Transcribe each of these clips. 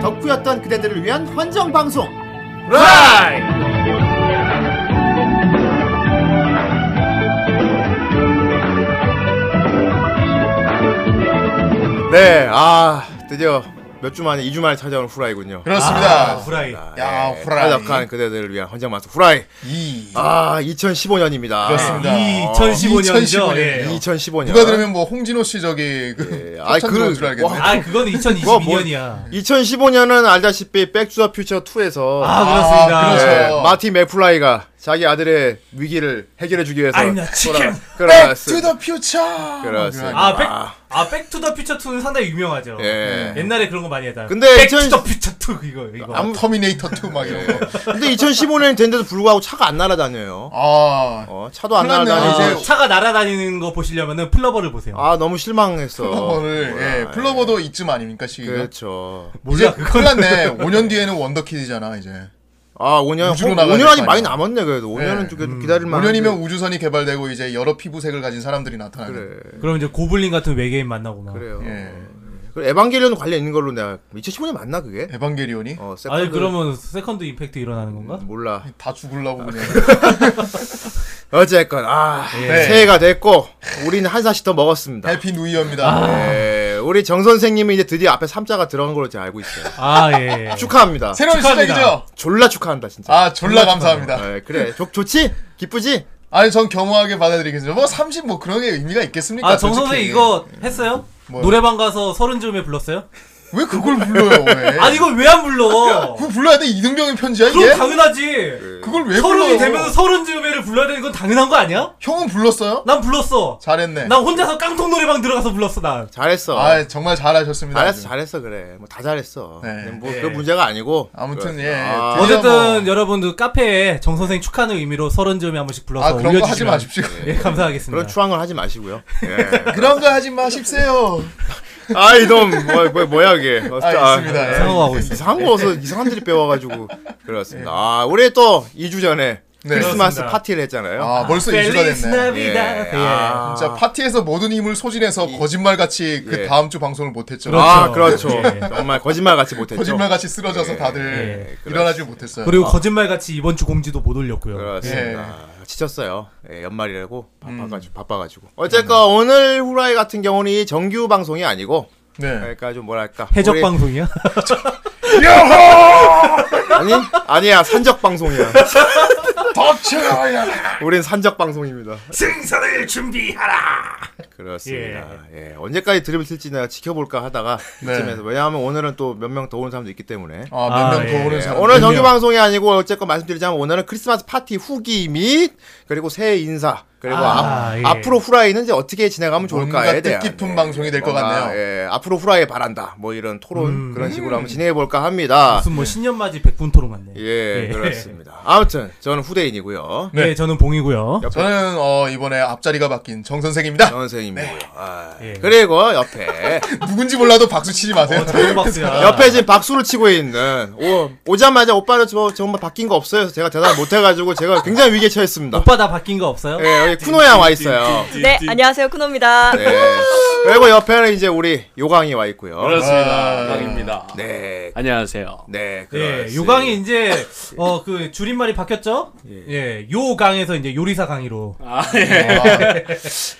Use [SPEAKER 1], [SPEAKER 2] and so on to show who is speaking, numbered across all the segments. [SPEAKER 1] 덕후였던 그대들을 위한 환정 방송.
[SPEAKER 2] 라이!
[SPEAKER 3] 네, 아 드디어 몇 주 만에 2주 만에 찾아온 후라이군요.
[SPEAKER 2] 그렇습니다.
[SPEAKER 4] 아, 후라이.
[SPEAKER 2] 야,
[SPEAKER 3] 네,
[SPEAKER 2] 후라이.
[SPEAKER 3] 타락한 그대들을 위한 환장 마스 후라이.
[SPEAKER 2] 이.
[SPEAKER 3] 아, 2015년입니다.
[SPEAKER 2] 그렇습니다.
[SPEAKER 4] 어, 2015년이죠.
[SPEAKER 2] 2015년.
[SPEAKER 4] 예.
[SPEAKER 3] 2015년.
[SPEAKER 2] 누가 들으면 뭐 홍진호 씨 저기 그
[SPEAKER 3] 예, 아이,
[SPEAKER 2] 아이 그런
[SPEAKER 3] 그-
[SPEAKER 2] 줄 알겠네.
[SPEAKER 3] 와.
[SPEAKER 4] 아, 그건 2022년이야.
[SPEAKER 3] 2015년은 알다시피 백투더 퓨처 2에서
[SPEAKER 4] 아, 그렇습니다.
[SPEAKER 2] 아, 그렇죠.
[SPEAKER 3] 네, 마티 맥플라이가 자기 아들의 위기를 해결해 주기 위해서
[SPEAKER 4] I'm not chicken.
[SPEAKER 3] 그렇습니다.
[SPEAKER 2] 투더 퓨처.
[SPEAKER 3] 그렇습니다.
[SPEAKER 4] 아, 백, 아, 백투더 퓨처 2는 상당히 유명하죠.
[SPEAKER 3] 예.
[SPEAKER 2] 네.
[SPEAKER 4] 옛날에 그런 거 많이 했다.
[SPEAKER 3] 근데
[SPEAKER 4] 백투더 퓨처 2 이거 이거.
[SPEAKER 2] 아무 터미네이터 2 막 이런 거.
[SPEAKER 3] 근데 2015년이 된데도 불구하고 차가 안 날아다녀요.
[SPEAKER 2] 아.
[SPEAKER 3] 어, 차도 안
[SPEAKER 2] 큰일 났네.
[SPEAKER 4] 아,
[SPEAKER 3] 날아다니지.
[SPEAKER 2] 이제-
[SPEAKER 4] 차가 날아다니는 거 보시려면은 플러버를 보세요.
[SPEAKER 3] 아, 너무 실망했어.
[SPEAKER 2] 플러버를
[SPEAKER 3] 뭐야,
[SPEAKER 2] 예, 플러버도 이쯤 아닙니까 시기가?
[SPEAKER 3] 그렇죠.
[SPEAKER 4] 몰라
[SPEAKER 2] 이제
[SPEAKER 4] 그건.
[SPEAKER 2] 큰일 났네. 5년 뒤에는 원더키드잖아 이제.
[SPEAKER 3] 아, 5년,
[SPEAKER 2] 우주로
[SPEAKER 3] 어,
[SPEAKER 2] 나가야
[SPEAKER 3] 5년 아니
[SPEAKER 2] 될거
[SPEAKER 3] 많이
[SPEAKER 2] 아니야.
[SPEAKER 3] 남았네, 그래도. 5년은
[SPEAKER 2] 예.
[SPEAKER 3] 좀 그래도 기다릴만.
[SPEAKER 2] 5년이면 우주선이 개발되고 이제 여러 피부색을 가진 사람들이 나타나는.
[SPEAKER 3] 그래.
[SPEAKER 4] 그럼 이제 고블린 같은 외계인 만나고 막.
[SPEAKER 3] 그래요.
[SPEAKER 2] 예.
[SPEAKER 3] 그 에반게리온 관련 있는 걸로 내가 2015년 맞나
[SPEAKER 2] 예.
[SPEAKER 3] 그게?
[SPEAKER 2] 에반게리온이
[SPEAKER 3] 어, 세컨드-
[SPEAKER 4] 아니 그러면 예. 세컨드 임팩트 일어나는 건가?
[SPEAKER 3] 몰라.
[SPEAKER 2] 다 죽을라고 그냥.
[SPEAKER 3] 어쨌건 아
[SPEAKER 2] 예. 네.
[SPEAKER 3] 새해가 됐고 우리는 한 살씩 더 먹었습니다.
[SPEAKER 2] 해피 누이어입니다. 네,
[SPEAKER 3] 예, 우리 정 선생님이 이제 드디어 앞에 3자가 들어간 걸로 제가 알고 있어요.
[SPEAKER 4] 아 예.
[SPEAKER 3] 축하합니다.
[SPEAKER 2] 네. 새로운
[SPEAKER 4] 축하합니다.
[SPEAKER 2] 시작이죠.
[SPEAKER 3] 졸라 축하한다 진짜.
[SPEAKER 2] 아 졸라 감사합니다.
[SPEAKER 3] 예, 그래 좋, 좋지? 기쁘지?
[SPEAKER 2] 아니 전 겸허하게 받아들이겠습니다. 뭐30 뭐 그런 게 의미가 있겠습니까?
[SPEAKER 4] 아 정선생
[SPEAKER 2] 솔직히.
[SPEAKER 4] 이거 했어요?
[SPEAKER 2] 뭐요?
[SPEAKER 4] 노래방 가서 서른 즈음에 불렀어요?
[SPEAKER 2] 왜 그걸 불러요? 왜?
[SPEAKER 4] 아니 이걸 왜 안 불러?
[SPEAKER 2] 예. 그거 불러야 돼 이등병의 편지야 이게?
[SPEAKER 4] 그럼 당연하지.
[SPEAKER 2] 그걸 예? 왜
[SPEAKER 4] 서른이
[SPEAKER 2] 불러요?
[SPEAKER 4] 되면 서른 즈음에를 불러야 되는 건 당연한 거 아니야?
[SPEAKER 2] 형은 불렀어요?
[SPEAKER 4] 난 불렀어.
[SPEAKER 2] 잘했네.
[SPEAKER 4] 난 혼자서 깡통 노래방 들어가서 불렀어 난.
[SPEAKER 3] 잘했어.
[SPEAKER 2] 아 정말 잘하셨습니다.
[SPEAKER 3] 잘했어
[SPEAKER 2] 아주.
[SPEAKER 3] 잘했어 그래. 뭐 다 잘했어.
[SPEAKER 2] 네.
[SPEAKER 3] 그냥 뭐
[SPEAKER 4] 예.
[SPEAKER 3] 그 문제가 아니고.
[SPEAKER 2] 아무튼
[SPEAKER 3] 그래.
[SPEAKER 2] 예.
[SPEAKER 3] 아,
[SPEAKER 2] 드디어
[SPEAKER 4] 어쨌든
[SPEAKER 2] 뭐-
[SPEAKER 4] 여러분들 카페에 정 선생 축하는 의미로 서른 즈음에 한 번씩 불러서
[SPEAKER 2] 아 그런 거
[SPEAKER 4] 올려주시면
[SPEAKER 2] 하지 마십시오.
[SPEAKER 4] 예 감사하겠습니다.
[SPEAKER 3] 그런 추앙을 하지 마시고요. 예.
[SPEAKER 2] 그런 거 하지 마십시오.
[SPEAKER 3] 아이 놈 뭐, 뭐, 뭐야 이게. 어,
[SPEAKER 2] 아,
[SPEAKER 3] 아,
[SPEAKER 2] 있습니다. 예.
[SPEAKER 4] 상호하고 네. 있어.
[SPEAKER 3] 이상한 거서 이상한 들이 배워가지고 그렇습니다. 아 우리 또 2주 전에
[SPEAKER 2] 네.
[SPEAKER 3] 크리스마스
[SPEAKER 4] 그렇습니다.
[SPEAKER 3] 파티를 했잖아요.
[SPEAKER 2] 아 벌써 이슈가
[SPEAKER 4] 펠리스
[SPEAKER 2] 됐네.
[SPEAKER 4] 나비다.
[SPEAKER 3] 예.
[SPEAKER 4] 예.
[SPEAKER 3] 아.
[SPEAKER 2] 진짜 파티에서 모든 힘을 소진해서 거짓말 같이 그
[SPEAKER 3] 예.
[SPEAKER 2] 다음 주 방송을 못했죠.
[SPEAKER 4] 그렇죠.
[SPEAKER 3] 아 그렇죠.
[SPEAKER 4] 예.
[SPEAKER 3] 정말 거짓말 같이 못했죠.
[SPEAKER 2] 거짓말 같이 쓰러져서
[SPEAKER 3] 예.
[SPEAKER 2] 다들
[SPEAKER 3] 예.
[SPEAKER 2] 일어나질 못했어요.
[SPEAKER 4] 그리고 거짓말 같이 이번 주 공지도 못 올렸고요.
[SPEAKER 3] 그렇습니다. 지쳤어요. 예, 연말이라고
[SPEAKER 2] 음.
[SPEAKER 3] 바빠가지고 바빠가지고. 어쨌건
[SPEAKER 4] 음.
[SPEAKER 3] 오늘 후라이 같은 경우는 이 정규 방송이 아니고
[SPEAKER 2] 네.
[SPEAKER 3] 그러니까 좀 뭐랄까
[SPEAKER 4] 해적
[SPEAKER 3] 우리-
[SPEAKER 4] 방송이야?
[SPEAKER 3] 아니 아니야 산적 방송이야. 아,
[SPEAKER 2] 덮쳐야.
[SPEAKER 3] 우린 산적 방송입니다.
[SPEAKER 4] 승선을 준비하라.
[SPEAKER 3] 그렇습니다. 예. 언제까지 드립을 쓸지 내가 지켜볼까 하다가
[SPEAKER 2] 네. 어,
[SPEAKER 3] 이쯤에서 왜냐하면 오늘은 또 몇 명 더 오는 사람도 있기 때문에.
[SPEAKER 2] 아몇
[SPEAKER 4] 아,
[SPEAKER 2] 명 더
[SPEAKER 4] 예.
[SPEAKER 2] 오는
[SPEAKER 3] 예,
[SPEAKER 2] 사람.
[SPEAKER 3] 오늘
[SPEAKER 2] 몇
[SPEAKER 3] 정규
[SPEAKER 2] 명.
[SPEAKER 3] 방송이 아니고 어쨌건 말씀드리자면 오늘은 크리스마스 파티 후기 및 그리고 새해 인사 그리고
[SPEAKER 4] 아,
[SPEAKER 3] 앞,
[SPEAKER 4] 예.
[SPEAKER 3] 앞으로 후라이는 이제 어떻게 진행하면 좋을까에
[SPEAKER 2] 뭔가
[SPEAKER 3] 대한
[SPEAKER 2] 뜻깊은
[SPEAKER 3] 예,
[SPEAKER 2] 방송이 될 것
[SPEAKER 3] 뭔가,
[SPEAKER 2] 같네요.
[SPEAKER 3] 예, 앞으로 후라이 바란다 뭐 이런 토론
[SPEAKER 4] 음.
[SPEAKER 3] 그런 식으로 한번 진행해 볼까 합니다.
[SPEAKER 4] 무슨 뭐 신년 맞이 백분 토론 같네.
[SPEAKER 3] 예,
[SPEAKER 4] 예.
[SPEAKER 3] 그렇습니다. 아무튼 저는 후대인이고요.
[SPEAKER 4] 네, 저는 봉이고요.
[SPEAKER 3] 옆에
[SPEAKER 2] 저는 어 이번에 앞자리가 바뀐 정 선생입니다.
[SPEAKER 3] 전 선생님이고요. 아,
[SPEAKER 4] 예.
[SPEAKER 3] 그리고 옆에
[SPEAKER 2] 누군지 몰라도 박수 치지 마세요.
[SPEAKER 4] 어, 저는 박스야.
[SPEAKER 3] 옆에 지금 박수를 치고 있는 오, 오자마자 오빠는 저 정말 바뀐 거 없어요. 제가 대답 못 해가지고 제가 굉장히 위기에 처했습니다.
[SPEAKER 4] 오빠 다 바뀐 거 없어요?
[SPEAKER 3] 예, 여기 쿠노양 와 있어요.
[SPEAKER 5] 네, 안녕하세요. 쿠노입니다.
[SPEAKER 3] 네. 그리고 옆에는 이제 우리 요강이 와 있고요.
[SPEAKER 6] 그렇습니다.
[SPEAKER 2] 아.
[SPEAKER 6] 강입니다.
[SPEAKER 3] 네.
[SPEAKER 6] 안녕하세요.
[SPEAKER 3] 네.
[SPEAKER 4] 예,
[SPEAKER 3] 그렇습니다.
[SPEAKER 4] 요강이 이제 어 그 줄임말이 바뀌었죠? 예, 요강에서 이제 요리사 강의로.
[SPEAKER 6] 아, 예.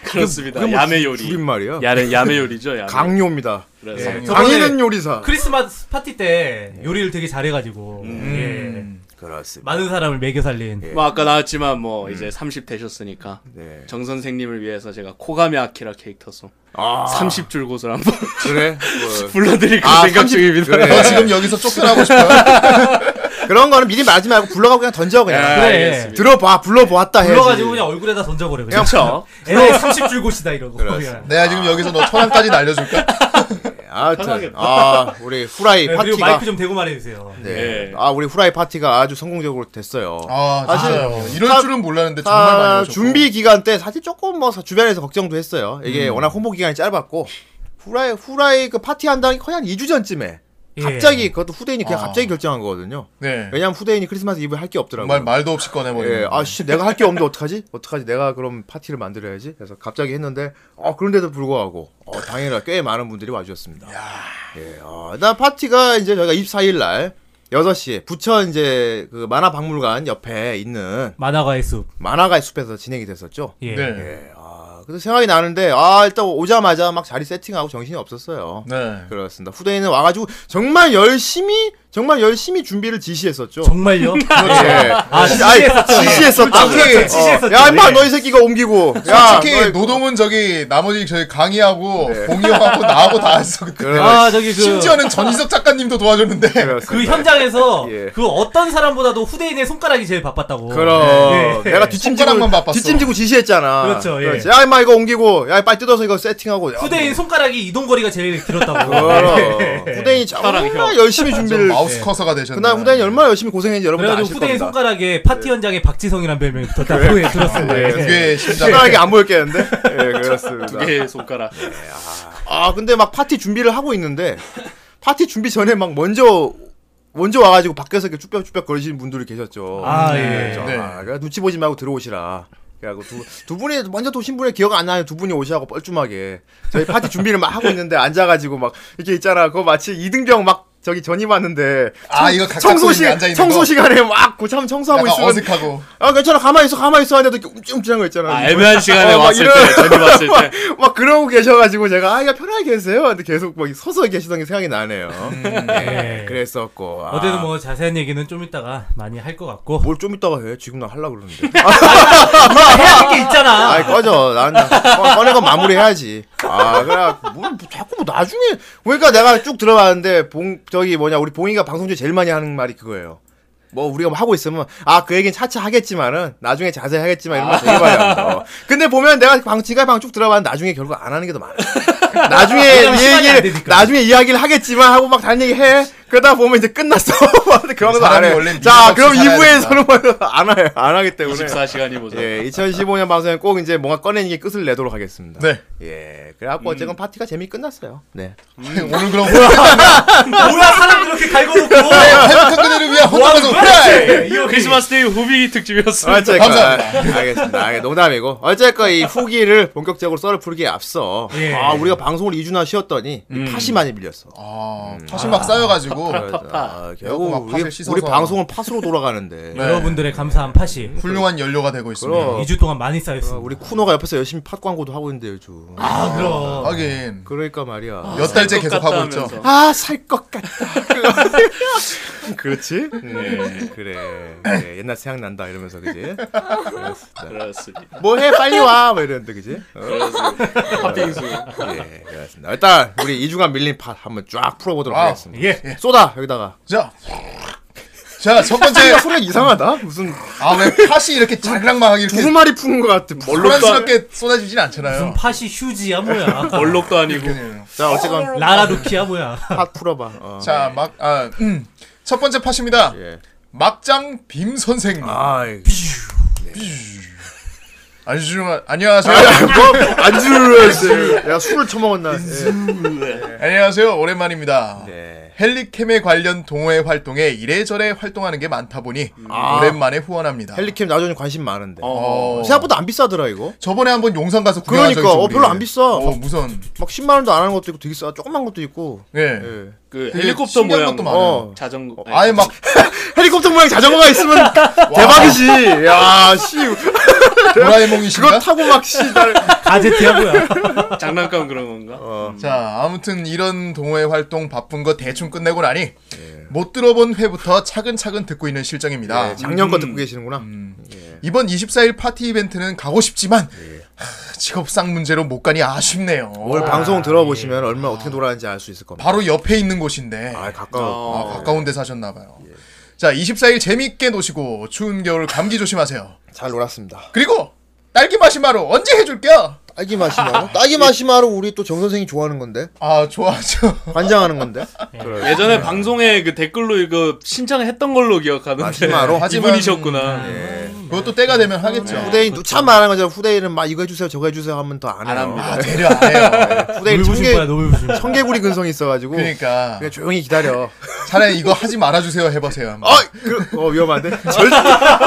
[SPEAKER 6] 그렇습니다. 야매 요리.
[SPEAKER 3] 줄임말이야.
[SPEAKER 6] 야는 야매 요리죠. 야매.
[SPEAKER 3] 강요입니다. 네.
[SPEAKER 6] 그래서
[SPEAKER 4] 예. 저번에
[SPEAKER 3] 강의는 요리사.
[SPEAKER 4] 크리스마스 파티 때
[SPEAKER 3] 예.
[SPEAKER 4] 요리를 되게 잘해가지고
[SPEAKER 3] 음.
[SPEAKER 4] 예,
[SPEAKER 3] 그렇습니다.
[SPEAKER 4] 많은 사람을 먹여 살린.
[SPEAKER 3] 예.
[SPEAKER 6] 뭐 아까 나왔지만 뭐 이제 30 되셨으니까
[SPEAKER 3] 네.
[SPEAKER 6] 정 선생님을 위해서 제가 코가미 아키라 캐릭터 송
[SPEAKER 3] 아,
[SPEAKER 6] 30줄 곳을 한번
[SPEAKER 3] 그래?
[SPEAKER 6] 불러드릴까
[SPEAKER 3] 아,
[SPEAKER 6] 생각
[SPEAKER 3] 30
[SPEAKER 6] 중입니다.
[SPEAKER 3] 그래.
[SPEAKER 2] 너 지금 여기서 쫓겨나고 싶어요?
[SPEAKER 3] 뭐, 그런 거는 미리 말하지 말고 불러가고 그냥 던져
[SPEAKER 6] 예,
[SPEAKER 3] 그냥.
[SPEAKER 6] 알겠습니다.
[SPEAKER 3] 들어봐. 불러보았다 해야지.
[SPEAKER 4] 불러가지고 그냥 얼굴에다 던져버려 그냥.
[SPEAKER 6] 그렇죠.
[SPEAKER 4] 애네 30줄 곳이다 이러고.
[SPEAKER 3] 그렇습니다.
[SPEAKER 4] 그냥.
[SPEAKER 2] 내가 네, 지금 여기서 너 천안까지 날려줄까?
[SPEAKER 3] 아무튼 아, 우리 후라이
[SPEAKER 4] 네, 그리고
[SPEAKER 3] 파티가
[SPEAKER 4] 마이크 좀 대고 말해주세요.
[SPEAKER 3] 네.
[SPEAKER 6] 예.
[SPEAKER 3] 아, 우리 후라이 파티가 아주 성공적으로 됐어요.
[SPEAKER 2] 아, 진짜요. 이럴
[SPEAKER 3] 사-
[SPEAKER 2] 줄은 몰랐는데 정말 많이
[SPEAKER 3] 아,
[SPEAKER 2] 오셨고.
[SPEAKER 3] 준비 기간 때 사실 조금 뭐 주변에서 걱정도
[SPEAKER 2] 음.
[SPEAKER 3] 했어요. 이게 워낙 홍보 기간이 짧았고 후라이 후라이 그 파티 한다는 게 거의 한 2주 전쯤에
[SPEAKER 4] 예.
[SPEAKER 3] 갑자기 그것도 후대인이 그냥
[SPEAKER 2] 아.
[SPEAKER 3] 갑자기 결정한 거거든요.
[SPEAKER 2] 네.
[SPEAKER 3] 왜냐면 후대인이 크리스마스 이브에 할 게 없더라고요.
[SPEAKER 2] 정말 말도 없이 꺼내버리는.
[SPEAKER 3] 예, 아, 씨, 내가 할 게 없는데 어떡하지? 어떡하지? 내가 그럼 파티를 만들어야지. 그래서 갑자기 했는데, 어, 그런데도 불구하고, 어, 당일날 꽤 많은 분들이 와주셨습니다. 예, 어, 일단 파티가 이제 저희가 24일날 6시, 부천 이제 그 만화박물관 옆에 있는
[SPEAKER 4] 만화가의 숲.
[SPEAKER 3] 만화가의 숲에서 진행이 됐었죠.
[SPEAKER 4] 예.
[SPEAKER 2] 네. 네.
[SPEAKER 3] 예, 아, 그래서 생각이 나는데, 아, 일단 오자마자 막 자리 세팅하고 정신이 없었어요.
[SPEAKER 4] 네.
[SPEAKER 2] 네.
[SPEAKER 3] 그렇습니다. 후대인은 와가지고 정말 열심히, 정말 열심히 준비를 지시했었죠.
[SPEAKER 4] 정말요?
[SPEAKER 3] 예.
[SPEAKER 4] 아, 지시했었죠.
[SPEAKER 3] 지시했었죠.
[SPEAKER 4] 아, 그렇죠. 지시했었죠.
[SPEAKER 3] 야, 임마,
[SPEAKER 4] 예.
[SPEAKER 3] 너 이 새끼가 옮기고. 야,
[SPEAKER 2] 솔직히
[SPEAKER 3] 너- 네.
[SPEAKER 2] 노동은 저기 나머지 저희 강희하고 봉이 형하고 나하고 다 했어 그때.
[SPEAKER 3] 그래. 네,
[SPEAKER 4] 아, 저기 그.
[SPEAKER 2] 심지어는 전희석 작가님도 도와줬는데.
[SPEAKER 3] 그렇습니다.
[SPEAKER 4] 그 현장에서
[SPEAKER 3] 예.
[SPEAKER 4] 그 어떤 사람보다도 후대인의 손가락이 제일 바빴다고.
[SPEAKER 3] 그럼
[SPEAKER 4] 네.
[SPEAKER 3] 내가 뒷짐지고
[SPEAKER 2] 손가락만 바빴어.
[SPEAKER 3] 뒷짐지고 지시했잖아.
[SPEAKER 4] 그렇죠, 예.
[SPEAKER 3] 그렇지. 야, 임마 이거 옮기고. 야, 빨리 뜯어서 이거 세팅하고. 야,
[SPEAKER 4] 후대인 손가락이 이동 거리가 제일 길었다고. 예.
[SPEAKER 3] 그럼. 후대인이 정말 열심히
[SPEAKER 2] 좀
[SPEAKER 3] 준비를.
[SPEAKER 2] 마우스 커서가 되셨네.
[SPEAKER 3] 예. 그날 후대인이 얼마나 열심히 고생했는지 여러분들
[SPEAKER 4] 그래가지고
[SPEAKER 3] 아실
[SPEAKER 4] 후대인
[SPEAKER 3] 겁니다.
[SPEAKER 4] 손가락에 파티 현장에 박지성이란 별명이 붙었다고 예, 들었습니다.
[SPEAKER 3] 예.
[SPEAKER 4] 예.
[SPEAKER 2] 아, 네. 그게 심장.
[SPEAKER 3] 간단하게 안 보였겠는데? 예, 그렇습니다.
[SPEAKER 6] 두 개의 네, 손가락.
[SPEAKER 3] 아, 근데 막 파티 준비를 하고 있는데, 파티 준비 전에 막 먼저, 먼저 와가지고 밖에서 이렇게 쭈뼛쭈뼛 거리시는 분들이 계셨죠.
[SPEAKER 4] 아, 예.
[SPEAKER 3] 그죠?
[SPEAKER 2] 네.
[SPEAKER 3] 아, 그러니까 눈치 보지 말고 들어오시라. 그래갖고 두, 두 분이, 먼저 도신 분이 기억 안 나요. 두 분이 오시라고 뻘쭘하게. 저희 파티 준비를 막 하고 있는데 앉아가지고 막, 이렇게 있잖아. 그거 마치 이등병 막, 저기 전이 왔는데
[SPEAKER 2] 아 이거 각각
[SPEAKER 3] 청소
[SPEAKER 2] 소리
[SPEAKER 3] 시간
[SPEAKER 2] 앉아 있는
[SPEAKER 3] 청소 시간에 막 고참 청소하고 있으면
[SPEAKER 2] 약간 어색하고.
[SPEAKER 3] 아 괜찮아 가만히 있어 가만히 있어 하는데 이렇게 움찔움찔한 거 있잖아
[SPEAKER 6] 아, 애매한 시간에
[SPEAKER 3] 어, 막
[SPEAKER 6] 왔을
[SPEAKER 3] 이런-
[SPEAKER 6] 때, 전이 왔을 때.
[SPEAKER 3] 막 그러고 계셔가지고 제가 아, 야 편하게 계세요. 근데 계속 막 서서 계시던 게 생각이 나네요. 예, 그랬었고. 아,
[SPEAKER 4] 어제도 뭐 자세한 얘기는 좀 이따가 많이 할 것 같고.
[SPEAKER 3] 뭘좀 이따가 해. 지금 나 하려 고 그러는데.
[SPEAKER 4] 해야 할 게 있잖아.
[SPEAKER 3] 아, 이 꺼져. 난 꺼- 꺼내고 마무리해야지. 아, 그래. 뭐, 뭐 자꾸 뭐 나중에 그러니까 내가 쭉 들어봤는데 봉 저기 뭐냐 우리 봉이가 방송 중에 제일 많이 하는 말이 그거예요. 뭐 우리가 뭐 하고 있으면 아 그 얘기는 차차 하겠지만은 나중에 자세히 하겠지만 이런 말 되게 많이 합니다. 어. 근데 보면 내가 방 지가 방쭉 들어봤는데 나중에 결국 안 하는 게 더 많아. 나중에
[SPEAKER 4] 왜냐면
[SPEAKER 3] 이
[SPEAKER 4] 시간이 안
[SPEAKER 3] 얘기를
[SPEAKER 4] 되니까.
[SPEAKER 3] 나중에 이야기를 하겠지만 하고 막 다른 얘기 해. 그러다 보면 이제 끝났어. 근데 그 방송 안
[SPEAKER 2] 사람이
[SPEAKER 3] 해.
[SPEAKER 2] 원래
[SPEAKER 3] 자
[SPEAKER 2] 미련
[SPEAKER 3] 그럼
[SPEAKER 2] 없이 살아야
[SPEAKER 3] 2부에서는 안 해. 안 하기 때문에.
[SPEAKER 6] 24시간이 보자.
[SPEAKER 3] 네. 예, 2015년 방송에 꼭 이제 뭔가 꺼내는 게 끝을 내도록 하겠습니다.
[SPEAKER 2] 네.
[SPEAKER 3] 예, 그래갖고 어쨌건 파티가 재미 끝났어요. 네.
[SPEAKER 2] 오늘 그럼 호라
[SPEAKER 4] 뭐야 사람 그렇게 갈고놓고. 뭐
[SPEAKER 2] 행복한 그대를 위한 혼자 방송
[SPEAKER 6] 뭐
[SPEAKER 2] 호라.
[SPEAKER 6] 예, 네, 이거 크리스마스 데이 후비 특집이었습니다.
[SPEAKER 3] 어쨌건
[SPEAKER 2] 아, 감사합니다.
[SPEAKER 3] 아, 알겠습니다. 아, 농담이고 어쨌건 이 후기를 본격적으로 썰을 풀기에 앞서
[SPEAKER 4] 예.
[SPEAKER 3] 아 우리가 방송을 2주나 쉬었더니
[SPEAKER 2] 음.
[SPEAKER 3] 이 팥이 많이 밀렸어.
[SPEAKER 2] 아 사실 막 쌓여가지고
[SPEAKER 3] 음. 아,
[SPEAKER 2] 막
[SPEAKER 3] 결국
[SPEAKER 2] 팥을
[SPEAKER 3] 우리,
[SPEAKER 2] 씻어서.
[SPEAKER 3] 우리 방송은 팥으로 돌아가는데
[SPEAKER 2] 네.
[SPEAKER 4] 여러분들의 감사한 팥이
[SPEAKER 2] 훌륭한 연료가 되고
[SPEAKER 3] 그럼.
[SPEAKER 2] 있습니다.
[SPEAKER 4] 2주 동안 많이
[SPEAKER 3] 아,
[SPEAKER 4] 쌓였습니다.
[SPEAKER 3] 우리 쿠노가 옆에서 열심히 팥 광고도 하고 있는데 요즘.
[SPEAKER 4] 아 그럼.
[SPEAKER 2] 하긴
[SPEAKER 3] 그러니까 말이야.
[SPEAKER 2] 몇 달째 계속 하고
[SPEAKER 6] 똑같다
[SPEAKER 2] 있죠.
[SPEAKER 6] 하면서.
[SPEAKER 3] 아 살 것 같다. 그렇지? 네, 그래. 그래. 옛날 생각난다 이러면서 그지?
[SPEAKER 6] 그렇습니다.
[SPEAKER 3] 뭐해 빨리 와. 뭐 이러는데 그지? 어,
[SPEAKER 6] 그렇습니다. 팥빙수.
[SPEAKER 3] 예, 그렇습니다. 일단 우리 2주간 밀린 팟 한번 쫙 풀어보도록
[SPEAKER 2] 와우.
[SPEAKER 3] 하겠습니다.
[SPEAKER 4] 예.
[SPEAKER 3] 쏟아 여기다가. 아,
[SPEAKER 2] 자, 자첫 번째
[SPEAKER 3] 소리가, 소리가 이상하다. 무슨
[SPEAKER 2] 아왜 팥이 이렇게 자그랑망하게
[SPEAKER 3] 두
[SPEAKER 2] 이렇게
[SPEAKER 3] 마리 푸는 것 같아.
[SPEAKER 6] 얼룩도 안-
[SPEAKER 2] 소란스럽게 쏟아지진
[SPEAKER 4] 무슨
[SPEAKER 2] 않잖아요.
[SPEAKER 4] 팥이 휴지야 뭐야.
[SPEAKER 6] 얼룩도 아니고.
[SPEAKER 3] 자 어쨌건
[SPEAKER 4] 라라루키야 뭐야.
[SPEAKER 3] 팟 풀어봐. 어.
[SPEAKER 2] 자막아첫 번째 팥입니다.
[SPEAKER 3] 예.
[SPEAKER 2] 막장 빔 선생님.
[SPEAKER 3] 아,
[SPEAKER 2] 안주 안녕하세요.
[SPEAKER 3] 아, 뭐, 안주를 야 술을 처먹었나? 예.
[SPEAKER 2] 안녕하세요. 오랜만입니다.
[SPEAKER 3] 예.
[SPEAKER 2] 헬리캠에 관련 동호회 활동에 이래저래 활동하는 게 많다 보니
[SPEAKER 3] 아.
[SPEAKER 2] 오랜만에 후원합니다.
[SPEAKER 3] 헬리캠 나중에 관심 많은데.
[SPEAKER 2] 어,
[SPEAKER 3] 생각보다 안 비싸더라 이거.
[SPEAKER 2] 저번에 한번 용산 가서 구경한
[SPEAKER 3] 그러니까
[SPEAKER 2] 적 있죠,
[SPEAKER 3] 어,
[SPEAKER 2] 우리.
[SPEAKER 3] 별로 안 비싸.
[SPEAKER 2] 어, 무선.
[SPEAKER 3] 막 10만 원도 안 하는 것도 있고 되게 싸. 조그만 것도 있고.
[SPEAKER 2] 예.
[SPEAKER 3] 예.
[SPEAKER 6] 그
[SPEAKER 2] 되게
[SPEAKER 6] 헬리콥터
[SPEAKER 2] 신기한
[SPEAKER 6] 모양
[SPEAKER 2] 것도 많아요.
[SPEAKER 3] 어.
[SPEAKER 6] 자전거. 네,
[SPEAKER 2] 아예 막
[SPEAKER 3] 헬리콥터 모양 자전거가 있으면 대박이지. 야, 씨. 그거
[SPEAKER 2] 도라에몽이신가?
[SPEAKER 3] 타고 막 씨. 날-
[SPEAKER 4] 가제트야 뭐야.
[SPEAKER 6] 장난감 그런 건가?
[SPEAKER 2] 어, 자, 아무튼 이런 동호회 활동 바쁜 거 대충 끝내고 나니 못 들어본 회부터 차근차근 듣고 있는 실정입니다.
[SPEAKER 3] 예, 작년 거 듣고 계시는구나. 음.
[SPEAKER 2] 이번 24일 파티 이벤트는 가고 싶지만
[SPEAKER 3] 예.
[SPEAKER 2] 하, 직업상 문제로 못 가니 아쉽네요.
[SPEAKER 3] 오늘 방송 들어보시면 얼마 나 어떻게 돌아가는지 알 수 있을 겁니다.
[SPEAKER 2] 바로 옆에 있는 곳인데
[SPEAKER 3] 아, 예. 가까워.
[SPEAKER 2] 아, 가까운 데 사셨나봐요. 자, 24일 재밌게 노시고 추운 겨울 감기 조심하세요.
[SPEAKER 3] 잘 놀았습니다.
[SPEAKER 2] 그리고 딸기 마시마로 언제 해줄게요?
[SPEAKER 3] 딸기 마시마로? 딸기 마시마로 우리 또 정 선생이 좋아하는 건데
[SPEAKER 2] 아 좋아하죠.
[SPEAKER 3] 관장하는 건데.
[SPEAKER 7] 그래.
[SPEAKER 6] 예전에 방송에 그 댓글로 이거 신청했던 걸로 기억하는데
[SPEAKER 7] 마지막으로?
[SPEAKER 6] 이분이셨구나.
[SPEAKER 2] 그것도 때가 되면 하겠죠.
[SPEAKER 3] 후대인 누차 말하는 거잖아. 후대인은 막 이거 해주세요, 저거 해주세요 하면 더 안 해요.
[SPEAKER 6] 안 합니다.
[SPEAKER 2] 아, 되려 안 해요.
[SPEAKER 3] 후대인
[SPEAKER 4] 노이부심
[SPEAKER 3] 청개
[SPEAKER 4] 거야 노이부심.
[SPEAKER 3] 청개구리 근성이 있어가지고 그냥
[SPEAKER 2] 그러니까
[SPEAKER 3] 조용히 기다려.
[SPEAKER 2] 차라리 이거 하지 말아주세요 해보세요. 한번.
[SPEAKER 3] 그, 어 위험한데? 절대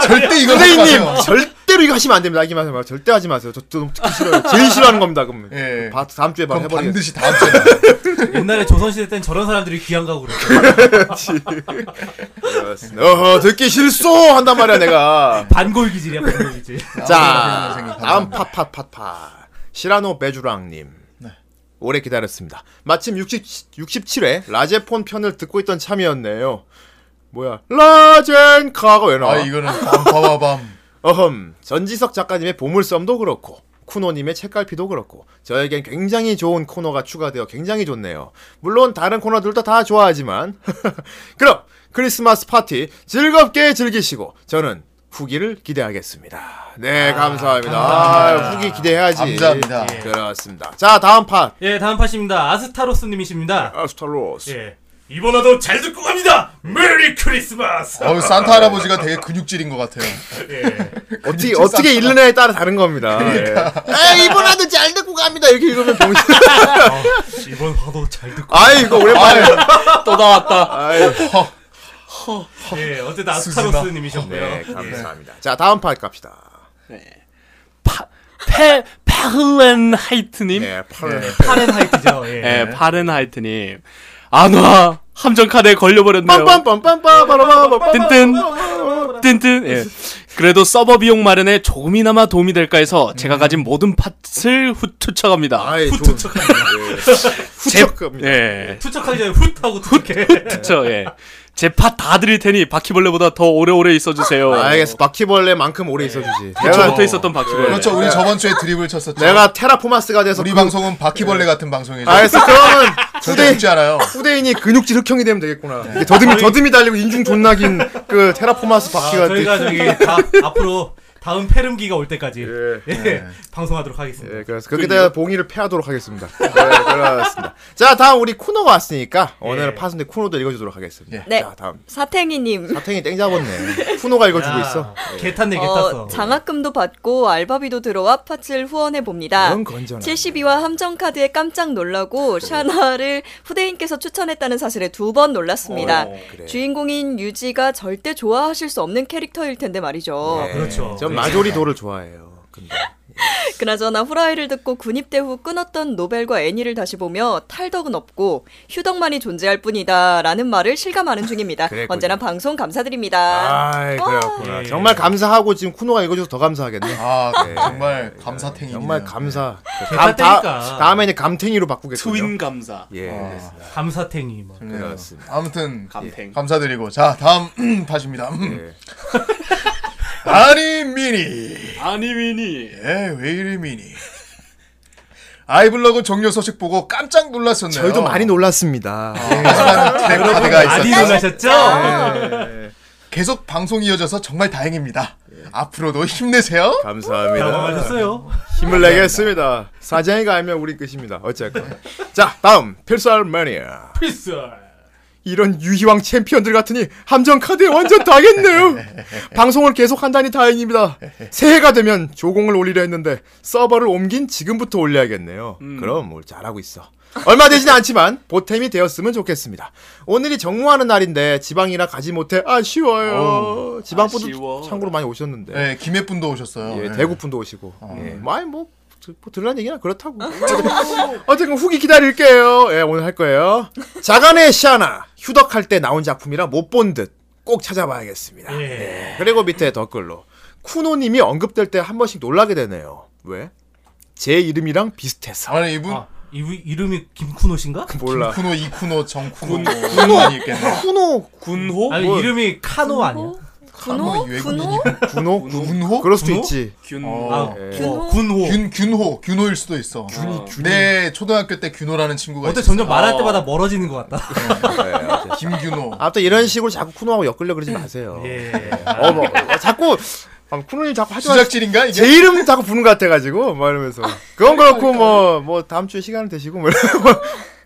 [SPEAKER 2] 절대 이거 하지 마세요.
[SPEAKER 3] 네. 선생님 절대로 이거 하시면 안 됩니다. 하지 마세요. 절대 하지 마세요. 저 좀 듣기 싫어요. 제일 싫어하는 겁니다. 그럼
[SPEAKER 2] 예.
[SPEAKER 3] 바, 다음 주에 바로
[SPEAKER 2] 그럼
[SPEAKER 3] 해버리겠습니다.
[SPEAKER 2] 반드시 다음 주에.
[SPEAKER 4] 옛날에 조선시대 땐 저런 사람들이 귀한 가고 그랬어.
[SPEAKER 3] 어허 듣기 싫소 한단 말이야 내가.
[SPEAKER 4] 반골 기질이야 반골 기질.
[SPEAKER 2] 아,
[SPEAKER 3] 자 다음
[SPEAKER 2] 감사합니다. 네.
[SPEAKER 3] 팟팟팟팟 시라노 베주랑님 오래 기다렸습니다. 마침 60, 67회 라제폰 편을 듣고 있던 참이었네요. 뭐야 라젠카가 왜 나와?
[SPEAKER 2] 아 이거는 밤밤밤.
[SPEAKER 3] 어흠 전지석 작가님의 보물섬도 그렇고 쿠노님의 책갈피도 그렇고 저에겐 굉장히 좋은 코너가 추가되어 굉장히 좋네요. 물론 다른 코너들도 다 좋아하지만 그럼 크리스마스 파티 즐겁게 즐기시고 저는 후기를 기대하겠습니다. 네 감사합니다. 아, 후기 기대해야지.
[SPEAKER 2] 감사합니다.
[SPEAKER 3] 예. 그렇습니다. 자 다음 판.
[SPEAKER 4] 예 다음 팟입니다. 아스타로스님이십니다.
[SPEAKER 3] 아스탈로스.
[SPEAKER 4] 예 이번화도 잘 듣고 갑니다. 메리 크리스마스. 예.
[SPEAKER 2] 어우 산타 할아버지가 되게 근육질인 것 같아요.
[SPEAKER 3] 어떻게 어떻게 읽느냐에 따라 다른 겁니다. 예. 에이, 이번에도 잘 듣고 갑니다. 이렇게 읽으면 병신.
[SPEAKER 4] 아, 이번 화도 잘 듣고.
[SPEAKER 3] 아이 이거 오랜만에
[SPEAKER 6] 또 나왔다.
[SPEAKER 3] 아유,
[SPEAKER 4] 예 어쨌든
[SPEAKER 2] 수지나.
[SPEAKER 4] 아스타로스님이셨고요.
[SPEAKER 3] 네, 감사합니다. 자, 다음 판 갑시다.
[SPEAKER 6] 페 파흐렌하이트님.
[SPEAKER 3] 네, 팔.
[SPEAKER 4] 파렌하이트죠. 예.
[SPEAKER 6] 예, 파렌하이트님. 안와 함정 카드에 걸려버렸네요.
[SPEAKER 3] 빰빰빰빰빰 빠라바라바.
[SPEAKER 6] 뜬뜬. 뜬뜬. 예. 그래도 서버 비용 마련에 조금이나마 도움이 될까 해서 제가 가진 모든 팟을 후투쳐갑니다.
[SPEAKER 3] 아이, 좋은. 네. 후척 갑니다.
[SPEAKER 6] 예.
[SPEAKER 4] 투척하기 전에 훗 하고 투척해.
[SPEAKER 6] 그쵸, 예. 제 팟 다 드릴 테니 바퀴벌레보다 더 오래오래 있어주세요.
[SPEAKER 3] 알겠어. 바퀴벌레만큼 오래 있어 주지. 내가
[SPEAKER 6] 저부터 있었던 바퀴벌레.
[SPEAKER 2] 그렇죠. 우리 저번 주에 드립을 쳤었죠.
[SPEAKER 3] 내가 테라포마스가 돼서
[SPEAKER 2] 우리
[SPEAKER 3] 그-
[SPEAKER 2] 방송은 바퀴벌레 같은 방송이죠.
[SPEAKER 3] 알겠어. 그러면
[SPEAKER 2] 절대
[SPEAKER 3] 후대
[SPEAKER 2] 죽지 않아요.
[SPEAKER 3] 후대인이 근육질 흑형이 되면 되겠구나. 이게 더듬이 더듬이 달리고 인중 존나 긴 그 테라포마스
[SPEAKER 4] 아,
[SPEAKER 3] 바퀴가
[SPEAKER 4] 저희가
[SPEAKER 3] 돼.
[SPEAKER 4] 저기 다, 앞으로 다음 페름기가 올 때까지 예, 방송하도록 하겠습니다.
[SPEAKER 3] 예, 네, 그래서 그렇게 되면 봉이를 패하도록 하겠습니다. 네, 그렇습니다. 자, 다음 우리 쿠노가 왔으니까 오늘은 파순대 쿠노도 읽어주도록 하겠습니다.
[SPEAKER 5] 네.
[SPEAKER 3] 자, 다음
[SPEAKER 5] 사탱이님.
[SPEAKER 3] 사탱이 땡 잡았네. 쿠노가 읽어주고 예. 있어.
[SPEAKER 4] 아, 개 탔네, 개 탔어.
[SPEAKER 5] 어, 장학금도 받고 알바비도 들어와 파츠를 후원해 봅니다.
[SPEAKER 3] 이런 건전한.
[SPEAKER 5] 72와 함정카드에 깜짝 놀라고 샤나를 후대인께서 추천했다는 사실에 두 번 놀랐습니다.
[SPEAKER 3] 어, 네.
[SPEAKER 5] 주인공인 유지가 절대 좋아하실 수 없는 캐릭터일 텐데 말이죠.
[SPEAKER 3] 네.
[SPEAKER 4] 그렇죠.
[SPEAKER 3] 전
[SPEAKER 4] 예.
[SPEAKER 3] 마조리도를 좋아해요. 근데
[SPEAKER 5] 그나저나 후라이를 듣고 군입대 후 끊었던 노벨과 애니를 다시 보며 탈덕은 없고 휴덕만이 존재할 뿐이다 라는 말을 실감하는 중입니다.
[SPEAKER 3] 그랬군요.
[SPEAKER 5] 언제나 방송 감사드립니다.
[SPEAKER 3] 아이 그래갖구나.
[SPEAKER 4] 예.
[SPEAKER 3] 정말 감사하고 지금 쿠노가 읽어줘서 더 감사하겠네. 네.
[SPEAKER 2] 아 정말 감사탱이.
[SPEAKER 3] 정말 감사.
[SPEAKER 4] 개가 땡이니까.
[SPEAKER 3] 다음에는 감탱이로 바꾸겠군요.
[SPEAKER 6] 트윈 감사.
[SPEAKER 3] 예.
[SPEAKER 4] 감사탱이 뭐.
[SPEAKER 3] 그렇습니다.
[SPEAKER 2] 아무튼
[SPEAKER 6] 감탱.
[SPEAKER 2] 감사드리고 자 다음 팟입니다.
[SPEAKER 3] 네.
[SPEAKER 2] 음. 아니 미니.
[SPEAKER 3] 예.
[SPEAKER 6] 아니, 미니.
[SPEAKER 2] 에, 왜 이리 미니? 아이블로그 종료 소식 보고 깜짝 놀랐었네요. 예,
[SPEAKER 3] 저희도 많이 놀랐습니다.
[SPEAKER 2] 하지만 트랙 카드가
[SPEAKER 4] 많이
[SPEAKER 2] 아,
[SPEAKER 4] 놀라셨죠?
[SPEAKER 2] 있었죠.
[SPEAKER 4] 예,
[SPEAKER 2] 계속 방송이 이어져서 정말 다행입니다. 앞으로도 힘내세요.
[SPEAKER 4] 아,
[SPEAKER 3] 감사합니다.
[SPEAKER 4] 당황하셨어요?
[SPEAKER 3] 힘을 내겠습니다. 사장이가 알면 우리 끝입니다. 어쨌건. 자, 다음 필살 매니아.
[SPEAKER 4] 필수.
[SPEAKER 3] 이런 유희왕 챔피언들 같으니 함정 카드에 완전 당했네요. 방송을 계속 한다니 다행입니다. 새해가 되면 조공을 올리려 했는데 서버를 옮긴 지금부터 올려야겠네요.
[SPEAKER 6] 음.
[SPEAKER 3] 그럼 뭘 잘하고 있어. 얼마 되진 않지만 보탬이 되었으면 좋겠습니다. 오늘이 정모하는 날인데 지방이라 가지 못해 아쉬워요. 지방 분도
[SPEAKER 6] 어. 아쉬워.
[SPEAKER 3] 참고로 많이 오셨는데.
[SPEAKER 2] 네, 김혜분도 오셨어요.
[SPEAKER 3] 예,
[SPEAKER 2] 네.
[SPEAKER 3] 대구 분도 오시고. 예. 뭐, 아니 뭐, 드- 뭐 들란 얘기나 그렇다고. 어쨌든- 어쨌든 후기 기다릴게요. 예, 오늘 할 거예요. 자간의 시아나 휴덕할 때 나온 작품이라 못 본 듯. 꼭 찾아봐야겠습니다. 네,
[SPEAKER 4] 예.
[SPEAKER 3] 그리고 밑에 댓글로 쿠노님이 언급될 때 한 번씩 놀라게 되네요. 왜? 제 이름이랑 비슷해서.
[SPEAKER 2] 아니 이분
[SPEAKER 4] 아, 이, 이름이 김쿠노신가?
[SPEAKER 3] 몰라. 아,
[SPEAKER 2] 쿠노 이쿠노 정쿠노 쿠노 많이 있겠네.
[SPEAKER 3] 쿠노 뭐, 어?
[SPEAKER 6] 군호?
[SPEAKER 4] 아니, 이름이 카노 어, 아니야?
[SPEAKER 5] 군호?
[SPEAKER 2] 이
[SPEAKER 5] 군호?
[SPEAKER 3] 군호
[SPEAKER 2] 군호?
[SPEAKER 3] 그럴 수도
[SPEAKER 4] 군호?
[SPEAKER 3] 있지.
[SPEAKER 6] 균.
[SPEAKER 2] 어.
[SPEAKER 4] 아,
[SPEAKER 5] 군호?
[SPEAKER 4] 어, 군호.
[SPEAKER 2] 균 균호 균호일 수도 있어. 내 초등학교 때 균호라는 친구가
[SPEAKER 4] 어때
[SPEAKER 2] 있었어.
[SPEAKER 4] 점점 말할 때마다 멀어지는 것 같다.
[SPEAKER 2] 김균호.
[SPEAKER 3] 아, 예. 아무튼 이런 식으로 어, 자꾸 쿠노하고 엮으려 그러지 마세요.
[SPEAKER 4] 예.
[SPEAKER 3] 어머, 자꾸 아, 쿠노님 자꾸 하지 마세요.
[SPEAKER 2] 수작질인가 이게?
[SPEAKER 3] 제 이름 자꾸 부는 것 같아가지고 막 이러면서 그건 그렇고 뭐 뭐 다음 주에 시간 되시고 뭐 이러고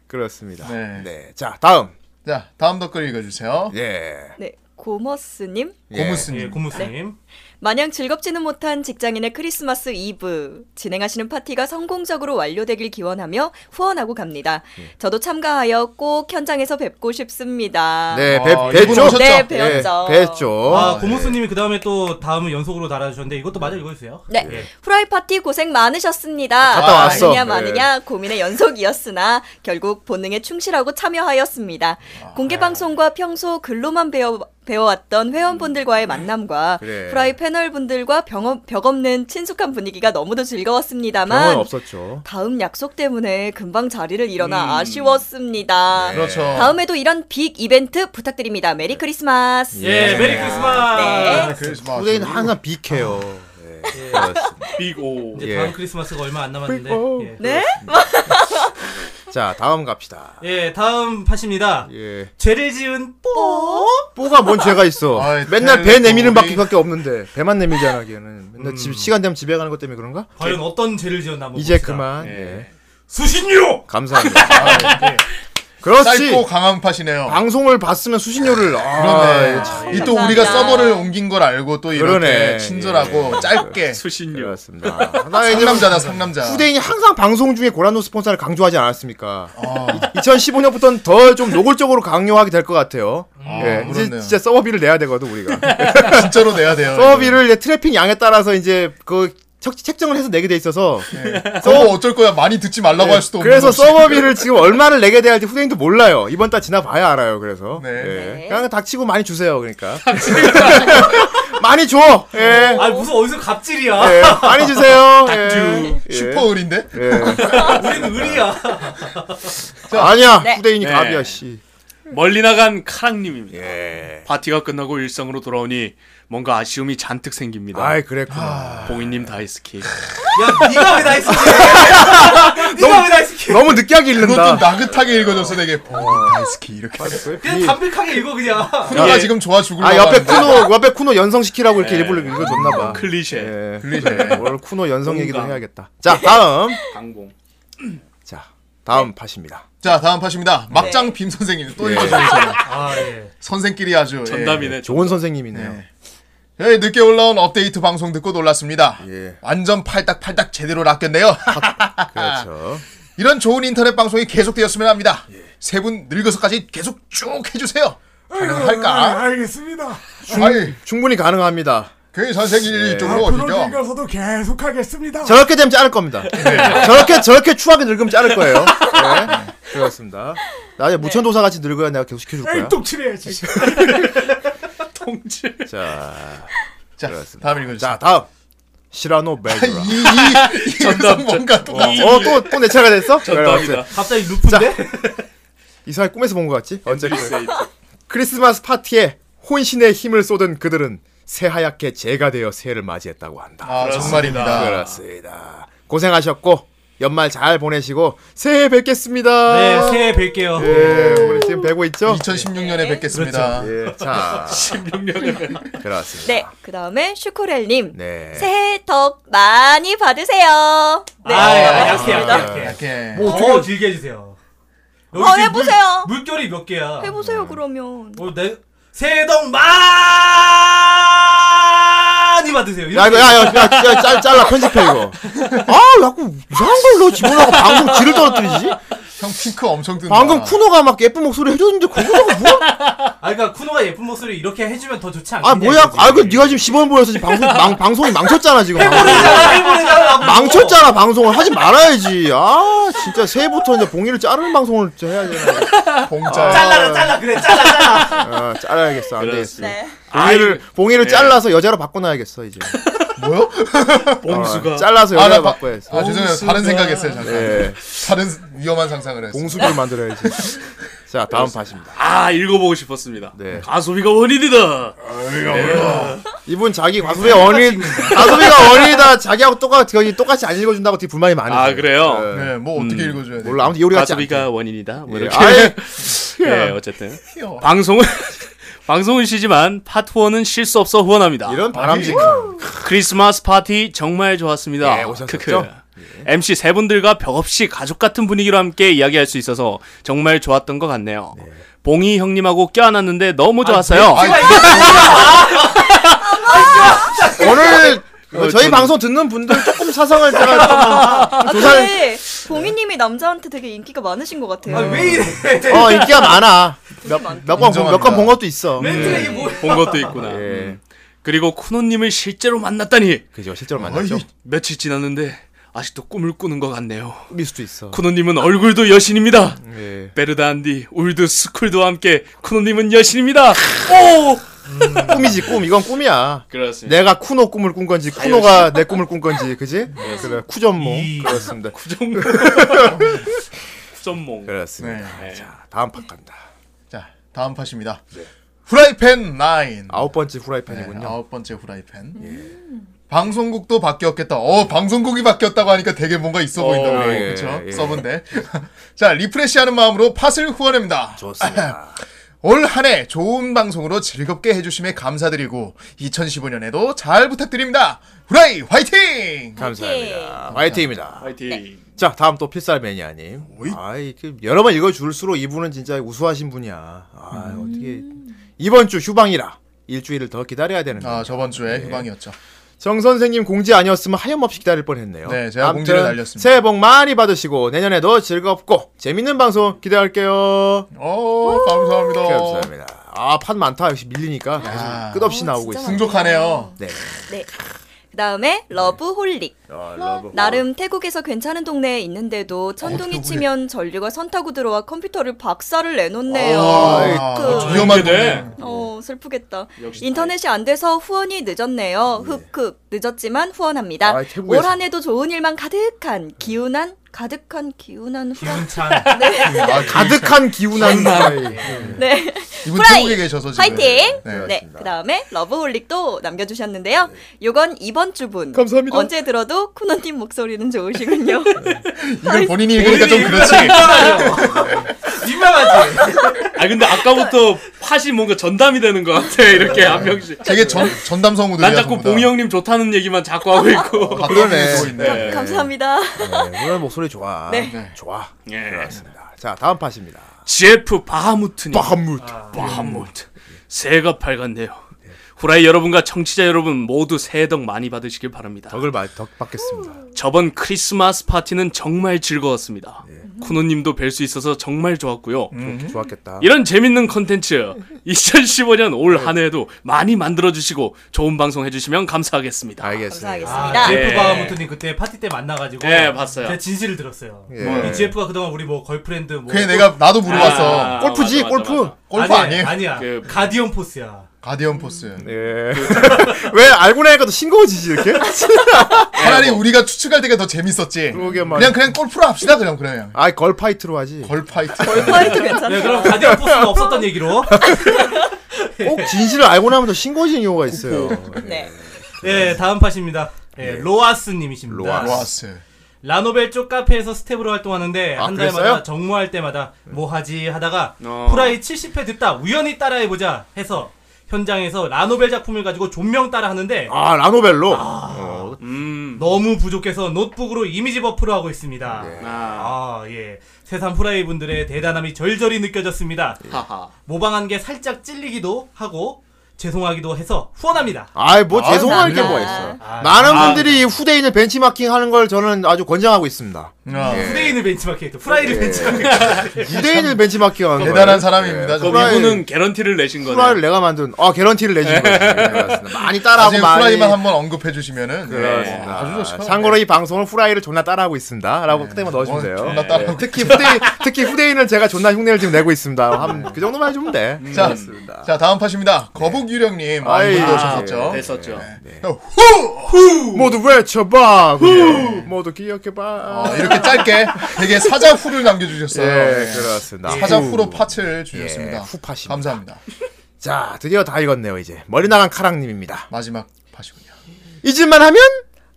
[SPEAKER 3] 그렇습니다.
[SPEAKER 2] 네.
[SPEAKER 3] 네, 자 다음
[SPEAKER 2] 자 다음 댓글 읽어주세요.
[SPEAKER 3] 예
[SPEAKER 5] 네, 고머스님.
[SPEAKER 3] 예.
[SPEAKER 4] 예,
[SPEAKER 2] 고무스님.
[SPEAKER 4] 고무스님.
[SPEAKER 3] 네.
[SPEAKER 5] 마냥 즐겁지는 못한 직장인의 크리스마스 이브 진행하시는 파티가 성공적으로 완료되길 기원하며 후원하고 갑니다. 저도 참가하여 꼭 현장에서 뵙고 싶습니다.
[SPEAKER 3] 네,
[SPEAKER 2] 아,
[SPEAKER 3] 배,
[SPEAKER 2] 이분
[SPEAKER 3] 죠
[SPEAKER 2] 오셨죠?
[SPEAKER 5] 네, 배웠죠.
[SPEAKER 3] 배죠.
[SPEAKER 4] 아, 고무스님이 그 다음에 또 다음은 연속으로 달아주셨는데 이것도 마저 읽어주세요.
[SPEAKER 5] 네.
[SPEAKER 4] 예.
[SPEAKER 5] 후라이 파티 고생 많으셨습니다.
[SPEAKER 3] 갔다 왔어.
[SPEAKER 5] 많으냐
[SPEAKER 3] 네.
[SPEAKER 5] 많으냐 고민의 연속이었으나 결국 본능에 충실하고 참여하였습니다.
[SPEAKER 3] 아, 예.
[SPEAKER 5] 공개 방송과 평소 글로만 배워 배워왔던 회원분들과의 만남과
[SPEAKER 3] 음, 그래.
[SPEAKER 5] 후라이 패널분들과 병, 벽 없는 친숙한 분위기가 너무도
[SPEAKER 3] 병원
[SPEAKER 5] 즐거웠습니다만
[SPEAKER 3] 없었죠.
[SPEAKER 5] 다음 약속 때문에 금방 자리를
[SPEAKER 3] 음.
[SPEAKER 5] 잃어나 아쉬웠습니다.
[SPEAKER 3] 네.
[SPEAKER 2] 그렇죠.
[SPEAKER 5] 다음에도 이런 빅 이벤트 부탁드립니다. 메리 크리스마스.
[SPEAKER 4] 예, 메리 크리스마스.
[SPEAKER 5] 네.
[SPEAKER 2] 아, 크리스마스.
[SPEAKER 8] 후대인 항상 빅해요.
[SPEAKER 3] 네,
[SPEAKER 8] 예.
[SPEAKER 6] 아,
[SPEAKER 8] 그렇습니다.
[SPEAKER 6] 빅오.
[SPEAKER 4] 이제
[SPEAKER 3] 예.
[SPEAKER 4] 다음 크리스마스가 얼마 안 남았는데.
[SPEAKER 3] 그리고-
[SPEAKER 4] 예.
[SPEAKER 5] 네?
[SPEAKER 3] 자 다음 갑시다.
[SPEAKER 4] 예, 다음 팟입니다.
[SPEAKER 3] 예,
[SPEAKER 4] 죄를 지은 뽀.
[SPEAKER 3] 뽀가 뭔 죄가 있어.
[SPEAKER 2] 아이, 네,
[SPEAKER 3] 맨날 배
[SPEAKER 2] 텔레포
[SPEAKER 3] 내미는
[SPEAKER 2] 우리-
[SPEAKER 3] 밖에밖에 없는데 배만 내밀잖아 걔는. 맨날
[SPEAKER 2] 음.
[SPEAKER 3] 집 시간 되면 집에 가는 것 때문에 그런가?
[SPEAKER 4] 과연 어떤 죄를 지었나 한번
[SPEAKER 3] 이제
[SPEAKER 4] 봅시다.
[SPEAKER 3] 그만. 예.
[SPEAKER 2] 뭐 예.
[SPEAKER 4] 수신료.
[SPEAKER 3] 감사합니다.
[SPEAKER 2] 아, 예.
[SPEAKER 3] 그렇지.
[SPEAKER 2] 짧고 강한 팟이네요.
[SPEAKER 3] 방송을 봤으면 수신료를. 아,
[SPEAKER 2] 그러네.
[SPEAKER 3] 예, 참.
[SPEAKER 2] 이 또
[SPEAKER 5] 감사합니다.
[SPEAKER 2] 우리가 서버를 옮긴 걸 알고 또 이렇게
[SPEAKER 3] 그러네. 예.
[SPEAKER 2] 친절하고 짧게
[SPEAKER 6] 수신료.
[SPEAKER 3] 그렇습니다. 나 이제
[SPEAKER 2] 상남자다 상남자.
[SPEAKER 3] 후대인이 항상 방송 중에 고란노 스폰서를 강조하지 않았습니까?
[SPEAKER 2] 아,
[SPEAKER 3] 2015년부터는 더 좀 노골적으로 강요하게 될 것 같아요.
[SPEAKER 2] 아,
[SPEAKER 3] 예, 이제
[SPEAKER 2] 그렇네요. 네.
[SPEAKER 3] 진짜 서버비를 내야 되거든 우리가.
[SPEAKER 2] 진짜로 내야 돼요.
[SPEAKER 3] 서버비를 이제 트래핑 양에 따라서 이제 그 척- 책정을 해서 내게 돼 있어서
[SPEAKER 2] 서버 어쩔 거야 많이 듣지 말라고 할 네. 수도 없는.
[SPEAKER 3] 예. 그래서
[SPEAKER 2] 것이.
[SPEAKER 3] 서버비를 지금 얼마를 내게 돼야 할지 후대인도 몰라요. 이번 달 지나봐야 알아요. 그래서
[SPEAKER 2] 네.
[SPEAKER 3] 예.
[SPEAKER 5] 네.
[SPEAKER 3] 그냥 닥치고 많이 주세요. 그러니까 많이 줘. 예.
[SPEAKER 4] 아, 무슨 어디서 갑질이야?
[SPEAKER 3] 예. 많이 주세요. 예. 예.
[SPEAKER 2] 슈퍼 을인데.
[SPEAKER 3] 예.
[SPEAKER 4] 우리는 의리야.
[SPEAKER 3] 아니야
[SPEAKER 5] 네.
[SPEAKER 3] 후대인이
[SPEAKER 6] 네.
[SPEAKER 3] 갑이야 씨.
[SPEAKER 6] 멀리 나간 카랑님입니다.
[SPEAKER 3] 예.
[SPEAKER 6] 파티가 끝나고 일상으로 돌아오니 뭔가 아쉬움이 잔뜩 생깁니다.
[SPEAKER 3] 아이 그랬구나.
[SPEAKER 6] 봉인님
[SPEAKER 3] 아,
[SPEAKER 6] 다이스키.
[SPEAKER 3] 예.
[SPEAKER 4] 야, 네가 왜 나이스 키 네가 왜 나이스 키
[SPEAKER 3] 너무 느끼하게
[SPEAKER 2] 그것도
[SPEAKER 3] 읽는다.
[SPEAKER 2] 나긋하게 읽어줘서 되게 보이스키 이렇게.
[SPEAKER 4] 그냥 담백하게 읽어 그냥.
[SPEAKER 2] 쿠노가 지금 좋아 죽을라.
[SPEAKER 3] 아 옆에 쿠노 옆에 쿠노 연성시키라고 이렇게 일부러 읽어줬나 봐.
[SPEAKER 6] 네. 클리셰.
[SPEAKER 3] 예.
[SPEAKER 2] 글리제.
[SPEAKER 3] 오늘 쿠노 연성 얘기도
[SPEAKER 6] 뭔가.
[SPEAKER 3] 해야겠다. 자 다음
[SPEAKER 6] 강공.
[SPEAKER 3] 자 다음 팟입니다.
[SPEAKER 2] 자 다음 팟입니다.
[SPEAKER 5] 네.
[SPEAKER 2] 막장 빔 선생님
[SPEAKER 3] 예.
[SPEAKER 2] 또 읽어주세요.
[SPEAKER 4] 아, 예.
[SPEAKER 2] 선생끼리 아주 예.
[SPEAKER 6] 전담이네.
[SPEAKER 3] 좋은 선생님이네요.
[SPEAKER 2] 저희 늦게 올라온 업데이트 방송 듣고 놀랐습니다.
[SPEAKER 3] 예.
[SPEAKER 2] 완전 팔딱팔딱 제대로 낚였네요.
[SPEAKER 3] 그렇죠.
[SPEAKER 2] 이런 좋은 인터넷 방송이 계속되었으면 합니다.
[SPEAKER 3] 예.
[SPEAKER 2] 세 분 늙어서까지 계속 쭉 해주세요. 가능할까?
[SPEAKER 9] 알겠습니다.
[SPEAKER 2] 아니,
[SPEAKER 3] 충분히 가능합니다.
[SPEAKER 2] 그 선생님
[SPEAKER 3] 예. 아,
[SPEAKER 9] 앞으로
[SPEAKER 2] 이쪽으로 오시죠.
[SPEAKER 3] 그러니까
[SPEAKER 9] 늙어서도 계속하겠습니다.
[SPEAKER 3] 저렇게 되면 자를 겁니다. 저렇게 저렇게 추하게 늙으면 자를 거예요. 네. 그렇습니다. 나중에 무천도사 같이 늙어야 내가 계속 시켜줄 거야.
[SPEAKER 9] 똥칠해야지.
[SPEAKER 6] 통질.
[SPEAKER 3] 자,
[SPEAKER 2] 자,
[SPEAKER 3] 그렇습니다.
[SPEAKER 2] 다음 읽어주세요.
[SPEAKER 3] 자 다음 시라노 베드라.
[SPEAKER 2] 이, 이, 이,
[SPEAKER 6] 전담,
[SPEAKER 2] 전담, 뭔가 또.
[SPEAKER 6] 어.
[SPEAKER 3] 어또또 내 차례가 됐어?
[SPEAKER 6] 전담이다.
[SPEAKER 3] 그래,
[SPEAKER 4] 갑자기 루프인데?
[SPEAKER 3] 이 사람 꿈에서 본 것 같지? 어쨌든
[SPEAKER 6] 크리세이드.
[SPEAKER 3] 크리스마스 파티에 혼신의 힘을 쏟은 그들은 새하얗게 재가 되어 새해를 맞이했다고 한다.
[SPEAKER 2] 아, 정말입니다.
[SPEAKER 3] 그렇습니다. 고생하셨고 연말 잘 보내시고 새해 뵙겠습니다.
[SPEAKER 4] 네, 새해 뵐게요.
[SPEAKER 3] 예, 우리 지금 뵈고 있죠?
[SPEAKER 2] 2016년에 뵙겠습니다.
[SPEAKER 3] 예, 자,
[SPEAKER 6] 16년에
[SPEAKER 3] 그렇습니다.
[SPEAKER 5] 네, 그 다음에 슈코렐님.
[SPEAKER 3] 네.
[SPEAKER 5] 새해 덕 많이 받으세요. 네.
[SPEAKER 4] 아, 야, 약해, 약해,
[SPEAKER 3] 예.
[SPEAKER 4] 약해.
[SPEAKER 2] 이렇게.
[SPEAKER 4] 뭐 어떻게 즐겨 해주세요. 여기
[SPEAKER 5] 어,
[SPEAKER 4] 지금
[SPEAKER 5] 해보세요.
[SPEAKER 4] 물, 결이몇 개야?
[SPEAKER 5] 해보세요, 그러면.
[SPEAKER 4] 어, 내 새동 많이 받으세요.
[SPEAKER 3] 야, 이거, 야, 야, 야, 야, 잘, 잘라, 편집해, 이거. 아, 자꾸 이상한 걸 넣어 집어넣고 방송 질을 떨어뜨리지?
[SPEAKER 2] 형 핑크 엄청 뜬다.
[SPEAKER 3] 방금 쿠노가 막 예쁜 목소리 해줬는데, 그거가 뭐야?
[SPEAKER 4] 아, 그러니까 쿠노가 예쁜 목소리 이렇게 해주면 더 좋지 않겠냐?
[SPEAKER 3] 아, 뭐야?
[SPEAKER 4] 이거지.
[SPEAKER 3] 아, 그, 니가 지금 시범 보여서 지금 방송, 망, 방송이 망쳤잖아, 지금.
[SPEAKER 4] 해보내잖아, 해보내잖아. 나보고.
[SPEAKER 3] 망쳤잖아, 방송을. 하지 말아야지. 아, 진짜 새해부터 이제 봉이를 자르는 방송을 진짜 해야 되나.
[SPEAKER 2] 공짜.
[SPEAKER 3] 어.
[SPEAKER 4] 잘라라, 잘라, 그래, 잘라, 잘라.
[SPEAKER 3] 아, 잘라야겠어, 안 되겠어.
[SPEAKER 5] 네.
[SPEAKER 3] 봉이를, 봉이를 잘라서 여자로 바꿔놔야겠어, 이제.
[SPEAKER 2] 뭐요?
[SPEAKER 3] 아,
[SPEAKER 6] 봉수가.
[SPEAKER 3] 잘라서
[SPEAKER 2] 아,
[SPEAKER 3] 여자로
[SPEAKER 2] 나 바-
[SPEAKER 3] 바꿔야지.
[SPEAKER 2] 아, 죄송해요. 다른 생각했어요, 잠깐.
[SPEAKER 3] 예.
[SPEAKER 2] 다른 위험한 상상을 했어요.
[SPEAKER 3] 공수기를 만들어야지. 자, 다음 팟입니다.
[SPEAKER 6] 아 읽어보고 싶었습니다.
[SPEAKER 3] 네.
[SPEAKER 6] 가소비가 원인이다.
[SPEAKER 2] 네.
[SPEAKER 3] 예. 이분 자기
[SPEAKER 5] 네,
[SPEAKER 3] 과수배 원인, 과수배가 원인이다. 자기하고 똑같, 거기 똑같이 안 읽어준다고 되게 불만이 많으세요.
[SPEAKER 6] 아 그래요.
[SPEAKER 2] 네, 뭐 어떻게
[SPEAKER 3] 음.
[SPEAKER 2] 읽어줘야 돼?
[SPEAKER 3] 몰라, 예. 아무튼 요리 같지 않게.
[SPEAKER 6] 가소비가 원인이다. 뭐
[SPEAKER 3] 예,
[SPEAKER 6] 이렇게.
[SPEAKER 3] 아예
[SPEAKER 6] 예, 어쨌든
[SPEAKER 2] 귀여워.
[SPEAKER 6] 방송을 방송은 쉬지만 파트 1은 쉴 수 없어 후원합니다.
[SPEAKER 3] 이런 바람직한.
[SPEAKER 6] 크리스마스 파티 정말 좋았습니다.
[SPEAKER 3] 예, 오셨었죠?
[SPEAKER 6] 크크. MC 세 분들과 벽 없이 가족 같은 분위기로 함께 이야기할 수 있어서 정말 좋았던 것 같네요. 봉이 형님하고 껴안았는데 너무 좋았어요.
[SPEAKER 3] 아, 네. 오늘
[SPEAKER 6] 어,
[SPEAKER 3] 저희
[SPEAKER 6] 저는-
[SPEAKER 3] 방송 듣는 분들 조금 사성을 제가
[SPEAKER 5] 아,
[SPEAKER 3] 조사를-
[SPEAKER 5] 근데 봉희님이 남자한테 되게 인기가 많으신 것 같아요.
[SPEAKER 4] 아왜 이래?
[SPEAKER 3] 좀, 어 인기가 많아.
[SPEAKER 5] 많다.
[SPEAKER 3] 몇몇건몇건 본
[SPEAKER 2] 인정합니다.
[SPEAKER 3] 것도 있어. 네.
[SPEAKER 4] 멘트가 이게 뭐야?
[SPEAKER 6] 본 것도 있구나.
[SPEAKER 3] 예.
[SPEAKER 6] 음. 그리고 쿠노님을 실제로 만났다니
[SPEAKER 3] 그죠 실제로 만났죠.
[SPEAKER 6] 며칠 지났는데 아직도 꿈을 꾸는 것 같네요.
[SPEAKER 3] 일 수도 있어.
[SPEAKER 6] 쿠노님은 얼굴도 여신입니다.
[SPEAKER 3] 예.
[SPEAKER 6] 베르단디, 울드, 스쿨도와 함께 쿠노님은 여신입니다. 오!
[SPEAKER 3] 꿈이지 꿈 이건 꿈이야.
[SPEAKER 6] 그렇습니다.
[SPEAKER 3] 내가 쿠노 꿈을 꾼 건지 쿠노가 내 꿈을 꾼 건지 그지? 그래 쿠전몽 그렇습니다.
[SPEAKER 6] 구정몽.
[SPEAKER 3] 네.
[SPEAKER 6] 구정몽.
[SPEAKER 3] 그렇습니다.
[SPEAKER 2] 네.
[SPEAKER 3] 자 다음 판 간다.
[SPEAKER 2] 자, 다음 팟입니다.
[SPEAKER 3] 네.
[SPEAKER 2] 후라이팬 9.
[SPEAKER 3] 아홉 번째
[SPEAKER 2] 네,
[SPEAKER 3] 후라이팬이군요.
[SPEAKER 2] 아홉 번째 후라이팬. 방송국도 바뀌었겠다. 어, 방송국이 바뀌었다고 하니까 되게 뭔가 있어 보인다.
[SPEAKER 3] 어,
[SPEAKER 2] 고
[SPEAKER 3] 예,
[SPEAKER 2] 그렇죠?
[SPEAKER 3] 예.
[SPEAKER 2] 서브인데. 자, 리프레시하는 마음으로 팟을 후원합니다.
[SPEAKER 3] 좋습니다.
[SPEAKER 2] 올 한 해 좋은 방송으로 즐겁게 해주심에 감사드리고 2015년에도 잘 부탁드립니다. 후라이 네. 화이팅!
[SPEAKER 3] 감사합니다. 화이팅입니다.
[SPEAKER 6] 파이팅.
[SPEAKER 3] 자 다음 또 필살 매니아님. 아이 그 여러 번 이걸줄수록 이분은 진짜 우수하신 분이야. 아
[SPEAKER 2] 음.
[SPEAKER 3] 어떻게 이번 주 휴방이라 일주일을 더 기다려야 되는데.
[SPEAKER 2] 아 저번 주에 휴방이었죠.
[SPEAKER 3] 정 선생님 공지 아니었으면 하염없이 기다릴 뻔했네요.
[SPEAKER 2] 네, 제가
[SPEAKER 3] 아무튼
[SPEAKER 2] 공지를 날렸습니다.
[SPEAKER 3] 새해 복 많이 받으시고 내년에도 즐겁고 재밌는 방송 기대할게요.
[SPEAKER 2] 어 감사합니다.
[SPEAKER 3] 감사합니다. 아판 많다 역시 밀리니까 계속
[SPEAKER 2] 야.
[SPEAKER 3] 끝없이
[SPEAKER 5] 어,
[SPEAKER 3] 나오고
[SPEAKER 5] 진짜
[SPEAKER 3] 있어.
[SPEAKER 2] 풍족하네요.
[SPEAKER 3] 네.
[SPEAKER 5] 네. 그 다음에 러브홀릭.
[SPEAKER 3] 아, 러브.
[SPEAKER 5] 나름 태국에서 괜찮은 동네에 있는데도 천둥이 치면 전류가 선타고 들어와 컴퓨터를 박살을 내놓네요.
[SPEAKER 2] 아,
[SPEAKER 5] 그-
[SPEAKER 2] 아주 위험한
[SPEAKER 6] 이렇게 돼.
[SPEAKER 2] 동네.
[SPEAKER 5] 어 슬프겠다.
[SPEAKER 6] 역시
[SPEAKER 5] 인터넷이 안 돼서 후원이 늦었네요. 흑흑 늦었지만 후원합니다.
[SPEAKER 3] 아, 태국에서.
[SPEAKER 5] 올 한해도 좋은 일만 가득한 기운한 가득한 기운한 후원.
[SPEAKER 4] 찬.
[SPEAKER 2] 아,
[SPEAKER 3] 가득한 기운한 사이.
[SPEAKER 5] 네
[SPEAKER 2] 이분
[SPEAKER 5] 후라이!
[SPEAKER 2] 태국에 계셔서 지금.
[SPEAKER 5] 화이팅.
[SPEAKER 2] 네.
[SPEAKER 5] 네 그다음에 러브홀릭도 남겨주셨는데요. 요건 이번 주분.
[SPEAKER 3] 감사합니다.
[SPEAKER 5] 언제 들어도 쿠노님 목소리는 좋으시군요. 네.
[SPEAKER 2] 이걸 본인이 읽으니까 좀 그렇지.
[SPEAKER 4] 민망하지.
[SPEAKER 6] 아 근데 아까부터 팟이 뭔가 전담이 되는 것 같아. 이렇게 한 명씩.
[SPEAKER 2] 되게 전 전담 성우들.
[SPEAKER 6] 난 자꾸 봉이 형님 좋다는 얘기만 자꾸 하고 있고.
[SPEAKER 2] 그러네.
[SPEAKER 6] 네.
[SPEAKER 5] 감사합니다.
[SPEAKER 3] 네, 오늘 목소리 좋아.
[SPEAKER 5] 네.
[SPEAKER 3] 좋아.
[SPEAKER 6] 예.
[SPEAKER 3] 그렇습니다. 자 다음 팟입니다.
[SPEAKER 6] GF 바하무트님.
[SPEAKER 3] 바함무트.
[SPEAKER 6] 아. 바하무트. 새해가 밝았네요. 후라이 여러분과 청취자 여러분 모두 새해 덕 많이 받으시길 바랍니다.
[SPEAKER 3] 덕을 마, 덕 받겠습니다.
[SPEAKER 6] 저번 크리스마스 파티는 정말 즐거웠습니다. 쿠노님도 뵐 수 있어서 정말 좋았고요.
[SPEAKER 3] 음. 좋았겠다.
[SPEAKER 6] 이런 재밌는 컨텐츠 2015년 올 한 해에도 많이 만들어주시고 좋은 방송 해주시면 감사하겠습니다.
[SPEAKER 3] 알겠습니다.
[SPEAKER 5] 감사하겠습니다.
[SPEAKER 4] 아,
[SPEAKER 6] 예.
[SPEAKER 4] GF 바하무트님 그때 파티 때 만나가지고.
[SPEAKER 6] 예, 봤어요.
[SPEAKER 4] 제가 진실을 들었어요.
[SPEAKER 3] 예.
[SPEAKER 4] 이 GF가 그동안 우리 뭐 걸프렌드 뭐.
[SPEAKER 2] 그게 내가 나도 물어봤어.
[SPEAKER 6] 아,
[SPEAKER 3] 골프지,
[SPEAKER 6] 맞아, 맞아,
[SPEAKER 3] 골프.
[SPEAKER 6] 맞아.
[SPEAKER 2] 골프 아니, 에요
[SPEAKER 4] 아니야.
[SPEAKER 6] 그-
[SPEAKER 4] 가디언 포스야.
[SPEAKER 2] 가디언 포스.
[SPEAKER 3] 예. 왜 알고 나니까 더 싱거워지지 이렇게?
[SPEAKER 2] 차라리 우리가 추측할 때가 더 재밌었지.
[SPEAKER 3] 네, 뭐. 그러게 말이야.
[SPEAKER 2] 그냥 그냥 골프로 합시다 그냥 그냥.
[SPEAKER 3] 아, 걸파이트로 하지.
[SPEAKER 2] 걸파이트.
[SPEAKER 5] 화이트 괜찮아요.
[SPEAKER 4] 네, 그럼 가디언 포스가 없었던 얘기로.
[SPEAKER 3] 꼭 진실을 알고 나면 더 싱거워지는 경우가 있어요.
[SPEAKER 5] 네.
[SPEAKER 4] 예, 다음 팟입니다. 예, 로아스님이십니다.
[SPEAKER 3] 로아스.
[SPEAKER 2] 로아스.
[SPEAKER 4] 라노벨 쪽 카페에서 스텝으로 활동하는데
[SPEAKER 3] 아,
[SPEAKER 4] 한
[SPEAKER 3] 그랬어요?
[SPEAKER 4] 달마다 정모할 때마다 뭐 하지 하다가
[SPEAKER 6] 어.
[SPEAKER 4] 후라이 70회 듣다 우연히 따라해 보자 해서 현장에서 라노벨 작품을 가지고 존명 따라 하는데
[SPEAKER 3] 아, 라노벨로. 어,
[SPEAKER 6] 음.
[SPEAKER 4] 너무 부족해서 노트북으로 이미지 버프를 하고 있습니다.
[SPEAKER 3] 네.
[SPEAKER 6] 아.
[SPEAKER 4] 아, 예. 세상 후라이 분들의 대단함이 절절히 느껴졌습니다.
[SPEAKER 3] 네.
[SPEAKER 6] 하하.
[SPEAKER 4] 모방한 게 살짝 찔리기도 하고 죄송하기도 해서 후원합니다.
[SPEAKER 3] 아이, 뭐
[SPEAKER 2] 아,
[SPEAKER 3] 죄송할 게
[SPEAKER 5] 나-
[SPEAKER 3] 뭐가 있어.
[SPEAKER 4] 아,
[SPEAKER 3] 많은 분들이 후대인을 벤치마킹 하는 걸 저는 아주 권장하고 있습니다.
[SPEAKER 2] 아,
[SPEAKER 3] 네. 예.
[SPEAKER 4] 후대인을 벤치마킹했죠. 후라이를 벤치마킹.
[SPEAKER 3] 후대인을 벤치마킹 하는
[SPEAKER 2] 대단한 사람입니다.
[SPEAKER 6] 그럼
[SPEAKER 3] 후라이-
[SPEAKER 6] 이분은 개런티를 내신 거네.
[SPEAKER 3] 후라이를 내가 만든, 아, 개런티를 내주는 거지. 그렇습니다. 많이 따라하고
[SPEAKER 2] 나중에
[SPEAKER 3] 많이.
[SPEAKER 2] 후라이만 한번 언급해 주시면은 예.
[SPEAKER 3] 그렇습니다.
[SPEAKER 2] 아주 좋습니다.
[SPEAKER 3] 참고로 이 방송은 후라이를 존나 따라하고 있습니다. 라고 그때만 넣어주면 돼요.
[SPEAKER 2] 뭐, 존나 따라하고
[SPEAKER 3] 네. 특히 후대인, 특히 후대인을 제가 존나 흉내를 지금 내고 있습니다. 한, 그 정도만 해주면 돼.
[SPEAKER 2] 자,
[SPEAKER 3] 그렇습니다.
[SPEAKER 2] 음. 자 다음 팟입니다. 거북 유령님 아,
[SPEAKER 3] 예. 아이,
[SPEAKER 2] 이분도
[SPEAKER 3] 아,
[SPEAKER 6] 어?
[SPEAKER 2] 오셨었죠.
[SPEAKER 6] 됐었죠. 네,
[SPEAKER 3] 모두 외쳐봐. 네. 모두 기억해봐.
[SPEAKER 2] 어, 이렇게 짧게 되게 사자 후를
[SPEAKER 3] 예,
[SPEAKER 2] 남겨주셨어요. 네.
[SPEAKER 3] 그렇습니다.
[SPEAKER 2] 사자
[SPEAKER 3] 후.
[SPEAKER 2] 후로 팟을 주셨습니다.
[SPEAKER 3] 예, 후팟입니다.
[SPEAKER 2] 감사합니다.
[SPEAKER 3] 자, 드디어 다 읽었네요, 이제. 머리 나간 카랑님입니다.
[SPEAKER 2] 마지막 팟이군요.
[SPEAKER 3] 잊을만 하면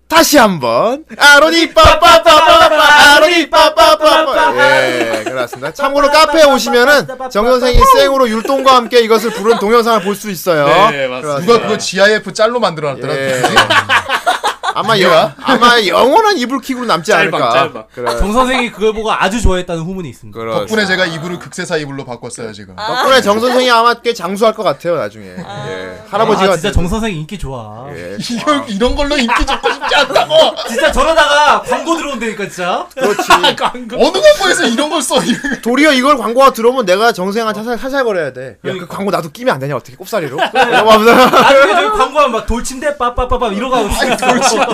[SPEAKER 3] 다시 한번 아로니 빠빠빠빠빠 아로니 빠빠빠빠 예, 알았습니다. 참고로 카페에 오시면은 정 선생이 생으로 율동과 함께 이것을 부른 동영상을 볼 수 있어요.
[SPEAKER 6] 네, 맞습니다.
[SPEAKER 2] 누가 그거 GIF 짤로 만들어놨더라.
[SPEAKER 3] 예. 아마 영
[SPEAKER 2] 뭐야?
[SPEAKER 3] 아마 영원한 이불킥으로 남지
[SPEAKER 6] 짧아,
[SPEAKER 3] 않을까.
[SPEAKER 6] 짧아.
[SPEAKER 3] 그래.
[SPEAKER 4] 정 선생이 그걸 보고 아주 좋아했다는 후문이 있습니다.
[SPEAKER 3] 그렇-
[SPEAKER 2] 덕분에 제가 이불을 극세사 이불로 바꿨어요 지금.
[SPEAKER 3] 덕분에 정 선생이 아마 꽤 장수할 것 같아요 나중에. 예. 할아버지가
[SPEAKER 4] 아, 진짜 정 선생 인기 좋아.
[SPEAKER 3] 예.
[SPEAKER 2] 이걸 이런 걸로 인기 잡고 싶지 않다고.
[SPEAKER 4] 진짜 저러다가 광고 들어온다니까 진짜.
[SPEAKER 2] 어느 광고에서 이런 걸 써? 이런-
[SPEAKER 3] 도리어 이걸 광고가 들어오면 내가 정생한테 살살, 살살 거려야 돼. 야, 그 광고 나도 끼면 안 되냐 어떻게 뭐 꼽사리로? 이러고 하면서
[SPEAKER 4] 나중에 저기 광고하면 막 돌침대 빠빠빠빠 이러고 하고 있어.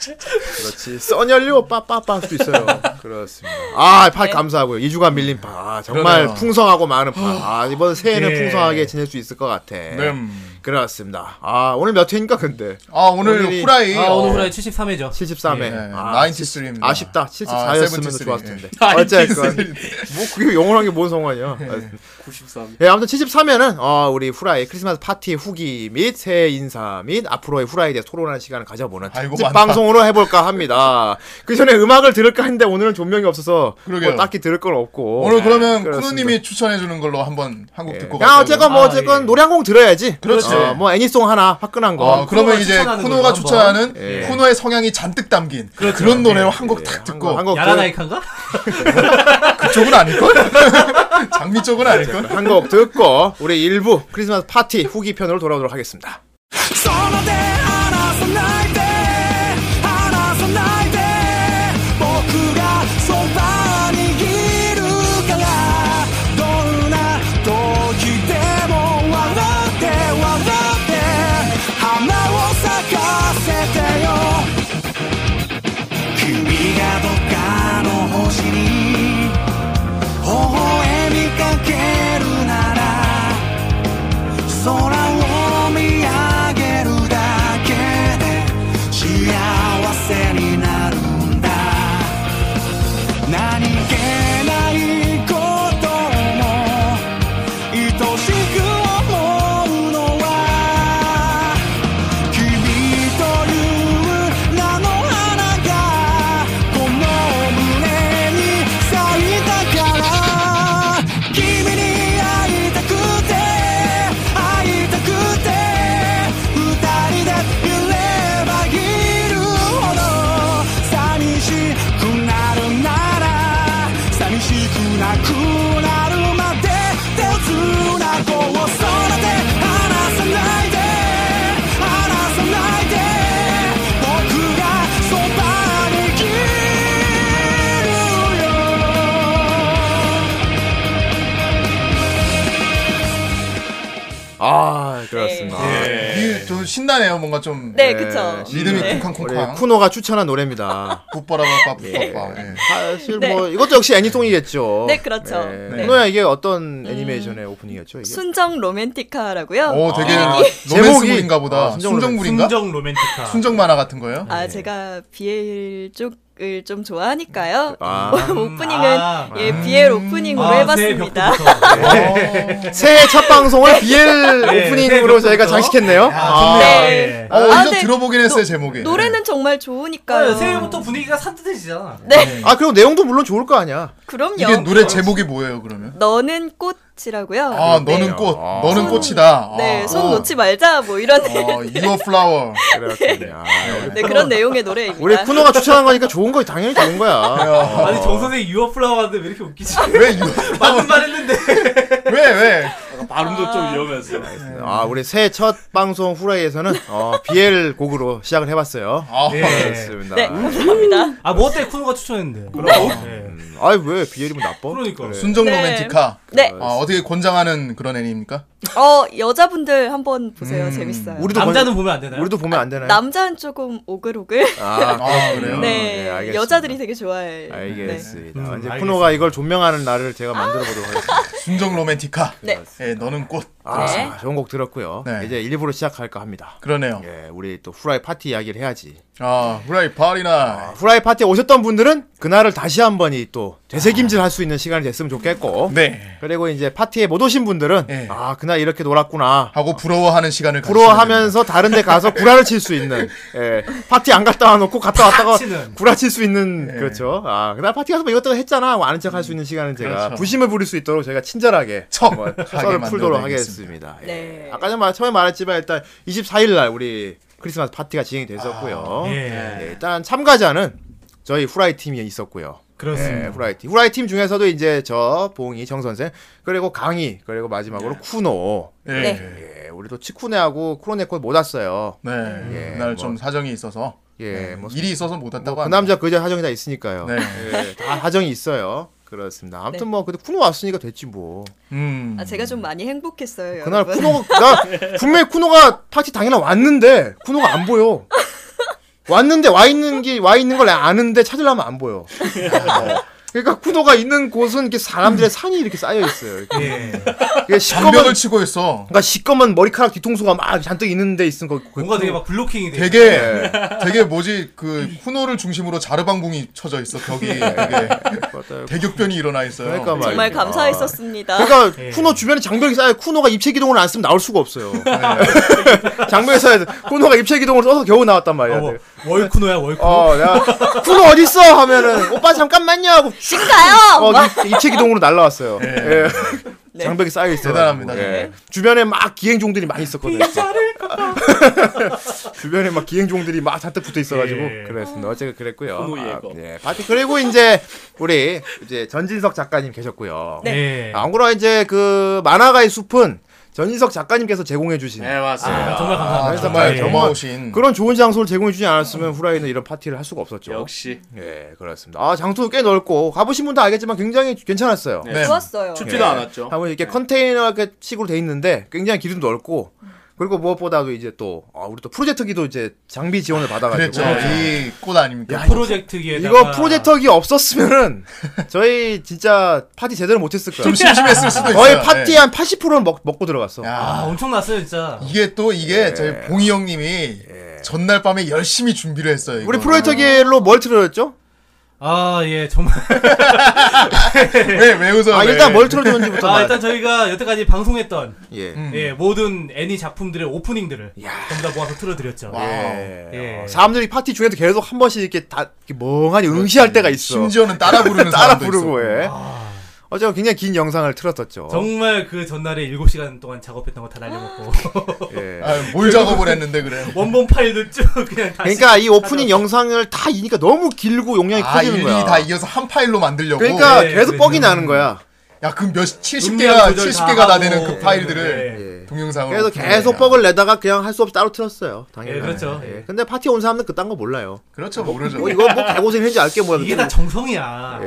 [SPEAKER 3] 그렇지. 써연료 빠빠빠 할 수도 있어요. 그렇습니다. 아, 팟 감사하고요. 2주간 밀린 팟. 아, 정말
[SPEAKER 2] 그러네요.
[SPEAKER 3] 풍성하고 많은 팟. 아, 네. 이번 새해는
[SPEAKER 4] 예.
[SPEAKER 3] 풍성하게 지낼 수 있을 것 같아.
[SPEAKER 4] 네.
[SPEAKER 2] 음.
[SPEAKER 3] 그렇습니다. 아, 오늘 몇 회인가 근데?
[SPEAKER 2] 아 오늘
[SPEAKER 3] 오늘이-
[SPEAKER 2] 후라이.
[SPEAKER 4] 아 오늘 후라이 73회죠.
[SPEAKER 3] 73회.
[SPEAKER 2] 예,
[SPEAKER 3] 아,
[SPEAKER 2] 93 입니다.
[SPEAKER 3] 아쉽다.
[SPEAKER 2] 아,
[SPEAKER 3] 74였으면
[SPEAKER 2] 73,
[SPEAKER 3] 좋았을 텐데.
[SPEAKER 6] 예.
[SPEAKER 3] 어쨌건 뭐 그게 영원한 게 뭔 상관이야. 아,
[SPEAKER 6] 93.
[SPEAKER 3] 예, 아무튼 73회는 어, 우리 후라이 크리스마스 파티 후기 및 새해 인사 및 앞으로의 후라이에 대해 토론하는 시간을 가져보는
[SPEAKER 2] 아이고,
[SPEAKER 3] 특집
[SPEAKER 2] 많다.
[SPEAKER 3] 방송으로 해볼까 합니다. 그 전에 음악을 들을까 했는데 오늘은 조명이 없어서
[SPEAKER 2] 그러게요.
[SPEAKER 3] 뭐 딱히 들을 건 없고 네,
[SPEAKER 2] 어, 오늘
[SPEAKER 4] 네,
[SPEAKER 2] 그러면
[SPEAKER 3] 그렇습니다.
[SPEAKER 2] 쿠누님이 추천해주는 걸로 한번 한곡
[SPEAKER 3] 예. 야,
[SPEAKER 2] 듣고 갈까요?
[SPEAKER 3] 어쨌건 뭐
[SPEAKER 4] 아,
[SPEAKER 3] 어쨌건
[SPEAKER 4] 예.
[SPEAKER 3] 노래 한 곡 들어야지.
[SPEAKER 2] 그렇지.
[SPEAKER 3] 어, 뭐 애니송 하나 화끈한 거.
[SPEAKER 2] 어, 그러면
[SPEAKER 4] 뭐 쿠노가
[SPEAKER 2] 이제
[SPEAKER 4] 추천하는
[SPEAKER 2] 쿠노가
[SPEAKER 4] 걸로 한번. 그렇죠. 예.
[SPEAKER 2] 추천하는
[SPEAKER 3] 예.
[SPEAKER 2] 쿠노의 성향이 잔뜩 담긴 그런 노래로 한 곡 딱 듣고
[SPEAKER 3] 한곡
[SPEAKER 4] 야라나이카인가?
[SPEAKER 2] 그쪽은 아닐걸? 장미 쪽은 아닐걸?
[SPEAKER 3] 한곡 듣고 우리 일부 크리스마스 파티 후기 편으로 돌아오도록 하겠습니다.
[SPEAKER 10] その手離さないで離さないで僕がそばにいるからどんな時でも笑って笑って花を咲かせてよ君がどっかの星に微笑みかけるなら空を見上げるだけで幸せになるんだ何気ないことも愛しく思うのは君という名の花がこの胸に咲いたから君に会いたくて会いたくて二人でいればいるほど寂しくなるなら寂しくなくなるまで手を繋ごうそれで離さないで離さないで僕がそばにいるよ
[SPEAKER 3] 아 그렇습니다.
[SPEAKER 2] 예.
[SPEAKER 6] 예.
[SPEAKER 4] 예.
[SPEAKER 2] 이게 좀 신나네요 뭔가 좀
[SPEAKER 5] 네, 그쵸.
[SPEAKER 2] 리듬이
[SPEAKER 5] 네.
[SPEAKER 3] 우리
[SPEAKER 2] 쿵쾅쿵쾅
[SPEAKER 3] 쿠노가 추천한 노래입니다.
[SPEAKER 2] 굿바라바 빠빠빠 예.
[SPEAKER 3] 사실
[SPEAKER 5] 네.
[SPEAKER 3] 뭐 이것도 역시 애니송이겠죠.
[SPEAKER 5] 네, 그렇죠. 네.
[SPEAKER 3] 쿠노야 이게 어떤 애니메이션의 오프닝이었죠? 이게?
[SPEAKER 5] 순정 로맨티카라고요.
[SPEAKER 2] 오 어, 되게
[SPEAKER 3] 아,
[SPEAKER 2] 로맨스물인가 보다
[SPEAKER 3] 아, 순정
[SPEAKER 2] 순정물인가?
[SPEAKER 4] 순정 로맨티카.
[SPEAKER 2] 순정 만화 같은 거예요?
[SPEAKER 5] 아 제가 BL 쪽을 좀 좋아하니까요.
[SPEAKER 3] 아.
[SPEAKER 5] 오프닝은
[SPEAKER 4] 아.
[SPEAKER 5] 예 BL 오프닝으로
[SPEAKER 4] 아,
[SPEAKER 5] 해봤습니다.
[SPEAKER 4] 새해 벽부터.
[SPEAKER 3] 네.
[SPEAKER 2] 어.
[SPEAKER 3] 새해 첫 방송을 BL
[SPEAKER 4] 네,
[SPEAKER 3] 오프닝으로
[SPEAKER 4] 네,
[SPEAKER 3] 저희가
[SPEAKER 4] 그렇죠.
[SPEAKER 3] 장식했네요. 아,
[SPEAKER 5] 네.
[SPEAKER 2] 어
[SPEAKER 5] 아,
[SPEAKER 2] 이제
[SPEAKER 5] 네.
[SPEAKER 2] 들어보긴 했어요
[SPEAKER 5] 노-
[SPEAKER 2] 제목이
[SPEAKER 5] 노래는 정말 좋으니까요.
[SPEAKER 4] 아, 새해부터 분위기가 산뜻해지잖아.
[SPEAKER 5] 네,
[SPEAKER 3] 아 그리고 내용도 물론 좋을 거 아니야.
[SPEAKER 5] 그럼요.
[SPEAKER 2] 이게 노래 제목이 뭐예요 그러면?
[SPEAKER 5] 너는 꽃이라고요.
[SPEAKER 2] 아
[SPEAKER 5] 네.
[SPEAKER 2] 너는 꽃
[SPEAKER 3] 아.
[SPEAKER 2] 너는
[SPEAKER 5] 손-
[SPEAKER 2] 꽃이다
[SPEAKER 5] 네,
[SPEAKER 2] 아,
[SPEAKER 5] 손
[SPEAKER 2] 어.
[SPEAKER 5] 놓지 말자 뭐 이런
[SPEAKER 2] 어, Your Flower
[SPEAKER 3] 그래요. 아,
[SPEAKER 5] 네, 그런 내용의 노래입니다.
[SPEAKER 3] 우리 쿠노가 추천한 거니까 좋은 거 당연히 좋은 거야. 어.
[SPEAKER 4] 아니 정 선생 유어플라워인데 왜 이렇게 웃기지?
[SPEAKER 2] 왜 Your
[SPEAKER 4] 맞는 말 했는데.
[SPEAKER 2] 왜 왜?
[SPEAKER 6] 아, 발음도 좀 위험해서.
[SPEAKER 3] 아 우리 새해 첫 방송 후라이에서는 어, BL 곡으로 시작을 해봤어요. 음.
[SPEAKER 2] 아,
[SPEAKER 4] 네.
[SPEAKER 3] 그렇습니다.
[SPEAKER 5] 네, 감사합니다.
[SPEAKER 4] 아뭐 어때 쿠노가 추천했는데. 그럼. 네.
[SPEAKER 3] 음, 아왜 BL이면 뭐 나빠?
[SPEAKER 4] 그러니까.
[SPEAKER 2] 순정
[SPEAKER 5] 네.
[SPEAKER 2] 로맨티카
[SPEAKER 5] 네,
[SPEAKER 2] 아, 어떻게 권장하는 그런 애니입니까?
[SPEAKER 5] 어 여자분들 한번 보세요. 재밌어요.
[SPEAKER 3] 네. 음, 우리도 네.
[SPEAKER 4] 남자는 보면 안 되나요?
[SPEAKER 3] 우리도 보면 안 되나요?
[SPEAKER 5] 남자는 조금 오글오글.
[SPEAKER 3] 아,
[SPEAKER 2] 아, 그래요?
[SPEAKER 5] 네,
[SPEAKER 3] 예, 알겠습니다.
[SPEAKER 5] 여자들이 되게 좋아해.
[SPEAKER 3] 알겠습니다. 이제
[SPEAKER 4] 네. 음, 알겠습니다.
[SPEAKER 3] 쿠노가 이걸 조명하는 날을 제가 만들어 보도록 하겠습니다.
[SPEAKER 2] 순정 로맨티카
[SPEAKER 5] 네.
[SPEAKER 2] 예, 너는 꽃
[SPEAKER 3] 아,
[SPEAKER 5] 네.
[SPEAKER 3] 좋은 곡 들었고요.
[SPEAKER 2] 네.
[SPEAKER 3] 이제 일부로 시작할까 합니다.
[SPEAKER 2] 그러네요.
[SPEAKER 3] 예, 우리 또 후라이 파티 이야기를 해야지.
[SPEAKER 2] 아, 후라이 파리나.
[SPEAKER 3] 후라이 파티에 오셨던 분들은 그날을 다시 한번이 또 되새김질 할 수 있는 시간이 됐으면 좋겠고.
[SPEAKER 2] 네.
[SPEAKER 3] 그리고 이제 파티에 못 오신 분들은
[SPEAKER 2] 네.
[SPEAKER 3] 아, 그날 이렇게 놀았구나.
[SPEAKER 2] 하고 부러워하는 시간을
[SPEAKER 3] 아. 부러워하면서 다른 데 가서 구라를 칠 수 있는 예, 파티 안 갔다 와놓고 갔다 왔다가
[SPEAKER 4] 치는.
[SPEAKER 3] 구라 칠 수 있는
[SPEAKER 2] 예.
[SPEAKER 3] 그렇죠 아 그날 파티 가서 뭐 이것저것 했잖아 뭐 아는 척 할 수 있는 시간은 제가
[SPEAKER 2] 그렇죠.
[SPEAKER 3] 부심을 부릴 수 있도록 제가 친절하게
[SPEAKER 2] 척!
[SPEAKER 3] 한번
[SPEAKER 2] 하게
[SPEAKER 3] 썰을 풀도록
[SPEAKER 2] 만들어드리겠습니다.
[SPEAKER 3] 하겠습니다
[SPEAKER 5] 네.
[SPEAKER 3] 예. 아까 전에 말- 처음에 말했지만 일단 24일 날 우리 크리스마스 파티가 진행이
[SPEAKER 2] 아,
[SPEAKER 3] 됐었고요
[SPEAKER 4] 예.
[SPEAKER 3] 예, 일단 참가자는 저희 후라이 팀이 있었고요 네,
[SPEAKER 4] 그렇습니다.
[SPEAKER 3] 후라이 팀. 후라이 팀 중에서도 이제 저 봉이 정 선생 그리고 강희 그리고 마지막으로 쿠노.
[SPEAKER 2] 네. 네.
[SPEAKER 5] 네.
[SPEAKER 3] 예, 우리도 치쿠네하고 쿠로네코 못 왔어요.
[SPEAKER 2] 네.
[SPEAKER 3] 예,
[SPEAKER 2] 그날 좀
[SPEAKER 3] 뭐.
[SPEAKER 2] 사정이 있어서
[SPEAKER 3] 예, 뭐
[SPEAKER 2] 네, 일이 있어서 못 왔다고
[SPEAKER 3] 그
[SPEAKER 2] 합니다.
[SPEAKER 3] 남자 그 여자 사정이 다 있으니까요.
[SPEAKER 2] 네.
[SPEAKER 3] 예, 다 사정이 있어요. 그렇습니다. 아무튼
[SPEAKER 5] 네.
[SPEAKER 3] 뭐 근데 쿠노 왔으니까 됐지 뭐.
[SPEAKER 2] 음.
[SPEAKER 5] 아, 제가 좀 많이 행복했어요.
[SPEAKER 3] 음, 그날
[SPEAKER 5] 네, 여러분.
[SPEAKER 3] 쿠노가 나 분명히 쿠노가 파티 당일날 왔는데 쿠노가 안 보여. 왔는데 와 있는 게 와 있는 걸 아는데 찾으려면 안 보여. 어. 그러니까 쿠노가 있는 곳은 이렇게 사람들의 산이 이렇게 쌓여 있어요. 이렇게.
[SPEAKER 4] 예.
[SPEAKER 2] 네.
[SPEAKER 3] 이게 시꺼먼
[SPEAKER 2] 장벽을 치고 있어.
[SPEAKER 3] 그러니까 시꺼먼 머리카락 뒤통수가 막 잔뜩 있는데 있은 거 그거-
[SPEAKER 4] 뭔가 되게 막
[SPEAKER 3] 네.
[SPEAKER 4] 블로킹이 돼.
[SPEAKER 2] 되게 되게 뭐지 그 쿠노를 중심으로 자르방궁이 쳐져 있어 벽이 되게
[SPEAKER 3] 맞아요.
[SPEAKER 2] 대격변이 일어나 있어요.
[SPEAKER 3] 네. 그러니까 말이죠.
[SPEAKER 5] 정말
[SPEAKER 3] 아.
[SPEAKER 5] 감사했었습니다.
[SPEAKER 3] 그러니까
[SPEAKER 4] 예.
[SPEAKER 3] 쿠노 주변에 장벽이 쌓여 쿠노가 입체 기동을 안 쓰면 나올 수가 없어요. 예. 장벽에 쌓여 있어. 쿠노가 입체 기동을 써서 겨우 나왔단 말이야.
[SPEAKER 4] 어, 월쿠노야 월쿠노.
[SPEAKER 3] 어, 내가 쿠노 어디 있어 하면은 오빠 잠깐만요 하고
[SPEAKER 5] 지금 가요! 뭐?
[SPEAKER 3] 어,
[SPEAKER 5] 막
[SPEAKER 3] 입- 입체 기동으로 날라왔어요. 예.
[SPEAKER 5] 네.
[SPEAKER 3] 장벽이 쌓여 있어.
[SPEAKER 2] 대단합니다,
[SPEAKER 3] 주변에 막 기행종들이 많이 있었거든요. 주변에 막 기행종들이 막 잔뜩 붙어 있어가지고
[SPEAKER 4] 예.
[SPEAKER 3] 그랬습니다. 어쨌든 그랬고요.
[SPEAKER 6] 어머,
[SPEAKER 3] 아,
[SPEAKER 6] 예거.
[SPEAKER 3] 예. 파티 그리고 이제 우리 이제 전진석 작가님 계셨고요.
[SPEAKER 5] 네.
[SPEAKER 4] 예.
[SPEAKER 3] 안 그래도 이제 그 만화가의 숲은 전진석 작가님께서 제공해주신
[SPEAKER 6] 네, 맞습니다.
[SPEAKER 4] 아, 정말
[SPEAKER 2] 아,
[SPEAKER 4] 감사합니다.
[SPEAKER 2] 정말
[SPEAKER 4] 예.
[SPEAKER 2] 겸허우신
[SPEAKER 3] 그런 좋은 장소를 제공해주지 않았으면 후라이는 이런 파티를 할 수가 없었죠.
[SPEAKER 6] 아, 역시
[SPEAKER 3] 예, 그렇습니다. 아, 장소도 꽤 넓고 가보신 분 다 알겠지만 굉장히 괜찮았어요.
[SPEAKER 6] 네. 그렇죠. 아,
[SPEAKER 5] 좋았어요.
[SPEAKER 6] 춥지도
[SPEAKER 3] 예.
[SPEAKER 6] 않았죠. 네.
[SPEAKER 3] 한번 이렇게 컨테이너 이렇게 식으로 돼 있는데 굉장히 길이도 넓고 그리고 무엇보다도 이제 또 아, 우리 또 프로젝터기도 이제 장비 지원을 받아가지고
[SPEAKER 2] 그랬죠. 네. 이 꽃 아닙니까?
[SPEAKER 4] 그 프로젝트기에다가
[SPEAKER 3] 이거 프로젝터기 없었으면은 저희 진짜 파티 제대로 못했을 거예요.
[SPEAKER 2] 좀 심심했을 수도 있어요.
[SPEAKER 3] 거의 파티
[SPEAKER 2] 예.
[SPEAKER 3] 한 80%는 먹, 먹고 들어갔어.
[SPEAKER 4] 아,
[SPEAKER 2] 야,
[SPEAKER 4] 엄청났어요, 진짜.
[SPEAKER 2] 이게 또 이게
[SPEAKER 3] 네.
[SPEAKER 2] 저희 봉이 형님이 전날 밤에 열심히 준비를 했어요.
[SPEAKER 3] 우리
[SPEAKER 2] 이거는.
[SPEAKER 3] 프로젝터기로 뭘 틀어줬죠?
[SPEAKER 4] 아, 예, 정말.
[SPEAKER 2] 왜, 네, 왜 웃어?
[SPEAKER 3] 아
[SPEAKER 2] 왜?
[SPEAKER 3] 일단 뭘 틀어줬는지부터
[SPEAKER 4] 아,
[SPEAKER 3] 말.
[SPEAKER 4] 일단 저희가 여태까지 방송했던
[SPEAKER 3] 예.
[SPEAKER 2] 음.
[SPEAKER 4] 예, 모든 애니 작품들의 오프닝들을 전부 다 모아서 틀어 드렸죠.
[SPEAKER 2] 와우.
[SPEAKER 3] 예.
[SPEAKER 4] 예.
[SPEAKER 3] 어, 사람들이 파티 중에도 계속 한 번씩 이렇게 다 이렇게 멍하니 응시할 때가 있어.
[SPEAKER 2] 심지어는 따라 부르는
[SPEAKER 3] 따라
[SPEAKER 2] 사람도
[SPEAKER 3] 부르고
[SPEAKER 2] 있었고.
[SPEAKER 3] 해. 어제 굉장히 긴 영상을 틀었었죠.
[SPEAKER 4] 정말 그 전날에 7시간 동안 작업했던 거 다 날려먹고
[SPEAKER 3] 예.
[SPEAKER 2] 아, 뭘 작업을 했는데 그래.
[SPEAKER 4] 원본 파일도 쭉 그냥 다시
[SPEAKER 3] 그러니까 이 오프닝 영상을 다 이니까 너무 길고 용량이
[SPEAKER 2] 아,
[SPEAKER 3] 커지는
[SPEAKER 2] 일일이
[SPEAKER 3] 거야.
[SPEAKER 2] 다 이어서 한 파일로 만들려고.
[SPEAKER 3] 그러니까
[SPEAKER 4] 예,
[SPEAKER 3] 계속
[SPEAKER 4] 그래서-
[SPEAKER 3] 뻑이 나는 거야.
[SPEAKER 2] 야, 그럼 몇, 70개가,
[SPEAKER 4] 음량 조절
[SPEAKER 2] 70개가 다
[SPEAKER 4] 하고.
[SPEAKER 2] 되는 그 파일들을
[SPEAKER 4] 예.
[SPEAKER 2] 동영상으로.
[SPEAKER 3] 네, 그래서
[SPEAKER 2] 보내요.
[SPEAKER 3] 계속 뻑을 내다가 그냥 할 수 없이 따로 틀었어요. 당연히.
[SPEAKER 4] 예, 그렇죠. 예.
[SPEAKER 3] 근데 파티 온 사람은 그딴 거 몰라요.
[SPEAKER 2] 그렇죠, 모르죠.
[SPEAKER 3] 뭐 이거 뭐 개고생 했는지 알게 뭐야.
[SPEAKER 4] 이게 다 정성이야.
[SPEAKER 3] 예.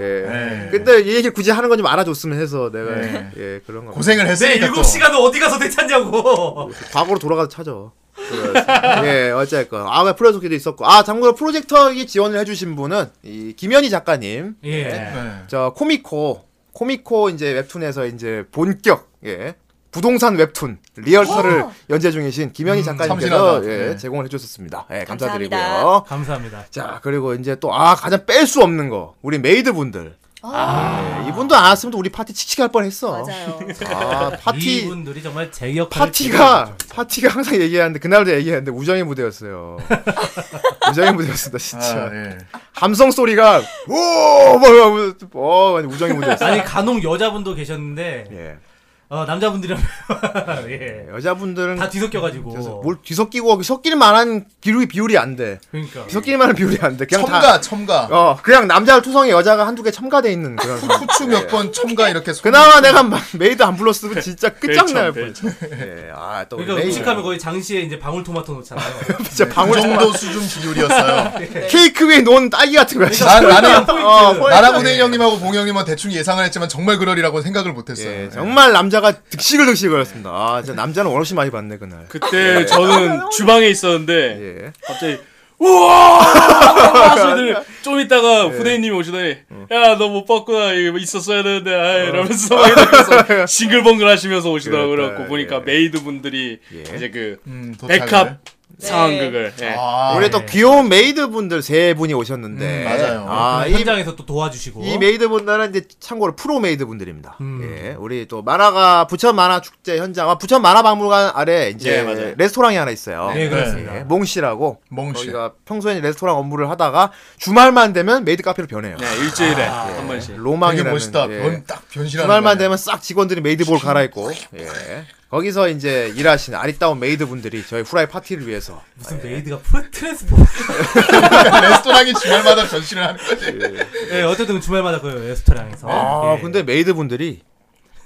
[SPEAKER 2] 예.
[SPEAKER 3] 근데 이 얘기를 굳이 하는 건 좀 알아줬으면 해서 내가
[SPEAKER 2] 예.
[SPEAKER 3] 예, 그런 거.
[SPEAKER 2] 고생을
[SPEAKER 4] 내
[SPEAKER 2] 했으니까. 또.
[SPEAKER 4] 7시간은 어디 가서 대찾냐고.
[SPEAKER 3] 과거로 돌아가서 찾아. 그렇습니다. 예, 어쨌건. 아, 프로젝터기도 있었고. 아, 참고로 프로젝터기 지원을 해주신 분은, 이, 김현희 작가님.
[SPEAKER 4] 예.
[SPEAKER 2] 네.
[SPEAKER 3] 저, 코미코. 코미코, 이제, 웹툰에서, 이제, 본격, 예. 부동산 웹툰, 리얼터를 연재 중이신 김현희 작가님께서,
[SPEAKER 2] 음, 참신하다.
[SPEAKER 3] 예,
[SPEAKER 2] 네.
[SPEAKER 3] 제공을 해주셨습니다. 예,
[SPEAKER 5] 감사합니다.
[SPEAKER 3] 감사드리고요.
[SPEAKER 4] 감사합니다.
[SPEAKER 3] 자, 그리고 이제 또, 아, 가장 뺄 수 없는 거. 우리 메이드분들. 예, 이분도 안 왔으면 또 우리 파티 칙칙할 뻔 했어.
[SPEAKER 5] 아. 맞아요.
[SPEAKER 3] 아, 파티.
[SPEAKER 4] 이분들이 정말 제 역할을
[SPEAKER 3] 파티가 파티가 항상 얘기하는데 그날도 얘기하는데 우정의 무대였어요. 우정의 무대였습니다 진짜.
[SPEAKER 2] 아,
[SPEAKER 4] 네.
[SPEAKER 2] 예.
[SPEAKER 3] 함성 소리가 뭐, 오뭐뭐 우정의 무대였어.
[SPEAKER 4] 아니 간혹 여자분도 계셨는데
[SPEAKER 3] 예
[SPEAKER 4] 어, 남자분들이랑 예.
[SPEAKER 3] 여자분들은
[SPEAKER 4] 다
[SPEAKER 3] 그래서
[SPEAKER 4] 뒤섞여가지고
[SPEAKER 3] 뭘 뒤섞이고 섞일 만한 비율이 비율이 안 돼.
[SPEAKER 4] 그러니까
[SPEAKER 3] 섞일 만한 비율이 안 돼. 그냥
[SPEAKER 2] 첨가,
[SPEAKER 3] 다.
[SPEAKER 2] 첨가.
[SPEAKER 3] 어 그냥 남자 투성에 여자가 한두 개 첨가돼 있는 그런. 상황.
[SPEAKER 2] 후추 몇 번 첨가 이렇게. 손-
[SPEAKER 3] 네. 그나마 내가 마- 메이드 안 불렀으면 진짜 끝장날 뻔.
[SPEAKER 6] 벨참,
[SPEAKER 3] 예아또
[SPEAKER 4] 그렇죠, 그러니까 네, 음식하면 거의 장시에 이제 방울토마토 놓잖아요.
[SPEAKER 3] 진짜
[SPEAKER 2] 그
[SPEAKER 3] 방울
[SPEAKER 2] 정도 수준 비율이었어요.
[SPEAKER 3] 네. 케이크 위에 놓은 딸기 같은 거야. 진짜.
[SPEAKER 4] 그러니까
[SPEAKER 2] 난, 나는,
[SPEAKER 3] 어,
[SPEAKER 2] 나랑 우대 형님하고 봉 형님은 대충 예상을 했지만 정말 그러리라고 생각을 못했어요.
[SPEAKER 3] 예,
[SPEAKER 2] 예.
[SPEAKER 3] 정말 남자가 득식을 득식거렸습니다. 아, 진짜 남자는 원없이 많이 봤네 그날.
[SPEAKER 6] 그때 저는 주방에 있었는데
[SPEAKER 3] 예.
[SPEAKER 6] 갑자기 하시더니 좀 있다가 후대인님이 오시더니 야 너 못 봤구나 이거 어. 뭐 있었어야 되는데 아이 이러면서 막 이러면서 싱글벙글 하시면서 오시더라고 요 그래갖고 보니까 메이드 분들이 이제 그
[SPEAKER 2] 음, 도착을.
[SPEAKER 6] 백합 상황극을 예.
[SPEAKER 2] 아,
[SPEAKER 3] 우리 또 귀여운 메이드분들 세 분이 오셨는데
[SPEAKER 2] 음, 맞아요.
[SPEAKER 3] 아, 이,
[SPEAKER 4] 현장에서 또 도와주시고.
[SPEAKER 3] 이 메이드분들은 이제 참고로 프로 메이드분들입니다. 예, 우리 또 만화가 부천 만화 축제 현장, 아, 부천 만화 박물관 아래
[SPEAKER 6] 예,
[SPEAKER 3] 이제
[SPEAKER 6] 맞아요.
[SPEAKER 3] 레스토랑이 하나 있어요.
[SPEAKER 4] 네, 그렇습니다.
[SPEAKER 3] 예, 몽씨라고
[SPEAKER 2] 몽씨.
[SPEAKER 3] 저희가 평소에 레스토랑 업무를 하다가 주말만 되면 메이드 카페로 변해요.
[SPEAKER 6] 네, 일주일에 한 번씩
[SPEAKER 2] 되게
[SPEAKER 3] 로망이라는
[SPEAKER 2] 멋있다.
[SPEAKER 3] 예.
[SPEAKER 2] 변, 딱 변신하는.
[SPEAKER 3] 주말만
[SPEAKER 2] 거 아니야?
[SPEAKER 3] 되면 싹 직원들이 메이드복을 갈아입고 예. 거기서 이제 일하시는 아리따운 메이드분들이 저희 후라이 파티를 위해서
[SPEAKER 4] 무슨 메이드가 프레 트랜스포.
[SPEAKER 2] 레스토랑이 주말마다 변신을 하는 거지.
[SPEAKER 4] 예, 어쨌든 주말마다 그 레스토랑에서.
[SPEAKER 3] 아
[SPEAKER 4] 예.
[SPEAKER 3] 근데 메이드분들이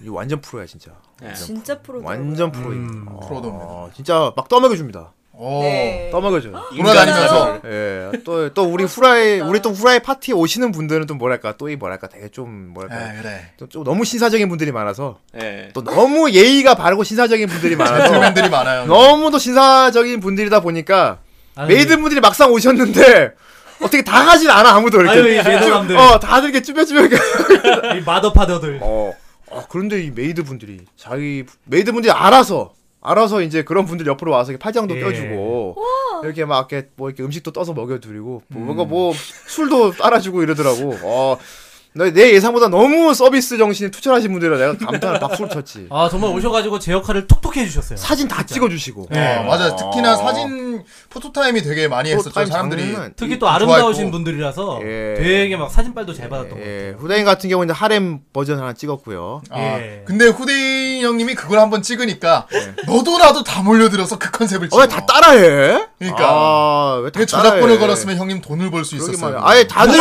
[SPEAKER 3] 이 완전 프로야 진짜
[SPEAKER 5] 진짜 프로.
[SPEAKER 3] 완전 프로입니다.
[SPEAKER 2] 프로도.
[SPEAKER 3] 아, 진짜 막 떠먹여줍니다.
[SPEAKER 2] 오.
[SPEAKER 5] 네.
[SPEAKER 3] 떠먹여줘요.
[SPEAKER 2] 돌아다니면서
[SPEAKER 3] 예, 또, 또 우리 후라이, 우리 또 후라이 파티 오시는 분들은 또 뭐랄까, 또 이 뭐랄까, 되게 좀
[SPEAKER 2] 아,
[SPEAKER 3] 뭐랄까,
[SPEAKER 2] 그래.
[SPEAKER 3] 좀, 좀 너무 신사적인 분들이 많아서,
[SPEAKER 6] 예.
[SPEAKER 3] 또 너무 예의가 바르고 신사적인 분들이 많아서,
[SPEAKER 2] 팬들이 많아요. 어,
[SPEAKER 3] 너무도 신사적인 분들이다 보니까,
[SPEAKER 4] 아유,
[SPEAKER 3] 메이드분들이 막상 오셨는데, 어떻게 당하진 않아, 아무도 이렇게.
[SPEAKER 4] 아유, 이 메이드남들.
[SPEAKER 3] 어, 다들 이렇게 쭈뼛쭈뼛. 이렇게.
[SPEAKER 4] 이 마더파더들.
[SPEAKER 3] 어, 아, 그런데 이 메이드분들이, 자기, 메이드분들이 알아서, 알아서 이제 그런 분들 옆으로 와서 이렇게 팔짱도
[SPEAKER 4] 예.
[SPEAKER 3] 껴주고, 이렇게 막 이렇게 뭐 이렇게 음식도 떠서 먹여드리고, 뭔가 뭐 술도 따라주고 이러더라고. 어, 내- 내 예상보다 너무 서비스 정신이 투철하신 분들이라 내가 감탄을 박수를 쳤지.
[SPEAKER 4] 아 정말 오셔가지고 제 역할을 톡톡히 해주셨어요.
[SPEAKER 3] 사진 다 찍어주시고.
[SPEAKER 2] 네, 맞아. 특히나
[SPEAKER 3] 아.
[SPEAKER 2] 사진 포토타임이 되게 많이 했었죠.
[SPEAKER 3] 포토타임
[SPEAKER 2] 예, 사람들이
[SPEAKER 3] 장난.
[SPEAKER 4] 특히
[SPEAKER 2] 좋아했고.
[SPEAKER 4] 또 아름다우신 분들이라서
[SPEAKER 3] 예.
[SPEAKER 4] 되게 막 사진빨도 잘 받았던 것
[SPEAKER 3] 예,
[SPEAKER 4] 같아요.
[SPEAKER 3] 후대인 같은 경우는 하렘 버전 하나 찍었고요.
[SPEAKER 2] 아,
[SPEAKER 4] 예.
[SPEAKER 2] 근데 후대인 형님이 그걸 한번 찍으니까 너도 나도 다 몰려들어서 그 컨셉을
[SPEAKER 3] 예.
[SPEAKER 2] 찍어.
[SPEAKER 3] 어, 왜 다 따라해?
[SPEAKER 2] 그러니까.
[SPEAKER 3] 아, 왜다
[SPEAKER 2] 왜 저작권을 걸었으면 형님 돈을 벌 수
[SPEAKER 3] 그러게
[SPEAKER 2] 있었어요.
[SPEAKER 3] 말이야. 아예 다들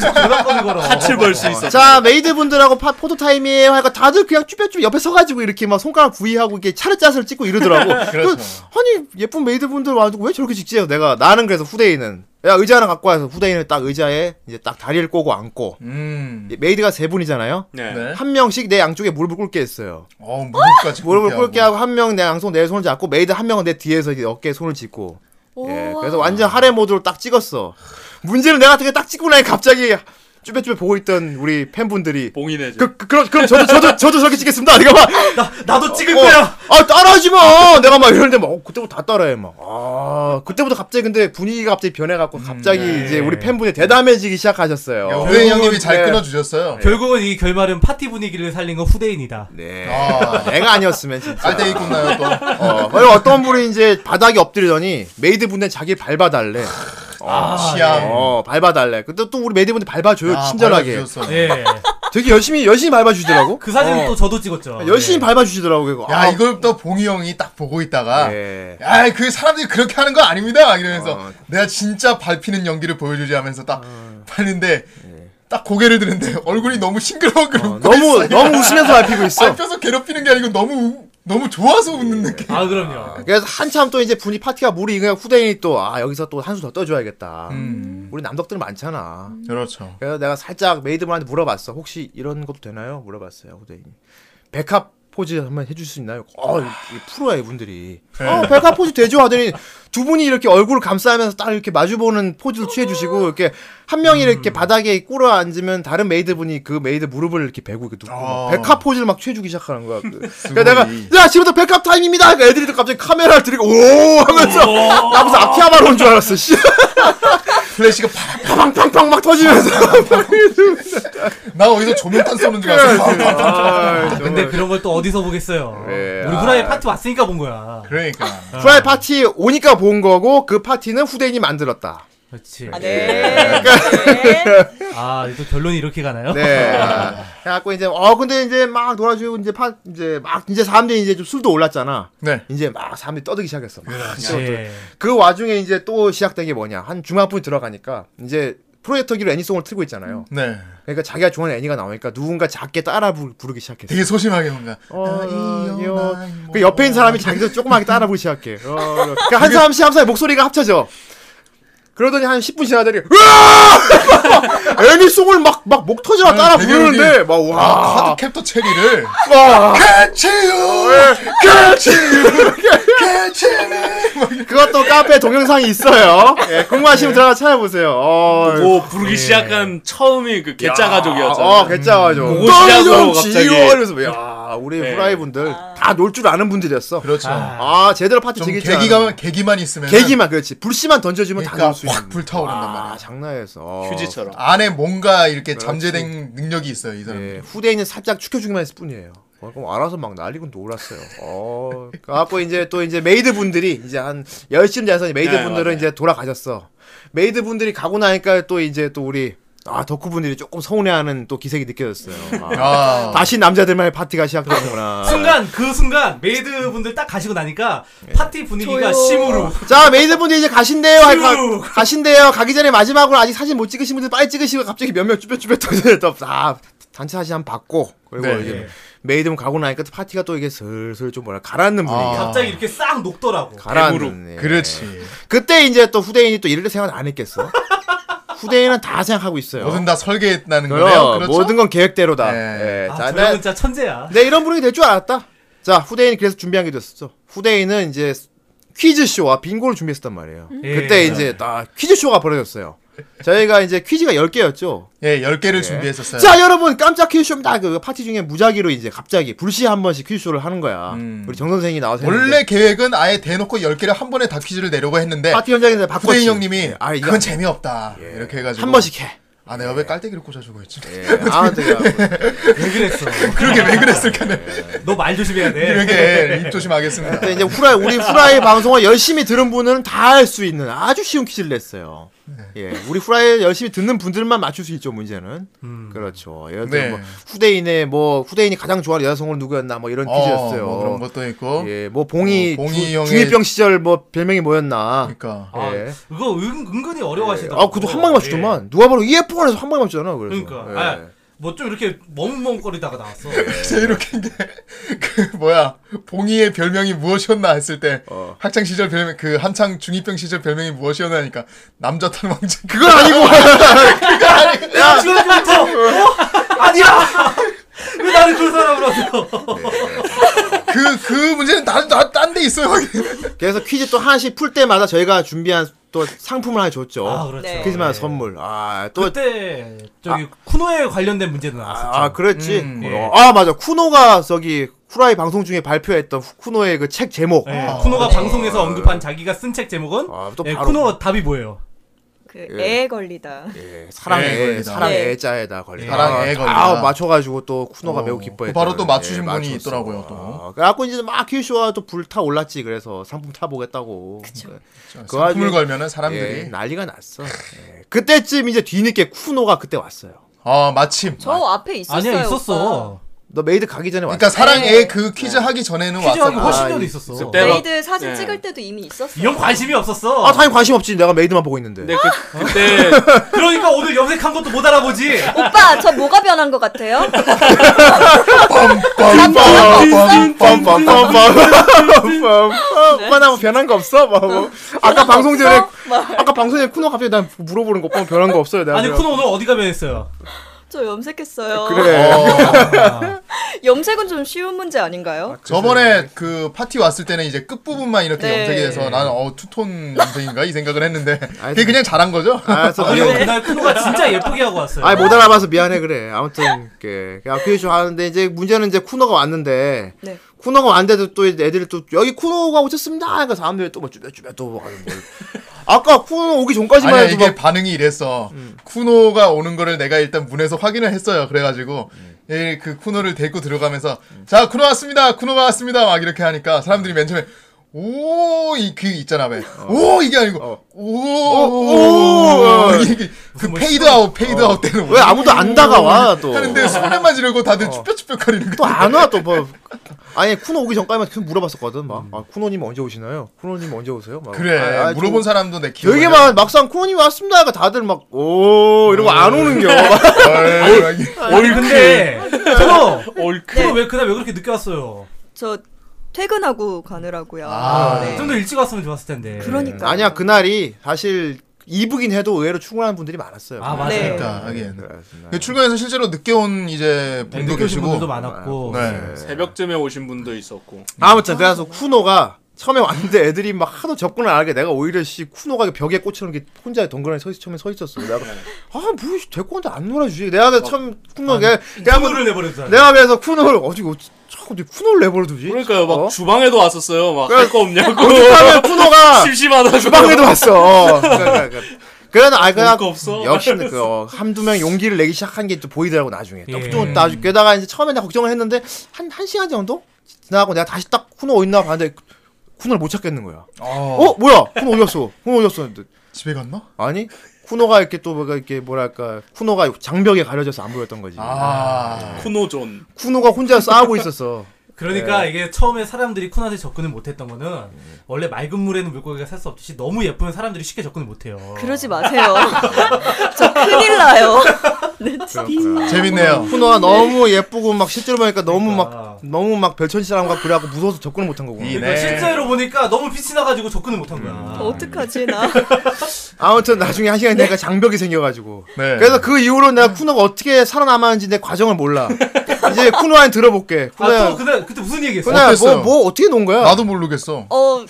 [SPEAKER 4] 전화번호 걸어.
[SPEAKER 6] 팥을 벌 수 있어.
[SPEAKER 3] 자 메이드분들하고 파- 포토타임이에요 하니까 다들 그냥 쭈뼛쭈 옆에 서가지고 이렇게 막 손가락 구이하고 이렇게 차르짜스를 찍고 이러더라고
[SPEAKER 2] 그렇죠.
[SPEAKER 3] 그, 아니 예쁜 메이드분들 와가지고 왜 저렇게 찍지 해서 내가 나는 그래서 후대인은 야 의자 하나 갖고 와서 후대인을 딱 의자에 이제 딱 다리를 꼬고 앉고
[SPEAKER 2] 음.
[SPEAKER 3] 메이드가 세 분이잖아요
[SPEAKER 6] 네.
[SPEAKER 2] 네.
[SPEAKER 3] 한 명씩 내 양쪽에 무릎을 꿇게 했어요
[SPEAKER 2] 어, 무릎까지
[SPEAKER 3] 무릎을 꿇게 하고 한 명 내 양손 내 손을 잡고 메이드 한 명은 내 뒤에서 이제 어깨에 손을 짚고 예,
[SPEAKER 5] 아,
[SPEAKER 3] 그래서 완전 하렘 모드로 딱 찍었어 문제는 내가 되게 딱 찍고 나니 갑자기 쭈뼛쭈뼛 보고 있던 우리 팬분들이
[SPEAKER 6] 봉인해줘.
[SPEAKER 3] 그, 그, 그럼, 그럼 저도, 저도, 저도 저렇게 찍겠습니다. 내가 막,
[SPEAKER 4] 나 나도 찍을
[SPEAKER 3] 어,
[SPEAKER 4] 거야.
[SPEAKER 3] 아, 따라하지 마! 내가 막 이러는데 막, 어, 그때부터 다 따라해, 막. 아, 그때부터 갑자기 근데 분위기가 갑자기 변해갖고, 갑자기 이제 우리 팬분이 대담해지기 시작하셨어요.
[SPEAKER 2] 음, 네. 야, 후대인 형님이 잘
[SPEAKER 3] 네.
[SPEAKER 2] 끊어주셨어요.
[SPEAKER 4] 결국은 이 결말은 파티 분위기를 살린 건 후대인이다.
[SPEAKER 3] 네.
[SPEAKER 2] 아,
[SPEAKER 3] 내가 아니었으면 진짜.
[SPEAKER 2] 알때 입고 나요 또.
[SPEAKER 3] 어, 그리고 어떤 분이 이제 바닥에 엎드리더니, 메이드분들 자기 밟아달래.
[SPEAKER 2] 취향.
[SPEAKER 3] 어, 밟아달래. 근데 또 우리 메이드분들 밟아줘요,
[SPEAKER 2] 아,
[SPEAKER 3] 그 친절하게.
[SPEAKER 2] 받아주셨어.
[SPEAKER 4] 예.
[SPEAKER 3] 되게 열심히, 열심히 밟아주더라고.
[SPEAKER 4] 그 사진
[SPEAKER 3] 어.
[SPEAKER 4] 또 네. 저도 찍었죠.
[SPEAKER 3] 열심히 밟아주시더라고, 이거.
[SPEAKER 2] 야,
[SPEAKER 3] 아,
[SPEAKER 2] 이걸 또 봉이 형이 딱 보고 있다가.
[SPEAKER 3] 예.
[SPEAKER 2] 야, 그 사람들이 그렇게 하는 거 아닙니다. 이러면서
[SPEAKER 3] 어.
[SPEAKER 2] 내가 진짜 밟히는 연기를 보여주지 하면서 딱 봤는데 딱 고개를 드는데 얼굴이 너무 싱그러워.
[SPEAKER 3] 예. 어, 너무, 너무 웃으면서 밟히고 있어. 예.
[SPEAKER 2] 밟혀서 괴롭히는 게 아니고 너무 우- 너무 좋아서 웃는 느낌.
[SPEAKER 4] 아 그럼요.
[SPEAKER 3] 그래서 한참 또 이제 분위 파티가 물이 익으니까 후대인이 또 아 여기서 또 한수 더 떠줘야겠다.
[SPEAKER 2] 음.
[SPEAKER 3] 우리 남덕들 많잖아.
[SPEAKER 2] 그렇죠.
[SPEAKER 3] 그래서 내가 살짝 메이드분한테 물어봤어. 혹시 이런 것도 되나요? 물어봤어요 후대인이. 백합 포즈 한번 해줄 수 있나요? 어, 이- 이 프로야 이분들이. 어, 백합 포즈 되죠 하더니 두 분이 이렇게 얼굴을 감싸면서 딱 이렇게 마주보는 포즈를 취해주시고 이렇게 한 명이 이렇게 바닥에 꿇어 앉으면 다른 메이드분이 그 메이드 무릎을 이렇게 베고 이렇게 눕고 막
[SPEAKER 2] 어.
[SPEAKER 3] 백합 포즈를 막 취해주기 시작하는 거야. 그러니까 내가 야 지금부터 백합 타임입니다. 그러니까 애들이 또 갑자기 카메라를 들이고 오 하면서 나 무슨 아키하바로 온 줄 알았어. 씨.
[SPEAKER 2] 플래시가 팍.
[SPEAKER 3] 팡팡팡 막 터지면서.
[SPEAKER 2] 나 어디서 조명탄 쏘는 줄 알았어.
[SPEAKER 3] 아,
[SPEAKER 4] 근데 그런 걸 또 어디서 보겠어요.
[SPEAKER 3] 예,
[SPEAKER 4] 우리 후라이 파티 왔으니까 본 거야.
[SPEAKER 2] 그러니까.
[SPEAKER 3] 프라이 파티 오니까 본 거고 그 파티는 후대인이 만들었다.
[SPEAKER 4] 그렇지.
[SPEAKER 5] 아,
[SPEAKER 3] 예.
[SPEAKER 5] 네. 네.
[SPEAKER 4] 아, 또 결론이 이렇게 가나요?
[SPEAKER 3] 네. 그래갖고 이제 어 근데 이제 막 놀아주고 이제 파 이제 막 이제 사람들이 이제 좀 술도 올랐잖아.
[SPEAKER 2] 네.
[SPEAKER 3] 이제 막 사람들이 떠들기 시작했어. 막.
[SPEAKER 5] 네.
[SPEAKER 4] 예.
[SPEAKER 3] 그 와중에 이제 또 시작된 게 뭐냐 한 중앙부에 들어가니까 이제 프로젝터기로 애니송을 틀고 있잖아요.
[SPEAKER 2] 네.
[SPEAKER 3] 그러니까 자기가 좋아하는 애니가 나오니까 누군가 작게 따라 부- 부르기 시작했어.
[SPEAKER 2] 되게 소심하게 뭔가. 아,
[SPEAKER 3] 어, 요. 그 옆에 있는 사람이 자기도 조그맣게 따라 부르기 시작해. 어, 그러니까 한 사람씩 한 사람의 목소리가 합쳐져. 그러더니 한 10분 지나더니 으아! 애니송을 막 막 목 터지나 따라
[SPEAKER 2] 배경이-
[SPEAKER 3] 부르는데 막
[SPEAKER 2] 아,
[SPEAKER 3] 와.
[SPEAKER 2] 카드 캡터 체리를
[SPEAKER 3] 와.
[SPEAKER 2] 캐치유 캐치유 캐치미
[SPEAKER 3] 그것도 카페 동영상이 있어요. 예, 궁금하시면 들어가 찾아보세요. 어.
[SPEAKER 6] 오 부르기 시작한 처음이 그 개짜 가족이었잖아요.
[SPEAKER 3] 어, 괜찮아죠.
[SPEAKER 6] 그거 시작으로 갑자기.
[SPEAKER 3] 이러면서 야, 우리
[SPEAKER 6] 네.
[SPEAKER 3] 후라이 분들 다 놀 줄 아는 분들이었어.
[SPEAKER 2] 그렇죠
[SPEAKER 3] 아, 제대로 파티
[SPEAKER 2] 좀
[SPEAKER 3] 즐기지 않아.
[SPEAKER 2] 계기만 계기만 있으면
[SPEAKER 3] 계기만 그렇지. 불씨만 던져주면
[SPEAKER 2] 그러니까
[SPEAKER 3] 다놀수 있는.
[SPEAKER 2] 확 불타오른단
[SPEAKER 3] 아,
[SPEAKER 2] 말이야
[SPEAKER 3] 장난해서. 어.
[SPEAKER 6] 휴지처럼.
[SPEAKER 2] 안에 뭔가 이렇게 잠재된 능력이 있어요 이 사람
[SPEAKER 6] 음.
[SPEAKER 3] 예, 후대인은 살짝 축혀주기만 했을 뿐이에요. 어, 그럼 알아서 막 날리고 놀았어요. 어, 그래갖고 이제 또 이제 메이드 분들이 이제 한 10시쯤 돼서 메이드
[SPEAKER 6] 네,
[SPEAKER 3] 분들은
[SPEAKER 6] 맞아요.
[SPEAKER 3] 이제 돌아가셨어. 메이드 분들이 가고 나니까 또 이제 또 우리, 아, 덕후 분들이 조금 서운해하는 또 기색이 느껴졌어요. 아,
[SPEAKER 2] 아
[SPEAKER 3] 다시 남자들만의 파티가 시작되는구나.
[SPEAKER 4] 순간 그 순간 메이드 분들 딱 가시고 나니까
[SPEAKER 3] 네.
[SPEAKER 4] 파티 분위기가
[SPEAKER 5] 저요. 아.
[SPEAKER 4] 심으로
[SPEAKER 3] 자, 메이드분들 이제 가신대요. 할 거,
[SPEAKER 4] 휴.
[SPEAKER 3] 가신대요. 가기 전에 마지막으로 아직 사진 못 찍으신 분들 빨리 찍으시고 갑자기 몇몇 쭈뼛쭈뼛 터져요. 또, 아, 단체 사진 한 번 받고. 그리고
[SPEAKER 2] 네.
[SPEAKER 3] 이제 메이드분 가고 나니까 또 파티가 또 이게 슬슬 좀 뭐랄까, 가라앉는 분위기야.
[SPEAKER 4] 갑자기 이렇게 싹 녹더라고.
[SPEAKER 3] 가라앉는. 예.
[SPEAKER 2] 아, 네. 그렇지
[SPEAKER 3] 그때 이제 또 후대인이 또 이럴 생각 안 했겠어. 후대인은 다 생각하고 있어요.
[SPEAKER 2] 뭐든 다 설계했다는
[SPEAKER 3] 그럼
[SPEAKER 2] 거네요 그렇죠
[SPEAKER 3] 모든 건 계획대로다.
[SPEAKER 2] 네.
[SPEAKER 3] 예.
[SPEAKER 4] 아,
[SPEAKER 3] 자,
[SPEAKER 4] 저
[SPEAKER 3] 나-
[SPEAKER 4] 형은 진짜 천재야.
[SPEAKER 3] 네, 이런 분위기 될 줄 알았다. 자, 후대인이 그래서 준비한 게 됐었죠. 후대인은 이제 퀴즈쇼와 빙고를 준비했단 말이에요.
[SPEAKER 4] 예.
[SPEAKER 3] 그때 이제 딱 퀴즈쇼가 벌어졌어요. 저희가 이제 퀴즈가 10개였죠.
[SPEAKER 2] 예 10개를 준비했었어요
[SPEAKER 3] 자, 여러분, 깜짝 퀴즈쇼입니다. 그 파티 중에 무작위로 이제 갑자기 불시 한 번씩 퀴즈쇼를 하는 거야.
[SPEAKER 2] 음.
[SPEAKER 3] 우리 정선생이 나와서.
[SPEAKER 2] 원래
[SPEAKER 3] 했는데
[SPEAKER 2] 계획은 아예 대놓고 10개를 한 번에 다 퀴즈를 내려고 했는데
[SPEAKER 3] 파티 현장에서 아, 바꿨지.
[SPEAKER 2] 후대인 형님이
[SPEAKER 3] 아, 이거
[SPEAKER 2] 그건 재미없다 이렇게 해가지고 예.
[SPEAKER 3] 한 번씩 예. 해.
[SPEAKER 2] 아 내가 왜 깔때기를 꽂아주고 했지
[SPEAKER 3] 아, 내가.
[SPEAKER 4] 왜 그랬어?
[SPEAKER 2] 그러게 왜 그랬을까네
[SPEAKER 4] 너 말 조심해야 돼.
[SPEAKER 2] 그러게 입 조심하겠습니다
[SPEAKER 3] 근데 이제 후라이, 우리 후라이 방송을 열심히 들은 분은 다 할 수 있는 아주 쉬운 퀴즈를 냈어요.
[SPEAKER 2] 네.
[SPEAKER 3] 예. 우리 후라이 열심히 듣는 분들만 맞출 수 있죠, 문제는.
[SPEAKER 4] 음.
[SPEAKER 3] 그렇죠. 예를 들어
[SPEAKER 2] 네.
[SPEAKER 3] 뭐 후대인의 뭐 후대인이 가장 좋아하는 여성은 누구였나 뭐 이런 퀴즈였어요.
[SPEAKER 2] 뭐 그런 것도 있고
[SPEAKER 3] 예, 뭐 봉이,
[SPEAKER 2] 어, 봉이
[SPEAKER 3] 주-
[SPEAKER 2] 형의-
[SPEAKER 3] 중이병 시절 뭐 별명이 뭐였나.
[SPEAKER 2] 그러니까
[SPEAKER 4] 아,
[SPEAKER 3] 예.
[SPEAKER 4] 그거 은, 은근히 어려워하시더라고.
[SPEAKER 3] 아, 그도 한 방에 맞추더만.
[SPEAKER 2] 예.
[SPEAKER 3] 누가 봐도 이해폰 해서 한 방에 맞추잖아. 그래서.
[SPEAKER 4] 그러니까.
[SPEAKER 3] 예.
[SPEAKER 4] 아, 뭐 좀 이렇게 멍멍거리다가 나왔어.
[SPEAKER 2] 제일 웃긴 게그 뭐야 봉이의 별명이 무엇이었나 했을 때
[SPEAKER 3] 어.
[SPEAKER 2] 학창 시절 별명 그 한창 중이병 시절 별명이 무엇이었나 하니까 남자 탈망자
[SPEAKER 3] 그건 아니고.
[SPEAKER 4] 야, 지금부터 어? 아니야. 왜 나를 그 사람으로 써?
[SPEAKER 2] 그그 문제는 다딴 데 있어요
[SPEAKER 3] 그래서 퀴즈 또 하나씩 풀 때마다 저희가 준비한 또 상품을 하나 줬죠.
[SPEAKER 4] 아, 그렇죠.
[SPEAKER 5] 네.
[SPEAKER 3] 퀴즈마다 선물. 아, 또
[SPEAKER 4] 그때 저기 쿠노에 관련된 문제도 나왔었죠.
[SPEAKER 3] 아, 그렇지.
[SPEAKER 2] 음,
[SPEAKER 3] 어, 아, 맞아. 쿠노가 저기 후라이 방송 중에 발표했던 후- 쿠노의 그 책 제목.
[SPEAKER 4] 예,
[SPEAKER 5] 아, 네.
[SPEAKER 4] 쿠노가 방송에서 언급한 자기가 쓴 책 제목은
[SPEAKER 3] 아, 또
[SPEAKER 4] 예,
[SPEAKER 3] 바로-
[SPEAKER 4] 쿠노 답이 뭐예요?
[SPEAKER 5] 그
[SPEAKER 3] 예.
[SPEAKER 5] 애에 걸리다.
[SPEAKER 3] 예,
[SPEAKER 2] 예,
[SPEAKER 3] 사랑의
[SPEAKER 2] 걸리다. 예,
[SPEAKER 3] 사랑의
[SPEAKER 5] 네.
[SPEAKER 3] 애자에다 걸리다.
[SPEAKER 2] 사랑의 걸리다.
[SPEAKER 3] 아, 맞춰가지고 또 쿠노가
[SPEAKER 2] 어,
[SPEAKER 3] 매우 기뻐했.
[SPEAKER 2] 바로 또 맞추신 분이 있더라고요, 또.
[SPEAKER 3] 어, 그래갖고 이제 막 퀴즈쇼가 또 불타 올랐지. 그래서 상품 타 보겠다고. 그쵸. 그
[SPEAKER 2] 상품을
[SPEAKER 3] 와중에-
[SPEAKER 2] 걸면은
[SPEAKER 3] 예,
[SPEAKER 2] 사람들이
[SPEAKER 3] 난리가 났어. 예. 그때쯤 이제 뒤늦게 쿠노가 그때 왔어요.
[SPEAKER 2] 아 마침
[SPEAKER 5] 저 앞에 있었어요.
[SPEAKER 4] 아니야 있었어.
[SPEAKER 3] 너 메이드 가기 전에 왔어.
[SPEAKER 2] 그러니까 사랑의 그 퀴즈 하기 전에는
[SPEAKER 4] 퀴즈 하기
[SPEAKER 2] 왔어
[SPEAKER 4] 훨씬
[SPEAKER 3] 아,
[SPEAKER 4] 전에
[SPEAKER 3] 이-
[SPEAKER 4] 있었어.
[SPEAKER 6] 그때-
[SPEAKER 5] 메이드 사진
[SPEAKER 6] 네.
[SPEAKER 5] 찍을 때도 이미 있었어.
[SPEAKER 4] 이 형 관심이 없었어.
[SPEAKER 3] 아, 당연히 관심 없지. 내가 메이드만 보고 있는데.
[SPEAKER 6] 근데
[SPEAKER 3] 아.
[SPEAKER 6] 그, 그때
[SPEAKER 4] 그러니까 오늘 염색한 것도 못 알아보지.
[SPEAKER 5] 오빠 저 뭐가 변한 것 같아요?
[SPEAKER 3] 빰빰빰빰빰빰빰 나뭐 변한 거 없어? 막 뭐. 아까 방송 전에
[SPEAKER 5] 막.
[SPEAKER 3] 아까 방송 전에 쿠노 갑자기 난 물어보는 거 오빠 뭐 변한 거 없어요? 내가
[SPEAKER 4] 아니
[SPEAKER 3] 그래갖고.
[SPEAKER 4] 쿠노 오늘 어디가 변했어요?
[SPEAKER 5] 저 염색했어요.
[SPEAKER 3] 그래
[SPEAKER 5] 염색은 좀 쉬운 문제 아닌가요?
[SPEAKER 2] 저번에 그 파티 왔을 때는 이제 끝부분만 이렇게
[SPEAKER 5] 네.
[SPEAKER 2] 염색이 돼서 나는 어 투톤 염색인가 이 생각을 했는데
[SPEAKER 3] 아이,
[SPEAKER 2] 그게 그냥 잘한 거죠?
[SPEAKER 3] 아, 뭐, 그래서
[SPEAKER 4] 그리고
[SPEAKER 3] 그냥
[SPEAKER 4] 그날 쿠노가 진짜 예쁘게 하고 왔어요.
[SPEAKER 3] 아이 못 알아봐서 미안해 그래 아무튼 이렇게 그냥 퀴즈 하는데 이제 문제는 이제 쿠노가 왔는데
[SPEAKER 5] 네.
[SPEAKER 3] 쿠노가 왔는데도 또 이제 애들이 또 여기 쿠노가 오셨습니다 그러니까 사람들이 또뭐 쭈뼛쭈뼛 또 하는 거 아까 쿠노 오기 전까지만 음.
[SPEAKER 2] 아니야
[SPEAKER 3] 해도 뭐
[SPEAKER 2] 이게
[SPEAKER 3] 막
[SPEAKER 2] 반응이 이랬어. 쿠노가 오는 거를 내가 일단 문에서 확인을 했어요. 그래가지고
[SPEAKER 3] 음.
[SPEAKER 2] 예, 그 쿠노를 데리고 들어가면서 자 쿠노 왔습니다. 쿠노가 왔습니다. 막 이렇게 하니까 사람들이 맨 처음에 오이 그 있잖아 왜? 오 이게 아니고
[SPEAKER 3] 어, 어.
[SPEAKER 2] 오오그 페이드 아웃 페이드 아웃 때는
[SPEAKER 3] 왜 아무도 안 다가와 또
[SPEAKER 2] 음. 하는데 소리만 지르고 다들 쭈뼛쭈뼛거리는 거.
[SPEAKER 3] 또 안 와 또 뭐. 아니 쿠노 오기 전까지만 계속 물어봤었거든 막 아, 쿠노님 언제 오시나요? 쿠노님 언제 오세요? 막,
[SPEAKER 2] 그래
[SPEAKER 3] 아, 아,
[SPEAKER 2] 물어본
[SPEAKER 3] 좀-
[SPEAKER 2] 사람도 내 기억.
[SPEAKER 3] 되게 막 막상 쿠노님 왔습니다 하니까 다들 막 오 이러고 안
[SPEAKER 2] 음.
[SPEAKER 3] 오는 겨 막.
[SPEAKER 2] 어, 예,
[SPEAKER 4] 아니, 근데
[SPEAKER 3] 아,
[SPEAKER 4] 쿠노
[SPEAKER 6] 올크
[SPEAKER 4] 쿠노 왜 그날 왜 그렇게 늦게 왔어요?
[SPEAKER 5] 저 퇴근하고 가느라고요.
[SPEAKER 2] 아.
[SPEAKER 5] 네.
[SPEAKER 4] 좀 더 일찍 왔으면 좋았을 텐데.
[SPEAKER 5] 그러니까.
[SPEAKER 3] 아니야 그날이 음. 사실 이북인 해도 의외로 출근하는 분들이 많았어요.
[SPEAKER 4] 아 맞아요.
[SPEAKER 5] 네.
[SPEAKER 2] 그러니까 하긴.
[SPEAKER 3] 그렇습니다.
[SPEAKER 2] 네, 출근해서 실제로 늦게 온 이제
[SPEAKER 4] 네,
[SPEAKER 2] 분도
[SPEAKER 4] 늦게 오신 분들도
[SPEAKER 2] 계시고.
[SPEAKER 4] 많았고.
[SPEAKER 2] 네.
[SPEAKER 6] 새벽쯤에 오신 분도 있었고.
[SPEAKER 3] 아무튼 그래서 쿠노가 처음에 왔는데 애들이 막 하도 접근을 안 하게 내가 오히려 씨 쿠노가 벽에 꽂혀놓은 게 혼자 덩그러니 서 있- 처음에 서 있었어. 내가
[SPEAKER 6] 네.
[SPEAKER 3] 아뭐 데리고 온데 안 놀아주지. 내가
[SPEAKER 6] 어.
[SPEAKER 3] 처음
[SPEAKER 6] 아,
[SPEAKER 3] 쿠노가 내가
[SPEAKER 4] 쿠노를 내버렸잖아요.
[SPEAKER 3] 내가 그래서 쿠노를 어디 어디 자꾸 쿠노를 내버려두지.
[SPEAKER 6] 그러니까요, 막
[SPEAKER 3] 어?
[SPEAKER 6] 주방에도 왔었어요. 막 할 거 없냐고.
[SPEAKER 3] 하면 쿠노가
[SPEAKER 6] 심심하다고.
[SPEAKER 3] 아. 주방에도 왔어. 어. 그러니까, 그러니까. 그래도 아 그냥
[SPEAKER 6] 볼거 없어.
[SPEAKER 3] 역시 그 어, 한두 명 용기를 내기 시작한 게 또 보이더라고 나중에.
[SPEAKER 4] 예.
[SPEAKER 3] 좀좀 나중에 게다가 이제 처음에 내가 걱정을 했는데 한 한 시간 정도 지나고 내가 다시 딱 쿠노 어디 있나 봤는데 쿠노를 못 찾겠는 거야.
[SPEAKER 2] 어,
[SPEAKER 3] 어 뭐야 쿠노 어디 갔어? 쿠노 어디 갔어? 근데
[SPEAKER 2] 집에 갔나?
[SPEAKER 3] 아니 쿠노가 이렇게 또 뭐가 이렇게 뭐랄까 쿠노가 장벽에 가려져서 안 보였던 거지.
[SPEAKER 2] 아.
[SPEAKER 6] 쿠노존.
[SPEAKER 3] 쿠노가 혼자 싸우고 있었어.
[SPEAKER 4] 그러니까 이게 처음에 사람들이 쿠노한테 접근을 못했던 거는 원래 맑은 물에는 물고기가 살 수 없듯이 너무 예쁘면 사람들이 쉽게 접근을 못해요.
[SPEAKER 5] 그러지 마세요. 저 큰일 나요. 네,
[SPEAKER 2] 재밌네요.
[SPEAKER 3] 쿠노가 너무 예쁘고 막 실제로 보니까 너무
[SPEAKER 4] 그러니까.
[SPEAKER 3] 막 너무 막 별천지 사람과 그래갖고 무서워서 접근을 못한 거구나.
[SPEAKER 2] 이-
[SPEAKER 4] 그러니까
[SPEAKER 2] 네.
[SPEAKER 4] 실제로 보니까 너무 빛이 나가지고 접근을 못한 거야.
[SPEAKER 5] 어떡하지 나.
[SPEAKER 3] 아무튼 나중에 한
[SPEAKER 5] 네.
[SPEAKER 3] 시간 내가 장벽이 생겨가지고.
[SPEAKER 2] 네.
[SPEAKER 3] 그래서 그 이후로 내가 쿠노가 어떻게 살아남았는지 내 과정을 몰라. 이제 쿠노한테 들어볼게.
[SPEAKER 4] 아, 또
[SPEAKER 3] 쿠노야,
[SPEAKER 4] 그날 그때 무슨 얘기했어?
[SPEAKER 3] 쿠노야 뭐,
[SPEAKER 2] 어땠어요?
[SPEAKER 3] 뭐 어떻게 논 거야?
[SPEAKER 2] 나도 모르겠어.
[SPEAKER 5] 어,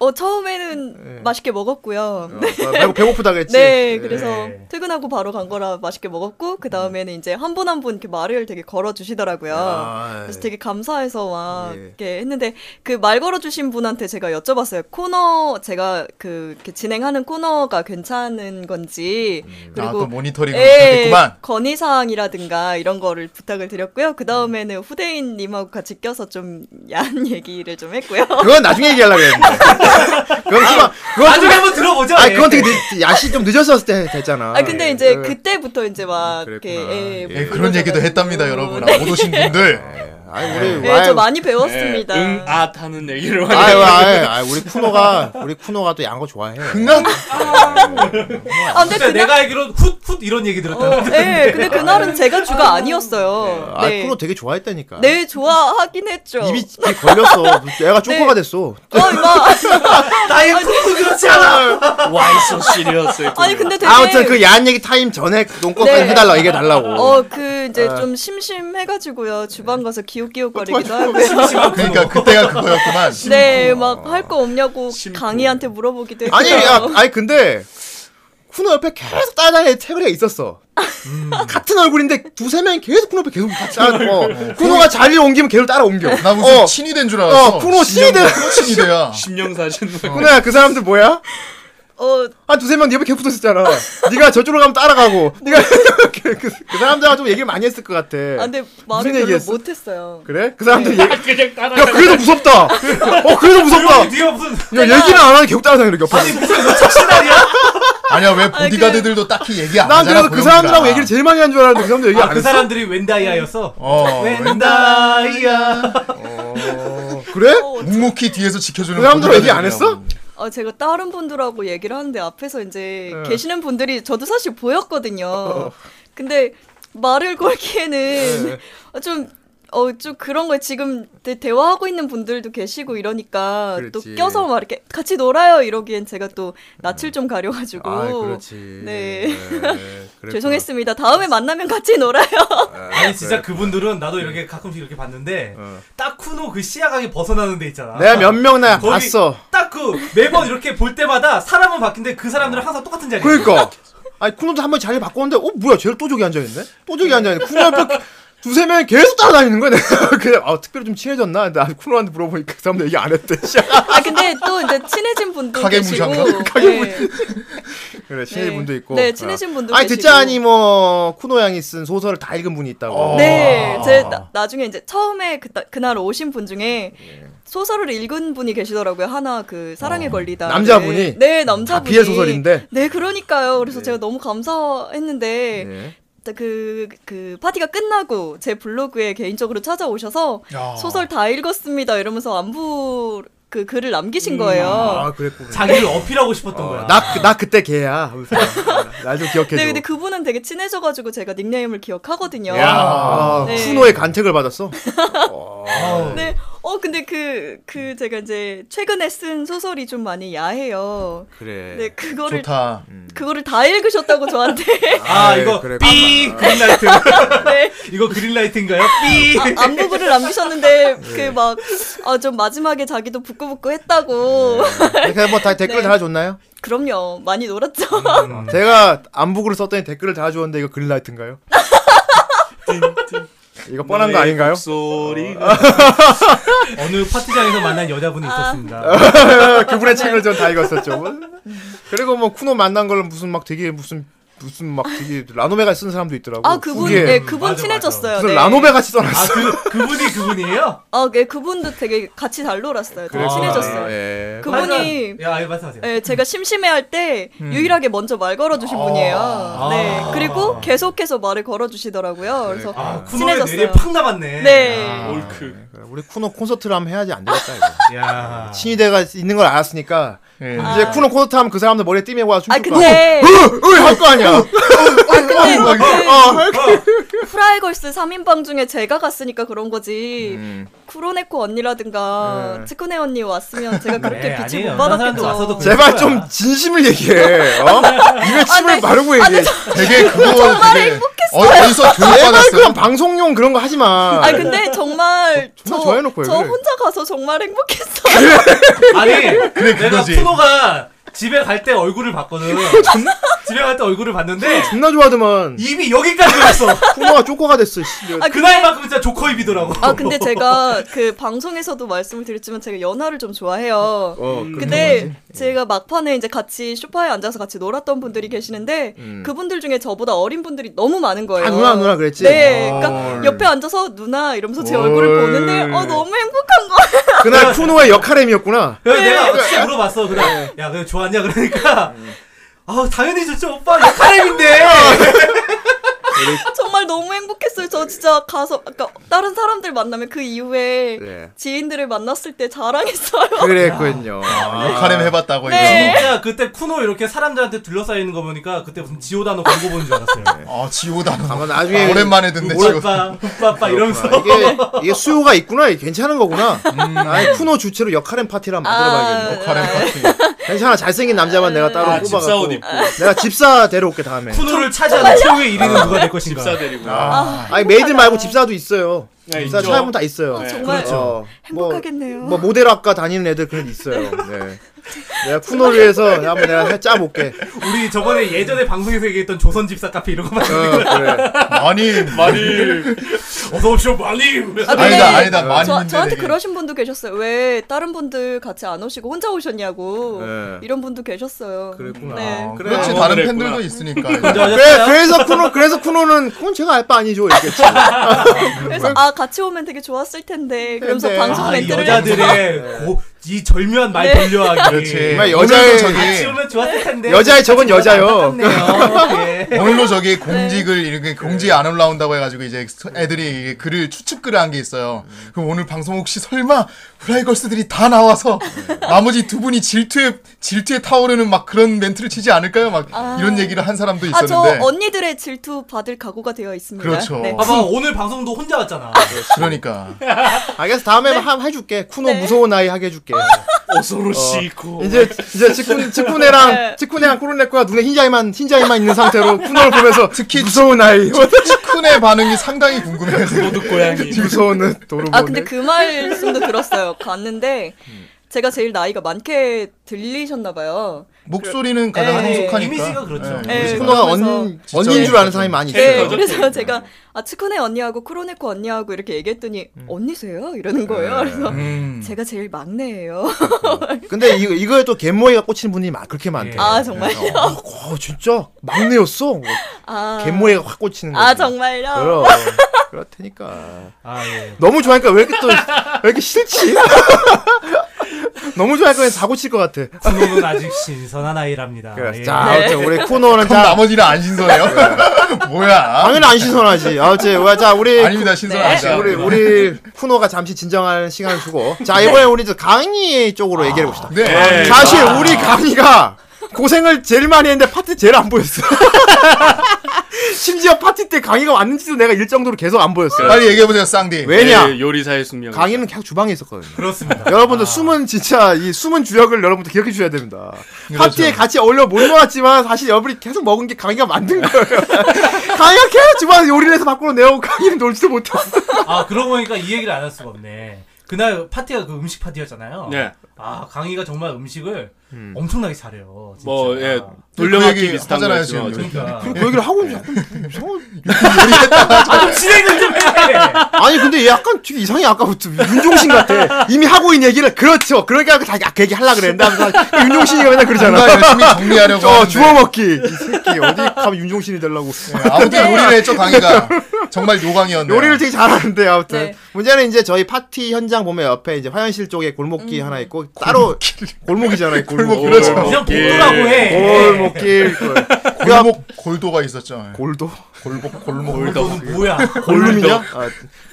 [SPEAKER 5] 어 처음에는 맛있게 먹었고요.
[SPEAKER 3] 어, 배고, 배고프다 그랬지.
[SPEAKER 5] 네, 그래서
[SPEAKER 4] 네.
[SPEAKER 5] 퇴근하고 바로 간 거라 맛있게 먹었고 그 다음에는 이제 한 분 한 분 이렇게 말을 되게 걸어 주시더라고요.
[SPEAKER 3] 아,
[SPEAKER 5] 그래서 되게 감사해서 막
[SPEAKER 3] 예.
[SPEAKER 5] 이렇게 했는데 그 말 걸어 주신 분한테 제가 여쭤봤어요. 코너 제가 그 이렇게 진행하는 코너가 괜찮은 건지
[SPEAKER 2] 아, 또
[SPEAKER 5] 그리고
[SPEAKER 2] 모니터링을
[SPEAKER 5] 예,
[SPEAKER 2] 하겠구만.
[SPEAKER 5] 건의 사항이라든가 이런 거를 부탁을 드렸고요. 그 다음에는 후대인 님하고 같이 껴서 좀 야한 얘기를 좀 했고요.
[SPEAKER 3] 그건 나중에 얘기하려고 했는데. 그건 쿠노, 그건
[SPEAKER 4] 아, 나중에
[SPEAKER 3] 쿠노-
[SPEAKER 4] 한번 들어보자.
[SPEAKER 3] 아,
[SPEAKER 4] 예.
[SPEAKER 3] 그건 되게 늦, 야시 좀 늦었을 때 됐잖아.
[SPEAKER 5] 아 근데 이제
[SPEAKER 3] 그-
[SPEAKER 5] 그때부터 이제 막 이렇게
[SPEAKER 3] 그랬구나.
[SPEAKER 5] 예,
[SPEAKER 2] 예, 그런 얘기도
[SPEAKER 3] 음.
[SPEAKER 2] 했답니다, 여러분. 아, 못 오신
[SPEAKER 3] 네.
[SPEAKER 2] 분들.
[SPEAKER 3] 아이 우리
[SPEAKER 5] 예, 저 많이 배웠습니다.
[SPEAKER 3] 네,
[SPEAKER 6] 응, 아, 타는 얘기를 많이.
[SPEAKER 3] 아이, 아이, 아이, 우리 쿠노가 우리 쿠노가 또 양거 좋아해.
[SPEAKER 2] 그냥
[SPEAKER 5] 아, 근데
[SPEAKER 4] 그때
[SPEAKER 5] 그날
[SPEAKER 4] 내가 알기로 훗훗 이런 얘기 들었다.
[SPEAKER 5] 어, 네, 근데 그날은 제가 주가 아니었어요.
[SPEAKER 3] 아
[SPEAKER 5] 네.
[SPEAKER 3] 쿠노 되게 좋아했다니까.
[SPEAKER 5] 네, 좋아하긴 했죠.
[SPEAKER 3] 입이 입이 걸렸어. 애가 쪼꼬가 됐어.
[SPEAKER 5] 어, 이마.
[SPEAKER 4] 나의 꿈도 그렇지 않아.
[SPEAKER 6] 와이소 시리어스.
[SPEAKER 5] 아니 근데 되게
[SPEAKER 3] 아무튼 그 야한 얘기 타임 전에 농꺼까지
[SPEAKER 5] 네.
[SPEAKER 3] 해달라 얘기해 달라고.
[SPEAKER 5] 어, 그 이제
[SPEAKER 3] 아.
[SPEAKER 5] 좀 심심해가지고요. 주방 가서
[SPEAKER 3] 뭐,
[SPEAKER 5] 기웃기웃거리기도 하고요.
[SPEAKER 4] 심심한
[SPEAKER 3] 네.
[SPEAKER 2] 그러니까 그때가 그거였구만.
[SPEAKER 5] 네, 막 할 거 없냐고
[SPEAKER 6] 심쿵.
[SPEAKER 5] 강희한테 물어보기도 했고.
[SPEAKER 3] 아니 야, 아니 근데 쿠노 옆에 계속 따라다니는 태그리가 있었어.
[SPEAKER 2] 음.
[SPEAKER 3] 같은 얼굴인데 두세 명이 계속 쿠노 옆에 계속 따라. 어, 쿠노가 자리 옮기면 계속 따라 옮겨.
[SPEAKER 2] 네. 나 무슨
[SPEAKER 3] 어,
[SPEAKER 2] 친이 된 줄 알았어.
[SPEAKER 3] 어, 쿠노 아, 친이 돼.
[SPEAKER 2] 친이 돼야.
[SPEAKER 6] 심령사진.
[SPEAKER 3] 쿠노야 그 사람들 뭐야?
[SPEAKER 5] 어,
[SPEAKER 3] 한 두세 명네 옆에 계속 붙어 있었잖아. 네가 저쪽으로 가면 따라가고. 네가 그, 그, 그 사람들하고 좀 얘기를 많이 했을 것 같아.
[SPEAKER 5] 아, 근데 말을 별로
[SPEAKER 3] 얘기했어?
[SPEAKER 5] 못했어요.
[SPEAKER 3] 그래? 그 사람들 얘기. 야
[SPEAKER 6] 그냥 따라.
[SPEAKER 3] 그래도 무섭다. 어 그래도 무섭다.
[SPEAKER 4] 뒤에 무슨
[SPEAKER 3] 야 얘기는 안 하는데 계속 따라다니는 게 옆에서.
[SPEAKER 2] 아니야, 왜 보디가드들도 딱히 얘기 안
[SPEAKER 3] 난 그래서
[SPEAKER 2] 하잖아.
[SPEAKER 3] 그
[SPEAKER 2] 고용주가.
[SPEAKER 3] 사람들하고 얘기를 제일 많이 한 줄 알았는데 그 사람들 얘기
[SPEAKER 4] 아,
[SPEAKER 3] 안
[SPEAKER 4] 그
[SPEAKER 3] 했어.
[SPEAKER 4] 사람들이 웬다이아였어.
[SPEAKER 2] 어,
[SPEAKER 4] 웬다이아.
[SPEAKER 3] 그래?
[SPEAKER 2] 묵묵히 뒤에서 지켜주는
[SPEAKER 3] 어, 그 사람들 얘기 안
[SPEAKER 2] 보디가드들이라고.
[SPEAKER 3] 했어?
[SPEAKER 5] 어, 제가 다른 분들하고 얘기를 하는데 앞에서 이제
[SPEAKER 3] 네.
[SPEAKER 5] 계시는 분들이 저도 사실 보였거든요. 근데 말을
[SPEAKER 3] 네.
[SPEAKER 5] 걸기에는 좀, 어, 좀 그런 거에 지금 대, 대화하고 있는 분들도 계시고 이러니까 또
[SPEAKER 3] 그렇지.
[SPEAKER 5] 껴서 막 이렇게 같이 놀아요 이러기엔 제가 또 낯을 좀 가려가지고.
[SPEAKER 3] 음. 아 그렇지.
[SPEAKER 5] 네.
[SPEAKER 3] 그랬구나.
[SPEAKER 5] 죄송했습니다. 다음에 만나면 같이 놀아요.
[SPEAKER 4] 아니 진짜 그분들은 나도 이렇게 가끔씩 이렇게 봤는데 딱 쿠노 그 시야각이 벗어나는 데 있잖아.
[SPEAKER 3] 내가 몇 명 나
[SPEAKER 4] 거기-
[SPEAKER 3] 봤어.
[SPEAKER 4] 딱 그 매번 이렇게 볼 때마다 사람은 바뀐데 그 사람들은 항상 똑같은 자리에.
[SPEAKER 3] 그러니까. 아니 쿠노도 한 번 자리 바꿨는데 어 뭐야 쟤를 또 저기 앉아 있네? 또 저기 앉아 있네. 쿠노 옆에 그 두세 명이 계속 따라다니는 거야. 내가 그냥 아 특별히 좀 친해졌나? 근데 아, 쿠노한테 물어보니까 그 사람들 얘기 안 했대. 씨.
[SPEAKER 5] 아 근데 또 이제 친해진 분도
[SPEAKER 2] 가게
[SPEAKER 5] 계시고.
[SPEAKER 2] 무시한가?
[SPEAKER 5] 네.
[SPEAKER 3] 그래 친해진
[SPEAKER 5] 네.
[SPEAKER 3] 분도 있고.
[SPEAKER 5] 네, 친해진 분도
[SPEAKER 3] 아니
[SPEAKER 5] 계시고.
[SPEAKER 3] 듣자니 뭐 쿠노 양이 쓴 소설을 다 읽은 분이 있다고. 아,
[SPEAKER 5] 네, 제 나, 나중에 이제 처음에 그, 그날 오신 분 중에
[SPEAKER 3] 예.
[SPEAKER 5] 소설을 읽은 분이 계시더라고요. 하나 그 사랑에 걸리다.
[SPEAKER 3] 어. 남자분이?
[SPEAKER 5] 네, 남자분이.
[SPEAKER 3] 아, 비애 소설인데?
[SPEAKER 5] 네, 그러니까요. 그래서 제가 너무 감사했는데
[SPEAKER 3] 네.
[SPEAKER 5] 그, 그 파티가 끝나고 제 블로그에 개인적으로 찾아오셔서
[SPEAKER 2] 야.
[SPEAKER 5] 소설 다 읽었습니다 이러면서 안부 그 글을 남기신 거예요.
[SPEAKER 3] 아 그랬구나.
[SPEAKER 4] 자기를 어필하고 싶었던 거야.
[SPEAKER 3] 아. 나 나 그때 걔야. 나 좀 기억해줘.
[SPEAKER 5] 네, 근데 그분은 되게 친해져가지고 제가 닉네임을 기억하거든요.
[SPEAKER 3] 야,
[SPEAKER 5] 네.
[SPEAKER 3] 쿠노의 간택을 받았어.
[SPEAKER 4] 아우.
[SPEAKER 5] 네, 어, 어 근데 그 그 제가 이제 최근에 쓴 소설이 좀 많이 야해요.
[SPEAKER 3] 그래.
[SPEAKER 4] 네.
[SPEAKER 5] 근데 그거를
[SPEAKER 2] 좋다.
[SPEAKER 5] 그거를 다 읽으셨다고 저한테
[SPEAKER 4] 아,
[SPEAKER 3] 네,
[SPEAKER 4] 이거
[SPEAKER 3] 그래.
[SPEAKER 4] 삐 그린라이트.
[SPEAKER 5] 네.
[SPEAKER 4] 이거 그린라이트인가요? 삐.
[SPEAKER 5] 아, 안부부를 남기셨는데
[SPEAKER 4] 네.
[SPEAKER 5] 그 막 아 좀 마지막에 자기도 부끄부끄 했다고.
[SPEAKER 4] 네.
[SPEAKER 3] 그래서 뭐다 댓글
[SPEAKER 5] 네.
[SPEAKER 3] 달아줬나요?
[SPEAKER 5] 그럼요. 많이 놀았죠.
[SPEAKER 4] 음, 뭐
[SPEAKER 3] 음. 제가 안북으로 썼더니 댓글을 달아줬는데 이거 그린라이트인가요? 이거 그 뻔한 거 아닌가요?
[SPEAKER 6] 소리가
[SPEAKER 4] 어느 파티장에서 만난 여자분이
[SPEAKER 5] 아.
[SPEAKER 4] 있었습니다.
[SPEAKER 3] 아,
[SPEAKER 4] 아,
[SPEAKER 3] 그분의 책을 전 다 읽었었죠.
[SPEAKER 5] 네.
[SPEAKER 3] 그리고 뭐 쿠노 만난 걸 무슨 막 되게 무슨 무슨 막 되게 라노베가 쓴 사람도 있더라고.
[SPEAKER 5] 아 그분
[SPEAKER 3] 후기에
[SPEAKER 5] 네 그분
[SPEAKER 4] 맞아, 맞아.
[SPEAKER 5] 친해졌어요.
[SPEAKER 3] 무슨
[SPEAKER 5] 네.
[SPEAKER 3] 라노베 같이 써놨어.
[SPEAKER 4] 아, 그, 그분이 그분이에요?
[SPEAKER 5] 아, 네, 그분도 되게 같이 잘 놀았어요. 되게
[SPEAKER 4] 그랬구나.
[SPEAKER 5] 친해졌어요.
[SPEAKER 3] 아, 예.
[SPEAKER 5] 그분이
[SPEAKER 4] 맞아. 야, 예, 말씀하세요.
[SPEAKER 5] 예, 제가 심심해할 때 유일하게 먼저 말 걸어주신 분이에요. 네,
[SPEAKER 4] 아.
[SPEAKER 5] 그리고 계속해서 말을 걸어주시더라고요. 그래서
[SPEAKER 4] 아, 쿠노의 뇌리에
[SPEAKER 5] 친해졌어요.
[SPEAKER 4] 팍 나갔네.
[SPEAKER 6] 아.
[SPEAKER 3] 아.
[SPEAKER 5] 네,
[SPEAKER 6] 올크.
[SPEAKER 3] 그래, 우리 쿠노 콘서트를 한번 해야지 안 되겠다 이거. 네.
[SPEAKER 4] 야.
[SPEAKER 3] 친위대가 있는 걸 알았으니까
[SPEAKER 2] 예.
[SPEAKER 3] 이제 쿠노 콘서트 하면 그 사람들 머리에 띠매고 와서
[SPEAKER 5] 아
[SPEAKER 3] 춤출 거야.
[SPEAKER 5] 근데
[SPEAKER 3] 할거 아니야.
[SPEAKER 5] 근데 그
[SPEAKER 3] 어.
[SPEAKER 5] 프라이걸스 3인방 중에 제가 갔으니까 그런 거지. 쿠로네코 언니라든가 치쿠네 언니 왔으면 제가 그렇게
[SPEAKER 4] 네,
[SPEAKER 5] 빛을
[SPEAKER 4] 아니에요.
[SPEAKER 5] 못
[SPEAKER 4] 다른 사람도 와서도
[SPEAKER 5] 받았겠죠.
[SPEAKER 4] 그럴
[SPEAKER 3] 제발
[SPEAKER 4] 거야.
[SPEAKER 3] 좀 진심을 얘기해. 어? 입에 침을
[SPEAKER 5] 네.
[SPEAKER 3] 바르고 얘기해.
[SPEAKER 2] 예, 되게 그거 되게 어, 어디서
[SPEAKER 3] 제발 그런
[SPEAKER 2] 교육받았어요?
[SPEAKER 3] 방송용 그런 거 하지 마.
[SPEAKER 5] 아 근데 정말
[SPEAKER 3] 저- 정말
[SPEAKER 5] 저,
[SPEAKER 3] 좋아해놓고 왜
[SPEAKER 5] 저
[SPEAKER 3] 그래?
[SPEAKER 5] 혼자 가서 정말 행복했어요.
[SPEAKER 4] 아니, 내가
[SPEAKER 2] 그거지.
[SPEAKER 4] 쿠노가 집에 갈 때 얼굴을 봤거든. 집에 갈 때 얼굴을 봤는데
[SPEAKER 3] 존나 좋아하더만.
[SPEAKER 4] 입이 여기까지 왔어.
[SPEAKER 3] 쿠노가 쪼꼬가 됐어. 씨.
[SPEAKER 5] 아,
[SPEAKER 4] 그날만큼 진짜 조커 입이더라고.
[SPEAKER 5] 아 근데 제가 그 방송에서도 말씀을 드렸지만 제가 연하를 좀 좋아해요.
[SPEAKER 3] 어,
[SPEAKER 5] 음, 근데 제가 막판에 이제 같이 소파에 앉아서 같이 놀았던 분들이 계시는데 그분들 중에 저보다 어린 분들이 너무 많은 거예요.
[SPEAKER 3] 음. 아, 누나, 누나 그랬지? 아.
[SPEAKER 5] 네, 그러니까 옆에 앉아서 누나 이러면서 제 얼굴을 보는데 어 너무 행복한 거예요.
[SPEAKER 3] 그날 쿠노의 역할엠이었구나.
[SPEAKER 4] 그래서 내가 진짜 물어봤어. 그래. 야, 그래 좋았냐? 그러니까. 아, 당연히 좋죠, 오빠. 역할임인데.
[SPEAKER 5] 정말 너무 행복했어요. 저 진짜 가서 아까 다른 사람들 만나면 그 이후에
[SPEAKER 3] 네.
[SPEAKER 5] 지인들을 만났을 때 자랑했어요.
[SPEAKER 3] 그랬군요. 아,
[SPEAKER 2] 카렘 아. 해봤다고
[SPEAKER 5] 네.
[SPEAKER 2] 이거.
[SPEAKER 4] 진짜 그때 쿠노 이렇게 사람들한테 둘러싸이는 거 보니까 그때 무슨 지오다노 광고 보는 줄 알았어요.
[SPEAKER 2] 아 지오다.
[SPEAKER 3] 아마 나중에
[SPEAKER 2] 오랜만에 듣네 지오.
[SPEAKER 4] 오빠빠, 오빠빠 이러면서.
[SPEAKER 3] 이게, 이게 수요가 있구나. 이게 괜찮은 거구나. 아니, 쿠노 주체로 역할엠 파티를 한번 만들어봐야겠네.
[SPEAKER 2] 카렘 파티.
[SPEAKER 3] 괜찮아. 잘생긴 남자만 내가 따로
[SPEAKER 6] 아,
[SPEAKER 3] 뽑아갖고.
[SPEAKER 6] 집사 옷 입고.
[SPEAKER 3] 내가 집사 데려올게 다음에.
[SPEAKER 4] 쿠노를 차지하는 최후의 1위는 누가 될 것인가.
[SPEAKER 6] 집사 데리고.
[SPEAKER 3] 아. 아니 메이드 말고 집사도 있어요.
[SPEAKER 6] 네,
[SPEAKER 3] 집사
[SPEAKER 6] 있죠.
[SPEAKER 3] 차이면 다 있어요.
[SPEAKER 5] 어, 정말
[SPEAKER 3] 어,
[SPEAKER 5] 행복하겠네요.
[SPEAKER 3] 뭐, 뭐 모델 학과 다니는 애들 그런 게 있어요. 네. 내가 쿠노를 위해서 한번 내가 짜볼게.
[SPEAKER 4] 우리 저번에 예전에 방송에서 얘기했던 조선 집사 카페 이런 거
[SPEAKER 3] 어,
[SPEAKER 4] 말고
[SPEAKER 3] 그래.
[SPEAKER 2] 많이
[SPEAKER 5] 네.
[SPEAKER 6] 많이
[SPEAKER 4] 어서 오시오 많이.
[SPEAKER 5] 아, 근데
[SPEAKER 2] 아니다 아니다 많이
[SPEAKER 5] 저,
[SPEAKER 2] 힘드네,
[SPEAKER 5] 저한테
[SPEAKER 2] 되게.
[SPEAKER 5] 그러신 분도 계셨어요. 왜 다른 분들 같이 안 오시고 혼자 오셨냐고
[SPEAKER 3] 네. 그러니까.
[SPEAKER 5] 이런 분도 계셨어요. 그랬구나.
[SPEAKER 2] 아,
[SPEAKER 5] 네.
[SPEAKER 2] 그렇지
[SPEAKER 6] 그래.
[SPEAKER 2] 다른
[SPEAKER 6] 그랬구나.
[SPEAKER 2] 팬들도 있으니까.
[SPEAKER 4] 혼자 아,
[SPEAKER 3] 그래,
[SPEAKER 4] 오셨어요?
[SPEAKER 3] 그래서 쿠노 그래서 쿠노는 그건 제가 알 바 아니죠. 이랬겠지.
[SPEAKER 5] 그래서 아 같이 오면 되게 좋았을 텐데 그러면서
[SPEAKER 3] 근데,
[SPEAKER 5] 방송
[SPEAKER 4] 아, 이
[SPEAKER 5] 멘트를
[SPEAKER 4] 여자들의 고, 이 절묘한 말
[SPEAKER 5] 네.
[SPEAKER 4] 돌려하기.
[SPEAKER 2] 그렇지.
[SPEAKER 3] 정말
[SPEAKER 2] 오늘도
[SPEAKER 3] 여자의
[SPEAKER 4] 같이
[SPEAKER 2] 저기
[SPEAKER 4] 오면 좋았을 텐데.
[SPEAKER 3] 여자의 적은 여자요.
[SPEAKER 4] 안타깝네요. 예.
[SPEAKER 2] 오늘도 저기 공직을 이렇게 공지 안 올라온다고 해가지고 이제 애들이 이게 글을 추측 글을 한 게 있어요. 그럼 오늘 방송 혹시 설마 프라이걸스들이 다 나와서 나머지 두 분이 질투에 질투에 타오르는 막 그런 멘트를 치지 않을까요? 막 이런 얘기를 한 사람도
[SPEAKER 5] 아 저
[SPEAKER 2] 있었는데.
[SPEAKER 5] 언니들의 질투 받을 각오가 되어 있습니다.
[SPEAKER 2] 그렇죠.
[SPEAKER 5] 네.
[SPEAKER 4] 봐봐 오늘 방송도 혼자 왔잖아.
[SPEAKER 2] 그러니까
[SPEAKER 3] 알겠어. 아, 다음에 한번 해줄게. 쿠노
[SPEAKER 5] 네.
[SPEAKER 3] 무서운 아이 하게 해줄게.
[SPEAKER 6] 오소로시고.
[SPEAKER 3] 어. 이제 이제 직군 직군애랑
[SPEAKER 5] 네.
[SPEAKER 3] 직군애랑 쿠로네코가 눈에 흰자이만 흰자이만 있는 상태로 쿠노를 보면서 특히 무서운 아이
[SPEAKER 2] 치쿤의 반응이 상당히 궁금해요.
[SPEAKER 6] 도둑 고양이.
[SPEAKER 3] 무서운 도로
[SPEAKER 5] 아 근데 그 말씀도 들었어요. 갔는데 제가 제일 나이가 많게 들리셨나 봐요.
[SPEAKER 2] 목소리는 가장
[SPEAKER 5] 네,
[SPEAKER 2] 성숙하니까.
[SPEAKER 4] 이미지가 그렇죠.
[SPEAKER 2] 예,
[SPEAKER 5] 네,
[SPEAKER 2] 이미지가.
[SPEAKER 3] 쿠노가 언,
[SPEAKER 5] 그러면서-
[SPEAKER 3] 언니인 줄 아는 사람이 많이
[SPEAKER 5] 네,
[SPEAKER 3] 있어요.
[SPEAKER 5] 그래서 제가 아 츠쿠네 언니하고 쿠로네코 언니하고 이렇게 얘기했더니 언니세요? 이러는 거예요. 그래서
[SPEAKER 2] 음.
[SPEAKER 5] 제가 제일 막내예요.
[SPEAKER 3] 근데 이거 이거에 또 갯모이가 꽂히는 분이 막 그렇게 많대.
[SPEAKER 5] 아 정말요?
[SPEAKER 3] 어, 어, 진짜 막내였어. 뭐,
[SPEAKER 5] 아,
[SPEAKER 3] 갯모이가 확 꽂히는 거지.
[SPEAKER 5] 아 정말요?
[SPEAKER 3] 그럼 그렇다니까.
[SPEAKER 4] 아 예.
[SPEAKER 3] 너무 좋아하니까 왜 이렇게 또 왜 이렇게 싫지? 너무 좋아하니까 사고 칠 것 같아.
[SPEAKER 4] 준호는 아직 신선한 아이랍니다. 예.
[SPEAKER 3] 자,
[SPEAKER 5] 네.
[SPEAKER 3] 아무튼 우리 쿠노는
[SPEAKER 2] 그럼
[SPEAKER 3] 자
[SPEAKER 2] 나머지는 안 신선해요? 뭐야?
[SPEAKER 3] 당연히 안 신선하지. 아무튼 와, 자 우리
[SPEAKER 2] 아닙니다 신선합니다.
[SPEAKER 3] 우리 우리 쿠노가 잠시 진정할 시간을 주고 자 이번에 우리 이제 강의 쪽으로 얘기해 봅시다.
[SPEAKER 2] 네.
[SPEAKER 3] 사실 우리 강희가 고생을 제일 많이 했는데 파트 제일 안 보였어. 심지어 파티 때 강의가 왔는지도 내가 일정도로 계속 안 보였어요.
[SPEAKER 2] 빨리 얘기해보세요, 쌍디.
[SPEAKER 3] 왜냐?
[SPEAKER 6] 예, 요리사의 숙명.
[SPEAKER 3] 강의는 계속 주방에 있었거든요.
[SPEAKER 4] 그렇습니다.
[SPEAKER 2] 아.
[SPEAKER 3] 여러분들 숨은 진짜 이 숨은 주역을 여러분들 기억해 주셔야 됩니다.
[SPEAKER 2] 그렇죠.
[SPEAKER 3] 파티에 같이 어울려 못 놀았지만 사실 여러분이 계속 먹은 게 강의가 만든 거예요. 강의가 계속 주방에서 요리를 해서 밖으로 내오고 강의는 놀지도 못했어.
[SPEAKER 4] 아 그러고 보니까 이 얘기를 안 할 수가 없네. 그날 파티가 그 음식 파티였잖아요.
[SPEAKER 6] 네.
[SPEAKER 4] 아 강희가 정말 음식을 엄청나게 잘해요. 진짜. 아,
[SPEAKER 6] 뭐, 예.
[SPEAKER 2] 그
[SPEAKER 6] 돌려막기
[SPEAKER 2] 얘기
[SPEAKER 6] 비슷한
[SPEAKER 2] 하잖아요,
[SPEAKER 6] 거였지만
[SPEAKER 2] 지금.
[SPEAKER 4] 그러니까
[SPEAKER 3] 그 얘기를 하고 자꾸
[SPEAKER 4] 아, 좀 진행을 좀 해.
[SPEAKER 3] 아니 근데 얘 약간 되게 이상해 아까부터 윤종신 같아. 이미 하고 있는 얘기를 그렇죠. 그러니까 자기 아까 얘기 하려 그랬는데 하면서 윤종신이가 맨날
[SPEAKER 2] 뭔가
[SPEAKER 3] 그러잖아.
[SPEAKER 2] 열심히 정리하려고.
[SPEAKER 3] 어
[SPEAKER 2] 하는데.
[SPEAKER 3] 주워 먹기 이 새끼 어디 가면 윤종신이 되려고.
[SPEAKER 2] 예, 아무튼 요리를 했죠, 강의가. 정말 요강이었네요.
[SPEAKER 3] 네. 요리를 되게 잘하는데 아무튼
[SPEAKER 5] 네.
[SPEAKER 3] 문제는 이제 저희 파티 현장 보면 옆에 이제 화장실 쪽에 골목길 하나 있고 따로 골목이잖아요 골목 어.
[SPEAKER 2] 골목, 그렇죠.
[SPEAKER 4] 그냥 보도라고 해. 네.
[SPEAKER 3] 골목길
[SPEAKER 2] 골목 골도가 있었죠. 예.
[SPEAKER 3] 골도
[SPEAKER 2] 골목 골목 골도.
[SPEAKER 4] 너는 뭐야?
[SPEAKER 3] 골룸이냐 아,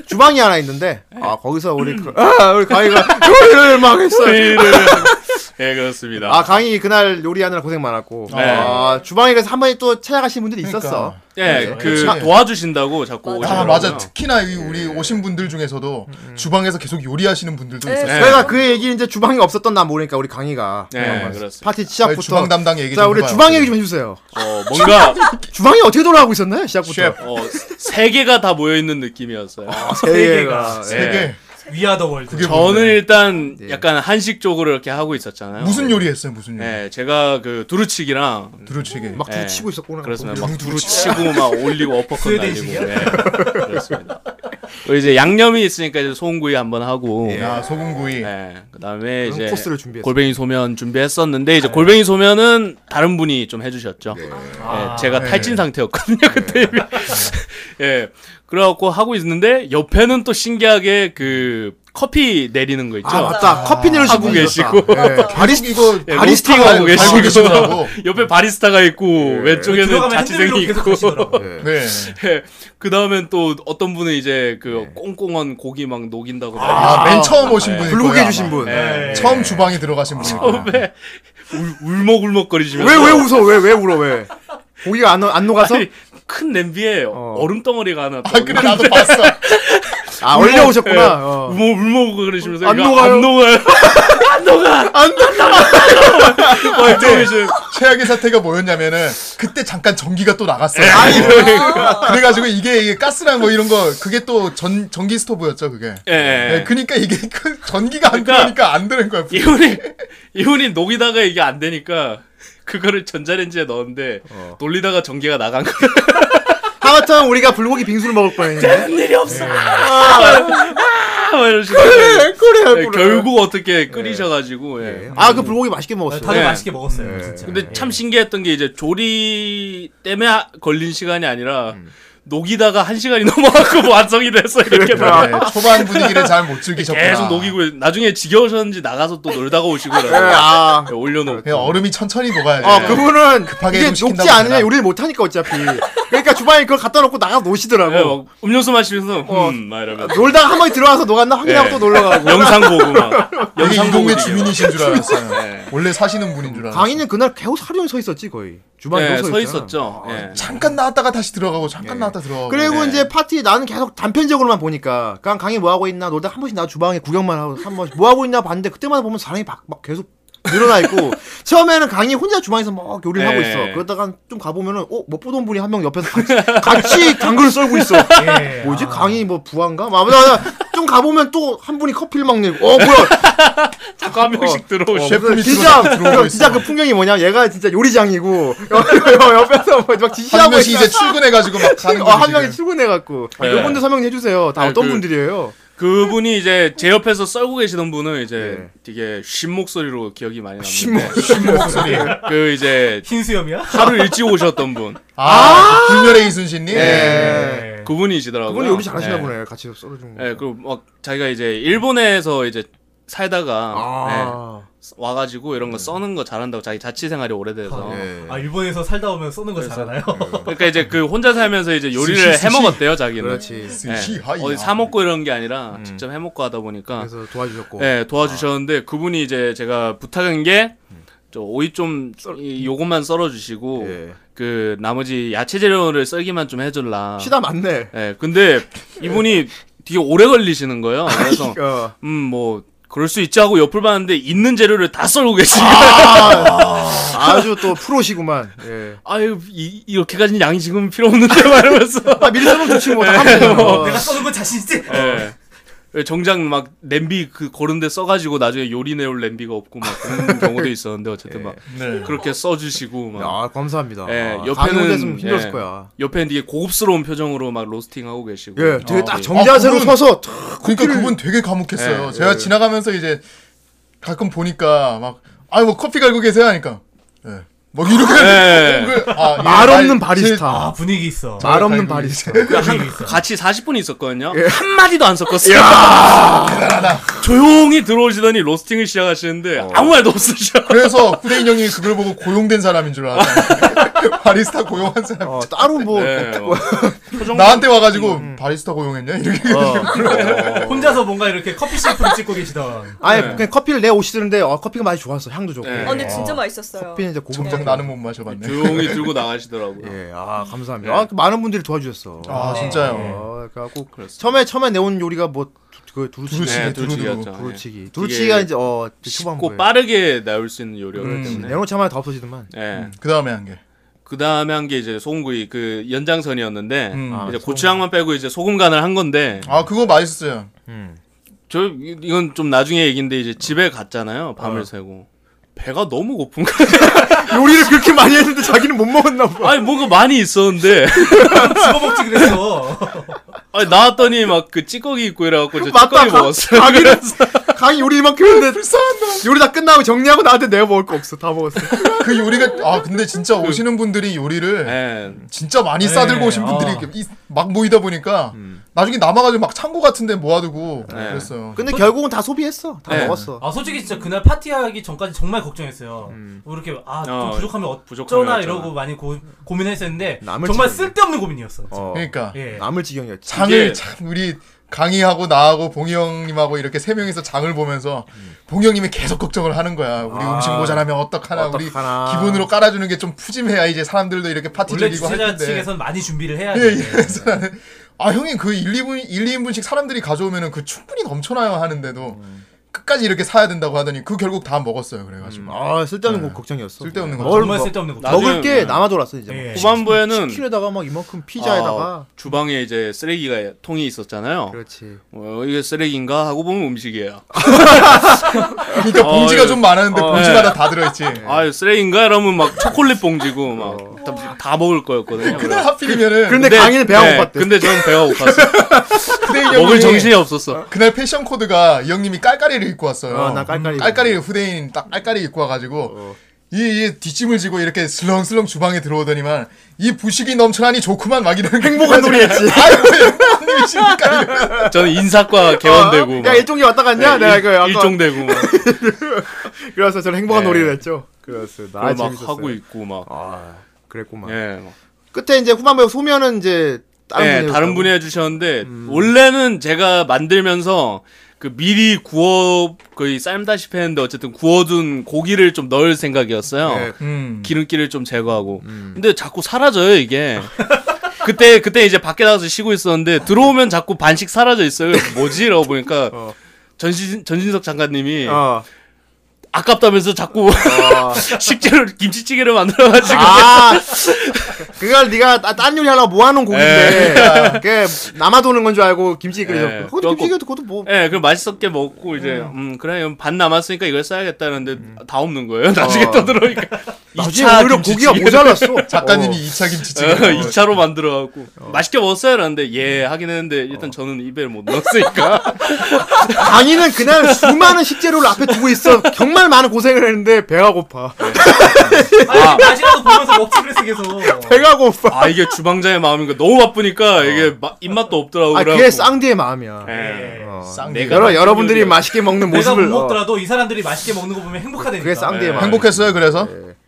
[SPEAKER 3] 주방이 하나 있는데 아 거기서 우리 그- 아, 우리 강희가 요리를 막 했어요
[SPEAKER 6] 예, 예, 그렇습니다.
[SPEAKER 3] 아 강희 그날 요리하느라 고생 많았고
[SPEAKER 6] 네.
[SPEAKER 3] 아 주방에 가서 한 번에 또 찾아가신 분들이 있었어
[SPEAKER 2] 그러니까.
[SPEAKER 6] 예, 그
[SPEAKER 2] 그렇지.
[SPEAKER 6] 도와주신다고 자꾸
[SPEAKER 2] 아
[SPEAKER 6] 오시더라고요. 예.
[SPEAKER 2] 맞아 특히나 이 우리 오신 분들
[SPEAKER 3] 음,
[SPEAKER 2] 중에서도 주방에서 계속 요리하시는 분들도
[SPEAKER 5] 네.
[SPEAKER 2] 있었어요.
[SPEAKER 6] 네.
[SPEAKER 3] 저희가 그 얘기 이제 주방이 없었던 날 모르니까 우리 강희가 어,
[SPEAKER 6] 네, 그렇습니다.
[SPEAKER 3] 파티 시작부터
[SPEAKER 2] 주방 담당 얘기 좀
[SPEAKER 3] 자 우리
[SPEAKER 2] 해봐요.
[SPEAKER 3] 주방 얘기 좀 해주세요
[SPEAKER 6] 어, 뭔가
[SPEAKER 3] 주방이 어떻게 돌아가고 있었나요 시작부터
[SPEAKER 2] 네. 셰프.
[SPEAKER 6] 어, 세 개가 다 모여 있는 느낌이었어요.
[SPEAKER 3] 아, 세계가
[SPEAKER 6] 예.
[SPEAKER 2] 되게
[SPEAKER 4] 위아더 월드.
[SPEAKER 2] 그게
[SPEAKER 6] 저는 예,
[SPEAKER 2] 뭔데?
[SPEAKER 6] 일단 약간 한식 쪽으로 이렇게 하고 있었잖아요.
[SPEAKER 2] 무슨 요리 했어요 무슨 요리?
[SPEAKER 6] 예, 제가 그 두루치기랑
[SPEAKER 2] 두루치기.
[SPEAKER 3] 막
[SPEAKER 6] 예.
[SPEAKER 3] 부딪히고 있었구나.
[SPEAKER 6] 그렇습니다. 막 두루치고 막 올리고 어퍼컷 날리고.
[SPEAKER 4] 스웨덴식이야?
[SPEAKER 6] 예, 그렇습니다. 그리고 이제 양념이 있으니까 이제 소금구이 한번 하고.
[SPEAKER 2] 아 소금구이.
[SPEAKER 6] 예, 그다음에
[SPEAKER 3] 그런
[SPEAKER 6] 이제
[SPEAKER 3] 코스를 준비했어요.
[SPEAKER 6] 골뱅이 소면 준비했었는데 이제 골뱅이 소면은 다른 분이 좀
[SPEAKER 3] 네.
[SPEAKER 6] 해주셨죠.
[SPEAKER 4] 아.
[SPEAKER 6] 예, 제가 탈진 상태였거든요 그때. 예, 그래갖고 하고 있는데 옆에는 또 신기하게 그 커피 내리는 거 있죠.
[SPEAKER 3] 아 맞다. 커피 내려주고
[SPEAKER 6] 하고 계시고.
[SPEAKER 3] 바리스 이거
[SPEAKER 6] 예,
[SPEAKER 3] 바리스타가
[SPEAKER 6] 로스팅하고
[SPEAKER 3] 알고 예.
[SPEAKER 6] 계시고.
[SPEAKER 2] 계시더라고.
[SPEAKER 6] 옆에 바리스타가 있고 왼쪽에는
[SPEAKER 4] 들어가면 핸들로
[SPEAKER 6] 자취생이
[SPEAKER 4] 계속
[SPEAKER 6] 있고.
[SPEAKER 4] 가시더라고.
[SPEAKER 2] 네.
[SPEAKER 6] 그 다음엔 또 어떤 분은 이제
[SPEAKER 3] 네.
[SPEAKER 6] 그 꽁꽁한 고기 막 녹인다고.
[SPEAKER 2] 아 맨 처음 오신 분이
[SPEAKER 3] 블로그 해주신 분. 왜
[SPEAKER 6] 예.
[SPEAKER 2] 처음 주방에 들어가신 분이
[SPEAKER 6] 처음에 울- 울먹울먹거리시면서.
[SPEAKER 3] 왜 웃어? 왜 왜 울어? 왜? 고기가 안, 안 녹아서?
[SPEAKER 6] 아니, 큰 냄비에 어. 름 덩어리가 하나
[SPEAKER 2] 아 그래 나도 봤어.
[SPEAKER 3] 아
[SPEAKER 6] 예.
[SPEAKER 3] 올려오셨구나. 어.
[SPEAKER 6] 뭐, 울먹 울먹 그러시면서
[SPEAKER 3] 안
[SPEAKER 6] 이거
[SPEAKER 3] 녹아요.
[SPEAKER 6] 안 녹아요
[SPEAKER 3] 안 아, 된다.
[SPEAKER 6] 어, 이쪽에 이제
[SPEAKER 2] 최악의 사태가 뭐였냐면은 그때 잠깐 전기가 또
[SPEAKER 6] 예.
[SPEAKER 2] 나갔어요.
[SPEAKER 5] 아,
[SPEAKER 2] 그래가지고 이게, 이게 가스랑 뭐 이런 거 그게 또 전 전기 스토브였죠 그게.
[SPEAKER 6] 예, 예.
[SPEAKER 2] 네, 그러니까 이게 그 전기가 안
[SPEAKER 6] 그러니까-
[SPEAKER 2] 들어오니까 안 되는 거야.
[SPEAKER 6] 이분이 이분이 녹이다가 이게 안 되니까 그거를 전자레인지에 넣었는데
[SPEAKER 3] 어.
[SPEAKER 6] 돌리다가 전기가 나간 거예요
[SPEAKER 3] 하마터면 우리가 불고기 빙수를 먹을 뻔했네.
[SPEAKER 6] 일이 없어 막 이러시고
[SPEAKER 3] 그래 네.
[SPEAKER 6] 네, 결국 어떻게 끓이셔가지고 예.
[SPEAKER 3] 아그 불고기 맛있게 네,
[SPEAKER 4] 아,
[SPEAKER 3] 먹었어.
[SPEAKER 4] 다들
[SPEAKER 6] 예.
[SPEAKER 4] 맛있게 먹었어요. 진짜. 예.
[SPEAKER 3] 아,
[SPEAKER 6] 근데
[SPEAKER 3] 예.
[SPEAKER 6] 참 신기했던 게 이제 조리 때문에 하- 걸린 시간이 아니라
[SPEAKER 3] 음.
[SPEAKER 6] 녹이다가 한 시간이 넘어가고 완성이 돼서 이렇게
[SPEAKER 3] 아,
[SPEAKER 2] 네, 초반 분위기를 잘 못 즐기셨구나.
[SPEAKER 6] 계속 녹이고 나중에 지겨우셨는지 나가서 또 놀다가 오시고 그래요.
[SPEAKER 3] 아.
[SPEAKER 6] 예,
[SPEAKER 2] 그냥
[SPEAKER 6] 올려놓고
[SPEAKER 2] 네, 얼음이 천천히 네. 녹아야지.
[SPEAKER 3] 어 그분은
[SPEAKER 2] 급하게
[SPEAKER 3] 이게
[SPEAKER 2] 좀 시킨다고
[SPEAKER 3] 녹지 않으면
[SPEAKER 2] 되나?
[SPEAKER 3] 요리를 못하니까 어차피. 그러니까 주방에 그걸 갖다 놓고 나가
[SPEAKER 6] 예,
[SPEAKER 3] 놓으시더라고.
[SPEAKER 6] 막 음료수 마시면서
[SPEAKER 3] 어.
[SPEAKER 6] 음막 이러면
[SPEAKER 3] 놀다가 한 번에 들어와서 녹았나 확인하고
[SPEAKER 6] 예.
[SPEAKER 3] 또 놀러 가고.
[SPEAKER 6] 영상 보고 막
[SPEAKER 2] 여기 이
[SPEAKER 6] 영상 보고
[SPEAKER 2] 동네
[SPEAKER 6] 되게
[SPEAKER 2] 주민이신 줄 알았어요.
[SPEAKER 6] 네.
[SPEAKER 2] 원래 사시는 분인 줄 알았어요.
[SPEAKER 3] 강희는 그날 계속 하루 종일 서 있었지 거의.
[SPEAKER 6] 막-
[SPEAKER 3] 주방에
[SPEAKER 6] 예,
[SPEAKER 3] 계속
[SPEAKER 6] 서
[SPEAKER 3] 네, 있잖아.
[SPEAKER 6] 있었죠. 예.
[SPEAKER 2] 잠깐 나왔다가 다시 들어가고 잠깐 나왔다 들어가고.
[SPEAKER 3] 그리고
[SPEAKER 6] 네.
[SPEAKER 3] 이제 파티 나는 계속 단편적으로만 보니까 그냥 강의 뭐 하고 있나 놀다 한 번씩 나 주방에 구경만 하고 한 번씩 뭐 하고 있나 봤는데 그때마다 보면 사람이 막, 막 계속 늘어나 있고 처음에는 강의 혼자 주방에서 막 요리를 하고
[SPEAKER 6] 네.
[SPEAKER 3] 있어 그러다가 좀 가보면은 어못 보던 분이 한 명 옆에서 같이, 같이 당근을 썰고 있어
[SPEAKER 2] 네.
[SPEAKER 4] 예.
[SPEAKER 3] 뭐지
[SPEAKER 4] 아.
[SPEAKER 3] 강의 뭐 부한가 막 아무나 좀 가보면 또 한 분이 커피를 막 내고 어 뭐야
[SPEAKER 6] 자꾸 한 명씩 들어오시고
[SPEAKER 2] 뭐 셰프님이
[SPEAKER 3] 진짜
[SPEAKER 2] 들어오고
[SPEAKER 3] 진짜
[SPEAKER 2] 있어.
[SPEAKER 3] 그 풍경이 뭐냐 얘가 진짜 요리장이고 옆에서 뭐 막
[SPEAKER 2] 한
[SPEAKER 3] 지시하고
[SPEAKER 2] 명씩
[SPEAKER 3] 있어
[SPEAKER 2] 이제 출근해가지고 막 가는
[SPEAKER 3] 어,
[SPEAKER 2] 거지.
[SPEAKER 3] 한 명이
[SPEAKER 2] 지금.
[SPEAKER 3] 출근해갖고
[SPEAKER 6] 예.
[SPEAKER 3] 요분들 설명 해주세요. 다
[SPEAKER 6] 예,
[SPEAKER 3] 어떤
[SPEAKER 6] 그-
[SPEAKER 3] 분들이에요?
[SPEAKER 6] 그분이 이제 제 옆에서 썰고 계시던 분은 이제
[SPEAKER 3] 네.
[SPEAKER 6] 되게 쉰 목소리로 기억이 많이 납니다.
[SPEAKER 3] 쉰 목-
[SPEAKER 6] 목소리.
[SPEAKER 3] 네.
[SPEAKER 6] 그 이제
[SPEAKER 4] 흰 수염이야?
[SPEAKER 6] 하루 일찍 오셨던 분
[SPEAKER 2] 아, 불멸의 이순신님.
[SPEAKER 6] 네.
[SPEAKER 4] 예.
[SPEAKER 6] 그분이시더라고요.
[SPEAKER 3] 네. 그분이 요리 잘하시나
[SPEAKER 6] 예.
[SPEAKER 3] 보네. 같이 썰어준 거.
[SPEAKER 6] 예, 그리고 막 자기가 이제 일본에서 이제 살다가
[SPEAKER 3] 아,
[SPEAKER 6] 예, 와가지고 이런 거 써는 거 잘한다고 자기 자취 생활이 오래돼서
[SPEAKER 3] 네.
[SPEAKER 4] 아 일본에서 살다 오면 쏘는 거 잘하나요?
[SPEAKER 6] 그러니까 이제 그 혼자 살면서 이제
[SPEAKER 2] 스시,
[SPEAKER 6] 요리를
[SPEAKER 2] 스시.
[SPEAKER 6] 해 먹었대요 자기는.
[SPEAKER 3] 그렇지.
[SPEAKER 6] 예,
[SPEAKER 2] 스시 하이야.
[SPEAKER 6] 어디 사 먹고 이런 게 아니라 직접 해 먹고 하다 보니까
[SPEAKER 3] 음. 그래서 아. 도와주셨고.
[SPEAKER 6] 예 도와주셨는데 그분이 이제 제가 부탁한 게 저 오이 좀 썰- 이- 요것만 썰어주시고
[SPEAKER 3] 음. 예.
[SPEAKER 6] 그 나머지 야채 재료를 썰기만 좀 해줄라.
[SPEAKER 3] 시다 맞네.
[SPEAKER 6] 예, 근데 이분이 되게 오래 걸리시는 거예요. 그래서
[SPEAKER 3] 어.
[SPEAKER 6] 음 뭐 그럴 수 있지 하고 옆을 봤는데 있는 재료를 다 썰고 계시니까
[SPEAKER 3] 아. 아주 또 프로시구만. 예.
[SPEAKER 6] 아유 이, 이렇게까지 양이 지금 필요 없는데 말하면서
[SPEAKER 3] 아, 미리 써놓으면 좋지 뭐. 다 하면
[SPEAKER 4] 어, 내가 써놓은 건 자신 있지?
[SPEAKER 6] 네. 예. 정작 막 냄비 그 고른데 써가지고 나중에 요리 내올 냄비가 없고 막 그런 경우도 있었는데 어쨌든 막
[SPEAKER 3] 예.
[SPEAKER 2] 네.
[SPEAKER 6] 그렇게 써주시고 막
[SPEAKER 3] 아, 감사합니다.
[SPEAKER 6] 예,
[SPEAKER 3] 아,
[SPEAKER 6] 옆에는-
[SPEAKER 3] 강요됐으면 힘들었을
[SPEAKER 6] 예.
[SPEAKER 3] 거야.
[SPEAKER 6] 옆에는 되게 고급스러운 표정으로 막 로스팅하고 계시고
[SPEAKER 3] 예, 되게
[SPEAKER 6] 어,
[SPEAKER 3] 딱
[SPEAKER 6] 예.
[SPEAKER 3] 정자세로
[SPEAKER 2] 아, 그분-
[SPEAKER 3] 서서 탁
[SPEAKER 2] 그러니까 그분 되게 감옥했어요.
[SPEAKER 3] 네.
[SPEAKER 6] 예,
[SPEAKER 2] 제가 지나가면서 이제 가끔 보니까 막 아유 뭐 커피 갈고 계세요 하니까 예. 뭐 이렇게
[SPEAKER 6] 예.
[SPEAKER 2] 그- 아, 예,
[SPEAKER 3] 네. 말 없는
[SPEAKER 2] 말-
[SPEAKER 3] 바리스타.
[SPEAKER 4] 아 분위기 있어.
[SPEAKER 3] 말 없는
[SPEAKER 2] 갈고
[SPEAKER 3] 바리스타.
[SPEAKER 4] 분위기 있어.
[SPEAKER 6] 같이 40분 있었거든요.
[SPEAKER 3] 예.
[SPEAKER 6] 한 마디도 안 섞었어요. 조용히 들어오시더니 로스팅을 시작하시는데
[SPEAKER 3] 어.
[SPEAKER 6] 아무 말도 없으셔.
[SPEAKER 2] 그래서 후대인 형이 그걸 보고 고용된 사람인 줄 알았어요. 바리스타 고용한 사람.
[SPEAKER 3] 어, 따로 뭐
[SPEAKER 6] 네, 어. 표정
[SPEAKER 2] 나한테 와가지고
[SPEAKER 3] 음.
[SPEAKER 2] 바리스타 고용했냐 이렇게.
[SPEAKER 3] 어.
[SPEAKER 4] 혼자서 뭔가 이렇게 커피 셰프를 찍고 계시던.
[SPEAKER 3] 아예
[SPEAKER 6] 네.
[SPEAKER 3] 그냥 커피를 내 오시는데 어, 커피가 많이 좋았어. 향도 좋고.
[SPEAKER 6] 네.
[SPEAKER 5] 어,
[SPEAKER 6] 아,
[SPEAKER 5] 근데 진짜 맛있었어요.
[SPEAKER 3] 커피는 이제 고급
[SPEAKER 2] 정작 나는 못 마셔봤네.
[SPEAKER 6] 조용히 들고 나가시더라고요.
[SPEAKER 3] 예, 아 감사합니다.
[SPEAKER 6] 음. 네.
[SPEAKER 3] 아, 많은 분들이 도와주셨어.
[SPEAKER 2] 아
[SPEAKER 5] 네.
[SPEAKER 2] 진짜요.
[SPEAKER 3] 어, 그래갖고
[SPEAKER 6] 그렇습니다.
[SPEAKER 3] 처음에 처음에 내온 요리가 뭐그 두루치기,
[SPEAKER 2] 두루치기,
[SPEAKER 6] 네,
[SPEAKER 2] 두루두루.
[SPEAKER 6] 두루치기였죠.
[SPEAKER 3] 두루치기,
[SPEAKER 6] 이게
[SPEAKER 3] 두루치기가 이제 어 이제 초반
[SPEAKER 6] 쉽고
[SPEAKER 3] 거예요.
[SPEAKER 6] 빠르게 나올 수 있는 요리였기
[SPEAKER 3] 음,
[SPEAKER 6] 때문에.
[SPEAKER 3] 내놓자마자 다 없어지더만.
[SPEAKER 6] 예.
[SPEAKER 2] 그 다음에 한 게.
[SPEAKER 6] 그 다음에 한 게 이제 소금구이 그 연장선이었는데
[SPEAKER 2] 음.
[SPEAKER 3] 아,
[SPEAKER 6] 이제
[SPEAKER 3] 소금.
[SPEAKER 6] 고추장만 빼고 이제 소금 간을 한 건데
[SPEAKER 2] 아 그거 맛있었어요.
[SPEAKER 6] 저 이- 이건 좀 나중에 얘기인데 이제 집에 갔잖아요 밤을
[SPEAKER 3] 어.
[SPEAKER 6] 새고 배가 너무 고픈 거예요.
[SPEAKER 3] 요리를 그렇게 많이 했는데 자기는 못 먹었나 봐.
[SPEAKER 6] 아니 뭔가 많이 있었는데
[SPEAKER 4] 집어먹지 그랬어.
[SPEAKER 6] 아니 나왔더니 막 그 찌꺼기 있고 이래갖고 저
[SPEAKER 3] 맞다.
[SPEAKER 6] 찌꺼기 먹었어요.
[SPEAKER 3] 자기는 아, 강이 요리 이만큼 했는데 요리 다 끝나고 정리하고 나한테 내가 먹을 거 없어. 다 먹었어.
[SPEAKER 2] 그 요리가 아 근데 진짜
[SPEAKER 3] 그
[SPEAKER 2] 오시는 분들이 요리를
[SPEAKER 6] 예.
[SPEAKER 2] 진짜 많이 싸들고 오신
[SPEAKER 4] 아.
[SPEAKER 2] 분들이 이렇게 이- 막 모이다 보니까 나중에 남아가지고 막 창고 같은데 모아두고
[SPEAKER 6] 음. 네.
[SPEAKER 2] 그랬어요.
[SPEAKER 3] 근데 결국은 다 소비했어. 다
[SPEAKER 6] 네.
[SPEAKER 3] 먹었어.
[SPEAKER 4] 아 솔직히 진짜 그날 파티하기 전까지 정말 걱정했어요. 뭐 이렇게 아좀
[SPEAKER 6] 어,
[SPEAKER 4] 부족하면 어쩌나
[SPEAKER 6] 부족하면 어쩌나.
[SPEAKER 4] 이러고 많이 고, 고민했었는데
[SPEAKER 3] 남을
[SPEAKER 4] 정말
[SPEAKER 3] 치는
[SPEAKER 4] 쓸데없는 고민이었어.
[SPEAKER 3] 어.
[SPEAKER 2] 그러니까
[SPEAKER 4] 예.
[SPEAKER 3] 남을 지경이었지.
[SPEAKER 2] 장을
[SPEAKER 6] 이게-
[SPEAKER 2] 참 우리 강희하고 나하고 봉이 형님하고 이렇게 세 명이서 장을 보면서
[SPEAKER 6] 음.
[SPEAKER 2] 봉이 형님이 계속 걱정을 하는 거야. 우리
[SPEAKER 3] 아.
[SPEAKER 2] 음식 모자라면 어떡하나. 우리
[SPEAKER 3] 어떡하나.
[SPEAKER 2] 기본으로 깔아주는 게 좀 푸짐해야 이제 사람들도 이렇게 파티
[SPEAKER 4] 원래
[SPEAKER 2] 즐기고 할
[SPEAKER 4] 주최자
[SPEAKER 2] 텐데.
[SPEAKER 4] 측에선 많이 준비를 해야
[SPEAKER 2] 예,
[SPEAKER 4] 돼.
[SPEAKER 2] 예. 그래서 나는 아 형님 그 1, 2분 1, 2인분씩 사람들이 가져오면은 그 충분히 넘쳐나요 하는데도
[SPEAKER 6] 음.
[SPEAKER 2] 끝까지 이렇게 사야 된다고 하더니 그 결국 다 먹었어요. 그래가지고
[SPEAKER 3] 아 쓸데없는 거 걱정이었어. 네.
[SPEAKER 2] 쓸데없는
[SPEAKER 3] 뭘
[SPEAKER 2] 걱정.
[SPEAKER 4] 정말
[SPEAKER 3] 먹-
[SPEAKER 4] 쓸데없는 걱정.
[SPEAKER 6] 네. 나중에-
[SPEAKER 3] 먹을 게 남아 돌았어 이제.
[SPEAKER 6] 네.
[SPEAKER 4] 예.
[SPEAKER 6] 후반부에는
[SPEAKER 3] 치킨에다가 막 이만큼 피자에다가.
[SPEAKER 6] 아, 주방에 이제 쓰레기가 통이 있었잖아요.
[SPEAKER 3] 그렇지.
[SPEAKER 6] 어, 이게 쓰레기인가 하고 보면 음식이에요.
[SPEAKER 2] 그러니까 봉지가
[SPEAKER 6] 어,
[SPEAKER 2] 좀 많았는데
[SPEAKER 6] 어,
[SPEAKER 2] 봉지마다 다 들어있지.
[SPEAKER 3] 네.
[SPEAKER 6] 아 쓰레기인가 이러면 막 초콜릿 봉지고
[SPEAKER 3] 어.
[SPEAKER 6] 막다 다 먹을 거였거든요.
[SPEAKER 2] 그날 하필이면은
[SPEAKER 3] 근데 강의는 배가 뭐 고팠대.
[SPEAKER 6] 네, 근데 저는 배가 고팠어.
[SPEAKER 2] 후대인
[SPEAKER 6] 먹을
[SPEAKER 2] 형님이
[SPEAKER 6] 정신이 없었어.
[SPEAKER 2] 그날 패션 코드가 이 형님이 깔깔이를 입고 왔어요.
[SPEAKER 3] 어, 나 깔깔이.
[SPEAKER 2] 깔깔이 후대인 딱 깔깔이 입고 와가지고 이, 이 뒷짐을 지고 이렇게 슬렁슬렁 주방에 들어오더니만 이 부식이 넘쳐나니 좋구만 막 이런
[SPEAKER 3] 행복한 놀이 했지.
[SPEAKER 2] 형님이 시니까 이러면서
[SPEAKER 6] 저는 인사과 개원되고
[SPEAKER 3] 어, 야
[SPEAKER 6] 막 네,
[SPEAKER 3] 일종이 왔다 갔냐? 내가 이거 약간 아,
[SPEAKER 6] 일종되고 막,
[SPEAKER 3] 그래서 저는 행복한
[SPEAKER 6] 네. 아,
[SPEAKER 3] 놀이를 했죠. 그래서 나
[SPEAKER 6] 그걸 막 하고 있고 막.
[SPEAKER 3] 아 그랬구만.
[SPEAKER 6] 예, 막.
[SPEAKER 3] 끝에 이제 후반부에 소면은 이제 다른
[SPEAKER 6] 예,
[SPEAKER 3] 분이 음.
[SPEAKER 6] 다른 분이 해주셨는데 원래는 제가 만들면서 그 미리 구워 거의 삶다시피 했는데 어쨌든 구워둔 고기를 좀 넣을 생각이었어요.
[SPEAKER 3] 네.
[SPEAKER 2] 음.
[SPEAKER 6] 기름기를 좀 제거하고.
[SPEAKER 3] 음.
[SPEAKER 6] 근데 자꾸 사라져요, 이게. 그때, 그때 이제 밖에 나가서 쉬고 있었는데, 들어오면 자꾸 반씩 사라져 있어요. 그래서 뭐지? 이러고 보니까,
[SPEAKER 3] 어.
[SPEAKER 6] 전신, 전신석 장관님이
[SPEAKER 3] 어.
[SPEAKER 6] 아깝다면서 자꾸 식재료, 김치찌개를 만들어가지고.
[SPEAKER 3] 아 그걸 네가 따- 딴 요리 하려고 모아놓은 고기인데 그게 남아도는 건 줄 알고 김치
[SPEAKER 6] 예.
[SPEAKER 3] 끓여서 그것도
[SPEAKER 6] 네. 그래갖고-
[SPEAKER 3] 김치도 그것도 뭐
[SPEAKER 6] 예, 그럼 맛있게 먹고, 이제, 음, 그래, 그럼 반 남았으니까 이걸 써야겠다는데, 다 없는 거예요. 나중에
[SPEAKER 3] 음. 어.
[SPEAKER 6] 떠들어오니까.
[SPEAKER 3] 나중에 오히려 고기가 모자랐어
[SPEAKER 2] 작가님이
[SPEAKER 3] 어.
[SPEAKER 2] 2차 김치찌개.
[SPEAKER 6] 2차로 만들어갖고 맛있게 먹었어요 라는데 예
[SPEAKER 3] 음.
[SPEAKER 6] 하긴 했는데
[SPEAKER 3] 어.
[SPEAKER 6] 일단 저는 입에 못 넣었으니까
[SPEAKER 3] 강희는 그날 수많은 식재료를 앞에 두고 있어 정말 많은 고생을 했는데 배가 고파
[SPEAKER 4] 아, 마지막도 보면서 먹지 그랬어 계속.
[SPEAKER 3] 배가 고파
[SPEAKER 6] 아 이게 주방장의 마음인가 너무 바쁘니까 이게 마- 입맛도 없더라고
[SPEAKER 3] 아 그게
[SPEAKER 6] 그래갖고.
[SPEAKER 3] 쌍디의 마음이야
[SPEAKER 6] 예.
[SPEAKER 4] 예.
[SPEAKER 3] 어.
[SPEAKER 2] 쌍둥이.
[SPEAKER 6] 내가
[SPEAKER 3] 여러
[SPEAKER 6] 만든
[SPEAKER 3] 여러분들이
[SPEAKER 6] 요리였어.
[SPEAKER 3] 맛있게 먹는
[SPEAKER 4] 내가
[SPEAKER 3] 모습을
[SPEAKER 4] 못
[SPEAKER 3] 어,
[SPEAKER 4] 먹더라도 이 사람들이 맛있게 먹는 거 보면 행복하다니까.
[SPEAKER 3] 그게 쌍디의 마음
[SPEAKER 2] 네, 행복했어요 그래서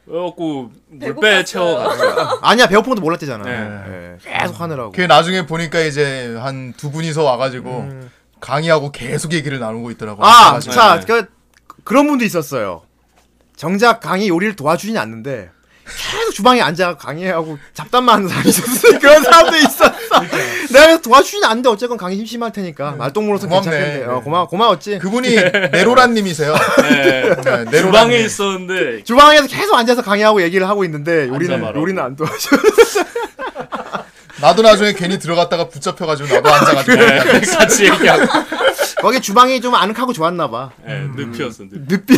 [SPEAKER 6] 그래갖고 물배
[SPEAKER 5] 배고팠어요.
[SPEAKER 6] 채워가지고
[SPEAKER 3] 아니야 배고픈 것도 몰랐대잖아 예. 계속 하느라고
[SPEAKER 2] 그게 나중에 보니까 이제 한 두 분이서 와가지고 강의하고 계속 얘기를 나누고 있더라고요.
[SPEAKER 3] 아,
[SPEAKER 2] 그래가지고
[SPEAKER 3] 자, 그, 그런 분도 있었어요. 정작 강이 요리를 도와주진 않는데 계속 주방에 앉아 강의하고 잡담만 하는 사람이 있었어. 그런 사람도 있었어. 내가 도와주진 않는데 어쨌건 강의 심심할 테니까 말동무로서
[SPEAKER 2] 고맙네.
[SPEAKER 3] 괜찮겠네. 어, 고마 고마웠지.
[SPEAKER 2] 그분이 네로란님이세요.
[SPEAKER 6] 네.
[SPEAKER 2] 네, 네로란님.
[SPEAKER 6] 주방에 있었는데
[SPEAKER 3] 주방에서 계속 앉아서 강의하고 얘기를 하고 있는데 요리는
[SPEAKER 6] 말하고.
[SPEAKER 3] 요리는 안 도와줘.
[SPEAKER 2] 나도 나중에 괜히 들어갔다가 붙잡혀가지고 나도 앉아가지고
[SPEAKER 6] 네, 같이 얘기하고
[SPEAKER 3] 거기 주방이 좀 아늑하고 좋았나 봐.
[SPEAKER 6] 네, 늪이었어 늪.
[SPEAKER 3] 늪비.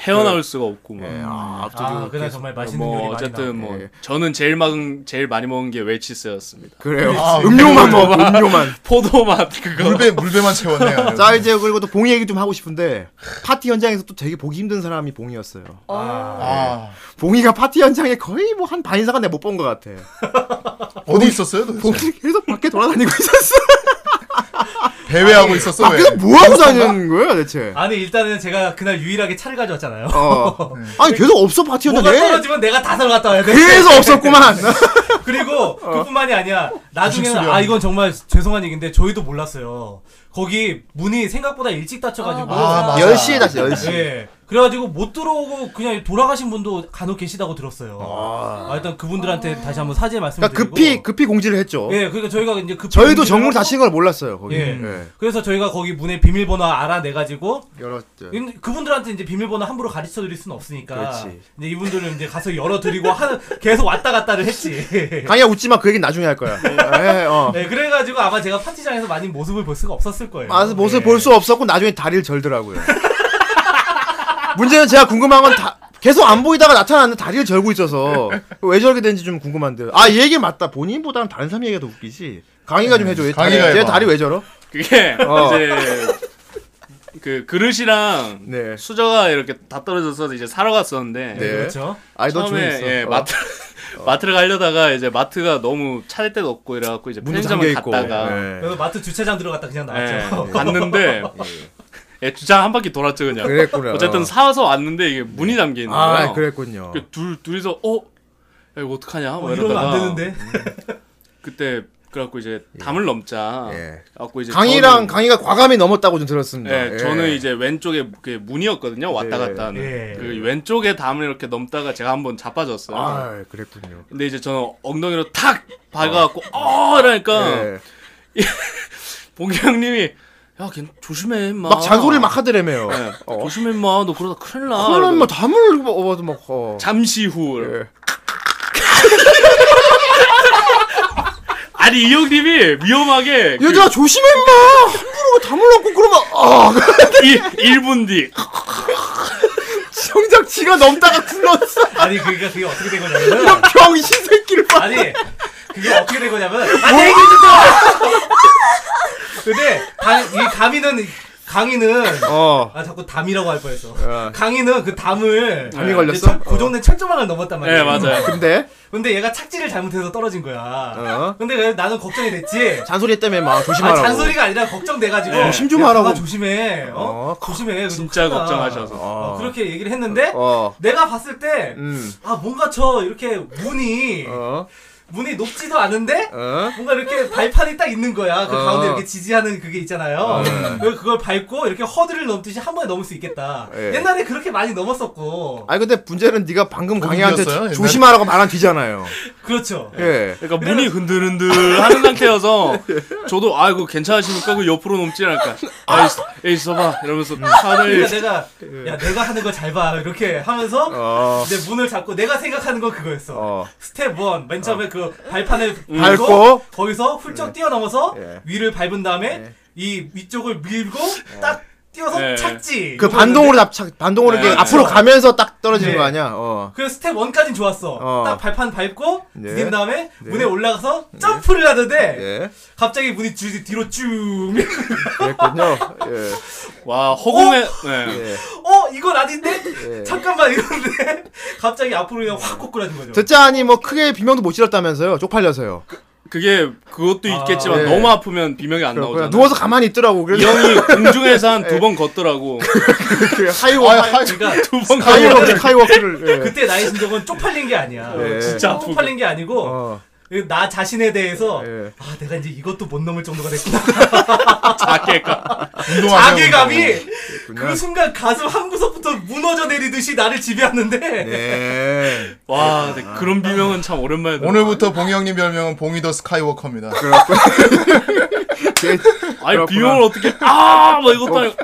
[SPEAKER 6] 헤어나올 수가 없고 뭐.
[SPEAKER 4] 아, 그날 정말 맛있는
[SPEAKER 6] 뭐
[SPEAKER 4] 요리 많이
[SPEAKER 6] 어쨌든
[SPEAKER 4] 나왔네.
[SPEAKER 6] 뭐 저는 제일 막 제일 많이 먹은 게 웰치스였습니다.
[SPEAKER 3] 그래요.
[SPEAKER 2] 아,
[SPEAKER 3] 음료만 먹어. 음료만.
[SPEAKER 6] 포도맛 그거.
[SPEAKER 2] 물배 물배만 채웠네요. 아,
[SPEAKER 3] 자 이제 그리고 또 봉이 얘기 좀 하고 싶은데 파티 현장에서 또 되게 보기 힘든 사람이 봉이었어요.
[SPEAKER 2] 아,
[SPEAKER 3] 봉이가 파티 현장에 거의 뭐 한 반 이상은 내가 못 본 것 같아.
[SPEAKER 2] 어디 있었어요? 도대체?
[SPEAKER 3] 봉이 계속 밖에 돌아다니고 있었어.
[SPEAKER 2] 배회하고 있었어. 왜?
[SPEAKER 3] 밖에서 뭐 하고 다니는 거야 대체?
[SPEAKER 4] 아니 일단은 제가 그날 유일하게 차를 가져왔잖아요.
[SPEAKER 3] 어. 아니 계속 없어 파티
[SPEAKER 4] 뭐가
[SPEAKER 3] 현장에.
[SPEAKER 4] 떨어지면 내가 다 들어갔다 와야 돼.
[SPEAKER 3] 계속 없었구만.
[SPEAKER 4] 그리고
[SPEAKER 3] 어.
[SPEAKER 4] 그뿐만이 아니야. 나중에는
[SPEAKER 2] 집수령.
[SPEAKER 4] 아 이건 정말 죄송한 얘기인데 저희도 몰랐어요. 거기 문이 생각보다 일찍 닫혀가지고
[SPEAKER 2] 아, 맞아.
[SPEAKER 3] 10시에 다시 10시.
[SPEAKER 4] 예. 그래가지고 못 들어오고 그냥 돌아가신 분도 간혹 계시다고 들었어요. 아, 일단 그분들한테 다시 한번 사죄의 말씀을
[SPEAKER 3] 그러니까
[SPEAKER 4] 드리고.
[SPEAKER 3] 급히 공지를 급히 공지를 했죠.
[SPEAKER 4] 예, 그러니까 저희가 이제 급.
[SPEAKER 3] 저희도 정문 닫힌 걸 몰랐어요. 거기.
[SPEAKER 4] 예.
[SPEAKER 3] 예.
[SPEAKER 4] 그래서 저희가 거기 문의 비밀번호 알아내가지고
[SPEAKER 3] 열었죠.
[SPEAKER 4] 인- 그분들한테 이제 비밀번호 함부로 가르쳐 드릴 수는 없으니까.
[SPEAKER 3] 네. 그렇지.
[SPEAKER 4] 이제 이분들은 이제 가서 열어 드리고 하는 계속 왔다 갔다를 했지.
[SPEAKER 3] 강희야 웃지마 그 얘기는 나중에 할 거야. 예, 어.
[SPEAKER 4] 네, 그래가지고 아마 제가 파티장에서 많은 모습을 볼 수가 없었을 거예요.
[SPEAKER 3] 아, 모습
[SPEAKER 4] 네.
[SPEAKER 3] 볼 수 없었고 나중에 다리를 절더라고요. 문제는 제가 궁금한 건 다, 계속 안 보이다가 나타났는데 다리를 절고 있어서 왜 저렇게 된지 좀 궁금한데. 아, 이 얘기 맞다. 본인보다는 다른 사람 얘기가 더 웃기지. 강희가 좀 해줘. 얘 다리,
[SPEAKER 2] 네. 강희가
[SPEAKER 3] 얘
[SPEAKER 2] 해봐.
[SPEAKER 3] 다리 왜 저러?
[SPEAKER 6] 그게
[SPEAKER 3] 어.
[SPEAKER 6] 이제 그 그릇이랑
[SPEAKER 3] 네.
[SPEAKER 6] 수저가 이렇게 다 떨어져서 이제 사러 갔었는데
[SPEAKER 3] 네.
[SPEAKER 4] 그렇죠.
[SPEAKER 3] 아니 너 조용히
[SPEAKER 6] 처음에
[SPEAKER 3] 있어.
[SPEAKER 6] 예,
[SPEAKER 3] 어.
[SPEAKER 6] 마트 마트를 가려다가 이제 마트가 너무 찾을 데도 없고 이래갖고 이제
[SPEAKER 3] 문도
[SPEAKER 6] 편의점을
[SPEAKER 3] 잠겨있고.
[SPEAKER 6] 갔다가
[SPEAKER 3] 예.
[SPEAKER 4] 그래서 마트 주차장 들어갔다 그냥
[SPEAKER 3] 네.
[SPEAKER 4] 나왔죠.
[SPEAKER 6] 예, 갔는데 예, 주장 한 바퀴 돌았죠 그냥.
[SPEAKER 3] 그랬구나.
[SPEAKER 6] 어쨌든 사와서 왔는데 이게 문이 잠겨 있는 거예요.
[SPEAKER 3] 아, 그랬군요.
[SPEAKER 6] 그둘 둘이서 어 야, 이거 어떡하냐? 막
[SPEAKER 4] 어, 이러면
[SPEAKER 6] 이러다가
[SPEAKER 4] 안 되는데.
[SPEAKER 6] 그때 그래갖고 이제 담을 넘자.
[SPEAKER 3] 예.
[SPEAKER 6] 갖고 이제
[SPEAKER 3] 강희랑
[SPEAKER 6] 저는-
[SPEAKER 3] 강희가 과감히 넘었다고 좀 들었습니다.
[SPEAKER 6] 예,
[SPEAKER 3] 예.
[SPEAKER 6] 저는 이제 왼쪽에 그 문이었거든요. 왔다 갔다 하는.
[SPEAKER 4] 예.
[SPEAKER 6] 그 왼쪽에 담을 이렇게 넘다가 제가 한번 자빠졌어요.
[SPEAKER 3] 아, 그랬군요.
[SPEAKER 6] 근데 이제 저는 엉덩이로 탁 박아갖고 어, 이러니까
[SPEAKER 3] 예.
[SPEAKER 6] 봉기 형님이 야, 걔 조심해 임마.
[SPEAKER 3] 막 잔소리를
[SPEAKER 4] 아.
[SPEAKER 3] 막 하더래매요.
[SPEAKER 4] 네.
[SPEAKER 3] 어.
[SPEAKER 6] 예,
[SPEAKER 4] 어.
[SPEAKER 6] 조심해 임마. 너 그러다 큰일 나.
[SPEAKER 3] 그러면
[SPEAKER 6] 이러고.
[SPEAKER 3] 막 담을 먹어도 막 어.
[SPEAKER 6] 잠시 후.
[SPEAKER 3] 뭐. 예.
[SPEAKER 6] 아니 이 형님이 위험하게 그
[SPEAKER 3] 얘들아 조심해 임마 함부로 담을 넣고 그러면 아
[SPEAKER 6] 일- 1분 뒤
[SPEAKER 3] 정작 지가 넘다가 굴렀어
[SPEAKER 4] 아니 그러니까 그게 어떻게 된 거냐면
[SPEAKER 3] 이런 병신 새끼를 봐
[SPEAKER 4] 아니 그게 어떻게 된 거냐면 안돼 얘기해주세요. 근데 다, 이 가미는 강의는
[SPEAKER 3] 어.
[SPEAKER 4] 아 자꾸 담이라고 할 뻔했어.
[SPEAKER 3] 어.
[SPEAKER 4] 강의는 그 담을
[SPEAKER 3] 담이 걸렸어?
[SPEAKER 4] 철- 그 고정된 철조망을 넘었단 말이야.
[SPEAKER 6] 네, 맞아요.
[SPEAKER 3] 근데
[SPEAKER 4] 근데 얘가 착지를 잘못해서 떨어진 거야.
[SPEAKER 3] 어.
[SPEAKER 4] 근데 그래서 나는 걱정이 됐지.
[SPEAKER 3] 잔소리했다며 막
[SPEAKER 4] 아,
[SPEAKER 3] 조심하라고
[SPEAKER 4] 잔소리가 아니라 걱정돼가지고.
[SPEAKER 3] 예, 조심 좀
[SPEAKER 4] 야,
[SPEAKER 3] 하라고.
[SPEAKER 4] 아, 조심해. 어?
[SPEAKER 3] 어,
[SPEAKER 4] 조심해.
[SPEAKER 6] 진짜
[SPEAKER 4] 그거 큰일 나.
[SPEAKER 6] 걱정하셔서
[SPEAKER 3] 아.
[SPEAKER 4] 어, 그렇게 얘기를 했는데
[SPEAKER 3] 어.
[SPEAKER 4] 내가 봤을 때.
[SPEAKER 3] 음.
[SPEAKER 4] 아 뭔가 저 이렇게 문이
[SPEAKER 3] 어.
[SPEAKER 4] 문이 높지도 않은데
[SPEAKER 3] 어.
[SPEAKER 4] 뭔가 이렇게 발판이 딱 있는 거야 그
[SPEAKER 3] 어.
[SPEAKER 4] 가운데 이렇게 지지하는 그게 있잖아요 네. 그래서 그걸 밟고 이렇게 허들을 넘듯이 한 번에 넘을 수 있겠다
[SPEAKER 3] 예.
[SPEAKER 4] 옛날에 그렇게 많이 넘었었고
[SPEAKER 3] 아니 근데 문제는 네가 방금 강희한테
[SPEAKER 2] 이겼어요, 옛날에?
[SPEAKER 3] 조심하라고 말한 뒤잖아요
[SPEAKER 4] 그렇죠
[SPEAKER 3] 예.
[SPEAKER 6] 그러니까 문이 흔들흔들 하는 상태여서 저도 아이고 괜찮으십니까? 그 옆으로 넘지 않을까? 아 에이 있어봐 이러면서
[SPEAKER 3] 음.
[SPEAKER 4] 그러니까
[SPEAKER 3] 예.
[SPEAKER 6] 차를
[SPEAKER 4] 내가 야 내가 하는 거 잘 봐 이렇게 하면서
[SPEAKER 3] 어.
[SPEAKER 4] 내 문을 잡고 내가 생각하는 건 그거였어
[SPEAKER 3] 어.
[SPEAKER 4] 스텝 1맨 처음에 그 발판을
[SPEAKER 3] 밟고.
[SPEAKER 4] 거기서 훌쩍 뛰어넘어서
[SPEAKER 3] 예.
[SPEAKER 4] 위를 밟은 다음에 이 위쪽을 밀고 딱 뛰어서
[SPEAKER 6] 예.
[SPEAKER 4] 착지
[SPEAKER 3] 그
[SPEAKER 4] 이거였는데
[SPEAKER 3] 반동으로 납착 반동으로
[SPEAKER 6] 네.
[SPEAKER 3] 이렇게 앞으로
[SPEAKER 4] 그렇죠.
[SPEAKER 3] 가면서 딱 떨어지는
[SPEAKER 4] 네.
[SPEAKER 3] 거 아니야 어.
[SPEAKER 4] 그 스텝 1까진 좋았어.
[SPEAKER 3] 어.
[SPEAKER 4] 딱 발판 밟고
[SPEAKER 3] 네.
[SPEAKER 4] 디딘 다음에 문에 올라가서 점프를 하는데
[SPEAKER 3] 예.
[SPEAKER 4] 갑자기 문이 주, 뒤로 쭉 밀-
[SPEAKER 3] 그랬군요 예.
[SPEAKER 6] 와 허공에 네.
[SPEAKER 3] 예.
[SPEAKER 4] 어? 이건 아닌데?
[SPEAKER 3] 네.
[SPEAKER 4] 잠깐만 이러는데 갑자기 앞으로 그냥 확 꼬꾸라진 거죠.
[SPEAKER 3] 듣자하니 뭐 크게 비명도 못 질렀다면서요 쪽팔려서요
[SPEAKER 6] 그게 그것도 있겠지만
[SPEAKER 3] 네.
[SPEAKER 6] 너무 아프면 비명이 안
[SPEAKER 3] 그냥
[SPEAKER 6] 나오잖아.
[SPEAKER 3] 누워서 가만히 있더라고
[SPEAKER 6] 이
[SPEAKER 3] 그래서 그
[SPEAKER 6] 형이 공중에서 한 두 번 걷더라고. 그
[SPEAKER 3] 하이워
[SPEAKER 2] 아,
[SPEAKER 3] 하이-
[SPEAKER 2] 하-
[SPEAKER 4] 그러니까
[SPEAKER 6] 두번 걷더라고.
[SPEAKER 3] 하이워크 하이워크를 예.
[SPEAKER 4] 그때 나의 심정은 쪽팔린 게 아니야.
[SPEAKER 3] 예.
[SPEAKER 6] 진짜 아프고.
[SPEAKER 4] 쪽팔린 게 아니고 그
[SPEAKER 3] 어.
[SPEAKER 4] 나 자신에 대해서
[SPEAKER 3] 예.
[SPEAKER 4] 아 내가 이제 이것도 못 넘을 정도가 됐구나.
[SPEAKER 6] 자괴감.
[SPEAKER 2] 운동하세요,
[SPEAKER 4] 자괴감이
[SPEAKER 2] 운동.
[SPEAKER 4] 그 순간 가슴 한 구석부터 위에서 무너져 내리듯이 나를 지배하는데
[SPEAKER 6] 예.
[SPEAKER 3] 네.
[SPEAKER 6] 와, 근데 그런 비명은 참 오랜만에 들어.
[SPEAKER 2] 오늘부터 봉이 형님 별명은 봉이 더 스카이워커입니다.
[SPEAKER 3] 제-
[SPEAKER 6] 아니
[SPEAKER 3] 그렇구나.
[SPEAKER 6] 비명을 어떻게 아, 뭐 이것도 아니고.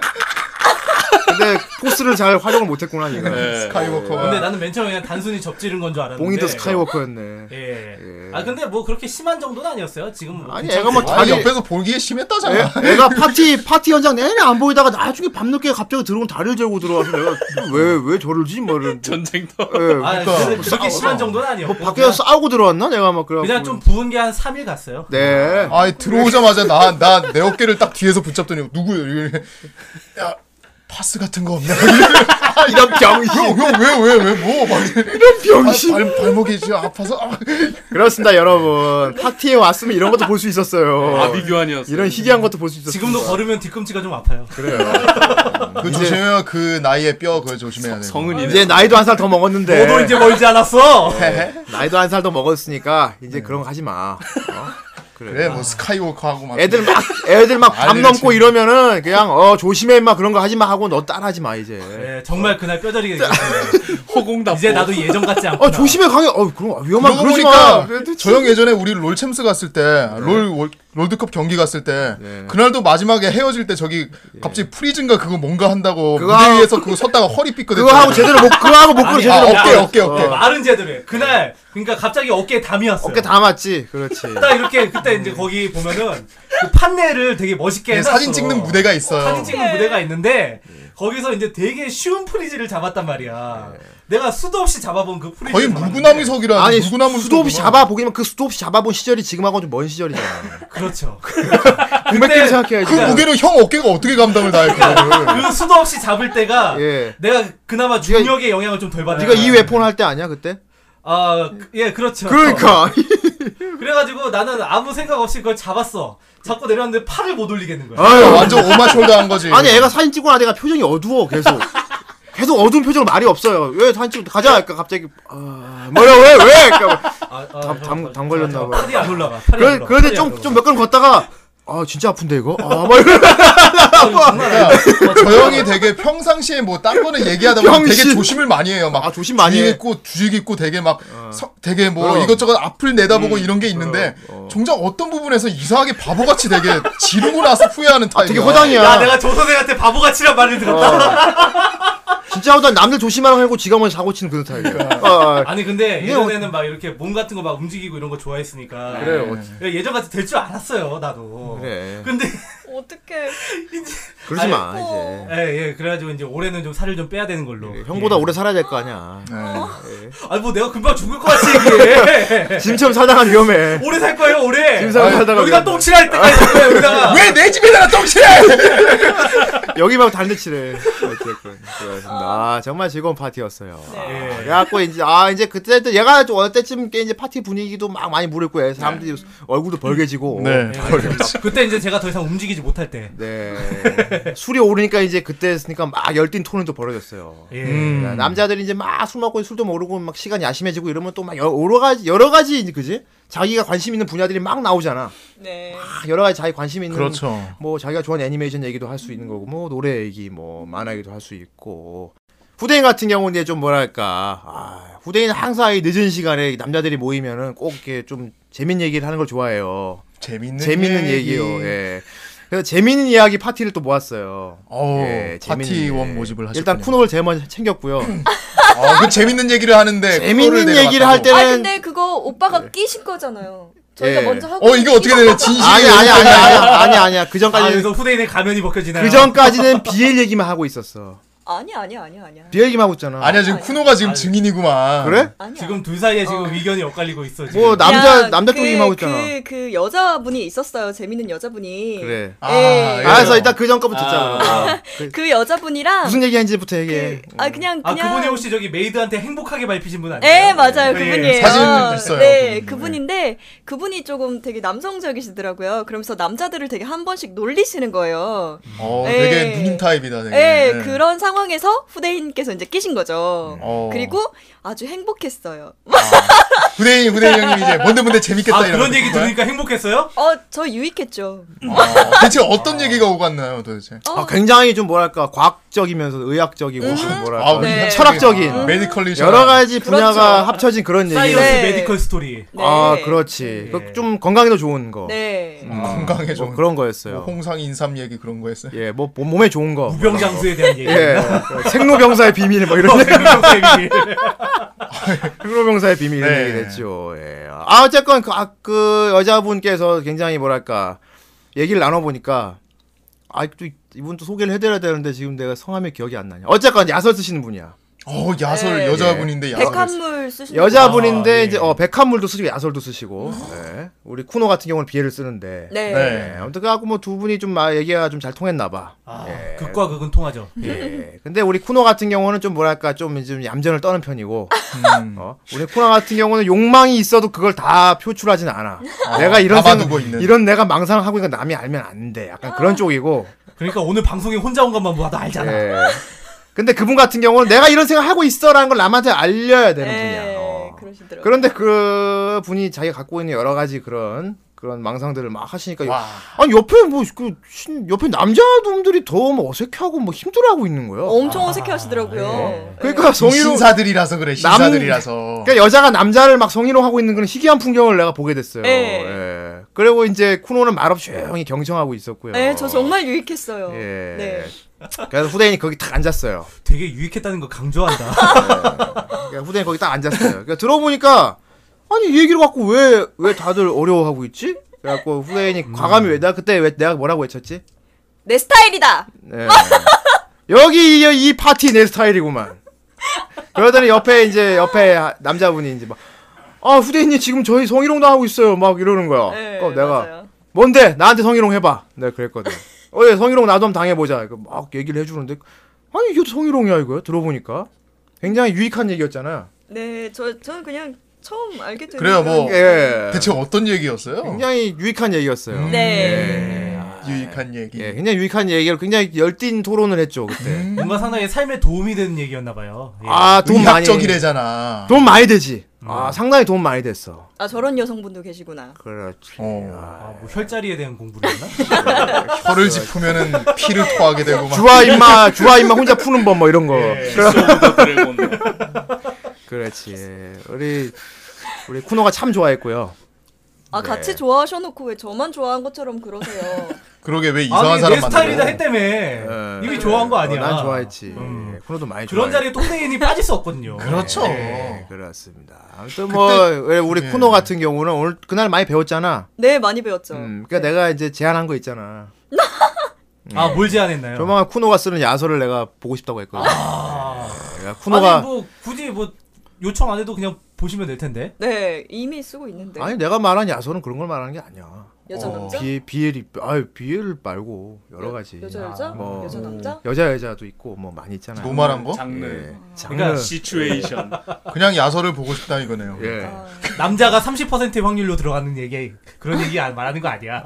[SPEAKER 3] 근데 포스를 잘 활용을 못했구나 얘가.
[SPEAKER 6] 네.
[SPEAKER 2] 스카이워커가
[SPEAKER 4] 근데 나는 맨 처음에 그냥 단순히 접지른 건 줄 알았는데
[SPEAKER 3] 봉이 더 스카이워커였네.
[SPEAKER 4] 예. 아 근데 뭐 그렇게 심한 정도는 아니었어요 지금 뭐
[SPEAKER 3] 아니
[SPEAKER 4] 괜찮-
[SPEAKER 3] 애가 뭐
[SPEAKER 2] 아니
[SPEAKER 3] 자기 네?
[SPEAKER 2] 옆에서 보기에 심했다잖아.
[SPEAKER 3] 애- 애가 파티 파티 현장 내내 안 보이다가 나중에 밤늦게 갑자기 들어온 다리를 재고 들어와서 내가 왜 왜 저럴지 뭐를 예. 뭐
[SPEAKER 6] 전쟁터.
[SPEAKER 4] 아 근데 그렇게 심한 정도는 아니었고
[SPEAKER 3] 밖에서 싸우고 들어왔나 내가 막 그래.
[SPEAKER 4] 그냥, 그냥 좀 부은 게 한 3일 갔어요
[SPEAKER 3] 네.
[SPEAKER 2] 아니 들어오자마자 나 나 내 어깨를 딱 뒤에서 붙잡더니 누구야? 이래. 야 파스 같은 거 없냐?
[SPEAKER 3] 이런 병신.
[SPEAKER 2] 형형왜왜왜뭐 이런 병신 발, 발목이 지금 아파서 아,
[SPEAKER 3] 그렇습니다 여러분. 파티에 왔으면 이런 것도 볼 수 있었어요.
[SPEAKER 6] 아, 비교환이었어.
[SPEAKER 3] 이런 희귀한 것도 볼 수 있었어요.
[SPEAKER 4] 지금도 걸으면 뒤꿈치가 좀 아파요
[SPEAKER 2] 그 조심해요 그 나이에 뼈 그거 조심해야 돼.
[SPEAKER 6] 성은이네.
[SPEAKER 3] 이제 나이도 한 살 더 먹었는데. 네?
[SPEAKER 4] 너도 이제 멀지 않았어
[SPEAKER 2] 네.
[SPEAKER 3] 나이도 한 살 더 먹었으니까 이제 그런 거 하지 마. 어? 그래.
[SPEAKER 2] 그래 뭐 스카이워커 하고 막
[SPEAKER 3] 애들 막 애들 막 밤
[SPEAKER 2] 난리를
[SPEAKER 3] 넘고
[SPEAKER 2] 치네.
[SPEAKER 3] 이러면은 그냥 어 조심해 임마 그런 거 하지 마 하고 너 따라하지 마 이제.
[SPEAKER 4] 네, 정말 그날 뼈저리게 되겠어요
[SPEAKER 6] 허공답.
[SPEAKER 4] 이제 나도 예전 같지 않구나
[SPEAKER 3] 어 조심해 강해. 어 그럼 위험한
[SPEAKER 2] 그러고
[SPEAKER 3] 거 그러지
[SPEAKER 2] 보니까
[SPEAKER 3] 마.
[SPEAKER 2] 저 형 예전에 우리 롤챔스 갔을 때
[SPEAKER 3] 네.
[SPEAKER 2] 롤 롤드컵 경기 갔을 때 그날도 마지막에 헤어질 때 저기 갑자기 프리즌가 그거 뭔가 한다고
[SPEAKER 3] 예. 그거
[SPEAKER 2] 무대
[SPEAKER 3] 하고-
[SPEAKER 2] 위에서 그거 섰다가 허리 삐끗했
[SPEAKER 3] 그거 하고 제대로 못 그거 하고 못 그거
[SPEAKER 2] 아,
[SPEAKER 3] 제대로 못
[SPEAKER 2] 어깨
[SPEAKER 3] 걸어.
[SPEAKER 2] 어깨 어깨
[SPEAKER 4] 네, 말은 제대로 해 그날 그러니까 갑자기 어깨에 담이 왔어요
[SPEAKER 3] 어깨 다 맞지. 그렇지.
[SPEAKER 4] 딱 이렇게 그때 이제 거기 보면은 그 판넬을 되게 멋있게
[SPEAKER 2] 예,
[SPEAKER 4] 해놨어
[SPEAKER 2] 사진 찍는 무대가 있어요.
[SPEAKER 4] 사진 찍는 무대가 있는데 거기서 이제 되게 쉬운 프리즈를 잡았단 말이야. 내가 수도 없이 잡아본 그 프리즈.
[SPEAKER 2] 거의 물구나무석이라.
[SPEAKER 3] 아니
[SPEAKER 2] 물구나무
[SPEAKER 3] 수도 없이
[SPEAKER 2] 속이구나.
[SPEAKER 3] 잡아 보기만 그 수도 없이 잡아본 시절이 지금하고 좀 먼 시절이잖아.
[SPEAKER 4] 그렇죠.
[SPEAKER 3] 공백기를 생각해야지.
[SPEAKER 2] 그 무게로 형 어깨가 어떻게 감당을 다해 그거를.
[SPEAKER 4] 그 수도 없이 잡을 때가
[SPEAKER 3] 예.
[SPEAKER 4] 내가 그나마
[SPEAKER 3] 네가-
[SPEAKER 4] 중력의 영향을 좀 덜 받는.
[SPEAKER 3] 네가 이 웨폰 할 때 아니야 그때?
[SPEAKER 4] 아, 그- 예, 그렇죠.
[SPEAKER 3] 그러니까
[SPEAKER 4] 그래가지고 나는 아무 생각 없이 그걸 잡았어. 잡고 내려왔는데 팔을 못 올리겠는
[SPEAKER 3] 어?
[SPEAKER 4] 거야.
[SPEAKER 2] 아유, 완전 오마숄더한 거지.
[SPEAKER 3] 아니 애가 사진 찍고 나니까 표정이 어두워 계속 계속 어두운 표정으로 말이 없어요 왜 사진 찍고 가자 그러니까 갑자기 아 뭐야 왜왜 그러니까
[SPEAKER 4] 아, 아,
[SPEAKER 3] 담- 담-
[SPEAKER 4] 저-
[SPEAKER 3] 담 걸렸나
[SPEAKER 4] 저-
[SPEAKER 3] 봐요.
[SPEAKER 4] 팔이 안 올라가. 팔이 안
[SPEAKER 3] 그래,
[SPEAKER 4] 올라가.
[SPEAKER 3] 그런데
[SPEAKER 4] 팔이 안
[SPEAKER 3] 좀
[SPEAKER 4] 올라가.
[SPEAKER 3] 좀 몇 걸 걷다가 아 진짜 아픈데 이거 아막 이러
[SPEAKER 4] 아,
[SPEAKER 2] 저 형이 되게 평상시에 뭐 딴 거는 얘기하다 보면 되게
[SPEAKER 3] 병신.
[SPEAKER 2] 조심을 많이 해요. 막
[SPEAKER 3] 아, 조심 많이 해.
[SPEAKER 2] 있고 주의 깊고 되게 막 서- 되게 뭐
[SPEAKER 3] 그럼.
[SPEAKER 2] 이것저것 앞을 내다보고 이런 게 있는데 종종 어떤 부분에서 이상하게 바보같이 되게 지르고 나서 후회하는 타입이야.
[SPEAKER 3] 아, 되게 호당이야 어.
[SPEAKER 4] 야, 내가 조선생한테 바보같이란 말을 들었다.
[SPEAKER 3] 진짜 호당 남들 조심하라고 하고 지가 먼저 사고 치는 그런 타입이야 어, 어.
[SPEAKER 4] 아니 근데
[SPEAKER 3] 이게
[SPEAKER 4] 예전에는 막 이렇게 몸 같은 거 막 움직이고 이런 거 좋아했으니까
[SPEAKER 3] 그래요.
[SPEAKER 4] 예전같이 될 줄 알았어요 나도
[SPEAKER 3] 그래
[SPEAKER 4] 근데
[SPEAKER 5] 어떻게
[SPEAKER 3] 그러지 마 아, 이제
[SPEAKER 4] 예예 그래가지고 이제 올해는 좀 살을 좀 빼야 되는 걸로 예.
[SPEAKER 3] 형보다 오래 살아야 될 거 아니야
[SPEAKER 4] 아니 뭐 내가 금방 죽을 것 같이 얘기해
[SPEAKER 3] 짐처럼 살다가 위험해
[SPEAKER 4] 오래 살 거예요 올해
[SPEAKER 3] 짐처럼 살다가
[SPEAKER 4] 여기다
[SPEAKER 3] 위험해
[SPEAKER 4] 똥칠할 때까지 살 거예요 여기다가
[SPEAKER 2] 왜 네, 내 집에다가 똥실해!
[SPEAKER 3] 여기 말고 다른 데 칠해 어쨌건 그렇습니다 아 정말 즐거운 파티였어요 아,
[SPEAKER 4] 예.
[SPEAKER 3] 그래갖고 이제 아 이제 그때 또 얘가 좀 어느 때쯤 꽤 이제 파티 분위기도 막 많이 무르고 해 사람들이 얼굴도 벌개지고
[SPEAKER 2] 네.
[SPEAKER 4] 아, 그렇죠. 그때 이제 제가 더 이상 움직이지 못할 때
[SPEAKER 3] 네. 술이 오르니까 이제 그때였으니까 막 열띤 톤이 또 벌어졌어요.
[SPEAKER 4] 예.
[SPEAKER 3] 음. 남자들이 이제 막 술 먹고 술도 모르고 막 시간이 야심해지고 이러면 또 막 여러 가지 여러 가지 이제 그지 자기가 관심 있는 분야들이 막 나오잖아.
[SPEAKER 5] 네.
[SPEAKER 3] 막 여러 가지 자기 관심 있는
[SPEAKER 2] 그렇죠.
[SPEAKER 3] 뭐 자기가 좋아하는 애니메이션 얘기도 할 수 있는 거고 뭐 노래 얘기 뭐 만화 얘기도 할 수 있고 후대인 같은 경우는 이제 좀 뭐랄까 아, 후대인 항상 이 늦은 시간에 남자들이 모이면은 꼭 이렇게 좀 재밌는 얘기를 하는 걸 좋아해요.
[SPEAKER 2] 재밌는,
[SPEAKER 3] 재밌는 얘기요. 예. 그래서 재밌는 이야기 파티를 또 모았어요.
[SPEAKER 2] 어우,
[SPEAKER 3] 예, 재밌는
[SPEAKER 2] 파티원
[SPEAKER 3] 얘기.
[SPEAKER 2] 모집을 하셨군요.
[SPEAKER 3] 일단 쿠노를 제일 먼저 챙겼고요.
[SPEAKER 2] 아, 그 재밌는 얘기를 하는데 그거를
[SPEAKER 3] 재밌는
[SPEAKER 2] 내가
[SPEAKER 3] 얘기를 할
[SPEAKER 2] 맡아서.
[SPEAKER 5] 아
[SPEAKER 3] 때는
[SPEAKER 5] 근데 그거 오빠가 끼신 거잖아요. 저희가
[SPEAKER 3] 예.
[SPEAKER 5] 먼저 하고
[SPEAKER 2] 어 이게 어떻게 되냐 진심이
[SPEAKER 3] 아니 아니 아니 아니 아니 아니야. 그
[SPEAKER 4] 아
[SPEAKER 3] 전까지는
[SPEAKER 4] 여기서 후대인의 가면이 벗겨지나요
[SPEAKER 3] 그 전까지는 BL 얘기만 하고 있었어.
[SPEAKER 5] 아니 아니 아니 아니 아니.
[SPEAKER 3] BL 얘기만 하고 있잖아.
[SPEAKER 2] 아니야 지금 쿠노가 지금 증인이구만
[SPEAKER 3] 그래?
[SPEAKER 5] 아니야.
[SPEAKER 4] 지금 둘 사이에 지금
[SPEAKER 5] 어.
[SPEAKER 4] 의견이 엇갈리고 있어 지금
[SPEAKER 3] 뭐 남자
[SPEAKER 5] 그냥
[SPEAKER 3] 남자 쪽
[SPEAKER 5] 그-
[SPEAKER 3] 얘기만 하고 있잖아.
[SPEAKER 5] 그, 그 여자분이 있었어요. 재밌는 여자분이.
[SPEAKER 3] 그래.
[SPEAKER 2] 아,
[SPEAKER 5] 예.
[SPEAKER 2] 예.
[SPEAKER 3] 알았어 일단 그 전까부터 듣자. 그,
[SPEAKER 5] 그 여자분이랑
[SPEAKER 3] 무슨 얘기하는지부터 얘기해.
[SPEAKER 5] 그, 아 그냥 그냥
[SPEAKER 4] 아 그분이 혹시 저기 메이드한테 행복하게 밟히신 분 아니에요?
[SPEAKER 5] 예
[SPEAKER 4] 예,
[SPEAKER 5] 맞아요 그분이에요.
[SPEAKER 2] 사진 있어요,
[SPEAKER 5] 네
[SPEAKER 2] 그분.
[SPEAKER 5] 그분인데 그분이 조금 되게 남성적이시더라고요. 그러면서 남자들을 되게 한 번씩 놀리시는 거예요.
[SPEAKER 2] 어
[SPEAKER 5] 예.
[SPEAKER 2] 되게 누님 타입이다 되게
[SPEAKER 5] 예, 그런 상황에서 후대인께서 이제 끼신 거죠.
[SPEAKER 2] 어.
[SPEAKER 5] 그리고 아주 행복했어요.
[SPEAKER 2] 후대인 후대인 형님이 이제 뭔데 뭔데 재밌겠다
[SPEAKER 4] 아
[SPEAKER 2] 이런
[SPEAKER 4] 그런
[SPEAKER 3] 네.
[SPEAKER 4] 얘기 들으니까 행복했어요?
[SPEAKER 5] 어, 저 유익했죠.
[SPEAKER 2] 대체 어떤 얘기가 오갔나요 도대체?
[SPEAKER 5] 어,
[SPEAKER 3] 아, 굉장히 좀 뭐랄까 과학적이면서 의학적이고 뭐랄까
[SPEAKER 2] 아,
[SPEAKER 5] 네.
[SPEAKER 3] 철학적인
[SPEAKER 2] 메디컬리
[SPEAKER 3] 여러 가지 분야가
[SPEAKER 5] 그렇죠.
[SPEAKER 3] 합쳐진 그런 얘기.
[SPEAKER 4] 사이언스
[SPEAKER 5] 네.
[SPEAKER 4] 메디컬 스토리.
[SPEAKER 5] 네.
[SPEAKER 3] 아 그렇지. 그거 좀 건강에도 좋은 거.
[SPEAKER 5] 네.
[SPEAKER 2] 음, 건강에
[SPEAKER 3] 뭐
[SPEAKER 2] 좋은
[SPEAKER 3] 그런 거였어요.
[SPEAKER 2] 뭐 홍상 인삼 얘기 그런 거 했어요.
[SPEAKER 3] 예, 뭐 몸- 몸에 좋은 거.
[SPEAKER 4] 무병장수에 대한 얘기.
[SPEAKER 3] 예, 생로병사의 비밀 뭐 이런. 얘기. 생로병사의 비밀 이런
[SPEAKER 2] 네.
[SPEAKER 3] 얘기 됐죠. 예. 아 어쨌건 그, 아, 그 여자분께서 굉장히 뭐랄까 얘기를 나눠보니까 아또 이분 또 소개를 해드려야 되는데 지금 내가 성함이 기억이 안 나냐. 어쨌건 야설 쓰시는 분이야.
[SPEAKER 2] 어 야설
[SPEAKER 5] 네.
[SPEAKER 2] 여자분인데 야설.
[SPEAKER 5] 백합물 쓰신
[SPEAKER 3] 그 여자분인데
[SPEAKER 4] 아, 예.
[SPEAKER 3] 이제 어 백합물도 쓰시고 야설도 쓰시고 예. 우리 쿠노 같은 경우는 비애를 쓰는데
[SPEAKER 5] 네.
[SPEAKER 2] 네.
[SPEAKER 3] 예, 아무튼 그래갖고 뭐 두 분이 좀 아, 얘기가 좀 잘 통했나봐
[SPEAKER 4] 아,
[SPEAKER 3] 네.
[SPEAKER 4] 극과 극은 통하죠.
[SPEAKER 3] 예. 근데 우리 쿠노 같은 경우는 좀 뭐랄까 좀, 좀 얌전을 떠는 편이고
[SPEAKER 2] 음.
[SPEAKER 3] 어? 우리 쿠노 같은 경우는 욕망이 있어도 그걸 다 표출하진 않아 내가 이런 생각
[SPEAKER 2] 담아두고 어, 있는.
[SPEAKER 3] 이런 내가 망상을 하고 있는 거 남이 알면 안 돼 약간 그런
[SPEAKER 5] 아.
[SPEAKER 3] 쪽이고
[SPEAKER 4] 그러니까 오늘 방송에 혼자 온 것만 봐도 알잖아.
[SPEAKER 3] 예. 근데 그분 같은 경우는 내가 이런 생각 하고 있어라는 걸 남한테 알려야 되는 분이야
[SPEAKER 5] 네.
[SPEAKER 3] 어.
[SPEAKER 5] 그러시더라고요.
[SPEAKER 3] 그런데 그 분이 자기가 갖고 있는 여러 가지 그런 그런 망상들을 막
[SPEAKER 5] 네.
[SPEAKER 3] 하시니까
[SPEAKER 2] 와.
[SPEAKER 3] 아니 옆에 뭐그 옆에 남자분들이 더뭐 어색해하고 뭐 힘들어하고 있는 거예요.
[SPEAKER 5] 엄청 예. 어색해 하시더라고요.
[SPEAKER 3] 아,
[SPEAKER 5] 네.
[SPEAKER 3] 그러니까 성희롱
[SPEAKER 2] 신사들이라서 그래 신사들이라서.
[SPEAKER 3] 그러니까 여자가 남자를 막 성희롱하고 있는 그런 희귀한 풍경을 내가 보게 됐어요.
[SPEAKER 5] 네.
[SPEAKER 3] 예. 그리고 이제 쿠노는 말없이 조용히 경청하고 있었고요.
[SPEAKER 5] 네, 저 정말 유익했어요.
[SPEAKER 3] 예.
[SPEAKER 5] 네.
[SPEAKER 3] 그래서 후대인이 거기 딱 앉았어요.
[SPEAKER 4] 되게 유익했다는 거 강조한다.
[SPEAKER 3] 그러니까 후대인 거기 딱 앉았어요. 그러니까 들어보니까 아니 이 얘기를 갖고 왜 왜 다들 어려워하고 있지? 그래갖고 후대인이 과감히 왜 내가 그때 왜 내가 뭐라고 외쳤지?
[SPEAKER 5] 내 스타일이다.
[SPEAKER 3] 네. 여기 이, 이 파티 내 스타일이구만. 그러더니 옆에 이제 옆에 하- 남자분이 이제 막. 아 후대인님 지금 저희 성희롱 당하고 있어요 막 이러는 거야.
[SPEAKER 5] 네,
[SPEAKER 3] 그럼 내가
[SPEAKER 5] 맞아요.
[SPEAKER 3] 뭔데 나한테 성희롱 해봐. 내가 그랬거든. 어예 성희롱 나도 한번 당해보자. 이거 막 얘기를 해주는데 아니 이게 성희롱이야 이거 들어보니까 굉장히 유익한 얘기였잖아.
[SPEAKER 5] 네, 저 저는 그냥 처음 알게 된
[SPEAKER 2] 그래요, 뭐.
[SPEAKER 3] 예.
[SPEAKER 2] 대체 어떤 얘기였어요?
[SPEAKER 3] 굉장히 유익한 얘기였어요.
[SPEAKER 5] 네.
[SPEAKER 2] 유익한 얘기.
[SPEAKER 3] 예, 굉장히 유익한 얘기를 굉장히 열띤 토론을 했죠 그때.
[SPEAKER 4] 뭔가 상당히 삶에 도움이 되는 얘기였나 봐요. 예.
[SPEAKER 3] 아 돈 많이
[SPEAKER 2] 의학적이래잖아.
[SPEAKER 3] 돈 많이 되지. 아 상당히 돈 많이 됐어.
[SPEAKER 5] 아, 저런 여성분도 계시구나.
[SPEAKER 3] 그렇지.
[SPEAKER 2] 어.
[SPEAKER 4] 아, 뭐 혈자리에 대한 공부를 했나?
[SPEAKER 3] 아,
[SPEAKER 2] 혀를 짚으면은 피를 토하게 되고 막.
[SPEAKER 3] 주아 임마 주아 임마 혼자 푸는 법 뭐 이런 거.
[SPEAKER 6] 예.
[SPEAKER 3] 그렇지. 우리 우리 쿠노가 참 좋아했고요.
[SPEAKER 5] 아,
[SPEAKER 3] 네.
[SPEAKER 5] 같이 좋아하셔놓고 왜 저만 좋아한 것처럼 그러세요?
[SPEAKER 2] 그러게 왜 이상한
[SPEAKER 4] 아니 내
[SPEAKER 2] 사람
[SPEAKER 4] 스타일이다
[SPEAKER 2] 만들고.
[SPEAKER 4] 했다며.
[SPEAKER 3] 예.
[SPEAKER 4] 이미 좋아한 거 아니야.
[SPEAKER 3] 어, 난 좋아했지.
[SPEAKER 4] 음.
[SPEAKER 3] 예, 쿠노도 많이
[SPEAKER 4] 그런
[SPEAKER 3] 좋아했-
[SPEAKER 4] 자리에 통대인이 빠질 수 없거든요.
[SPEAKER 2] 그렇죠.
[SPEAKER 3] 예, 그렇습니다. 아무튼 뭐 예, 우리 쿠노 같은 경우는 오늘 그날 많이 배웠잖아.
[SPEAKER 5] 네, 많이 배웠죠.
[SPEAKER 3] 음, 그러니까 내가 이제 제안한 거 있잖아.
[SPEAKER 4] 아 뭘 제안했나요?
[SPEAKER 3] 조만간 쿠노가 쓰는 야설을 내가 보고 싶다고 했거든.
[SPEAKER 4] 아.
[SPEAKER 3] 야, 쿠노가
[SPEAKER 4] 아니 뭐 굳이 뭐 요청 안 해도 그냥 보시면 될 텐데.
[SPEAKER 5] 네, 이미 쓰고 있는데.
[SPEAKER 3] 아니 내가 말한 야설은 그런 걸 말하는 게 아니야.
[SPEAKER 5] 여자 남자?
[SPEAKER 3] 비 비엘이 아유 비엘 말고 여러 가지
[SPEAKER 5] 여자 여자?
[SPEAKER 3] 뭐.
[SPEAKER 5] 여자 남자?
[SPEAKER 3] 여자 여자도 있고 뭐 많이 있잖아요.
[SPEAKER 2] 노말한 거?
[SPEAKER 6] 장르,
[SPEAKER 3] 예,
[SPEAKER 4] 그러니까
[SPEAKER 3] 장르
[SPEAKER 6] 시츄에이션.
[SPEAKER 2] 그냥 야설을 보고 싶다 이거네요.
[SPEAKER 3] 예.
[SPEAKER 5] 아.
[SPEAKER 4] 남자가 30%의 확률로 들어가는 얘기 그런 얘기 안- 말하는 거 아니야.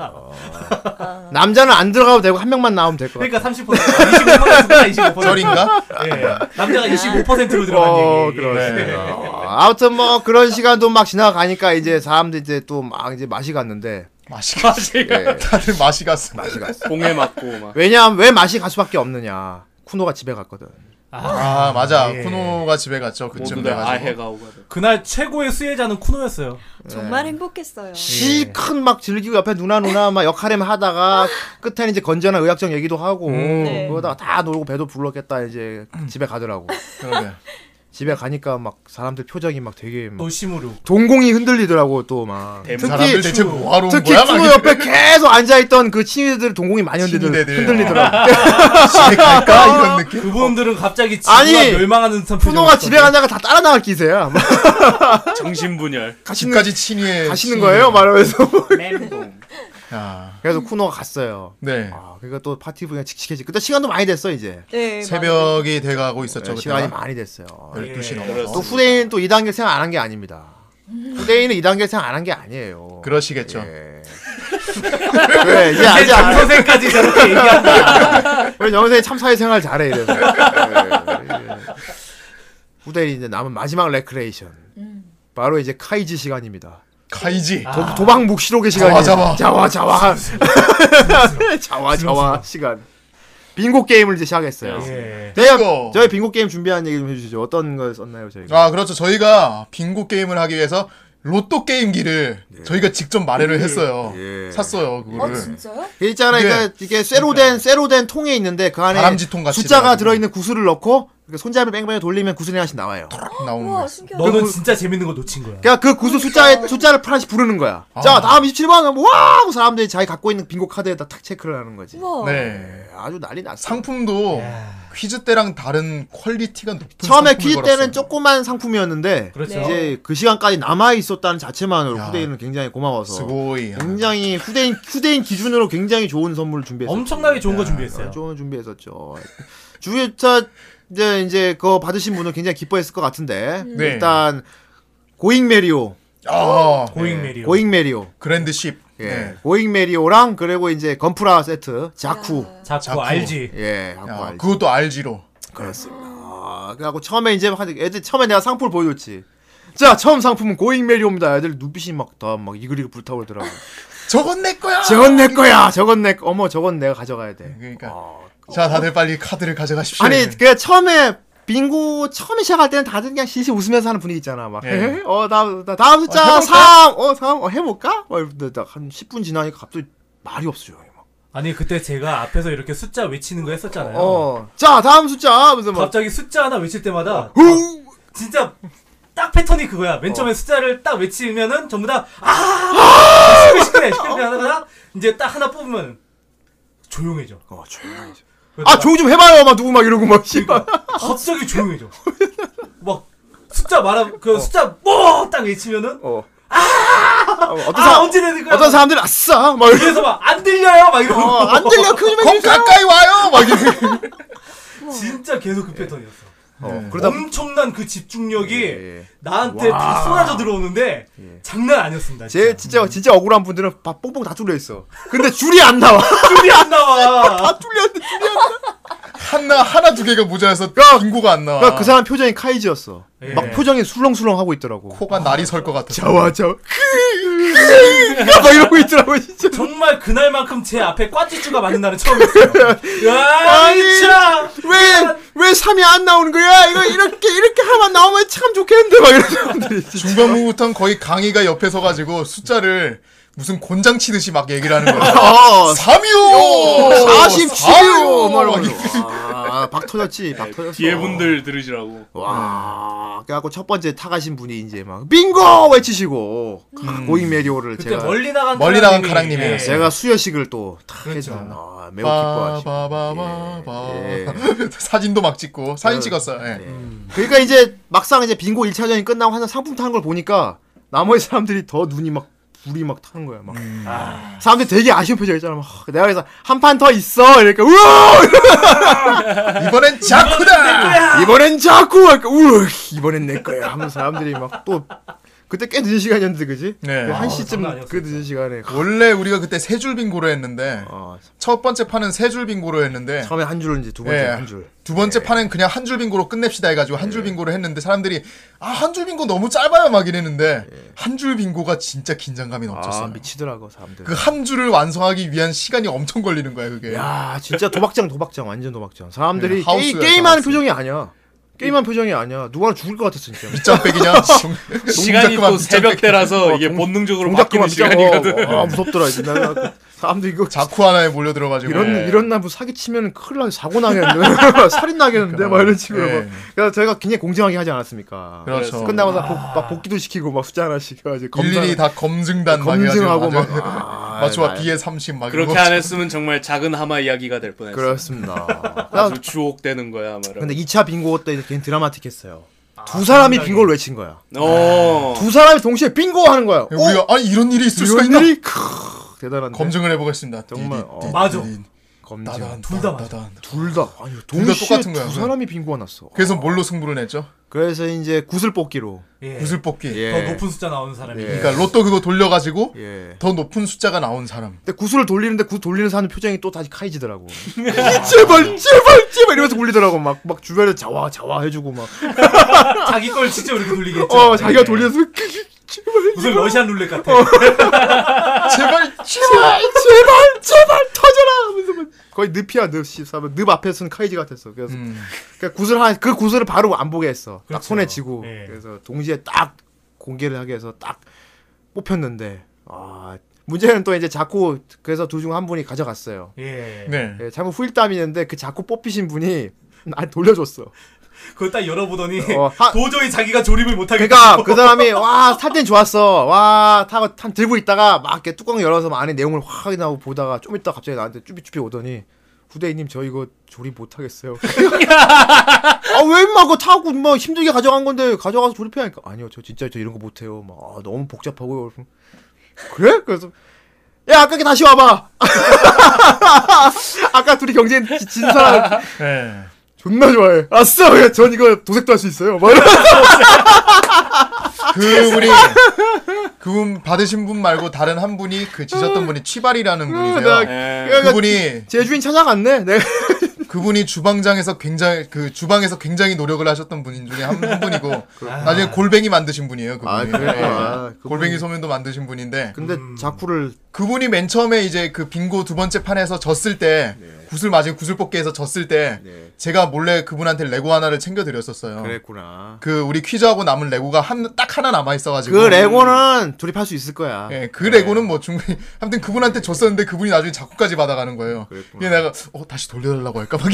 [SPEAKER 3] 남자는 안 들어가도 되고 한 명만 나오면 될 것 같아.
[SPEAKER 4] 그러니까 30% 25%구나 25%.
[SPEAKER 2] 썰인가?
[SPEAKER 4] 예. 남자가 25%로 들어간
[SPEAKER 3] 어,
[SPEAKER 4] 얘기.
[SPEAKER 3] 그러네.
[SPEAKER 4] 예.
[SPEAKER 3] 어, 아무튼 뭐 그런 시간도 막 지나가니까 이제 사람들 이제 또 막 이제 맛이 갔는데 예,
[SPEAKER 2] 맛이 갔어. 다들 맛이 갔어.
[SPEAKER 3] 맛이 갔어.
[SPEAKER 6] 봉에 아, 맞고 막.
[SPEAKER 3] 왜냐하면 왜 맛이 갈 수밖에 없느냐. 쿠노가 집에 갔거든.
[SPEAKER 2] 아 맞아.
[SPEAKER 4] 예.
[SPEAKER 2] 쿠노가 집에 갔죠. 그쯤
[SPEAKER 6] 모두 다
[SPEAKER 2] 돼가지고.
[SPEAKER 6] 아해가 예. 오가든.
[SPEAKER 4] 그날 최고의 수혜자는 쿠노였어요.
[SPEAKER 5] 정말
[SPEAKER 2] 네.
[SPEAKER 5] 행복했어요.
[SPEAKER 3] 시큰 막 즐기고 옆에 누나 누나 막 역할에만 하다가 끝에는 이제 건전한 의학적 얘기도 하고
[SPEAKER 2] 음.
[SPEAKER 5] 네.
[SPEAKER 2] 뭐,
[SPEAKER 3] 그러다가 다 놀고 배도 불렀겠다 이제 집에 가더라고.
[SPEAKER 2] 그러게.
[SPEAKER 3] 집에 가니까 막 사람들 표정이 막 되게 막
[SPEAKER 4] 노시무루.
[SPEAKER 3] 동공이 흔들리더라고 또 막.
[SPEAKER 2] 그 사람들 대체 뭐하러 온
[SPEAKER 3] 특히
[SPEAKER 2] 거야?
[SPEAKER 3] 쿠노 옆에 계속 앉아있던 그 친위들 동공이 많이 흔들리,
[SPEAKER 2] 친위대들. 아,
[SPEAKER 3] 흔들리더라고. 아,
[SPEAKER 2] 집에 갈까 이런 느낌.
[SPEAKER 4] 그분들은 갑자기 지구가
[SPEAKER 3] 아니,
[SPEAKER 4] 멸망하는 듯한
[SPEAKER 3] 푸노가
[SPEAKER 4] 표정을
[SPEAKER 3] 집에
[SPEAKER 4] 했거든요.
[SPEAKER 3] 가다가 다 따라 나갈 기세야. 막
[SPEAKER 6] 정신분열.
[SPEAKER 2] 집까지 친위에
[SPEAKER 3] 가시는 거예요, 말하면서.
[SPEAKER 6] 멘붕.
[SPEAKER 2] 야,
[SPEAKER 3] 그래서 쿠노가 갔어요.
[SPEAKER 2] 네.
[SPEAKER 3] 아, 그러니까 또 파티 분위기가 칙칙해지. 그때 시간도 많이 됐어 이제.
[SPEAKER 5] 네, 많이
[SPEAKER 2] 새벽이 돼가고 있었죠.
[SPEAKER 3] 네,
[SPEAKER 2] 그때.
[SPEAKER 3] 시간이 많이 됐어요. 예,
[SPEAKER 2] 12시
[SPEAKER 6] 그렇습니다.
[SPEAKER 2] 넘어서.
[SPEAKER 3] 또 후대인 또 2단계 생각 안 한 게 아닙니다. 후대인은 2단계 생각 안 한 게 아니에요.
[SPEAKER 2] 그러시겠죠.
[SPEAKER 3] 예. 왜 이제
[SPEAKER 4] 이제
[SPEAKER 3] 아직 안
[SPEAKER 4] 장 선생까지 저렇게 얘기한다.
[SPEAKER 3] 우리 영선이 참 사회생활 잘해 이래서. 예, 예. 후대인 이제 남은 마지막 레크레이션. 바로 이제 카이지 시간입니다.
[SPEAKER 2] 카이지.
[SPEAKER 3] 도, 도박 묵시록의 시간이.
[SPEAKER 2] 자와,
[SPEAKER 3] 자와 자와. 자와 자와 시간. 빙고 게임을 이제 시작했어요.
[SPEAKER 4] 예.
[SPEAKER 3] 저희가
[SPEAKER 2] 빙고.
[SPEAKER 3] 저희 빙고 게임 준비한 얘기 좀 해주시죠. 어떤 걸 썼나요 저희가?
[SPEAKER 2] 아 그렇죠. 저희가 빙고 게임을 하기 위해서 로또 게임기를 저희가 직접 마련을 했어요.
[SPEAKER 3] 예.
[SPEAKER 2] 아, 샀어요
[SPEAKER 11] 어
[SPEAKER 5] 아,
[SPEAKER 2] 그거를.
[SPEAKER 11] 진짜요?
[SPEAKER 3] 이게 있잖아,
[SPEAKER 2] 예.
[SPEAKER 3] 그러니까 이게 쇠로 된 쇠로 된 통에 있는데 그 안에
[SPEAKER 2] 바람지통 같이
[SPEAKER 3] 숫자가
[SPEAKER 2] 돼가지고.
[SPEAKER 3] 들어있는 구슬을 넣고 이렇게 손잡이 뺑뺑이 돌리면 구슬이 하나씩 나와요.
[SPEAKER 2] 나오는
[SPEAKER 11] 우와
[SPEAKER 2] 거.
[SPEAKER 11] 신기하다.
[SPEAKER 4] 너는 진짜 재밌는 거 놓친 거야.
[SPEAKER 3] 그러니까 그 구슬
[SPEAKER 2] 아.
[SPEAKER 3] 숫자에 숫자를 하나씩 부르는 거야. 자 다음 27번 하면 와 하고 사람들이 자기 갖고 있는 빙고 카드에다 탁 체크를 하는 거지. 예,
[SPEAKER 11] 우와.
[SPEAKER 2] 네.
[SPEAKER 3] 아주 난리 났어.
[SPEAKER 2] 상품도 퀴즈 때랑 다른 퀄리티가 높은
[SPEAKER 3] 예. 처음에
[SPEAKER 2] 상품을
[SPEAKER 3] 퀴즈 때는
[SPEAKER 2] 걸었어요.
[SPEAKER 3] 조그만 상품이었는데
[SPEAKER 4] 그렇죠.
[SPEAKER 3] 이제 그 시간까지 남아 있었다는 자체만으로
[SPEAKER 2] 야.
[SPEAKER 3] 후대인은 굉장히 고마워서
[SPEAKER 2] 스고이.
[SPEAKER 3] 굉장히 후대인 후대인 기준으로 굉장히 좋은 선물을 준비했어요.
[SPEAKER 4] 엄청나게 좋은 거 준비했어요.
[SPEAKER 3] 좋은 거 준비했었죠. 주유차 이제 이제 그거 받으신 분은 굉장히 기뻐했을 것 같은데
[SPEAKER 2] 네.
[SPEAKER 3] 일단 고잉 메리오,
[SPEAKER 2] 아
[SPEAKER 4] 고잉 메리오.
[SPEAKER 3] 고잉 메리오,
[SPEAKER 2] 그랜드 십.
[SPEAKER 3] 예,
[SPEAKER 2] 네.
[SPEAKER 3] 고잉 메리오랑 그리고 이제 건프라 세트, 자쿠,
[SPEAKER 4] 자꾸
[SPEAKER 2] 자꾸.
[SPEAKER 4] 알지.
[SPEAKER 3] 예,
[SPEAKER 2] 야,
[SPEAKER 3] 갖고 알지.
[SPEAKER 2] 그것도 RG로.
[SPEAKER 3] 그렇습니다. 아, 그래갖고 처음에 이제 한- 애들 처음에 내가 상품을 보여줬지. 자, 처음 상품은 고잉 메리오입니다. 애들 눈빛이 막 다 막 이글이글 불타오르더라고.
[SPEAKER 2] 저건 내 거야.
[SPEAKER 3] 저건 내 거야. 저건 내 거. 어머, 저건 내가 가져가야 돼.
[SPEAKER 2] 그러니까 자 다들 빨리 카드를 가져가십시오.
[SPEAKER 3] 아, 아니 그 처음에 빙고 처음에 시작할 때는 다들 그냥 실실 웃으면서 하는 분위기 있잖아
[SPEAKER 2] 예.
[SPEAKER 3] 막어나 나 다음 숫자
[SPEAKER 2] 해볼까?
[SPEAKER 3] 3, 어 3, 어 해볼까? 어, 근데 나한 10분 지나니까 갑자기 말이 없어요. 막.
[SPEAKER 4] 아니 그때 제가 앞에서 이렇게 숫자 외치는 거 했었잖아요.
[SPEAKER 3] 어, 자 다음 숫자 무슨 막
[SPEAKER 4] 갑자기 숫자 하나 외칠 때마다
[SPEAKER 3] 후!
[SPEAKER 4] 진짜 딱 패턴이 그거야. 맨 처음에 숫자를 딱 외치면은 전부 다 아! 시끄러 시끄러 시끄러 하다가 이제 딱 하나 뽑으면 조용해져.
[SPEAKER 3] 어, 조용히.
[SPEAKER 4] 그래서
[SPEAKER 3] 아
[SPEAKER 4] 막
[SPEAKER 3] 조용 좀 해봐요, 막 누구 막 이러고 막 씨발.
[SPEAKER 4] 갑자기 조용해져. 막 숫자 말하 그 숫자 뭐딱 외치면은
[SPEAKER 3] 어. 아, 어떤
[SPEAKER 4] 아
[SPEAKER 3] 사람
[SPEAKER 4] 언제 되는 거야?
[SPEAKER 3] 어떤 사람들 은 아싸 막 이러.
[SPEAKER 4] 그래서 막 안 들려요 막 이러고
[SPEAKER 3] 어, 안 들려 그좀
[SPEAKER 2] 공 가까이 와요. 막 이렇게.
[SPEAKER 4] 진짜 계속 그 패턴이었어.
[SPEAKER 3] 어, 그러다
[SPEAKER 4] 엄청난 그 집중력이
[SPEAKER 3] 예.
[SPEAKER 4] 나한테 다 쏟아져 들어오는데 장난 아니었습니다.
[SPEAKER 3] 제 진짜 진짜 억울한 분들은 밥 뽕뽕 다 뚫려 있어. 근데 줄이 안 나와.
[SPEAKER 4] 줄이 안
[SPEAKER 3] 아,
[SPEAKER 4] 나와.
[SPEAKER 3] 뚫렸는데.
[SPEAKER 2] 하나 하나 두 개가 모자라서 빙고가 안 나와.
[SPEAKER 3] 그러니까 그 사람 표정이 카이지였어.
[SPEAKER 4] 예.
[SPEAKER 3] 막 표정이 술렁술렁 하고 있더라고.
[SPEAKER 2] 코가 날이 설 것 같아.
[SPEAKER 3] 자와 자와 막 이러고 있더라고 진짜
[SPEAKER 4] 정말 그날만큼 제 앞에 꽈찌쭈가 맞는 날은 처음이었어요. 야,
[SPEAKER 3] 아니.
[SPEAKER 4] 진짜.
[SPEAKER 3] 왜왜 3이 안 나오는 거야 이거 이렇게 이렇게 하면 나오면 참 좋겠는데 막 이런 사람들이 진짜.
[SPEAKER 2] 중간부부터는 거의 강의가 옆에 서가지고 숫자를 무슨 곤장 치듯이 막 얘기를 하는 거야.
[SPEAKER 3] 아
[SPEAKER 2] 3이요! 아,
[SPEAKER 3] 47요 막아박 터졌지 박 터졌어
[SPEAKER 6] 뒤에 분들 들으시라고.
[SPEAKER 3] 와 그래갖고 첫 번째 타가신 분이 이제 막 빙고 외치시고 고잉 메리오를
[SPEAKER 4] 그때
[SPEAKER 3] 제가
[SPEAKER 4] 멀리 나간
[SPEAKER 2] 멀리 나간
[SPEAKER 4] 카랑님이, 예,
[SPEAKER 2] 카랑님이에요.
[SPEAKER 3] 제가 수여식을 또탁
[SPEAKER 4] 그렇죠.
[SPEAKER 3] 해주는 아, 매우
[SPEAKER 2] 바바바바.
[SPEAKER 3] 기뻐하시고 예, 예.
[SPEAKER 2] 사진도 막 찍고, 사진
[SPEAKER 3] 예.
[SPEAKER 2] 찍었어요. 예.
[SPEAKER 3] 그러니까 이제 막상 이제 빙고 1차전이 끝나고 항상 상품 타는 걸 보니까 나머지 사람들이 더 눈이 막 불이 막 타는 거야 막 아. 사람들이 되게 아쉬운 표정 있잖아 막 하, 내가 그래서 한 판 더 있어 이렇게 우와 예.
[SPEAKER 2] 이번엔 자쿠다!
[SPEAKER 3] 이번엔 자꾸 할까 우와 이번엔 내 거야 하면서 사람들이 막 또 그때 꽤 늦은 시간이었는데 그지
[SPEAKER 2] 네.
[SPEAKER 3] 그
[SPEAKER 2] 아,
[SPEAKER 3] 한
[SPEAKER 4] 장난
[SPEAKER 3] 시쯤
[SPEAKER 4] 아니었어,
[SPEAKER 3] 그 늦은 시간에
[SPEAKER 2] 원래 우리가 그때 세 줄 빙고로 했는데,
[SPEAKER 3] 어,
[SPEAKER 2] 첫 번째 판은 세 줄 빙고로 했는데,
[SPEAKER 3] 처음에 한 줄 이제 두 번째
[SPEAKER 2] 예.
[SPEAKER 3] 한줄 예.
[SPEAKER 2] 두 번째 판은 그냥 한 줄 빙고로 끝냅시다 해가지고 한 줄 빙고를 했는데 사람들이 아 한 줄 빙고 너무 짧아요 막 이랬는데 한 줄 빙고가 진짜 긴장감이
[SPEAKER 3] 예. 아
[SPEAKER 2] 넘쳤어요.
[SPEAKER 3] 미치더라고 사람들
[SPEAKER 2] 그 한 줄을 완성하기 위한 시간이 엄청 걸리는 거야 그게.
[SPEAKER 3] 야 진짜 도박장 도박장 완전 도박장 사람들이
[SPEAKER 2] 네, 하우스야,
[SPEAKER 3] 게임, 게임하는
[SPEAKER 2] 하우스.
[SPEAKER 3] 표정이 아니야 게임하는 표정이 아니야 누구나 죽을 것 같았어 진짜
[SPEAKER 2] 밑장 빼기냐?
[SPEAKER 6] 시간이 또 새벽 때라서 이게 본능적으로 바뀌는 시간이거든.
[SPEAKER 3] 어, 어, 아 무섭더라 진짜 나- 나- 사람들 이거
[SPEAKER 2] 자쿠 하나에 몰려들어가지고
[SPEAKER 3] 이런
[SPEAKER 2] 예.
[SPEAKER 3] 이런 날뭐 사기 치면 큰일 나서 사고 나겠는데 살인 나겠는데 막 이런 식으로
[SPEAKER 2] 예.
[SPEAKER 3] 막. 그래서 저희가 굉장히 공정하게 하지 않았습니까
[SPEAKER 2] 그렇죠.
[SPEAKER 3] 끝나고 막, 복, 막 복귀도 시키고 막 숫자 하나씩 해가지고 검사
[SPEAKER 2] 일일이 다 검증단 막
[SPEAKER 3] 검증하고
[SPEAKER 2] 해가지고
[SPEAKER 3] 막
[SPEAKER 2] 아주
[SPEAKER 3] 아, 나-
[SPEAKER 2] 맞춰봐 B에 30막
[SPEAKER 6] 그렇게 안 했으면 정말 작은 하마 이야기가 될 뻔했어.
[SPEAKER 3] 그렇습니다 나,
[SPEAKER 6] 아주 주옥되는 거야, 말이야.
[SPEAKER 3] 근데 2차 빙고 때 굉장히 드라마틱했어요
[SPEAKER 2] 아,
[SPEAKER 3] 두 사람이 빙고를 외친 거야
[SPEAKER 6] 어.
[SPEAKER 3] 아, 두 사람이 동시에 빙고 하는 거야 어?
[SPEAKER 2] 우리가 아니 예, 이런 일이 있을 수가
[SPEAKER 3] 이런
[SPEAKER 2] 있나?
[SPEAKER 3] 일이 크 대단한데
[SPEAKER 2] 검증을 해보겠습니다.
[SPEAKER 3] 정말,
[SPEAKER 2] 디디,
[SPEAKER 3] 어.
[SPEAKER 2] 디디,
[SPEAKER 4] 맞아.
[SPEAKER 2] 디디.
[SPEAKER 3] 검정.
[SPEAKER 4] 둘 다 맞아.
[SPEAKER 2] 나단.
[SPEAKER 3] 둘 다. 아니,
[SPEAKER 2] 둘
[SPEAKER 3] 동시에
[SPEAKER 2] 다 똑같은 거야,
[SPEAKER 3] 두
[SPEAKER 2] 그럼.
[SPEAKER 3] 사람이 빙고가 났어.
[SPEAKER 2] 그래서 뭘로 승부를 냈죠?
[SPEAKER 12] 그래서 이제 구슬 뽑기로.
[SPEAKER 4] 예.
[SPEAKER 2] 구슬 뽑기.
[SPEAKER 12] 예.
[SPEAKER 4] 더 높은 숫자 나오는 사람이.
[SPEAKER 12] 예.
[SPEAKER 2] 그러니까 로또 그거 돌려가지고
[SPEAKER 12] 예.
[SPEAKER 2] 더 높은 숫자가 나온 사람.
[SPEAKER 3] 근데 구슬을 돌리는데 구 돌리는 사람 표정이 또 다시 카이지더라고. 제발 제발 제발 이러면서 굴리더라고 막 막 주변에 자와 자와 해주고 막.
[SPEAKER 4] 자기 걸 진짜 이렇게 돌리겠죠. 예.
[SPEAKER 3] 어 자기가 돌리면서 제발
[SPEAKER 4] 무슨 러시안 룰렛 같아.
[SPEAKER 2] 제발
[SPEAKER 3] 제발 제발 제발 터져라 하면서 막 거의 늪이야 늪 씨사면 늪 앞에서는 카이지 같았어. 그래서
[SPEAKER 2] 음.
[SPEAKER 3] 그러니까 구슬 한그 구슬을 바로 안 보게 했어. 딱
[SPEAKER 4] 그렇죠.
[SPEAKER 3] 손에 쥐고
[SPEAKER 4] 예.
[SPEAKER 3] 그래서 동시에 딱 공개를 하게 해서 딱 뽑혔는데 아 문제는 또 이제 자꾸 그래서 둘 중 한 분이 가져갔어요.
[SPEAKER 4] 예.
[SPEAKER 2] 네.
[SPEAKER 3] 예, 잘못 후일담이었는데 그 자꾸 뽑히신 분이 날 돌려줬어.
[SPEAKER 4] 그걸 딱 열어보더니
[SPEAKER 3] 어, 하-
[SPEAKER 4] 도저히 자기가 조립을 못하게.
[SPEAKER 3] 그러니까 그 사람이 와탈 땐 좋았어. 와 타고 탄 들고 있다가 막 이렇게 뚜껑 열어서 막 안에 내용을 확 확인하고 보다가 좀 있다 갑자기 나한테 쭈비쭈비 오더니 후대인님 저 이거 조립 못하겠어요. 아왜 인마 그거 타고 막 힘들게 가져간 건데 가져가서 조립해야니까 아니요 저 진짜 저 이런 거 못해요. 막 아, 너무 복잡하고요. 그래? 그래서 야 아까 게 다시 와봐. 아까 둘이 경쟁 지- 진 사람
[SPEAKER 2] 네.
[SPEAKER 3] 존나 좋아해. 아싸, 예, 전 이거 도색도 할 수 있어요. 막 이러면서
[SPEAKER 2] 그 분이 그분 받으신 분 말고 다른 한 분이 그 지셨던 분이 취발이라는
[SPEAKER 3] 나-
[SPEAKER 2] 분이세요. 네.
[SPEAKER 6] 예.
[SPEAKER 3] 그러니까
[SPEAKER 2] 그분이
[SPEAKER 3] 제주인 찾아갔네. 내가
[SPEAKER 2] 그분이 주방장에서 굉장히 그 주방에서 굉장히 노력을 하셨던 분 중에 한, 한 분이고 나중에 골뱅이 만드신 분이에요. 그분이.
[SPEAKER 12] 아,
[SPEAKER 3] 네.
[SPEAKER 12] 그래요? 아,
[SPEAKER 2] 예. 골뱅이 소면도 만드신 분인데
[SPEAKER 12] 근데
[SPEAKER 3] 음.
[SPEAKER 12] 자쿠를
[SPEAKER 2] 그분이 맨 처음에 이제 그 빙고 두 번째 판에서 졌을 때
[SPEAKER 12] 네.
[SPEAKER 2] 구슬 맞은 구슬 뽑기에서 졌을 때 제가 몰래 그분한테 레고 하나를 챙겨 드렸었어요.
[SPEAKER 12] 그랬구나.
[SPEAKER 2] 그 우리 퀴즈하고 남은 레고가 한 딱 하나 남아 있어가지고
[SPEAKER 12] 그 레고는 네. 조립할 수 있을 거야.
[SPEAKER 2] 예, 그 레고는 뭐 중간에 아무튼 그분한테 줬었는데 그분이 나중에 작곡까지 받아가는 거예요.
[SPEAKER 12] 그랬구나.
[SPEAKER 2] 이게 내가 어 다시 돌려달라고 할까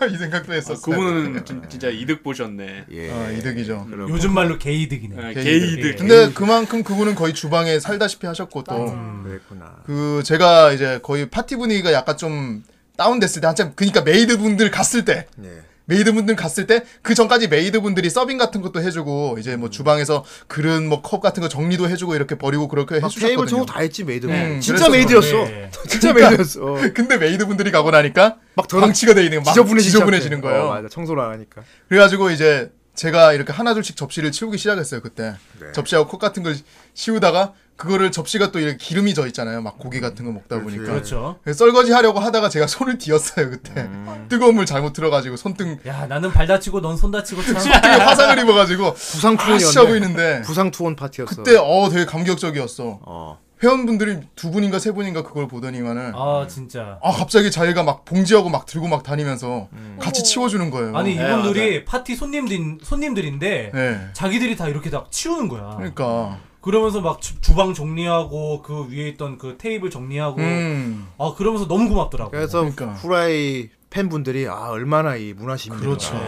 [SPEAKER 2] 막이 생각도 했었어.
[SPEAKER 12] 아,
[SPEAKER 2] 요
[SPEAKER 6] 그분은 진- 진짜 이득 보셨네.
[SPEAKER 12] 예.
[SPEAKER 2] 어, 이득이죠.
[SPEAKER 4] 요즘 말로 게이득이네.
[SPEAKER 6] 예,
[SPEAKER 2] 개이득.
[SPEAKER 6] 게이득.
[SPEAKER 2] 근데 그만큼 그분은 거의 주방에 살다시피 하셨고 또
[SPEAKER 3] 아,
[SPEAKER 12] 그랬구나.
[SPEAKER 2] 그 제가 이제 거의 파티 분위기가 약간 좀 다운됐을 때 한참 그러니까 메이드 분들 갔을 때
[SPEAKER 12] 예.
[SPEAKER 3] 네.
[SPEAKER 2] 메이드 분들 갔을 때 그 전까지 메이드 분들이 서빙 같은 것도 해주고 이제 뭐 주방에서 그릇 뭐 컵 같은 거 정리도 해주고 이렇게 버리고 그렇게
[SPEAKER 12] 막 테이블
[SPEAKER 2] 해주셨거든요.
[SPEAKER 12] 청소 다 했지 메이드.
[SPEAKER 3] 진짜
[SPEAKER 2] 그래서-
[SPEAKER 3] 메이드였어.
[SPEAKER 4] 네.
[SPEAKER 3] 진짜
[SPEAKER 2] 그러니까.
[SPEAKER 3] 메이드였어. 어.
[SPEAKER 2] 근데 메이드 분들이 가고 나니까
[SPEAKER 3] 막 더러
[SPEAKER 2] 방치가 돼 있는 거, 막
[SPEAKER 3] 지저분해지기
[SPEAKER 2] 지저분해지는
[SPEAKER 3] 시작해.
[SPEAKER 2] 거예요.
[SPEAKER 3] 어, 맞아. 청소를 안 하니까.
[SPEAKER 2] 그래가지고 이제 제가 이렇게 하나 둘씩 접시를 치우기 시작했어요 그때
[SPEAKER 4] 네.
[SPEAKER 2] 접시하고 컵 같은 걸 치우다가 그거를 접시가 또 이렇게 기름이 져 있잖아요 막 고기 같은 거 먹다 보니까
[SPEAKER 4] 그렇죠.
[SPEAKER 2] 그래서 썰거지 하려고 하다가 제가 손을 뒤었어요 그때
[SPEAKER 6] 음.
[SPEAKER 2] 뜨거운 물 잘못 들어가지고 손등
[SPEAKER 4] 야 나는 발 다치고 넌 손 다치고 참.
[SPEAKER 2] 손등에 화상을 입어가지고
[SPEAKER 3] 부상
[SPEAKER 2] 아씨 하고
[SPEAKER 3] 투혼이었네.
[SPEAKER 2] 있는데
[SPEAKER 3] 부상 투혼 파티였어.
[SPEAKER 2] 그때 어 되게 감격적이었어
[SPEAKER 12] 어.
[SPEAKER 2] 회원분들이 두 분인가 세 분인가 그걸 보더니만은
[SPEAKER 4] 아 진짜.
[SPEAKER 2] 아 갑자기 자기가 막 봉지하고 막 들고 막 다니면서 같이 치워주는 거예요
[SPEAKER 4] 아니
[SPEAKER 6] 음. 네,
[SPEAKER 4] 이분들이 파티 손님들 손님들인데
[SPEAKER 2] 어, 네.
[SPEAKER 4] 자기들이 다 이렇게 다 치우는
[SPEAKER 6] 아.
[SPEAKER 4] 거야.
[SPEAKER 2] 그러니까
[SPEAKER 4] 그러면서 막 주, 주방 정리하고 그 위에 있던 그 테이블 정리하고
[SPEAKER 2] 음
[SPEAKER 4] 아 그러면서 너무 고맙더라고.
[SPEAKER 3] 그래서
[SPEAKER 2] 그러니까.
[SPEAKER 3] 후라이 팬분들이 아 얼마나 이 문화심이 그렇죠.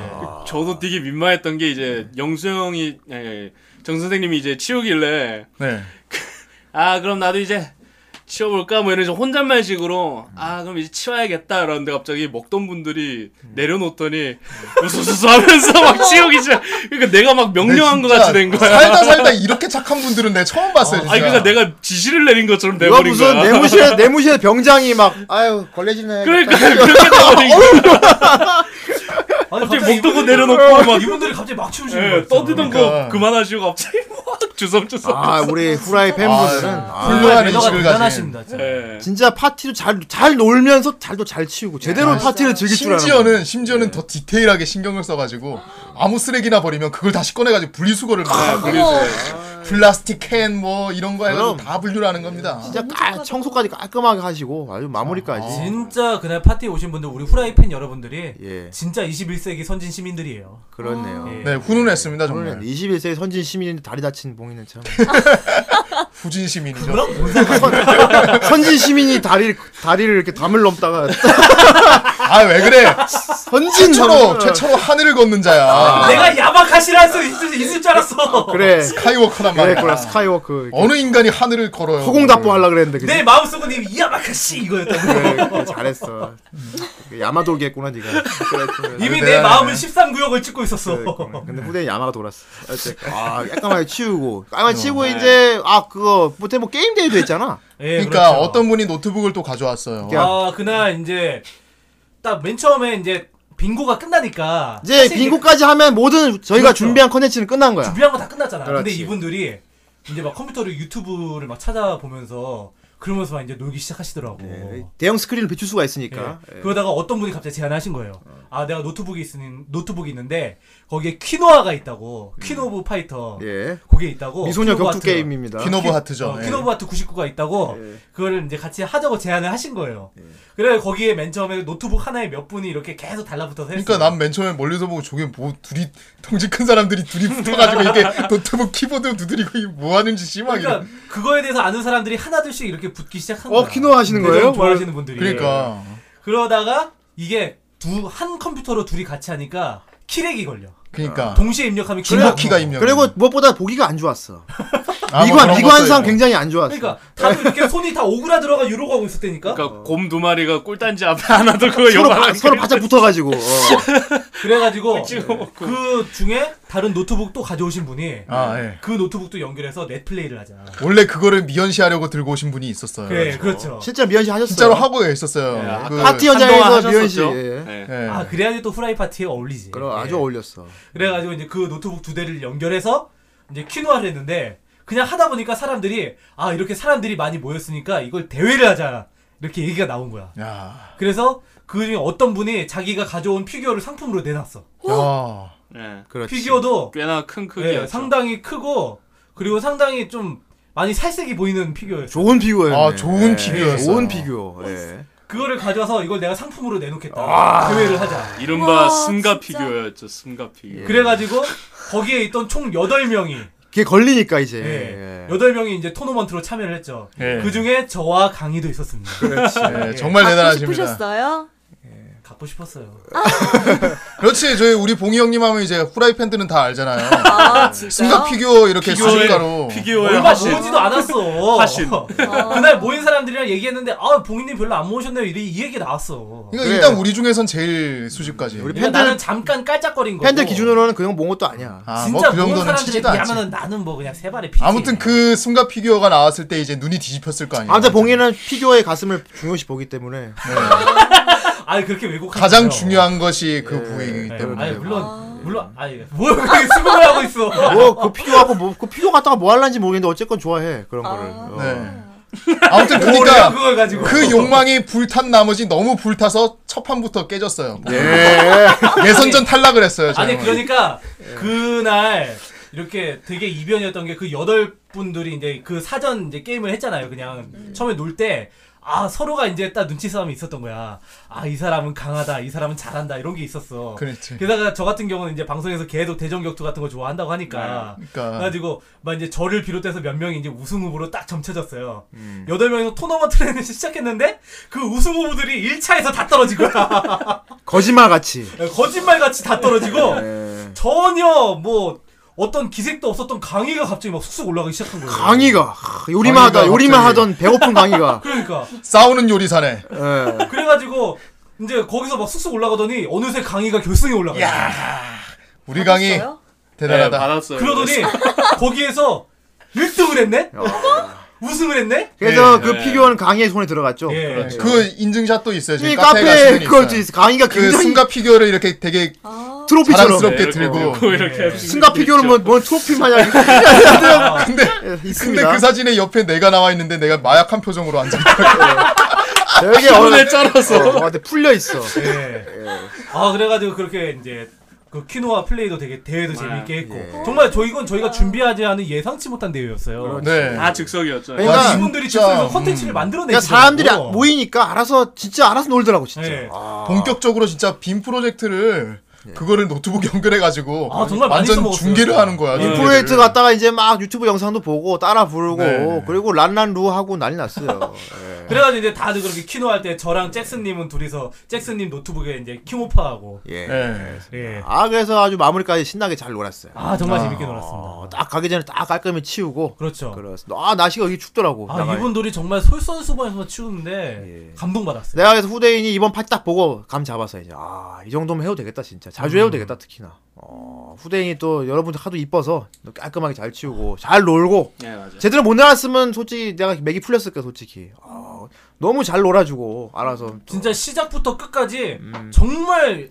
[SPEAKER 6] 저도 되게 민망했던 게 이제 영수 형이 예, 정 선생님이 이제 치우길래
[SPEAKER 2] 네.
[SPEAKER 6] 아 그럼 나도 이제 치워볼까 뭐 이런 식으로 혼잣말식으로 아 그럼 이제 치워야겠다 그러는데 갑자기 먹던 분들이 내려놓더니 우수수수 하면서 막 치우기 시작 그러니까 내가 막 명령한 것
[SPEAKER 2] 네, 진짜
[SPEAKER 6] 같이 된 거야
[SPEAKER 2] 살다 살다 이렇게 착한 분들은 내가 처음 봤어요. 진짜.
[SPEAKER 6] 아니 그러니까 내가 지시를 내린 것처럼
[SPEAKER 3] 내가
[SPEAKER 6] 내버린
[SPEAKER 3] 무슨
[SPEAKER 6] 거야
[SPEAKER 3] 내무실에 내무실에 병장이 막 아유 걸레질네.
[SPEAKER 6] 그러니까 그렇게 돼버린 거야
[SPEAKER 4] 아니
[SPEAKER 6] 갑자기 목
[SPEAKER 4] 이분들이- 어,
[SPEAKER 6] 두고 내려놓고 막
[SPEAKER 4] 이분들이 갑자기 막 치우시는 거야.
[SPEAKER 6] 예, 떠드던
[SPEAKER 2] 그러니까.
[SPEAKER 6] 거 그만하시고 갑자기 막 주섬주섬
[SPEAKER 3] 아 우리 후라이 팬분들은 아,
[SPEAKER 2] 훌륭한
[SPEAKER 4] 매너가
[SPEAKER 2] 인식을 가진.
[SPEAKER 4] 대단하십니다. 진짜.
[SPEAKER 6] 예.
[SPEAKER 3] 진짜 파티도 잘 잘 놀면서 잘도 잘 치우고 제대로 파티를 즐길 줄 아는.
[SPEAKER 2] 심지어는 심지어는
[SPEAKER 4] 네.
[SPEAKER 2] 더 디테일하게 신경을 써가지고 아무 쓰레기나 버리면 그걸 다시 꺼내가지고 분리수거를
[SPEAKER 3] 아,
[SPEAKER 2] 막 플라스틱 캔 뭐 이런 거 해가지고 다 분류를 하는 겁니다.
[SPEAKER 3] 진짜 깔, 청소까지 깔끔하게 하시고 아주 마무리까지.
[SPEAKER 4] 진짜 그날 파티에 오신 분들 우리 후라이 팬 여러분들이
[SPEAKER 12] 예.
[SPEAKER 4] 진짜 21세기 선진 시민들이에요.
[SPEAKER 12] 그렇네요.
[SPEAKER 4] 예.
[SPEAKER 2] 네 훈훈했습니다
[SPEAKER 3] 오늘
[SPEAKER 2] 정말
[SPEAKER 3] 21세기 선진 시민인데 다리 다친 봉인은 참.
[SPEAKER 2] 후진 시민이죠.
[SPEAKER 4] 그럼 무슨
[SPEAKER 3] 선진 시민이 다리 다리를 이렇게 담을 넘다가
[SPEAKER 2] 아 왜 그래?
[SPEAKER 3] 선진
[SPEAKER 2] 최초로
[SPEAKER 3] 하면서-
[SPEAKER 2] 최초로 하늘을 걷는
[SPEAKER 3] 아,
[SPEAKER 2] 자야.
[SPEAKER 3] 네.
[SPEAKER 4] 내가 야박하시라 할수 있을, 있을 줄 알았어.
[SPEAKER 3] 그래
[SPEAKER 2] 스카이워커란 말이야.
[SPEAKER 3] 네, 그랬구나 스카이워크 이렇게
[SPEAKER 2] 어느 인간이 하늘을 걸어요? 네,
[SPEAKER 3] 허공답보 하려 그랬는데 그지?
[SPEAKER 4] 내 마음속은 이 야박하시 이거였다고.
[SPEAKER 3] 그래, 그래, 잘했어. 음. 야마돌기 했구나 네가. 그래, 그래.
[SPEAKER 4] 이미
[SPEAKER 2] 아,
[SPEAKER 4] 내
[SPEAKER 2] 대단하네.
[SPEAKER 4] 마음은 13구역을 찍고 있었어. 어. 네.
[SPEAKER 3] 그래, 그래. 근데 후대인 야마가 돌았어. 어쨌든. 아, 깔끔하게 치우고, 깔끔하게 치우고 이제 아 그거 그거 그때 뭐 게임 대회도 했잖아.
[SPEAKER 4] 예,
[SPEAKER 2] 그러니까
[SPEAKER 4] 그렇죠.
[SPEAKER 2] 어떤 분이 노트북을 또 가져왔어요.
[SPEAKER 3] 야.
[SPEAKER 4] 아 그날 이제 딱 맨 처음에 이제 빙고가 끝나니까
[SPEAKER 3] 이제
[SPEAKER 4] 사실
[SPEAKER 3] 빙고까지 하면 모든 저희가
[SPEAKER 4] 그렇죠.
[SPEAKER 3] 준비한 컨텐츠는 끝난 거야.
[SPEAKER 4] 준비한 거 다 끝났잖아. 근데
[SPEAKER 3] 그렇지.
[SPEAKER 4] 이분들이 이제 막 컴퓨터를 유튜브를 막 찾아보면서 그러면서 막 이제 놀기 시작하시더라고.
[SPEAKER 3] 예, 대형 스크린을 비출 수가 있으니까.
[SPEAKER 4] 예.
[SPEAKER 3] 예.
[SPEAKER 4] 그러다가 어떤 분이 갑자기 제안을 하신 거예요. 아, 내가 노트북이 있으니 노트북이 있는데 거기에 퀴노아가 있다고. 퀸 오브 파이터.
[SPEAKER 3] 예.
[SPEAKER 4] 거기에 있다고.
[SPEAKER 3] 미소녀
[SPEAKER 4] 퀸 오브
[SPEAKER 3] 격투
[SPEAKER 4] 하트.
[SPEAKER 3] 게임입니다.
[SPEAKER 2] 퀸오브 하트죠.
[SPEAKER 4] 어,
[SPEAKER 2] 예.
[SPEAKER 4] 퀸 오브 하트 99가 있다고 그거를 이제 같이 하자고 제안을 하신 거예요. 그래 거기에 맨 처음에 노트북 하나에 몇 분이 이렇게 계속 달라붙어서 했어.
[SPEAKER 2] 그러니까 난 맨 처음에 멀리서 보고 저게 뭐 둘이 덩치 큰 사람들이 둘이 붙어가지고 이게 노트북 키보드 두드리고 이게 뭐 하는지 심하게.
[SPEAKER 4] 그러니까
[SPEAKER 2] 그러니까.
[SPEAKER 4] 그거에 대해서 아는 사람들이 하나둘씩 이렇게 붙기 시작한 거야.
[SPEAKER 13] 어 키노 하시는 거예요?
[SPEAKER 4] 대전 네, 좋아하시는 분들이.
[SPEAKER 2] 그러니까.
[SPEAKER 4] 그러다가 이게 두 한 컴퓨터로 둘이 같이 하니까 키렉이 걸려.
[SPEAKER 2] 그러니까.
[SPEAKER 4] 동시에 입력하면
[SPEAKER 2] 중국
[SPEAKER 4] 키렉이
[SPEAKER 2] 키가
[SPEAKER 4] 걸려.
[SPEAKER 2] 입력.
[SPEAKER 3] 그리고 무엇보다 보기가 안 좋았어.
[SPEAKER 2] 아, 뭐
[SPEAKER 3] 미관
[SPEAKER 2] 그런
[SPEAKER 3] 미관상
[SPEAKER 2] 것도 있고.
[SPEAKER 3] 굉장히 안 좋았어.
[SPEAKER 4] 그러니까 다들 이렇게 손이 다 오그라들어가 이러고 하고 있을 때니까.
[SPEAKER 6] 그러니까 곰 두 마리가 꿀단지 앞에 하나 들고
[SPEAKER 3] 서로
[SPEAKER 6] 영화
[SPEAKER 3] 바, 서로 바짝 붙어가지고. 어.
[SPEAKER 4] 그래가지고
[SPEAKER 6] 찍어 먹고.
[SPEAKER 4] 그 중에 다른 노트북 또 가져오신 분이
[SPEAKER 2] 아 예.
[SPEAKER 4] 그 노트북도 연결해서 넷플레이를 하자.
[SPEAKER 2] 원래 그거를 미연시하려고 들고 오신 분이 있었어요.
[SPEAKER 4] 그래, 그렇죠.
[SPEAKER 3] 실제 미연 씨 하셨어요.
[SPEAKER 2] 진짜로 하고 있었어요.
[SPEAKER 6] 예,
[SPEAKER 2] 그,
[SPEAKER 3] 파티
[SPEAKER 6] 한동안
[SPEAKER 3] 현장에서
[SPEAKER 6] 하셨었죠.
[SPEAKER 3] 미연 씨. 예.
[SPEAKER 6] 예.
[SPEAKER 2] 예.
[SPEAKER 4] 아 그래야지 또 후라이 파티에 어울리지.
[SPEAKER 3] 그럼 아주
[SPEAKER 4] 예.
[SPEAKER 3] 어울렸어.
[SPEAKER 4] 그래가지고 이제 그 노트북 두 대를 연결해서 이제 퀴노아를 했는데 그냥 하다 보니까 사람들이 아 이렇게 사람들이 많이 모였으니까 이걸 대회를 하자 이렇게 얘기가 나온 거야.
[SPEAKER 2] 야.
[SPEAKER 4] 그래서 그 중에 어떤 분이 자기가 가져온 피규어를 상품으로 내놨어.
[SPEAKER 2] 야.
[SPEAKER 6] 예.
[SPEAKER 3] 그렇지.
[SPEAKER 4] 피규어도
[SPEAKER 6] 꽤나 큰 크기였죠.
[SPEAKER 4] 예, 상당히 크고 그리고 상당히 좀 많이 살색이 보이는 피규어였어.
[SPEAKER 3] 좋은 피규어였네.
[SPEAKER 2] 아, 좋은
[SPEAKER 3] 예.
[SPEAKER 2] 피규어였어요.
[SPEAKER 3] 좋은 피규어. 예.
[SPEAKER 4] 그거를 가져와서 이걸 내가 상품으로 내놓겠다. 대회를 하자.
[SPEAKER 6] 이른바
[SPEAKER 5] 우와,
[SPEAKER 6] 승가
[SPEAKER 5] 진짜.
[SPEAKER 6] 피규어였죠. 승가
[SPEAKER 4] 예.
[SPEAKER 6] 피규어.
[SPEAKER 4] 그래가지고 거기에 있던 총 8명이
[SPEAKER 3] 그게 걸리니까 이제.
[SPEAKER 4] 예.
[SPEAKER 3] 예.
[SPEAKER 4] 여덟 명이 이제 토너먼트로 참여를 했죠.
[SPEAKER 2] 예.
[SPEAKER 4] 그 중에 저와 강희도 있었습니다.
[SPEAKER 2] 예, 정말
[SPEAKER 5] 갖고
[SPEAKER 2] 대단하십니다.
[SPEAKER 5] 싶으셨어요?
[SPEAKER 4] 갖고 싶었어요.
[SPEAKER 2] 그렇지 저희 우리 봉이 형님 하면 이제 후라이 팬들은 다 알잖아요.
[SPEAKER 5] 아 진짜?
[SPEAKER 2] 승각 피규어 이렇게 수식가로.
[SPEAKER 6] 피규어의 피규어의
[SPEAKER 4] 얼마
[SPEAKER 6] 화신. 예,
[SPEAKER 4] 모으지도 않았어.
[SPEAKER 6] 화신.
[SPEAKER 4] 그날 모인 사람들이랑 얘기했는데 아 봉인님 별로 안 모으셨네요. 이, 이 얘기 나왔어.
[SPEAKER 2] 그러니까 일단 우리 중에선 제일 수집가지.
[SPEAKER 3] 우리
[SPEAKER 4] 그러니까
[SPEAKER 3] 팬들
[SPEAKER 4] 나는 잠깐 깔짝거린 거고.
[SPEAKER 3] 팬들 기준으로는 그냥 본 것도 아니야.
[SPEAKER 2] 아,
[SPEAKER 4] 진짜 모은
[SPEAKER 2] 뭐그 정도는
[SPEAKER 4] 사람들에
[SPEAKER 2] 치지도 않지.
[SPEAKER 4] 비하면 나는 뭐 그냥 세 발의 피지.
[SPEAKER 2] 아무튼 그 승가 피규어가 나왔을 때 이제 눈이 뒤집혔을 거 아니에요.
[SPEAKER 3] 아무튼 봉이는 피규어의 가슴을 중요시 보기 때문에
[SPEAKER 4] 아 그렇게 왜곡.
[SPEAKER 2] 가장 중요한 것이 그 부위이기
[SPEAKER 4] 네.
[SPEAKER 2] 때문에.
[SPEAKER 4] 아니 물론 물론 아니 뭐야 그게 수긍을 하고
[SPEAKER 2] 그러니까
[SPEAKER 4] 있어.
[SPEAKER 3] 뭐 그 피규어 하고 뭐그 피규어 갖다가 뭐 할란지 모르겠는데 어쨌건 좋아해 그런 거를. 어.
[SPEAKER 2] 네. 아무튼
[SPEAKER 4] 뭐야,
[SPEAKER 2] 그러니까
[SPEAKER 4] 그걸 가지고
[SPEAKER 2] 그 욕망이 불탄 나머지 너무 불타서 첫 판부터 깨졌어요.
[SPEAKER 3] 예.
[SPEAKER 2] 예선전 탈락을 했어요. 예.
[SPEAKER 4] 아니
[SPEAKER 2] 저는.
[SPEAKER 4] 그러니까 그날 이렇게 되게 이변이었던 게 그 여덟 분들이 이제 그 사전 이제 게임을 했잖아요. 그냥 처음에 놀 때 아 서로가 이제 딱 눈치 싸움이 있었던 거야. 아 이 사람은 강하다, 이 사람은 잘한다 이런 게 있었어.
[SPEAKER 2] 그렇지.
[SPEAKER 4] 게다가 저 같은 경우는 이제 방송에서 계속 대전 격투 같은 거 좋아한다고
[SPEAKER 3] 어.
[SPEAKER 4] 하니까
[SPEAKER 2] 그러니까.
[SPEAKER 4] 그래가지고 막 이제 저를 비롯해서 몇 명이 이제 우승 후보로 딱 점쳐졌어요.
[SPEAKER 3] 음.
[SPEAKER 4] 여덟 명이서 토너먼트를 시작했는데 그 우승 후보들이 1차에서 다 떨어진 거야.
[SPEAKER 3] 거짓말 같이.
[SPEAKER 4] 거짓말 같이 다 떨어지고
[SPEAKER 3] 네.
[SPEAKER 4] 전혀 뭐 어떤 기색도 없었던 강의가 갑자기 막 쑥쑥 올라가기 시작한 거예요.
[SPEAKER 3] 강의가 하, 요리만
[SPEAKER 2] 강의가
[SPEAKER 3] 하다 요리만
[SPEAKER 2] 갑자기.
[SPEAKER 3] 하던 배고픈 강의가.
[SPEAKER 4] 그러니까
[SPEAKER 2] 싸우는 요리사네.
[SPEAKER 3] 예.
[SPEAKER 4] 그래가지고 이제 거기서 막 쑥쑥 올라가더니 어느새 강의가 결승에 올라가요.
[SPEAKER 2] 우리 강이
[SPEAKER 5] 있어요?
[SPEAKER 6] 예,
[SPEAKER 2] 대단하다.
[SPEAKER 3] 네,
[SPEAKER 6] 받았어요.
[SPEAKER 4] 그러더니 거기에서 1등을 했네. 우승을 했네.
[SPEAKER 3] 그래서
[SPEAKER 2] 예.
[SPEAKER 3] 그
[SPEAKER 6] 예.
[SPEAKER 3] 피규어는 강의의 손에 들어갔죠.
[SPEAKER 4] 예.
[SPEAKER 2] 네, 그 인증샷도 있어요.
[SPEAKER 3] 이
[SPEAKER 2] 저희
[SPEAKER 3] 카페에
[SPEAKER 2] 카페에
[SPEAKER 3] 그걸 또 있어. 강의가
[SPEAKER 2] 그
[SPEAKER 3] 굉장히
[SPEAKER 2] 승가 피규어를 이렇게 되게
[SPEAKER 3] 트로피처럼.
[SPEAKER 2] 자랑스럽게
[SPEAKER 6] 이렇게
[SPEAKER 2] 들고.
[SPEAKER 6] 예, 이렇게 하시는
[SPEAKER 3] 승가
[SPEAKER 6] 분들이
[SPEAKER 3] 피규어는
[SPEAKER 6] 있죠.
[SPEAKER 3] 뭐, 뭐 트로피 마냥 이렇게
[SPEAKER 2] 근데
[SPEAKER 3] 예,
[SPEAKER 2] 근데
[SPEAKER 3] 있습니다.
[SPEAKER 2] 그 사진에 옆에 내가 나와 있는데 내가 마약한 표정으로 앉아 있다.
[SPEAKER 3] 되게
[SPEAKER 6] 손에
[SPEAKER 3] 어려.
[SPEAKER 6] 쩔어서.
[SPEAKER 3] 어, 근데 풀려 있어.
[SPEAKER 4] 예. 아 그래가지고 그렇게 이제 그 키노와 플레이도 되게 대회도 재미있게 했고
[SPEAKER 3] 예.
[SPEAKER 4] 정말 저 이건 저희가 준비하지 않은 예상치 못한
[SPEAKER 3] 그렇죠.
[SPEAKER 4] 대회였어요. 그러니까
[SPEAKER 2] 네.
[SPEAKER 6] 다 즉석이었죠.
[SPEAKER 3] 그러니까
[SPEAKER 2] 와,
[SPEAKER 4] 아, 이분들이
[SPEAKER 2] 진짜,
[SPEAKER 4] 즉석에서
[SPEAKER 2] 음.
[SPEAKER 4] 컨텐츠를 만들어내고
[SPEAKER 3] 그러니까 사람들이 아- 모이니까 알아서 진짜 알아서 놀더라고 진짜.
[SPEAKER 4] 예.
[SPEAKER 2] 아. 본격적으로 진짜 빔 프로젝트를
[SPEAKER 3] 예.
[SPEAKER 2] 그거를 노트북 연결해 가지고
[SPEAKER 4] 아, 정말 많이
[SPEAKER 2] 완전
[SPEAKER 4] 써먹었어요.
[SPEAKER 2] 중계를 하는 거야.
[SPEAKER 4] 네.
[SPEAKER 2] 중계를.
[SPEAKER 3] 프로젝트 갔다가 이제 막 유튜브 영상도 보고 따라 부르고
[SPEAKER 2] 네.
[SPEAKER 3] 그리고 란란루 하고 난리 났어요. 예.
[SPEAKER 4] 그래가지고 이제 다들 그렇게 키노 할 때 저랑 잭슨님은 둘이서 잭슨님 노트북에 이제 키모파하고
[SPEAKER 3] 예.
[SPEAKER 2] 예.
[SPEAKER 4] 예.
[SPEAKER 3] 아 그래서 아주 마무리까지 신나게 잘 놀았어요.
[SPEAKER 4] 아 정말 재밌게 놀았습니다.
[SPEAKER 3] 어, 딱 가기 전에 딱 깔끔히 치우고
[SPEAKER 4] 그렇죠.
[SPEAKER 3] 그래서 아 날씨가 여기 춥더라고.
[SPEAKER 4] 아
[SPEAKER 3] 나가니까. 예.
[SPEAKER 4] 이분들이 정말 솔선수범해서 치우는데 감동받았어요. 음.
[SPEAKER 3] 내가 그래서 후대인이 이번 파티 딱 보고 감 잡았어 이제. 아 이 정도면 해도 되겠다 진짜. 자주 해도 되겠다 특히나. 어, 후대인이 또 여러분들 하도 이뻐서 또 깔끔하게 잘 치우고 잘 놀고
[SPEAKER 6] 예, 맞아요.
[SPEAKER 3] 제대로 못 나왔으면 솔직히 내가 맥이 풀렸을 거야 솔직히 어, 너무 잘 놀아주고 알아서 또.
[SPEAKER 4] 진짜 시작부터 끝까지 정말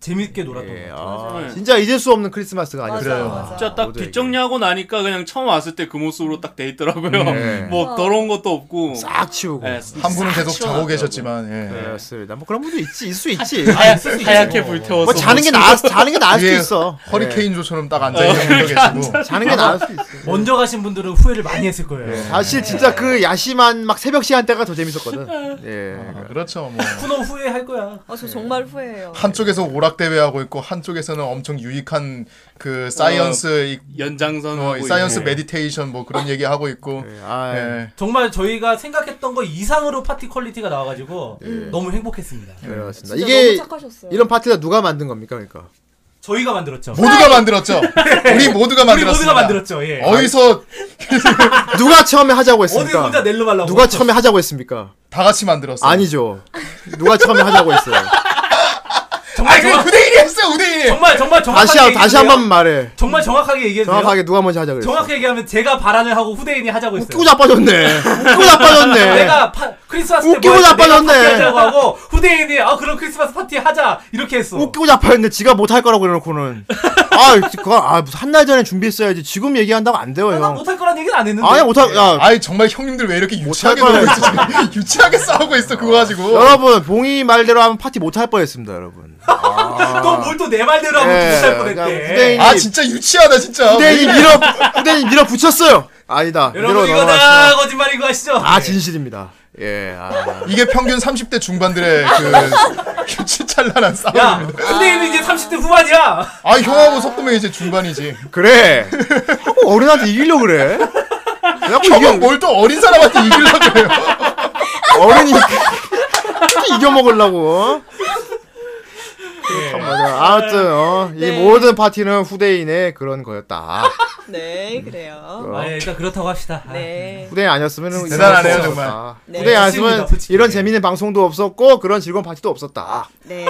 [SPEAKER 4] 재밌게 놀았던
[SPEAKER 3] 음. 예,
[SPEAKER 4] 것 같아요.
[SPEAKER 3] 아,
[SPEAKER 6] 네.
[SPEAKER 3] 진짜 잊을 수 없는 크리스마스가 아니었어요
[SPEAKER 2] 그래요.
[SPEAKER 6] 음, 진짜 딱
[SPEAKER 3] 모두에게.
[SPEAKER 6] 뒷정리하고 나니까 그냥 처음 왔을 때 그 모습으로 딱 돼 있더라고요.
[SPEAKER 3] 네.
[SPEAKER 6] 뭐 더러운 것도 없고.
[SPEAKER 3] 딱 치우고
[SPEAKER 6] 예,
[SPEAKER 2] 한 분은 계속 자고
[SPEAKER 6] 시원하더라고요.
[SPEAKER 2] 계셨지만 예.
[SPEAKER 3] 그렇습니다 뭐 그런 분도 있지 있을 수 있지
[SPEAKER 6] 하얗, 예, 하얗게 불태워서
[SPEAKER 3] 뭐 자는 게
[SPEAKER 6] 아, 뭐
[SPEAKER 3] 나아 자는 게 나을 수도
[SPEAKER 2] 위에
[SPEAKER 3] 있어
[SPEAKER 2] 예.
[SPEAKER 3] 예.
[SPEAKER 2] 허리케인조처럼 아. 딱 앉아 있는 분도 계시고
[SPEAKER 3] 자는 게 나을 수도 있어
[SPEAKER 4] 네. 먼저 가신 분들은 후회를 많이 했을 거예요.
[SPEAKER 3] 사실 진짜 그 야심한 막 새벽 시간대가 더 재밌었거든 예
[SPEAKER 2] 아, 그렇죠 뭐
[SPEAKER 4] 쿠노 후회할 거야.
[SPEAKER 5] 아, 저 정말 후회해요.
[SPEAKER 2] 한쪽에서 오락 대회 하고 있고 한쪽에서는 엄청 유익한 그
[SPEAKER 3] 어.
[SPEAKER 2] 사이언스
[SPEAKER 6] 연장선
[SPEAKER 2] 뭐,
[SPEAKER 6] 하고
[SPEAKER 2] 사이언스
[SPEAKER 6] 있고.
[SPEAKER 2] 메디테이션 뭐 그런 얘기 하고 있고
[SPEAKER 3] 예, 아,
[SPEAKER 2] 예.
[SPEAKER 4] 정말 저희가 생각했던 거 이상으로 파티 퀄리티가 나와가지고
[SPEAKER 3] 네.
[SPEAKER 4] 너무 행복했습니다.
[SPEAKER 3] 그렇습니다.
[SPEAKER 5] 진짜
[SPEAKER 3] 이게
[SPEAKER 5] 너무 착하셨어요.
[SPEAKER 3] 이런 파티가 누가 만든 겁니까, 그러니까?
[SPEAKER 4] 저희가 만들었죠.
[SPEAKER 2] 모두가 만들었죠. 우리 모두가
[SPEAKER 4] 우리
[SPEAKER 2] 만들었습니다.
[SPEAKER 4] 모두가 만들었죠. 예.
[SPEAKER 2] 어디서
[SPEAKER 3] 누가 처음에 하자고
[SPEAKER 4] 어디
[SPEAKER 3] 했습니까?
[SPEAKER 4] 혼자 낼로 말라고.
[SPEAKER 3] 누가 처음에 하자고 했습니까?
[SPEAKER 2] 다 같이 만들었어요.
[SPEAKER 3] 아니죠. 누가 처음에 하자고 했어요.
[SPEAKER 4] 정말
[SPEAKER 2] 아니 그 우대인이 했어요. 우대인이.
[SPEAKER 4] 정말 정말 정확하게
[SPEAKER 3] 다시 한 다시 한
[SPEAKER 4] 얘기해도
[SPEAKER 3] 번 말해.
[SPEAKER 4] 돼요? 정말 정확하게 얘기해도 정확하게
[SPEAKER 3] 정확하게 누가 먼저 하자고 했어.
[SPEAKER 4] 정확하게 얘기하면 제가 발언을 하고 후대인이 하자고 했어요.
[SPEAKER 3] 웃기고 나빠졌네. 웃기고 나빠졌네.
[SPEAKER 4] 내가 파, 크리스마스 때
[SPEAKER 3] 웃기고
[SPEAKER 4] 뭐 했지? 내가
[SPEAKER 3] 나빠졌네.
[SPEAKER 4] 파티하자고 하고 후대인이 아 그럼 크리스마스 파티 하자 이렇게 했어.
[SPEAKER 3] 웃기고 나빠졌는데 지가 못 할 거라고 그래놓고는. 아, 그거 아, 무슨 한날 전에 준비했어야지. 지금 얘기한다고 안 돼요,
[SPEAKER 4] 아, 나
[SPEAKER 3] 형.
[SPEAKER 4] 못할 거란 얘기는 안 했는데.
[SPEAKER 3] 아니 못할. 야,
[SPEAKER 2] 아니 정말 형님들 왜 이렇게 유치하게
[SPEAKER 3] 못할
[SPEAKER 2] 놀고 있어? 지금? 유치하게 싸우고 있어 그거 가지고.
[SPEAKER 4] 뭐.
[SPEAKER 3] 여러분 봉이 말대로 하면 파티 못 할 뻔했습니다, 여러분.
[SPEAKER 4] 아, 또뭘 또 내 말대로 하면
[SPEAKER 3] 아. 예,
[SPEAKER 4] 못할
[SPEAKER 3] 그러니까
[SPEAKER 4] 뻔했대.
[SPEAKER 3] 후대인이
[SPEAKER 2] 아 진짜 유치하다 진짜.
[SPEAKER 3] 후대인이 밀어 후대인이 밀어 붙였어요. 아니다.
[SPEAKER 4] 여러분
[SPEAKER 3] 밀어
[SPEAKER 4] 이거
[SPEAKER 3] 넘어갔어.
[SPEAKER 4] 다 네. 거짓말인 거 아시죠?
[SPEAKER 3] 아 진실입니다. 예. 아.
[SPEAKER 2] 이게 평균 30대 중반들의 그 유치 찬란한
[SPEAKER 4] 야,
[SPEAKER 3] 아.
[SPEAKER 2] 싸움.
[SPEAKER 4] 후대인은 이제 30대 후반이야.
[SPEAKER 2] 아 형하고 섞으면 이제 중반이지.
[SPEAKER 3] 그래. 자꾸 어른한테 이기려 그래. 자꾸 이겨
[SPEAKER 2] 형은 뭘 또 어린 사람한테 이기려고 해요.
[SPEAKER 3] 어른이 자꾸 이겨 먹으려고.
[SPEAKER 2] 네.
[SPEAKER 3] 참 맞아. 아무튼 어, 이
[SPEAKER 5] 네.
[SPEAKER 3] 모든 파티는 후대인의 그런 거였다.
[SPEAKER 5] 네, 그래요.
[SPEAKER 3] 그렇죠.
[SPEAKER 4] 아, 예, 일단 그렇다고 합시다. 아,
[SPEAKER 5] 네.
[SPEAKER 3] 후대인 아니었으면 이런
[SPEAKER 2] 대단하네요,
[SPEAKER 3] 방송
[SPEAKER 2] 정말.
[SPEAKER 3] 없었다.
[SPEAKER 5] 네.
[SPEAKER 3] 후대인 아니었으면
[SPEAKER 4] 솔직히, 솔직히.
[SPEAKER 3] 이런 재밌는 방송도 없었고 그런 즐거운 파티도 없었다.
[SPEAKER 5] 네.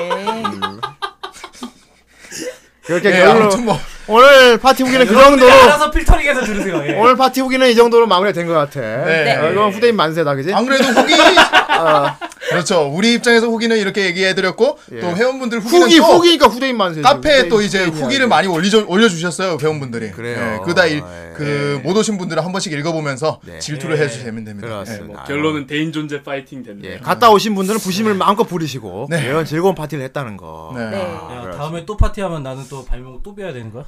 [SPEAKER 3] 그렇게
[SPEAKER 2] 예,
[SPEAKER 3] 결론.
[SPEAKER 2] 아무튼 뭐 네,
[SPEAKER 3] 오늘 파티 후기는 그
[SPEAKER 4] 여러분들이
[SPEAKER 3] 정도로
[SPEAKER 4] 알아서 필터링해서 들으세요. 예.
[SPEAKER 3] 오늘 파티 후기는 이 정도로 마무리가 된 것 같아.
[SPEAKER 2] 네. 아,
[SPEAKER 3] 어, 이건 후대인 만세다, 그지?
[SPEAKER 2] 안 그래도 후기
[SPEAKER 3] 아.
[SPEAKER 2] 그렇죠 우리 입장에서 후기는 이렇게 얘기해드렸고 또 회원분들 후기는
[SPEAKER 3] 예. 후기,
[SPEAKER 2] 또
[SPEAKER 3] 후기니까 후대인 만세.
[SPEAKER 2] 카페에
[SPEAKER 3] 후대인,
[SPEAKER 2] 또 이제
[SPEAKER 3] 후대인이야,
[SPEAKER 2] 후기를 많이 올리죠, 올려주셨어요 회원분들이 예,
[SPEAKER 3] 그래요.
[SPEAKER 2] 그다 일,
[SPEAKER 3] 예.
[SPEAKER 2] 그못 오신 분들은 한 번씩 읽어보면서 질투를 해주시면 됩니다
[SPEAKER 3] 그렇습니다.
[SPEAKER 2] 예.
[SPEAKER 3] 아,
[SPEAKER 6] 네, 뭐 결론은 대인 존재 파이팅 됐네요.
[SPEAKER 3] 예, 갔다 오신 분들은 부심을 마음껏 부리시고
[SPEAKER 2] 네.
[SPEAKER 3] 이런 즐거운 파티를 했다는 거.
[SPEAKER 2] 네.
[SPEAKER 5] 네.
[SPEAKER 3] 아,
[SPEAKER 4] 야, 다음에 또 파티하면 나는 또 발목 또 빼야 되는 거야?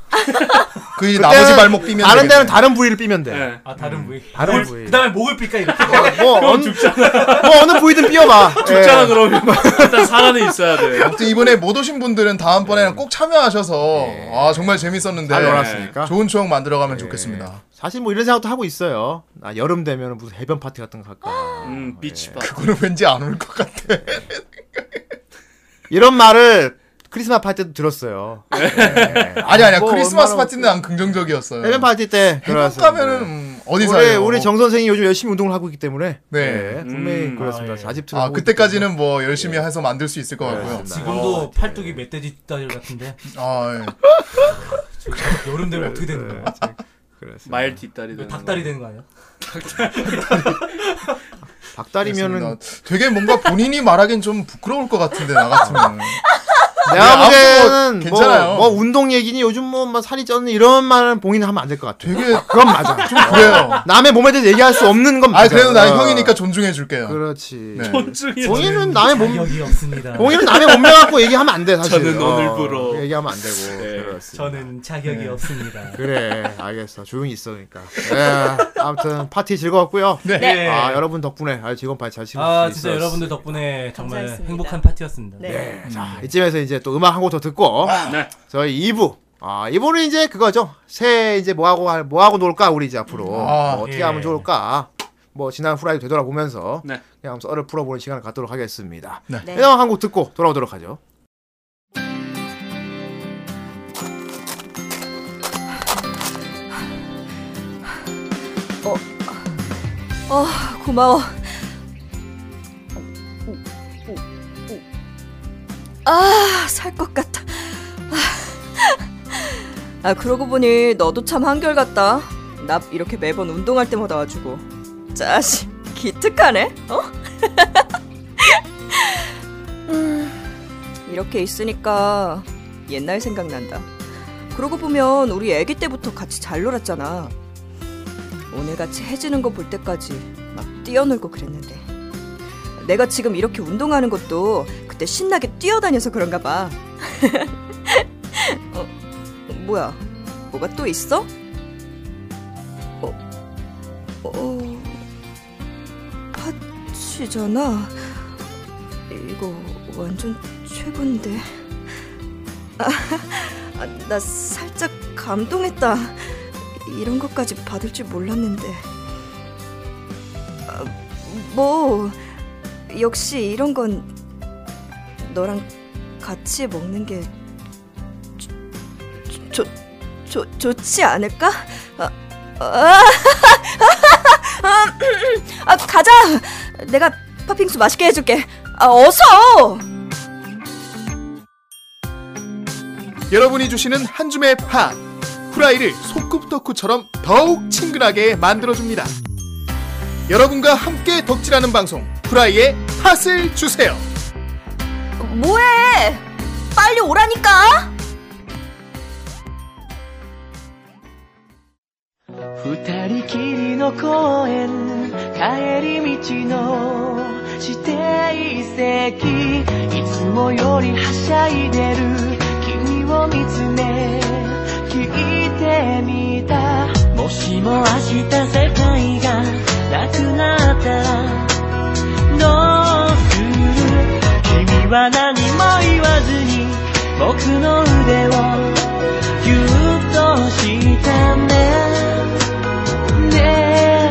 [SPEAKER 2] 그 나머지 발목 삐면
[SPEAKER 3] 다른 데는
[SPEAKER 2] 되겠네.
[SPEAKER 3] 다른 부위를 삐면 돼.
[SPEAKER 6] 예.
[SPEAKER 4] 아, 다른 부위.
[SPEAKER 3] 음, 다른
[SPEAKER 4] 뭘-
[SPEAKER 3] 부위.
[SPEAKER 4] 그다음에 목을 삘까 이렇게.
[SPEAKER 3] 뭐, 어느, 뭐 어느 부위든 삐어봐.
[SPEAKER 2] 네.
[SPEAKER 6] 죽잖아 그러면 일단 살아는 있어야 돼.
[SPEAKER 2] 아무튼 이번에 못 오신 분들은 다음번에는 꼭 참여하셔서 아 정말 재밌었는데
[SPEAKER 3] 잘 놀았으니까.
[SPEAKER 2] 좋은 추억 만들어가면 좋겠습니다
[SPEAKER 3] 예. 네. 사실 뭐 이런 생각도 하고 있어요. 아, 여름 되면 무슨 해변 파티 같은 거 할까. 뭐, 예.
[SPEAKER 6] 음 비치바.
[SPEAKER 2] 그거는 왠지 안 올 것 같아
[SPEAKER 3] 이런 말을 크리스마스 파티 때도 들었어요.
[SPEAKER 2] 네. 아니 아니야
[SPEAKER 3] 뭐
[SPEAKER 2] 크리스마스
[SPEAKER 3] 얼마나
[SPEAKER 2] 파티는 난 긍정적이었어요
[SPEAKER 3] 해변 파티 때.
[SPEAKER 2] 해국
[SPEAKER 3] 그렇습니다.
[SPEAKER 2] 가면은 음, 어디서
[SPEAKER 3] 우리,
[SPEAKER 2] 해요?
[SPEAKER 3] 우리 정 선생이 요즘 열심히 운동을 하고 있기 때문에
[SPEAKER 2] 네.
[SPEAKER 3] 예, 분명히
[SPEAKER 6] 음,
[SPEAKER 3] 그렇습니다.
[SPEAKER 4] 아, 예.
[SPEAKER 3] 자집투.
[SPEAKER 2] 아 그때까지는 뭐 열심히 해서 만들 수 있을 것 같고요.
[SPEAKER 4] 네. 지금도
[SPEAKER 3] 어, 네.
[SPEAKER 4] 팔뚝이 멧돼지 다리 같은데.
[SPEAKER 2] 아 예.
[SPEAKER 4] 저 여름
[SPEAKER 3] 네.
[SPEAKER 4] 되면 어떻게 되는 거야?
[SPEAKER 6] 마일
[SPEAKER 3] 그
[SPEAKER 6] 뒷다리 되는
[SPEAKER 4] 닭다리
[SPEAKER 3] 뭐.
[SPEAKER 4] 되는 거 아니야?
[SPEAKER 3] 박다리면은
[SPEAKER 2] 그렇습니다. 되게 뭔가 본인이 말하긴 좀 부끄러울 것 같은데 나 같으면
[SPEAKER 3] 내가 보기에는
[SPEAKER 2] 네, 아무튼 뭐
[SPEAKER 3] 뭐,
[SPEAKER 2] 괜찮아요.
[SPEAKER 3] 뭐 운동 얘기니 요즘 뭐, 뭐 살이 쪘니 이런 말은 봉인을 하면 안 될 것 같아.
[SPEAKER 2] 되게
[SPEAKER 3] 그건 맞아.
[SPEAKER 2] 좀 그래요.
[SPEAKER 3] 남의 몸에 대해서 얘기할 수 없는 건 맞아.
[SPEAKER 2] 아 그래도 난 형이니까 존중해 줄게요.
[SPEAKER 3] 어. 그렇지.
[SPEAKER 2] 네.
[SPEAKER 6] 혼중이
[SPEAKER 3] 봉인은 남의 몸
[SPEAKER 4] 자격이 없습니다.
[SPEAKER 3] 봉인은 남의 몸매 갖고 얘기하면 안 돼, 사실. 어,
[SPEAKER 6] 저는 오늘부로.
[SPEAKER 3] 얘기하면 안 되고.
[SPEAKER 6] 네.
[SPEAKER 3] 그렇습니다.
[SPEAKER 4] 저는 자격이 없습니다.
[SPEAKER 3] 아, 그래, 알겠어. 조용히 있어, 그러니까. 예, 아무튼, 파티 즐거웠고요
[SPEAKER 4] 네.
[SPEAKER 3] 아, 여러분 덕분에 아주 즐거운 파티 잘 치고
[SPEAKER 4] 아 진짜 여러분들 덕분에 정말
[SPEAKER 5] 감사했습니다.
[SPEAKER 4] 행복한 파티였습니다.
[SPEAKER 5] 네.
[SPEAKER 3] 자,
[SPEAKER 2] 음.
[SPEAKER 3] 이쯤에서 이제 또 음악 한 곡 더 듣고
[SPEAKER 6] 네.
[SPEAKER 3] 저희 2부. 아, 2부는 이제 그거죠. 새해 이제 뭐 하고 할- 뭐 하고 놀까 우리 이제 앞으로
[SPEAKER 2] 아,
[SPEAKER 3] 뭐 어떻게
[SPEAKER 4] 예.
[SPEAKER 3] 하면 좋을까? 뭐 지난 후라이도 되돌아보면서
[SPEAKER 6] 네.
[SPEAKER 3] 그냥 썰을 풀어보는 시간을 갖도록 하겠습니다.
[SPEAKER 2] 네.
[SPEAKER 5] 네.
[SPEAKER 3] 그냥 한곡 듣고 돌아오도록 하죠.
[SPEAKER 5] 어, 고마워. 아, 살 것 같아. 아, 아 그러고 보니 너도 참 한결같다. 나 이렇게 매번 운동할 때마다 와주고 짜식 기특하네. 어? 음, 이렇게 있으니까 옛날 생각난다. 그러고 보면 우리 아기 때부터 같이 잘 놀았잖아. 오늘같이 해지는 거 볼 때까지 막 뛰어놀고 그랬는데 내가 지금 이렇게 운동하는 것도 그때 신나게 뛰어다녀서 그런가 봐. 어, 뭐야? 뭐가 또 있어? 어, 어, 파치잖아. 이거 완전 최고인데. 아, 아, 나 살짝 감동했다. 이런 것까지 받을 줄 몰랐는데. 아, 뭐 역시 이런 건 너랑 같이 먹는 게 좋, 좋, 좋지 않을까? 아, 아, 아, 가자. 내가 팥빙수 맛있게 해줄게. 아, 어서.
[SPEAKER 2] 여러분이 주시는 한 줌의 파 후라이를 소꿉 덕후처럼 더욱 친근하게 만들어줍니다. 여러분과 함께 덕질하는 방송 후라이의 팥을 주세요.
[SPEAKER 5] 뭐해? 빨리 오라니까.
[SPEAKER 11] 二人きりの公園帰り道の指定席いつもよりはしゃいでる君を見つめ聞いてみたもしも明日世界がなくなったらどうする君は何も言わずに僕の腕をぎゅっとしてねねえ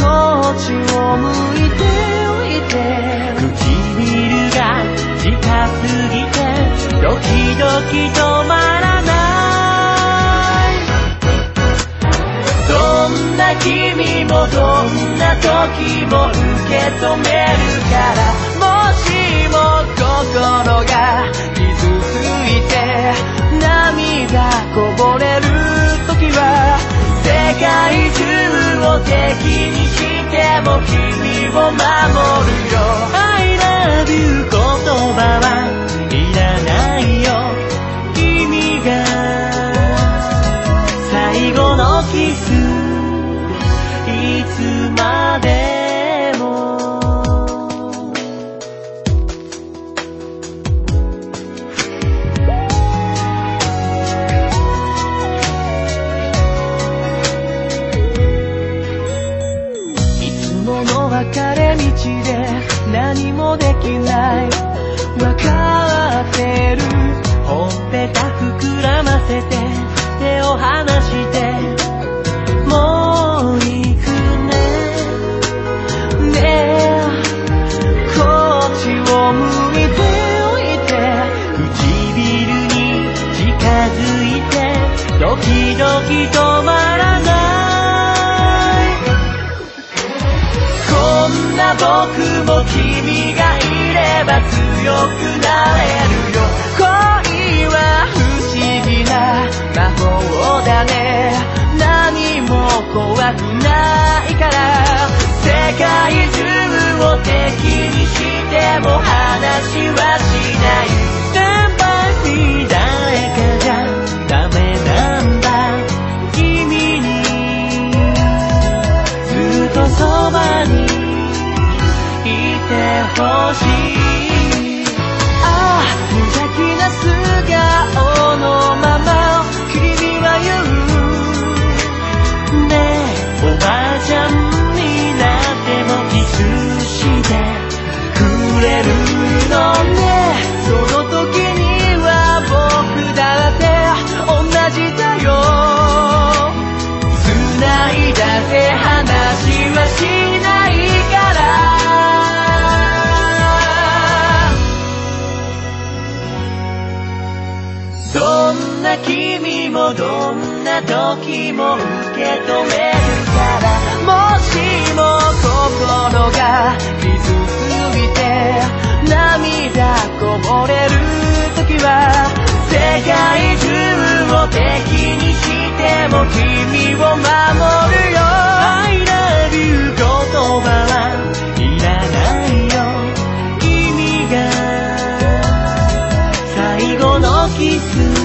[SPEAKER 11] こっちを向いておいて唇が近すぎてドキドキ止まらないどんな君もどんな時も受け止めるからもしも心が傷ついて涙こぼれる時は世界中を敵にしても君を守るよ I love you 言葉はいらないよ君が最後のキスいつまでもいつもの別れ道で何もできないわかってるほっぺた膨らませて手を離してもう行くねねえこっちを向いておいて唇に近づいてドキドキ止まらないこんな僕も君がいれば強くなれるよ恋は不思議な魔法だね何も怖くないから世界中を敵にしても話はしない先輩に誰かじゃダメなんだ君にずっとそばにいてほしいああ無邪気な素顔のまま君は言うねえおばあちゃんになってもキスしてくれるのねその時には僕だって同じだよ繋いだぜ話はしないからどんな君もどんな時も受け止めるからもしも心が傷ついて涙こぼれる時は世界中を敵にも君を守るよ I love you 言葉はいらないよ君が最後のキス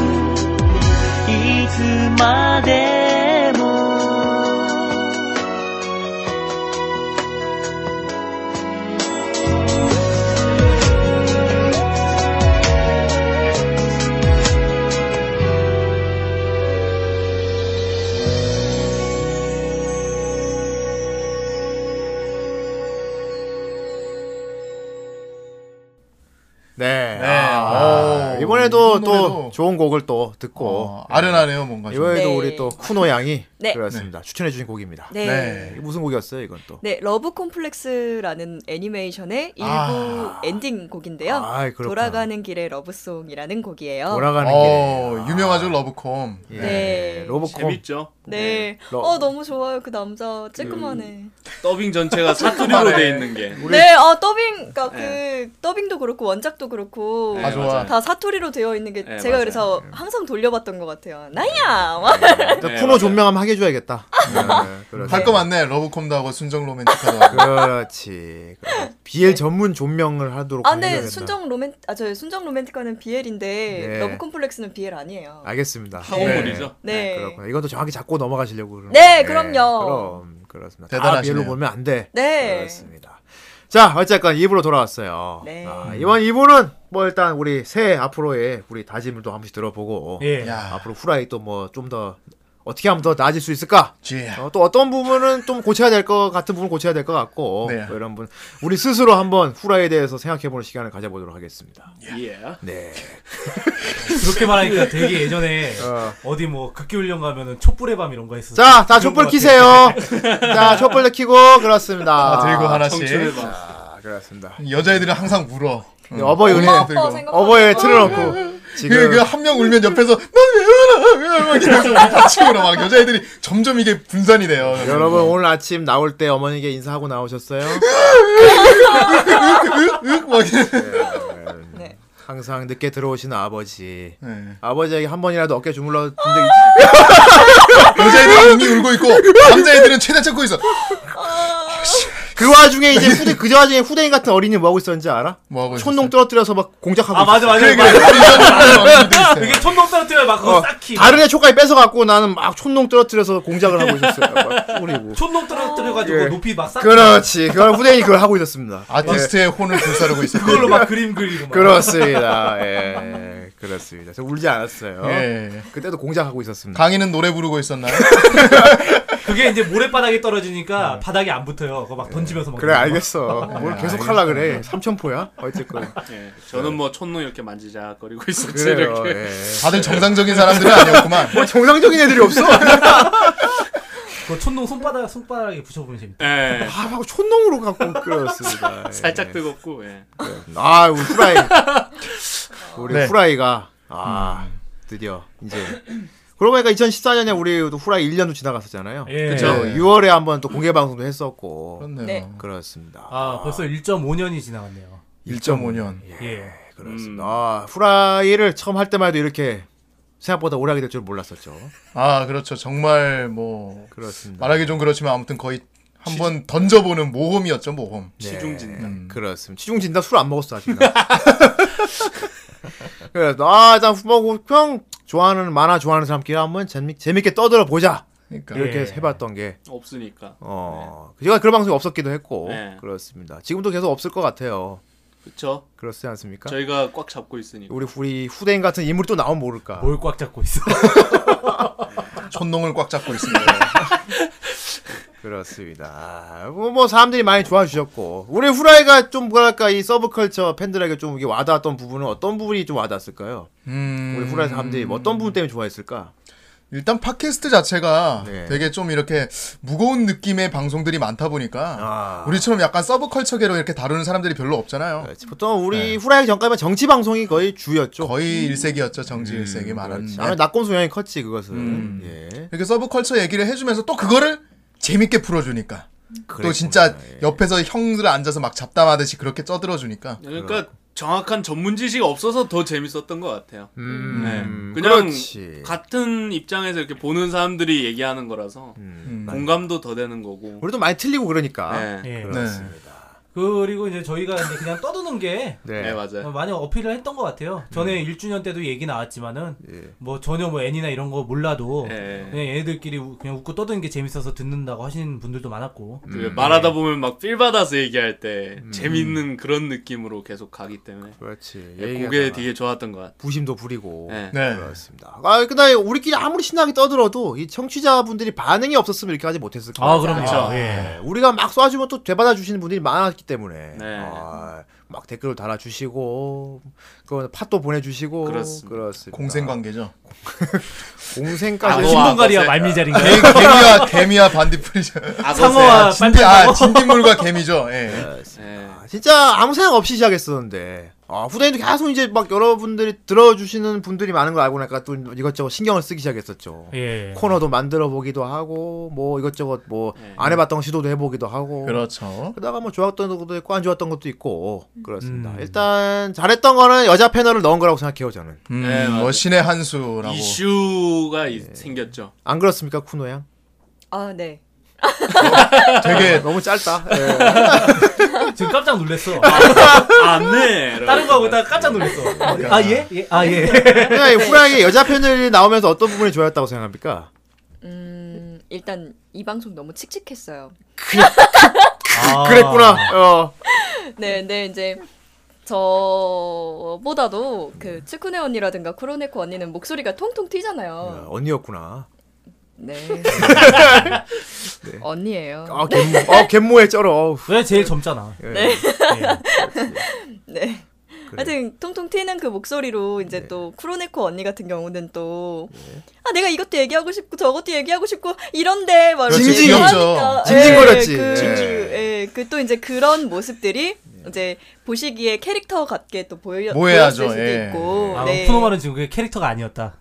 [SPEAKER 11] いつまでも
[SPEAKER 3] 네.
[SPEAKER 2] 네.
[SPEAKER 3] 아,
[SPEAKER 2] 오,
[SPEAKER 3] 이번에도
[SPEAKER 2] 이
[SPEAKER 3] 또
[SPEAKER 2] 노래도-
[SPEAKER 3] 좋은 곡을 또 듣고
[SPEAKER 2] 어, 아련하네요 뭔가 좀.
[SPEAKER 3] 이번에도
[SPEAKER 5] 네.
[SPEAKER 3] 우리 또 쿠노 양이
[SPEAKER 5] 네.
[SPEAKER 3] 그렇습니다. 추천해주신 곡입니다.
[SPEAKER 5] 네.
[SPEAKER 2] 네.
[SPEAKER 3] 이게 무슨 곡이었어요 이건 또?
[SPEAKER 5] 네, 러브 콤플렉스라는 애니메이션의 일부
[SPEAKER 2] 아.
[SPEAKER 5] 엔딩 곡인데요.
[SPEAKER 3] 아이, 그렇구나.
[SPEAKER 5] 돌아가는 길의 러브송이라는 곡이에요.
[SPEAKER 3] 돌아가는
[SPEAKER 2] 어,
[SPEAKER 3] 길에.
[SPEAKER 2] 유명하죠 러브콤.
[SPEAKER 3] 예.
[SPEAKER 5] 네.
[SPEAKER 3] 로보콤.
[SPEAKER 6] 재밌죠.
[SPEAKER 5] 네.
[SPEAKER 3] 러- 음,
[SPEAKER 5] 어, 너무 좋아요. 그 남자 쬐끄만해.
[SPEAKER 6] 더빙
[SPEAKER 2] 아,
[SPEAKER 6] 전체가 사투리로 돼 있는 게.
[SPEAKER 5] 네, 어, 더빙, 그러니까
[SPEAKER 6] 네.
[SPEAKER 5] 그, 더빙도 그렇고, 원작도 그렇고.
[SPEAKER 6] 네,
[SPEAKER 2] 아 좋아.
[SPEAKER 6] 맞아요.
[SPEAKER 5] 다 사투리로 되어 있는 게
[SPEAKER 6] 네,
[SPEAKER 5] 제가
[SPEAKER 6] 맞아요.
[SPEAKER 5] 그래서 항상 돌려봤던 것 같아요. 나야! 막
[SPEAKER 3] 자,
[SPEAKER 6] 네,
[SPEAKER 3] 쿠노
[SPEAKER 6] 맞아요.
[SPEAKER 3] 그러니까 존명함 하게 해줘야겠다. 네,
[SPEAKER 2] 할
[SPEAKER 3] 그렇지.
[SPEAKER 2] 거 많네. 러브콤도 하고 순정 로맨틱도 하고.
[SPEAKER 3] 그렇지. BL 전문 존명을 하도록.
[SPEAKER 5] 아, 근데
[SPEAKER 3] 해줘야겠다.
[SPEAKER 5] 순정 로맨, 아, 저 순정 로맨틱과는 BL인데,
[SPEAKER 3] 네.
[SPEAKER 5] 러브 콤플렉스는 BL 아니에요.
[SPEAKER 3] 알겠습니다.
[SPEAKER 6] 학원물이죠.
[SPEAKER 5] 네.
[SPEAKER 3] 그렇구나. 이건 또 정확히 잡고 넘어가시려고 그러는
[SPEAKER 5] 네,
[SPEAKER 3] 거예요.
[SPEAKER 5] 그럼요.
[SPEAKER 3] 그럼 그렇습니다.
[SPEAKER 2] 대단하시네요.
[SPEAKER 3] 대단하시네요. 로 보면 안 돼.
[SPEAKER 5] 네.
[SPEAKER 3] 그렇습니다. 자, 어쨌건 2부로 돌아왔어요.
[SPEAKER 5] 네.
[SPEAKER 3] 아, 이번 2부는 뭐 일단 우리 새해 앞으로의 우리 다짐을 또 한 번씩 들어보고
[SPEAKER 4] 예.
[SPEAKER 2] 야,
[SPEAKER 3] 앞으로 후라이 또 뭐 좀 더 어떻게 하면 더 나아질 수 있을까?
[SPEAKER 2] 쥐.
[SPEAKER 3] 어, 또 어떤 부분은 좀 고쳐야 될 것 같은 부분 고쳐야 될 것 같고
[SPEAKER 2] 네.
[SPEAKER 3] 뭐 이런 분 우리 스스로 한번 후라이에 대해서 생각해보는 시간을 가져보도록 하겠습니다.
[SPEAKER 6] 예.
[SPEAKER 3] 네.
[SPEAKER 4] 그렇게 말하니까 되게 예전에
[SPEAKER 3] 어.
[SPEAKER 4] 어. 디뭐 극기훈련 가면은 촛불의 밤 이런 거 했었어.
[SPEAKER 3] 자, 다 촛불 키세요. 자, 촛불 키고 그렇습니다.
[SPEAKER 2] 아, 들고 하나씩.
[SPEAKER 6] 청춘의 밤.
[SPEAKER 3] 아, 그렇습니다.
[SPEAKER 2] 여자애들은 항상 울어. 응.
[SPEAKER 3] 네, 어버이
[SPEAKER 2] 어린애
[SPEAKER 3] 은혜
[SPEAKER 5] 엄마, 아빠
[SPEAKER 2] 들고.
[SPEAKER 5] 생각-
[SPEAKER 3] 어버이 틀어놓고 지금
[SPEAKER 2] 그한 명 울면 옆에서 넌 왜 울어? 막 이러면서 같이 울어. 막 여자애들이 점점 이게 분산이 돼요.
[SPEAKER 3] 여러분 오늘 아침 나올 때 어머니께 인사하고 나오셨어요.
[SPEAKER 2] 그, 막 이래.
[SPEAKER 5] 네.
[SPEAKER 3] 항상 늦게 들어오시는 아버지.
[SPEAKER 2] 네.
[SPEAKER 3] 아버지에게 한 번이라도 어깨 주물러 준 적이
[SPEAKER 2] 여자애들은 웅이 울고 있고 남자애들은 최대 참고 있어.
[SPEAKER 3] 그 와중에 이제 후대 그 와중에 후대인 같은 어린이 뭐 하고 있었는지 알아?
[SPEAKER 2] 뭐 하고
[SPEAKER 3] 촌농 떨어뜨려서 막 공작하고
[SPEAKER 4] 아, 맞아, 맞아.
[SPEAKER 2] 그러니까
[SPEAKER 4] 맞아.
[SPEAKER 2] 이런 게
[SPEAKER 4] 그게 촌놈 떨어뜨려 막 그거 쌓기.
[SPEAKER 3] 다른 애 초까지 뺏어갖고 나는 막 촌농 떨어뜨려서 공작을 하고 있었어요. 막 뿌리고.
[SPEAKER 4] 촌놈 떨어뜨려가지고
[SPEAKER 3] 예.
[SPEAKER 4] 높이 막 쌓기.
[SPEAKER 3] 그렇지. 그걸 후대인이 그걸 하고 있었습니다.
[SPEAKER 2] 아티스트의 혼을 불사르고 있어.
[SPEAKER 4] 네. 그걸로 막 그림 그리고 막.
[SPEAKER 3] 그렇습니다. 예. 그렇습니다. 저 울지 않았어요.
[SPEAKER 2] 예.
[SPEAKER 3] 그때도 공작하고 있었습니다.
[SPEAKER 2] 강희는 노래 부르고 있었나요?
[SPEAKER 4] 그게 이제 모래바닥에 떨어지니까 바닥에 안 붙어요. 그거 막 던지면서 막.
[SPEAKER 3] 그래 알겠어.
[SPEAKER 6] 아,
[SPEAKER 3] 뭘 계속 하려 그래. 삼천포야? 어쨌건.
[SPEAKER 6] 예. 저는 뭐 촌농 이렇게 만지작거리고 있었지
[SPEAKER 3] 그래요.
[SPEAKER 6] 이렇게.
[SPEAKER 3] 예.
[SPEAKER 2] 다들 정상적인 사람들은 아니었구만.
[SPEAKER 3] 네. 정상적인 애들이 없어.
[SPEAKER 4] 그 촌놈 손바닥 손바닥에 붙여보면 재밌다.
[SPEAKER 6] 예.
[SPEAKER 3] 아, 막 촌농으로 갖고 끌었습니다.
[SPEAKER 6] 살짝 뜨겁고. 예.
[SPEAKER 3] 아, 우리 후라이. 우리
[SPEAKER 2] 네. 음.
[SPEAKER 3] 후라이가 아, 드디어 이제 그러고 보니까 2014년에 우리 또 후라이 1년도 지나갔었잖아요.
[SPEAKER 4] 예.
[SPEAKER 3] 그쵸?
[SPEAKER 2] 네.
[SPEAKER 3] 6월에 한번 또 공개 방송도 했었고.
[SPEAKER 2] 그렇네요.
[SPEAKER 5] 네.
[SPEAKER 3] 그렇습니다.
[SPEAKER 4] 아 벌써 1.5년이 지나갔네요.
[SPEAKER 2] 1.5년.
[SPEAKER 4] 예.
[SPEAKER 2] 음.
[SPEAKER 3] 그렇습니다. 아, 후라이를 처음 할 때만 해도 이렇게 생각보다 오래 하게 될 줄 몰랐었죠.
[SPEAKER 2] 아 그렇죠. 정말 뭐
[SPEAKER 4] 네.
[SPEAKER 3] 그렇습니다.
[SPEAKER 2] 말하기 좀 그렇지만 아무튼 거의 한번 던져보는 모험이었죠 모험.
[SPEAKER 3] 음.
[SPEAKER 6] 시중진단.
[SPEAKER 2] 음.
[SPEAKER 3] 그렇습니다. 치중진다 술 안 먹었어 아직. 나. 그래서 아, 아나뭐형 좋아하는 만화 좋아하는 사람끼리 한번 재미 재밌게 떠들어 보자
[SPEAKER 2] 그러니까
[SPEAKER 3] 이렇게
[SPEAKER 4] 예.
[SPEAKER 3] 해봤던 게
[SPEAKER 6] 없으니까.
[SPEAKER 3] 어. 제가 그런 방송이 없었기도 했고
[SPEAKER 6] 네.
[SPEAKER 3] 그렇습니다. 지금도 계속 없을 것 같아요.
[SPEAKER 6] 그렇죠.
[SPEAKER 3] 그렇지 않습니까?
[SPEAKER 6] 저희가 꽉 잡고 있으니까.
[SPEAKER 3] 우리 우리 후대인 같은 인물이 또 나오면 모를까.
[SPEAKER 4] 뭘 꽉 잡고 있어.
[SPEAKER 2] 촌농을 꽉 잡고 있습니다.
[SPEAKER 3] 그렇습니다. 뭐, 뭐 사람들이 많이 좋아해 주셨고 우리 후라이가 좀 뭐랄까 이 서브컬처 팬들에게 좀 이게 와닿았던 부분은 어떤 부분이 좀 와닿았을까요?
[SPEAKER 2] 음,
[SPEAKER 3] 우리 후라이 사람들이 뭐 어떤 부분 때문에 좋아했을까?
[SPEAKER 2] 일단 팟캐스트 자체가
[SPEAKER 3] 네.
[SPEAKER 2] 되게 좀 이렇게 무거운 느낌의 방송들이 많다 보니까
[SPEAKER 3] 아. 네,
[SPEAKER 2] 우리처럼 약간 서브컬처계로 이렇게 다루는 사람들이 별로 없잖아요.
[SPEAKER 3] 그렇지. 보통 우리
[SPEAKER 2] 네.
[SPEAKER 3] 후라이 전까지만 정치 방송이 거의 주였죠.
[SPEAKER 2] 거의 일색이었죠 정지 일색이
[SPEAKER 3] 음. 그렇지.
[SPEAKER 2] 많았는데 음.
[SPEAKER 3] 아무래도 낙곰 영향이 컸지 그것은. 예.
[SPEAKER 2] 이렇게 서브컬처 얘기를 해주면서 또 그거를 재밌게 풀어주니까 또
[SPEAKER 3] 그랬구나. 예.
[SPEAKER 2] 진짜 옆에서 형들 앉아서 막 잡담하듯이 그렇게 쪄들어주니까
[SPEAKER 6] 그러니까 정확한 전문 지식이 없어서 더 재밌었던 것 같아요.
[SPEAKER 3] 음,
[SPEAKER 6] 네. 그냥
[SPEAKER 3] 그렇지.
[SPEAKER 6] 같은 입장에서 이렇게 보는 사람들이 얘기하는 거라서
[SPEAKER 2] 음,
[SPEAKER 3] 음.
[SPEAKER 6] 공감도 더 되는 거고.
[SPEAKER 3] 우리도 많이 틀리고 그러니까.
[SPEAKER 6] 네. 네.
[SPEAKER 4] 예.
[SPEAKER 2] 네.
[SPEAKER 4] 그리고 이제 저희가 이제 그냥 떠드는 게
[SPEAKER 3] 네.
[SPEAKER 6] 맞아요.
[SPEAKER 4] 많이 어필을 했던 것 같아요. 전에 1주년 때도 얘기 나왔지만은
[SPEAKER 3] 예.
[SPEAKER 4] 뭐 전혀 뭐 애니나 이런 거 몰라도
[SPEAKER 6] 예.
[SPEAKER 4] 그냥 어, 얘네들끼리 우- 그냥 웃고 떠드는 게 재밌어서 듣는다고 하시는 분들도 많았고
[SPEAKER 6] 그 말하다 보면 막 필 받아서 얘기할 때 재밌는 그런 느낌으로 계속 가기 때문에
[SPEAKER 3] 그렇지. 얘기가
[SPEAKER 6] 그게
[SPEAKER 3] 나와.
[SPEAKER 6] 되게 좋았던 것 같아요.
[SPEAKER 3] 부심도 부리고.
[SPEAKER 6] 예, 네.
[SPEAKER 2] 네.
[SPEAKER 3] 그렇습니다. 아, 근데 우리끼리 아무리 신나게 떠들어도 이 청취자분들이 반응이 없었으면 이렇게 하지 못했을 거예요.
[SPEAKER 4] 그렇죠.
[SPEAKER 3] 네, 우리가 막 쏴주면 또 되받아 주시는 분들이 많았기 때문에
[SPEAKER 6] 네.
[SPEAKER 3] 아, 막 댓글을 달아주시고 그 팟도 보내주시고
[SPEAKER 6] 그렇습니다.
[SPEAKER 3] 그렇습니다.
[SPEAKER 2] 공생 관계죠.
[SPEAKER 4] 아,
[SPEAKER 3] 공생까지
[SPEAKER 6] 악어와
[SPEAKER 4] 그 신동가리와
[SPEAKER 6] 거세-
[SPEAKER 4] 말미잘인가
[SPEAKER 2] 개, 개미와 개미와 반딧불이죠.
[SPEAKER 4] 상어와
[SPEAKER 2] 진디 아 진딧물과 개미죠. 예.
[SPEAKER 6] 네.
[SPEAKER 3] 진짜 아무 생각 없이 시작했었는데 아, 후대인도 계속 이제 막 여러분들이 들어주시는 분들이 많은 걸 알고 나니까 또 이것저것 신경을 쓰기 시작했었죠.
[SPEAKER 4] 예.
[SPEAKER 3] 코너도 만들어 보기도 하고 뭐 이것저것 뭐 안 해봤던 시도도 해보기도 하고
[SPEAKER 2] 그렇죠.
[SPEAKER 3] 그러다가 뭐 좋았던 것도 있고 안 좋았던 것도 있고 그렇습니다.
[SPEAKER 4] 음.
[SPEAKER 3] 일단 잘했던 거는 여자 패널을 넣은 거라고 생각해요 저는.
[SPEAKER 2] 음,
[SPEAKER 6] 네, 맞아요.
[SPEAKER 2] 뭐 신의 한 수라고.
[SPEAKER 6] 이슈가 이- 생겼죠.
[SPEAKER 3] 안 그렇습니까 쿠노 양?
[SPEAKER 5] 아, 네.
[SPEAKER 2] 되게
[SPEAKER 3] 아, 너무 짧다. 예.
[SPEAKER 4] 지금 깜짝 놀랐어.
[SPEAKER 6] 아, 네.
[SPEAKER 4] 다른 거 하고 딱 깜짝 놀랐어. 아 예? 예? 아 예.
[SPEAKER 3] 그냥 이 후라이에 여자 패널이 나오면서 어떤 부분이 좋아했다고 생각합니까?
[SPEAKER 5] 음, 일단 이 방송 너무 칙칙했어요.
[SPEAKER 4] 아.
[SPEAKER 3] 그랬구나. 어.
[SPEAKER 5] 네, 네, 이제 저보다도 그 츠쿠네 언니라든가 쿠로네코 언니는 목소리가 통통 튀잖아요.
[SPEAKER 3] 언니였구나.
[SPEAKER 5] 네. 언니예요.
[SPEAKER 3] 아 갯모, 어 갯모에 쩔어. 어우,
[SPEAKER 4] 왜 제일 젊잖아.
[SPEAKER 3] 예.
[SPEAKER 5] 네. 하여튼 통통 튀는 그 목소리로 이제 또 쿠로네코 언니 같은 경우는 또 아
[SPEAKER 2] 네.
[SPEAKER 5] 내가 이것도 얘기하고 싶고 저것도 얘기하고 싶고 이런데 막
[SPEAKER 2] 그렇지,
[SPEAKER 5] 이렇게
[SPEAKER 2] 귀엽죠. 네.
[SPEAKER 5] 하니까.
[SPEAKER 3] 징징거렸지.
[SPEAKER 5] 예,
[SPEAKER 3] 징징.
[SPEAKER 5] 그, 예, 그 또 이제 그런 모습들이 이제 보시기에 캐릭터 같게 또 보여
[SPEAKER 2] 모해하죠,
[SPEAKER 5] 보였을 수도
[SPEAKER 2] 예.
[SPEAKER 5] 있고.
[SPEAKER 4] 아,
[SPEAKER 5] 네.
[SPEAKER 4] 쿠노마는 지금 그게 캐릭터가 아니었다.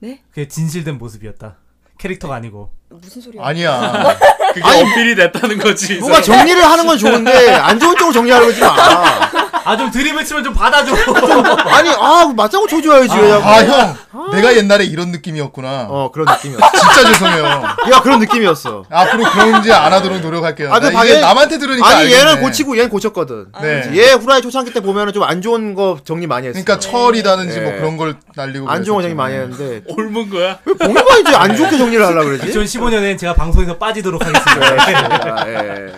[SPEAKER 5] 네?
[SPEAKER 4] 그게 진실된 모습이었다. 캐릭터가 아니고.
[SPEAKER 5] 무슨 소리야?
[SPEAKER 2] 아니야.
[SPEAKER 6] 그게 어필이 됐다는 거지.
[SPEAKER 3] 뭔가 정리를 하는 건 좋은데 안 좋은 쪽으로 정리하려고 하지 마.
[SPEAKER 4] 아 좀 드립을 치면 좀 받아줘.
[SPEAKER 3] 아니 아 맞장구 쳐줘야지. 왜 자꾸.
[SPEAKER 2] 아 형, 내가 옛날에 이런 느낌이었구나.
[SPEAKER 3] 어 그런 느낌이었어.
[SPEAKER 2] 진짜 죄송해요.
[SPEAKER 3] 야 그런 느낌이었어.
[SPEAKER 2] 앞으로 그런지 안 하도록 노력할게요.
[SPEAKER 3] 아, 근데
[SPEAKER 2] 나 이게
[SPEAKER 3] 방에-
[SPEAKER 2] 남한테 들으니까
[SPEAKER 3] 아니
[SPEAKER 2] 그러니까 알겠네.
[SPEAKER 3] 얘는 고치고 예. 얘는 고쳤거든.
[SPEAKER 2] 네.
[SPEAKER 3] 그치? 얘 후라이 초창기 때 보면은 좀 안 좋은 거 정리 많이 했어.
[SPEAKER 2] 그러니까 철이다든지 뭐
[SPEAKER 3] 네.
[SPEAKER 2] 그런 걸 날리고
[SPEAKER 3] 예. 안 좋은 거 정리 많이
[SPEAKER 2] 그랬었죠.
[SPEAKER 3] 했는데
[SPEAKER 6] 옮은 거야.
[SPEAKER 3] 왜 봉이가 이제 안 좋게 정리를 하려고 그러지?
[SPEAKER 4] 2015년엔 제가 방송에서 빠지도록 하겠습니다.
[SPEAKER 3] 아, 예.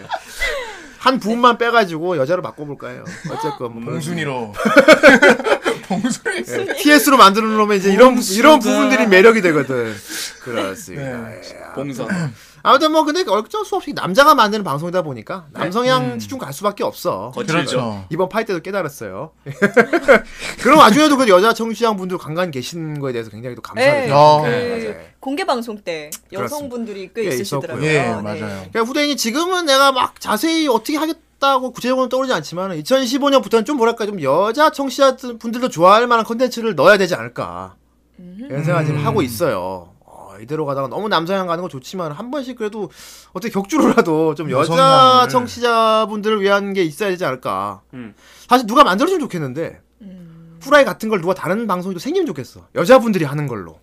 [SPEAKER 3] 한 부분만 빼가지고 여자로 바꿔볼까 해요. 어쨌건 뭐
[SPEAKER 2] 봉순이로. 봉순이.
[SPEAKER 3] 그런- 예, TS로 만드는 놈은 이제 이런 이런 부분들이 매력이 되거든. 그렇습니다.
[SPEAKER 2] 네.
[SPEAKER 3] 예.
[SPEAKER 6] 봉선.
[SPEAKER 3] 아무튼 뭐 근데 어쩔 수 없이 남자가 만드는 방송이다 보니까 남성향 집중 갈 수밖에 없어.
[SPEAKER 2] 그렇죠.
[SPEAKER 3] 이번 파이 때도 깨달았어요. 그럼 와중에도 그 여자 청취장 분들 간간 계신 거에 대해서 굉장히 또 감사를.
[SPEAKER 5] 예,
[SPEAKER 3] 해요.
[SPEAKER 2] 야. 아,
[SPEAKER 5] 그 공개 방송 때 여성분들이 꽤
[SPEAKER 3] 꽤
[SPEAKER 5] 있으시더라고요.
[SPEAKER 3] 있었고요.
[SPEAKER 2] 예,
[SPEAKER 5] 네.
[SPEAKER 2] 맞아요.
[SPEAKER 3] 그러니까 후대인이 지금은 내가 막 자세히 어떻게 하겠다고 구체적으로 떠오르지 않지만 2015년부터는 좀 뭐랄까 좀 여자 청취자 분들도 좋아할 만한 컨텐츠를 넣어야 되지 않을까 이런 생각을 지금
[SPEAKER 2] 음.
[SPEAKER 3] 하고 있어요. 어, 이대로 가다가 너무 남성향 가는 건 좋지만 한 번씩 그래도 어떻게 격주로라도 좀 여자
[SPEAKER 2] 여성향을.
[SPEAKER 3] 청취자분들을 위한 게 있어야 되지 않을까.
[SPEAKER 6] 음.
[SPEAKER 3] 사실 누가 만들어주면 좋겠는데 후라이 같은 걸 누가 다른 방송에도 생기면 좋겠어. 여자분들이 하는 걸로.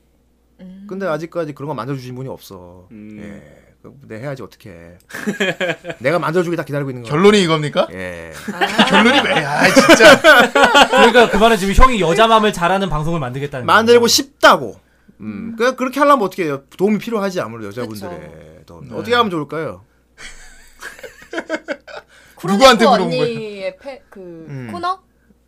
[SPEAKER 5] 음.
[SPEAKER 3] 근데 아직까지 그런 거 만들어주신 분이 없어.
[SPEAKER 6] 음.
[SPEAKER 3] 예. 그럼 내 해야지 어떻게. 내가 만들어주길 다 기다리고 있는 거야.
[SPEAKER 2] 결론이 이겁니까?
[SPEAKER 3] 예.
[SPEAKER 2] 결론이 왜? 아 진짜.
[SPEAKER 4] 그러니까 그 말은 지금 형이 여자 맘을 잘하는 방송을 만들겠다는 거예요.
[SPEAKER 3] 만들고 싶다고. 음. 그 그렇게 하려면 어떻게 해요? 도움이 필요하지 아무래도 여자분들의 도움.
[SPEAKER 2] 네.
[SPEAKER 3] 어떻게 하면 좋을까요?
[SPEAKER 2] 누구한테
[SPEAKER 5] 쿠로네코
[SPEAKER 2] 물어본 거예요?
[SPEAKER 5] 언니의 패, 그
[SPEAKER 3] 음.
[SPEAKER 5] 코너?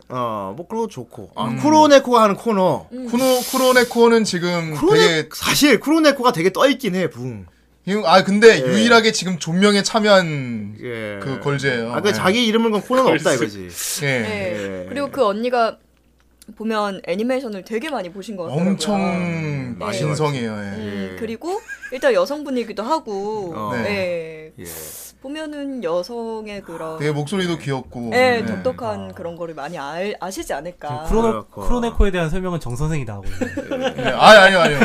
[SPEAKER 3] 어, 뭐 그런 거 좋고. 아,
[SPEAKER 2] 음.
[SPEAKER 3] 쿠로네코가 하는 코너.
[SPEAKER 5] 음.
[SPEAKER 2] 쿠노 쿠로네코는 지금
[SPEAKER 3] 쿠로네
[SPEAKER 2] 되게
[SPEAKER 3] 사실 쿠로네코가 되게 떠 있긴 해. 붕.
[SPEAKER 2] 유- 아 근데 유일하게 지금 존명에 참여한
[SPEAKER 3] 예.
[SPEAKER 2] 그 걸제예요.
[SPEAKER 3] 아, 그
[SPEAKER 2] 예.
[SPEAKER 3] 자기 이름을 건 코너는 없다 이거지.
[SPEAKER 2] 예.
[SPEAKER 5] 네. 그리고 그 언니가 보면 애니메이션을 되게 많이 보신 것 같아요.
[SPEAKER 2] 엄청
[SPEAKER 5] 네.
[SPEAKER 2] 신성이에요. 예.
[SPEAKER 5] 음, 그리고 일단 여성분이기도 하고
[SPEAKER 3] 어.
[SPEAKER 5] 네.
[SPEAKER 3] 예.
[SPEAKER 5] 보면은 여성의 그런
[SPEAKER 2] 되게 목소리도 귀엽고.
[SPEAKER 5] 네,
[SPEAKER 2] 예.
[SPEAKER 5] 독특한 그런 거를 많이 알, 아시지 않을까.
[SPEAKER 4] 크로노,
[SPEAKER 3] 그렇고.
[SPEAKER 4] 크로네코에 대한 설명은 정 선생이 다 하고 있네.
[SPEAKER 2] 예. 아 아니요 아니요.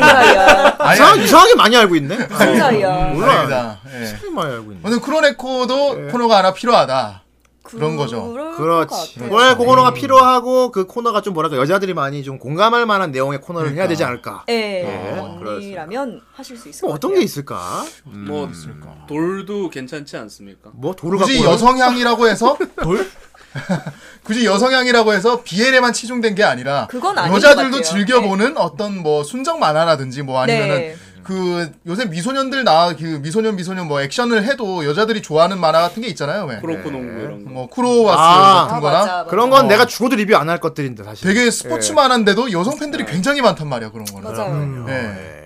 [SPEAKER 5] 생각이야.
[SPEAKER 2] 아니,
[SPEAKER 3] 이상,
[SPEAKER 2] 아니,
[SPEAKER 3] 이상하게 많이 알고 있네.
[SPEAKER 5] 무슨 사이야.
[SPEAKER 3] 몰라. 예.
[SPEAKER 2] 아닙니다. 예.
[SPEAKER 3] 이상하게 많이 알고 있네.
[SPEAKER 2] 오늘 쿠로네코도 코너가 하나 필요하다. 그런 거죠.
[SPEAKER 5] 그럴
[SPEAKER 3] 그렇지. 네.
[SPEAKER 5] 것 같아요. 네.
[SPEAKER 3] 원래 그거가 필요하고 그 코너가 좀 뭐랄까 여자들이 많이 좀 공감할 만한 내용의 코너를
[SPEAKER 2] 그러니까.
[SPEAKER 3] 해야 되지 않을까.
[SPEAKER 5] 예.
[SPEAKER 3] 어,
[SPEAKER 5] 언니라면 하실 수 있을
[SPEAKER 3] 그럼
[SPEAKER 5] 것
[SPEAKER 3] 어떤
[SPEAKER 5] 같아요.
[SPEAKER 3] 게 있을까?
[SPEAKER 6] 뭐 돌도 괜찮지 않습니까?
[SPEAKER 3] 뭐 돌을 갖고
[SPEAKER 2] 굳이
[SPEAKER 3] 오는-
[SPEAKER 2] 여성향이라고 해서 굳이 여성향이라고 해서 BL에만 치중된 게 아니라
[SPEAKER 5] 그건 아닌
[SPEAKER 2] 여자들도
[SPEAKER 5] 것 같아요.
[SPEAKER 2] 즐겨보는 어떤 뭐 순정 만화라든지 뭐 아니면은
[SPEAKER 5] 네.
[SPEAKER 2] 그 요새 미소년들 나 그 미소년 미소년 뭐 액션을 해도 여자들이 좋아하는 만화 같은 게 있잖아요. 왜?
[SPEAKER 6] 프로코 농구 이런 거.
[SPEAKER 2] 뭐 쿠로와스
[SPEAKER 3] 아,
[SPEAKER 2] 같은
[SPEAKER 5] 아,
[SPEAKER 2] 거나
[SPEAKER 5] 맞아, 맞아.
[SPEAKER 3] 그런 건
[SPEAKER 2] 어.
[SPEAKER 3] 내가 죽어도 리뷰 안 할 것들인데 사실.
[SPEAKER 2] 되게 스포츠 만화인데도 여성 팬들이
[SPEAKER 3] 네.
[SPEAKER 2] 굉장히 많단 말이야 그런 거는.
[SPEAKER 5] 맞아요.
[SPEAKER 3] 음.
[SPEAKER 2] 예.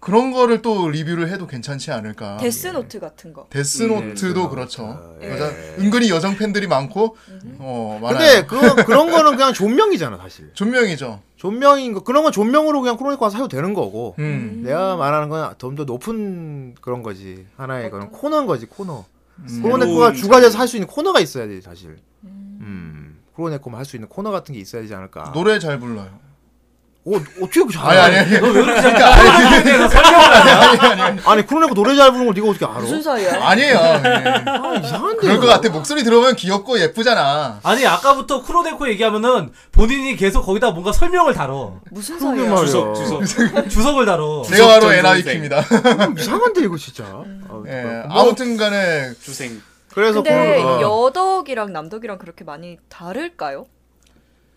[SPEAKER 2] 그런 거를 또 리뷰를 해도 괜찮지 않을까.
[SPEAKER 5] 데스노트 같은 거.
[SPEAKER 2] 데스노트도 그렇죠. 여자 은근히 여성 팬들이 많고 어
[SPEAKER 3] 근데
[SPEAKER 2] 많아요.
[SPEAKER 3] 그 그런 거는 그냥 존명이잖아 사실.
[SPEAKER 2] 존명이죠.
[SPEAKER 3] 존명인 거 그런 건 존명으로 그냥 크로니카 와서 해도 되는 거고.
[SPEAKER 2] 음.
[SPEAKER 3] 내가 말하는 건 좀 더 높은 그런 거지 하나의 그런 코너인 거지 코너.
[SPEAKER 6] 새로운
[SPEAKER 5] 음.
[SPEAKER 3] 코로네코가 주관해서 할 수 있는 코너가 있어야 돼 사실. 음. 코로네코만 할 수 있는 코너 같은 게 있어야 되지 않을까.
[SPEAKER 2] 노래 잘 불러요.
[SPEAKER 3] 어, 어떻게 그렇게 잘
[SPEAKER 2] 아니 아니.
[SPEAKER 3] 알아?
[SPEAKER 2] 아니.
[SPEAKER 4] 너왜 이렇게 자꾸 설명을 하냐?
[SPEAKER 3] 아니, 코로네코 노래 잘 부르는 걸 네가 어떻게 알아?
[SPEAKER 5] 무슨 사이야?
[SPEAKER 2] 아니에요. 예.
[SPEAKER 3] 아, 이상한데.
[SPEAKER 2] 그럴 것
[SPEAKER 3] 이거.
[SPEAKER 2] 같아. 목소리 들어보면 귀엽고 예쁘잖아.
[SPEAKER 4] 아니 아까부터 크로네코 얘기하면은 본인이 계속 거기다 뭔가 설명을 달어.
[SPEAKER 5] 무슨
[SPEAKER 3] 그러게
[SPEAKER 5] 사이야?
[SPEAKER 3] 말이야.
[SPEAKER 6] 주석 주석.
[SPEAKER 4] 주석을 달어.
[SPEAKER 2] 내가 바로
[SPEAKER 6] 전선생.
[SPEAKER 2] 에나위키입니다.
[SPEAKER 3] 음, 이상한데 이거 진짜. 아,
[SPEAKER 2] 예.
[SPEAKER 3] 뭐,
[SPEAKER 2] 아무튼간에
[SPEAKER 6] 주생.
[SPEAKER 3] 그래서
[SPEAKER 5] 음. 근데
[SPEAKER 3] 그런 거- 어.
[SPEAKER 5] 여덕이랑 남덕이랑 그렇게 많이 다를까요?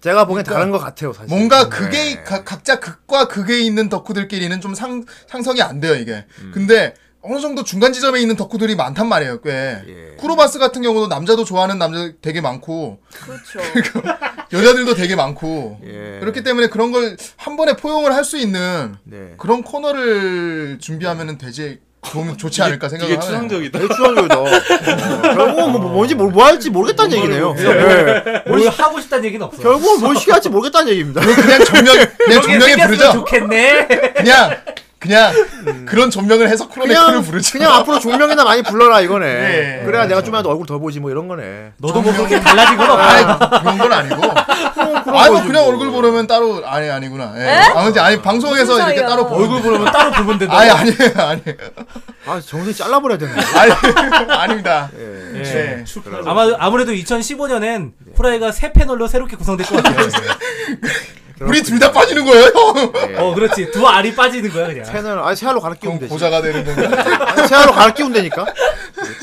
[SPEAKER 3] 제가 보기엔 다른 것 같아요 사실.
[SPEAKER 2] 뭔가
[SPEAKER 3] 네.
[SPEAKER 2] 극에 가- 각자 극과 극에 있는 덕후들끼리는 좀 상, 상성이 안 돼요 이게. 근데 어느 정도 중간 지점에 있는 덕후들이 많단 말이에요 꽤.
[SPEAKER 3] 예.
[SPEAKER 2] 쿠로바스 같은 경우도 남자도 좋아하는 남자 되게 많고
[SPEAKER 5] 그렇죠.
[SPEAKER 2] 여자들도 되게 많고
[SPEAKER 3] 예.
[SPEAKER 2] 그렇기 때문에 그런 걸 한 번에 포용을 할 수 있는
[SPEAKER 3] 네.
[SPEAKER 2] 그런 코너를 준비하면 되지 좋, 좋지 않을까 생각을
[SPEAKER 6] 이게
[SPEAKER 2] 하네요.
[SPEAKER 6] 추상적이다.
[SPEAKER 3] 되게 추천적이다. 어, 결국은 뭐, 뭔지 뭐, 뭐 할지 모르겠다는 얘기네요. 예.
[SPEAKER 4] 뭘 하고 싶다는 얘기는 없어.
[SPEAKER 3] 결국은 뭘 시켜야 할지 모르겠다는 얘기입니다.
[SPEAKER 2] 그냥 전명 그냥
[SPEAKER 4] 그렇게
[SPEAKER 2] 전명에
[SPEAKER 4] 생겼으면
[SPEAKER 2] 부르죠.
[SPEAKER 4] 좋겠네.
[SPEAKER 2] 그냥 그냥 그런 전명을 해서 크로네코를
[SPEAKER 3] 그냥
[SPEAKER 2] 부르죠.
[SPEAKER 3] 그냥 앞으로 종명이나 많이 불러라 이거네.
[SPEAKER 2] 예.
[SPEAKER 3] 그래야 내가 좀이라도 얼굴 더 보지 뭐 이런 거네.
[SPEAKER 4] 너도 뭐 그렇게 달라진 건 없어.
[SPEAKER 2] 아, 그런 건 아니고. 아니, 뭐 그냥 얼굴 보려면 따로 아니 아니구나. 예. 아무튼 아니 방송에서
[SPEAKER 5] 무슨
[SPEAKER 2] 이렇게
[SPEAKER 5] 소리야.
[SPEAKER 2] 따로 보는
[SPEAKER 4] 얼굴 보면 따로 보면 된다.
[SPEAKER 2] 아니 아니에요 아니에요.
[SPEAKER 3] 아 정신 잘라버려야 되네.
[SPEAKER 2] 아니 아닙니다.
[SPEAKER 3] 예.
[SPEAKER 4] 예.
[SPEAKER 2] 예.
[SPEAKER 4] 아마 아무래도 2015년엔 프라이가 새 패널로 새롭게 구성될 것 같아요.
[SPEAKER 2] 우리 둘 다 빠지는 거예요, 형.
[SPEAKER 4] 어, 그렇지. 두 알이 빠지는 거야 그냥.
[SPEAKER 3] 새는 아니 새알로 갈아 끼우면 되지.
[SPEAKER 2] 그럼 고자가 되는 건가?
[SPEAKER 3] 아니, 새알로 갈아 끼우면 되니까.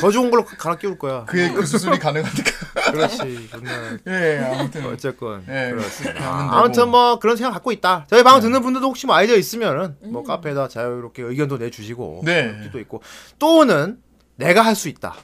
[SPEAKER 3] 더 좋은 걸로 갈아 끼울 거야.
[SPEAKER 2] 그의 그 수술이 가능하니까.
[SPEAKER 3] 그렇지. 정말.
[SPEAKER 2] 예 아무튼.
[SPEAKER 3] 어쨌건.
[SPEAKER 2] 예 그렇습니다.
[SPEAKER 3] 아무튼 뭐 그런 생각 갖고 있다. 저희
[SPEAKER 2] 네.
[SPEAKER 3] 방송 듣는 분들도 혹시 뭐 아이디어 있으면은 뭐 카페에다 자유롭게 의견도 내주시고
[SPEAKER 2] 네.
[SPEAKER 3] 그런 것도 있고 또는 내가 할 수 있다.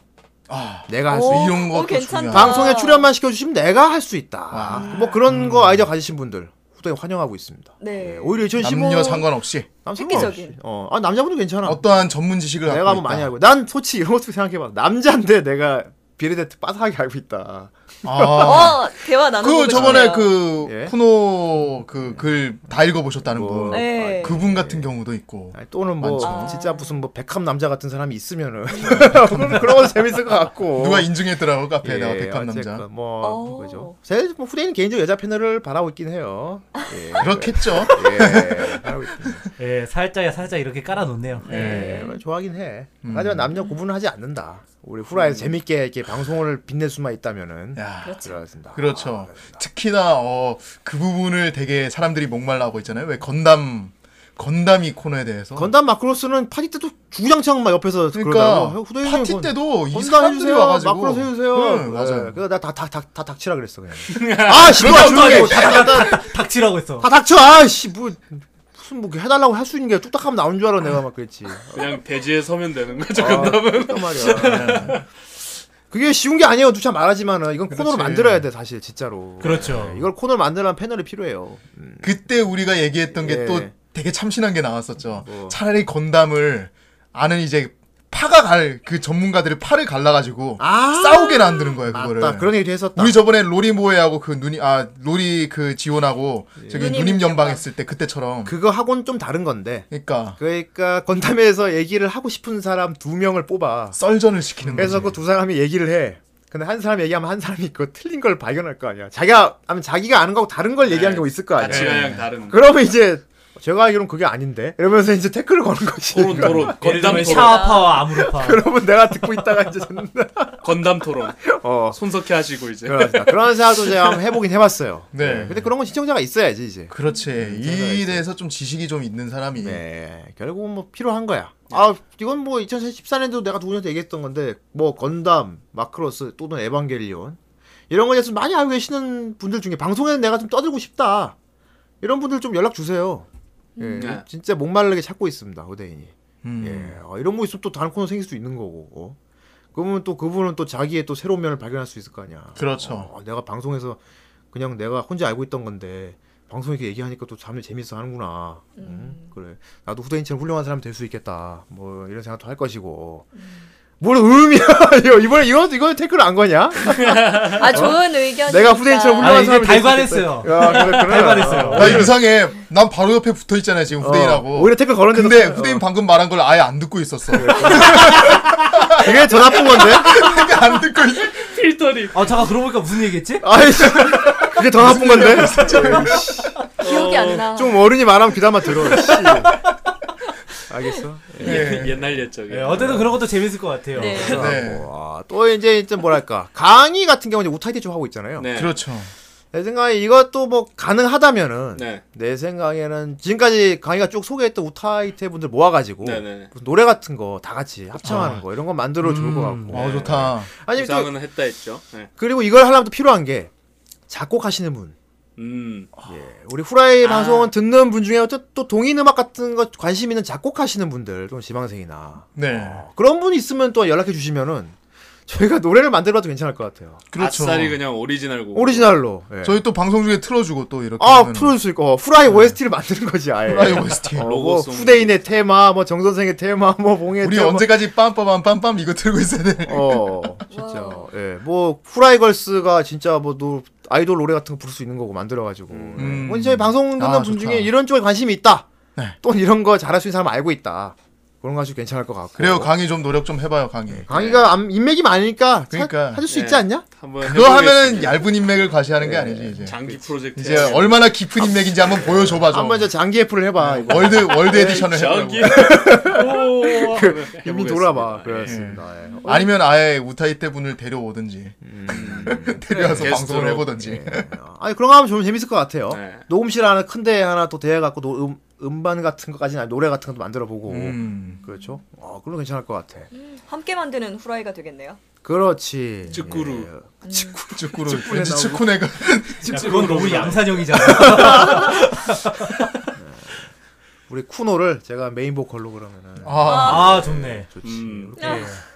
[SPEAKER 2] 아
[SPEAKER 3] 내가 할 수
[SPEAKER 5] 오,
[SPEAKER 3] 있다.
[SPEAKER 2] 이런 것도
[SPEAKER 5] 어, 괜찮다.
[SPEAKER 2] 중요하다.
[SPEAKER 3] 방송에 출연만 시켜주시면 내가 할 수 있다. 뭐 그런 거 아이디어 가지신 분들 후대에 환영하고 있습니다.
[SPEAKER 5] 네.
[SPEAKER 3] 오히려 2015
[SPEAKER 2] 남녀 상관없이
[SPEAKER 3] 남 상관없이.
[SPEAKER 5] 획기적인.
[SPEAKER 3] 어, 아 남자분도 괜찮아.
[SPEAKER 2] 어떠한 전문 지식을 갖고
[SPEAKER 3] 내가 한번
[SPEAKER 2] 있다.
[SPEAKER 3] 많이 알고. 난 솔직히 이런 것도 생각해봐. 남자인데 내가 비례대표 빠삭하게 알고 있다.
[SPEAKER 2] 아.
[SPEAKER 5] 어, 대화 나누고
[SPEAKER 2] 그 저번에
[SPEAKER 5] 싶네요.
[SPEAKER 2] 그
[SPEAKER 3] 예.
[SPEAKER 2] 쿠노 그 글 다 읽어보셨다는
[SPEAKER 3] 뭐,
[SPEAKER 2] 분
[SPEAKER 5] 네.
[SPEAKER 2] 아, 그분 같은 경우도 있고
[SPEAKER 3] 아니, 또는 뭐
[SPEAKER 2] 많죠.
[SPEAKER 3] 진짜 무슨 뭐 백합 남자 같은 사람이 있으면은
[SPEAKER 5] 음.
[SPEAKER 3] 그런 그런 건 재밌을 것 같고.
[SPEAKER 2] 누가 인증했더라고 카페에
[SPEAKER 3] 어. 예,
[SPEAKER 2] 내가 백합
[SPEAKER 3] 어쨌건
[SPEAKER 2] 남자
[SPEAKER 3] 뭐
[SPEAKER 5] 어.
[SPEAKER 3] 그죠. 제뭐 후대인 개인적으로 여자 패널을 바라고 있긴 해요. 예.
[SPEAKER 2] 그렇겠죠
[SPEAKER 3] 예, 바라고 있긴 해요.
[SPEAKER 4] 예, 살짝 살짝 이렇게 깔아놓네요.
[SPEAKER 3] 예, 좋아하긴 해.
[SPEAKER 2] 음.
[SPEAKER 3] 하지만 남녀 구분을 하지 않는다. 우리 후라이에서 재밌게 이렇게 방송을 빛낼 수만 있다면은
[SPEAKER 2] 야,
[SPEAKER 3] 그렇습니다.
[SPEAKER 2] 그렇죠 특히나 어, 그 부분을 되게 사람들이 목말라 하고 있잖아요 왜 건담 건담 이 코너에 대해서
[SPEAKER 3] 건담 마크로스는 파티 때도 주구장창 막 옆에서 그러다가뭐
[SPEAKER 2] 그러니까 파티 때도 이
[SPEAKER 3] 건담
[SPEAKER 2] 사람들이
[SPEAKER 3] 해주세요.
[SPEAKER 2] 와가지고
[SPEAKER 3] 마크로스 해주세요.
[SPEAKER 2] 네,
[SPEAKER 3] 예,
[SPEAKER 2] 맞아요 그러니까
[SPEAKER 3] 그래서 나다닥닥다 닥치라 그랬어 그냥. 아, 씨발 조용해. 다
[SPEAKER 4] 닥치라고 했어.
[SPEAKER 3] 닥쳐. 아, 씨 뭐. 무슨 뭐 해달라고 할 수 있는 게 뚝딱하면 나온 줄 알아 내가 막 그랬지.
[SPEAKER 6] 그냥 대지에 서면 되는 거죠.
[SPEAKER 3] 아, 그랬단 말이야. 예. 그게 쉬운 게 아니에요. 누차 말하지만은 이건 코너로
[SPEAKER 2] 그렇지.
[SPEAKER 3] 만들어야 돼 사실 진짜로.
[SPEAKER 4] 그렇죠.
[SPEAKER 3] 네, 이걸 코너를 만들려면 패널이 필요해요.
[SPEAKER 2] 그때 우리가 얘기했던 게 또
[SPEAKER 3] 예.
[SPEAKER 2] 되게 참신한 게 나왔었죠.
[SPEAKER 3] 뭐.
[SPEAKER 2] 차라리 건담을 아는 이제 파가 갈 그 전문가들이 파를 갈라가지고
[SPEAKER 3] 아.
[SPEAKER 2] 싸우게 만드는 거예요 그거를.
[SPEAKER 3] 맞다. 그런 얘기도 했었다.
[SPEAKER 2] 우리 저번에 로리 모에하고 그 누니 아 로리 그 지원하고
[SPEAKER 3] 예.
[SPEAKER 2] 저기
[SPEAKER 5] 누님
[SPEAKER 2] 누님
[SPEAKER 5] 연방.
[SPEAKER 2] 연방했을 때 그때처럼.
[SPEAKER 3] 그거 하고는 좀 다른 건데.
[SPEAKER 2] 그러니까
[SPEAKER 3] 그러니까 건담에서 얘기를 하고 싶은 사람 두 명을 뽑아.
[SPEAKER 2] 썰전을 시키는
[SPEAKER 3] 그래서
[SPEAKER 2] 거지.
[SPEAKER 3] 그 두 사람이 얘기를 해. 근데 한 사람 얘기하면 한 사람이 그 틀린 걸
[SPEAKER 2] 네.
[SPEAKER 3] 발견할 거 아니야. 자기가 하면 자기가 아는 거하고 다른 걸 얘기하는 경우 있을 거 아니야.
[SPEAKER 6] 가치가 그냥 다른.
[SPEAKER 3] 그러면 이제 제가 알기론 그게 아닌데 이러면서 이제 태클을 거는 것이
[SPEAKER 6] 토론 토론
[SPEAKER 4] 예를 들면
[SPEAKER 6] 건담 토론
[SPEAKER 4] 샤아파와 아무르파.
[SPEAKER 3] 여러분 내가 듣고 있다가 이제 저는
[SPEAKER 6] 건담 토론
[SPEAKER 3] 어
[SPEAKER 6] 손석희 하시고 이제
[SPEAKER 3] 그러니까 그렇습니다. 그런 생각도 제가 한번 해보긴 해봤어요.
[SPEAKER 2] 네.
[SPEAKER 3] 근데 그런 건 시청자가 있어야지 이제.
[SPEAKER 2] 그렇지. 이 일에서 좀 지식이 좀 있는 사람이.
[SPEAKER 3] 네, 결국은 뭐 필요한 거야. 아, 이건 뭐 2014년도 내가 누구한테 얘기했던 건데, 뭐 건담, 마크로스 또는 에반게리온 이런 거에 대해서 많이 알고 계시는 분들 중에 방송에는 내가 좀 떠들고 싶다 이런 분들 좀 연락 주세요. 예,
[SPEAKER 6] 네.
[SPEAKER 3] 진짜 목마르게 찾고 있습니다 후대인이.
[SPEAKER 2] 음.
[SPEAKER 3] 예, 어, 이런 거 있으면 또 다른 코너 생길 수 있는 거고. 어. 그러면 또 그분은 또 자기의 또 새로운 면을 발견할 수 있을 거 아니야.
[SPEAKER 2] 그렇죠.
[SPEAKER 3] 어, 내가 방송에서 그냥 내가 혼자 알고 있던 건데 방송에 이렇게 얘기하니까 또 잠이 재밌어 하는구나. 응? 그래. 나도 후대인처럼 훌륭한 사람 될 수 있겠다. 뭐 이런 생각도 할 것이고. 뭘 음이야? 이거 이번에 이거 이거 태클 안 거냐?
[SPEAKER 5] 아 좋은 의견.
[SPEAKER 3] 내가 후대인처럼
[SPEAKER 4] 아
[SPEAKER 3] 훌륭한
[SPEAKER 4] 이제
[SPEAKER 3] 사람이 될수
[SPEAKER 4] 달관했어요.
[SPEAKER 3] 있겠다. 야, 그래, 그래.
[SPEAKER 4] 달관했어요.
[SPEAKER 2] 나 이상해. 난 바로 옆에 붙어 있잖아요, 지금
[SPEAKER 3] 어,
[SPEAKER 2] 후대인하고.
[SPEAKER 3] 오히려 태클 걸었는데
[SPEAKER 2] 근데 후대인 방금 말한 걸 아예 안 듣고 있었어.
[SPEAKER 6] 네.
[SPEAKER 3] 이게 더 나쁜 건데?
[SPEAKER 2] 안 듣고 있어.
[SPEAKER 6] 필터링
[SPEAKER 4] 아 잠깐 그러고 보니까 무슨 얘기했지?
[SPEAKER 3] 아이씨, 그게 더 나쁜 건데?
[SPEAKER 5] 아, 기억이 안 나.
[SPEAKER 3] 좀 어른이 말하면 귀담아 들어. 씨. 알겠어.
[SPEAKER 6] 예, 옛날 옛적에
[SPEAKER 4] 예, 어쨌든 그런 것도 재밌을 것 같아요.
[SPEAKER 5] 네.
[SPEAKER 2] 네.
[SPEAKER 3] 와, 아, 또 이제 좀 뭐랄까 강의 같은 경우는 이제 우타이티 좀 하고 있잖아요.
[SPEAKER 6] 네.
[SPEAKER 2] 그렇죠.
[SPEAKER 3] 내 생각에 이것도 뭐 가능하다면은
[SPEAKER 6] 네.
[SPEAKER 3] 내 생각에는 지금까지 강의가 쭉 소개했던 우타이테 분들 모아가지고
[SPEAKER 6] 네네. 아.
[SPEAKER 3] 무슨 노래 같은 거 다 같이 합창하는 거 이런 거 만들어 좋을 것
[SPEAKER 2] 음,
[SPEAKER 3] 같고.
[SPEAKER 2] 어, 좋다.
[SPEAKER 3] 아니 그 또
[SPEAKER 6] 이상은 했다 했죠. 네.
[SPEAKER 3] 그리고 이걸 하려면 또 필요한 게 작곡하시는 분.
[SPEAKER 6] 음.
[SPEAKER 3] 우리
[SPEAKER 2] 아.
[SPEAKER 3] 후라이 방송은 듣는 분 중에 또, 또 동인 음악 같은 거 관심 있는 작곡하시는 분들, 또 지방생이나 뭐
[SPEAKER 2] 네.
[SPEAKER 6] 어,
[SPEAKER 3] 그런 분 있으면 또 연락해 주시면은 저희가 노래를 만들어봐도 괜찮을 것 같아요.
[SPEAKER 2] 그렇죠.
[SPEAKER 6] 아싸리 그냥 오리지널 곡.
[SPEAKER 3] 오리지널로. 예.
[SPEAKER 2] 저희 또 방송 중에 틀어주고 또 이렇게.
[SPEAKER 3] 아
[SPEAKER 2] 하면은.
[SPEAKER 3] 틀어줄 수 있고 어, 후라이 OST를 만드는 거지 아예.
[SPEAKER 2] 후라이 OST.
[SPEAKER 3] 어, 뭐
[SPEAKER 6] 로고송.
[SPEAKER 3] 후대인의 테마, 뭐 정선생의 테마, 뭐 봉의
[SPEAKER 2] 우리
[SPEAKER 3] 테마.
[SPEAKER 2] 언제까지 빰빰빰 빰빰 이거 틀고 있어야 돼.
[SPEAKER 3] 어 진짜 예. 뭐 후라이걸스가 진짜 뭐 노, 아이돌 노래 같은 거 부를 수 있는 거고 만들어가지고.
[SPEAKER 2] 음.
[SPEAKER 6] 네.
[SPEAKER 3] 예. 뭐 저희 방송 듣는
[SPEAKER 2] 아,
[SPEAKER 3] 분
[SPEAKER 2] 좋다.
[SPEAKER 3] 중에 이런 쪽에 관심이 있다.
[SPEAKER 2] 네.
[SPEAKER 3] 또 이런 거 잘할 수 있는 사람 알고 있다. 그런 거 아주 괜찮을 것 같고.
[SPEAKER 2] 그래요, 강의 좀 노력 좀 해봐요,
[SPEAKER 6] 네,
[SPEAKER 2] 강의.
[SPEAKER 3] 강의가 암- 인맥이 많으니까
[SPEAKER 2] 그러니까.
[SPEAKER 3] 사, 해줄 수
[SPEAKER 6] 예.
[SPEAKER 3] 있지 않냐?
[SPEAKER 6] 한번
[SPEAKER 2] 그거 하면은
[SPEAKER 6] 해보겠습니다. 네,
[SPEAKER 2] 얇은 인맥을 과시하는 게 아니지 이제.
[SPEAKER 6] 장기 프로젝트.
[SPEAKER 2] 이제 얼마나
[SPEAKER 6] 아,
[SPEAKER 2] 깊은 인맥인지
[SPEAKER 6] 네.
[SPEAKER 2] 한번 보여줘봐 좀.
[SPEAKER 3] 한번 저 장기 애플을 해봐. 이거.
[SPEAKER 2] 월드 월드 에디션을
[SPEAKER 6] 저기.
[SPEAKER 2] 해보고.
[SPEAKER 6] 오.
[SPEAKER 3] 이미 돌아봐. 그렇습니다. 예.
[SPEAKER 2] 아니면 아예 우타이테 분을 데려오든지
[SPEAKER 6] 음.
[SPEAKER 2] 데려와서
[SPEAKER 6] 네,
[SPEAKER 2] 방송을
[SPEAKER 6] 게스트로.
[SPEAKER 2] 해보든지.
[SPEAKER 3] 아니 그런 거 하면 좀 재밌을 것 같아요.
[SPEAKER 6] 네.
[SPEAKER 3] 녹음실 하나 큰데 하나 또 대여 갖고 노- 음, 음반 같은 거까지는 아니, 노래 같은 것도 만들어 보고
[SPEAKER 2] 음.
[SPEAKER 3] 그렇죠. 어 그런 거 괜찮을 것 같아.
[SPEAKER 5] 함께 만드는 후라이가 되겠네요.
[SPEAKER 3] 그렇지.
[SPEAKER 6] 쭈꾸루.
[SPEAKER 2] 축구로 왠지 축구네가
[SPEAKER 4] 야, 그건 너무 양산형이잖아.
[SPEAKER 3] 예. 우리 쿠노를 제가 메인 보컬로 그러면은
[SPEAKER 2] 아
[SPEAKER 4] 아 좋네.
[SPEAKER 3] 좋지.
[SPEAKER 6] 음.
[SPEAKER 3] 우리,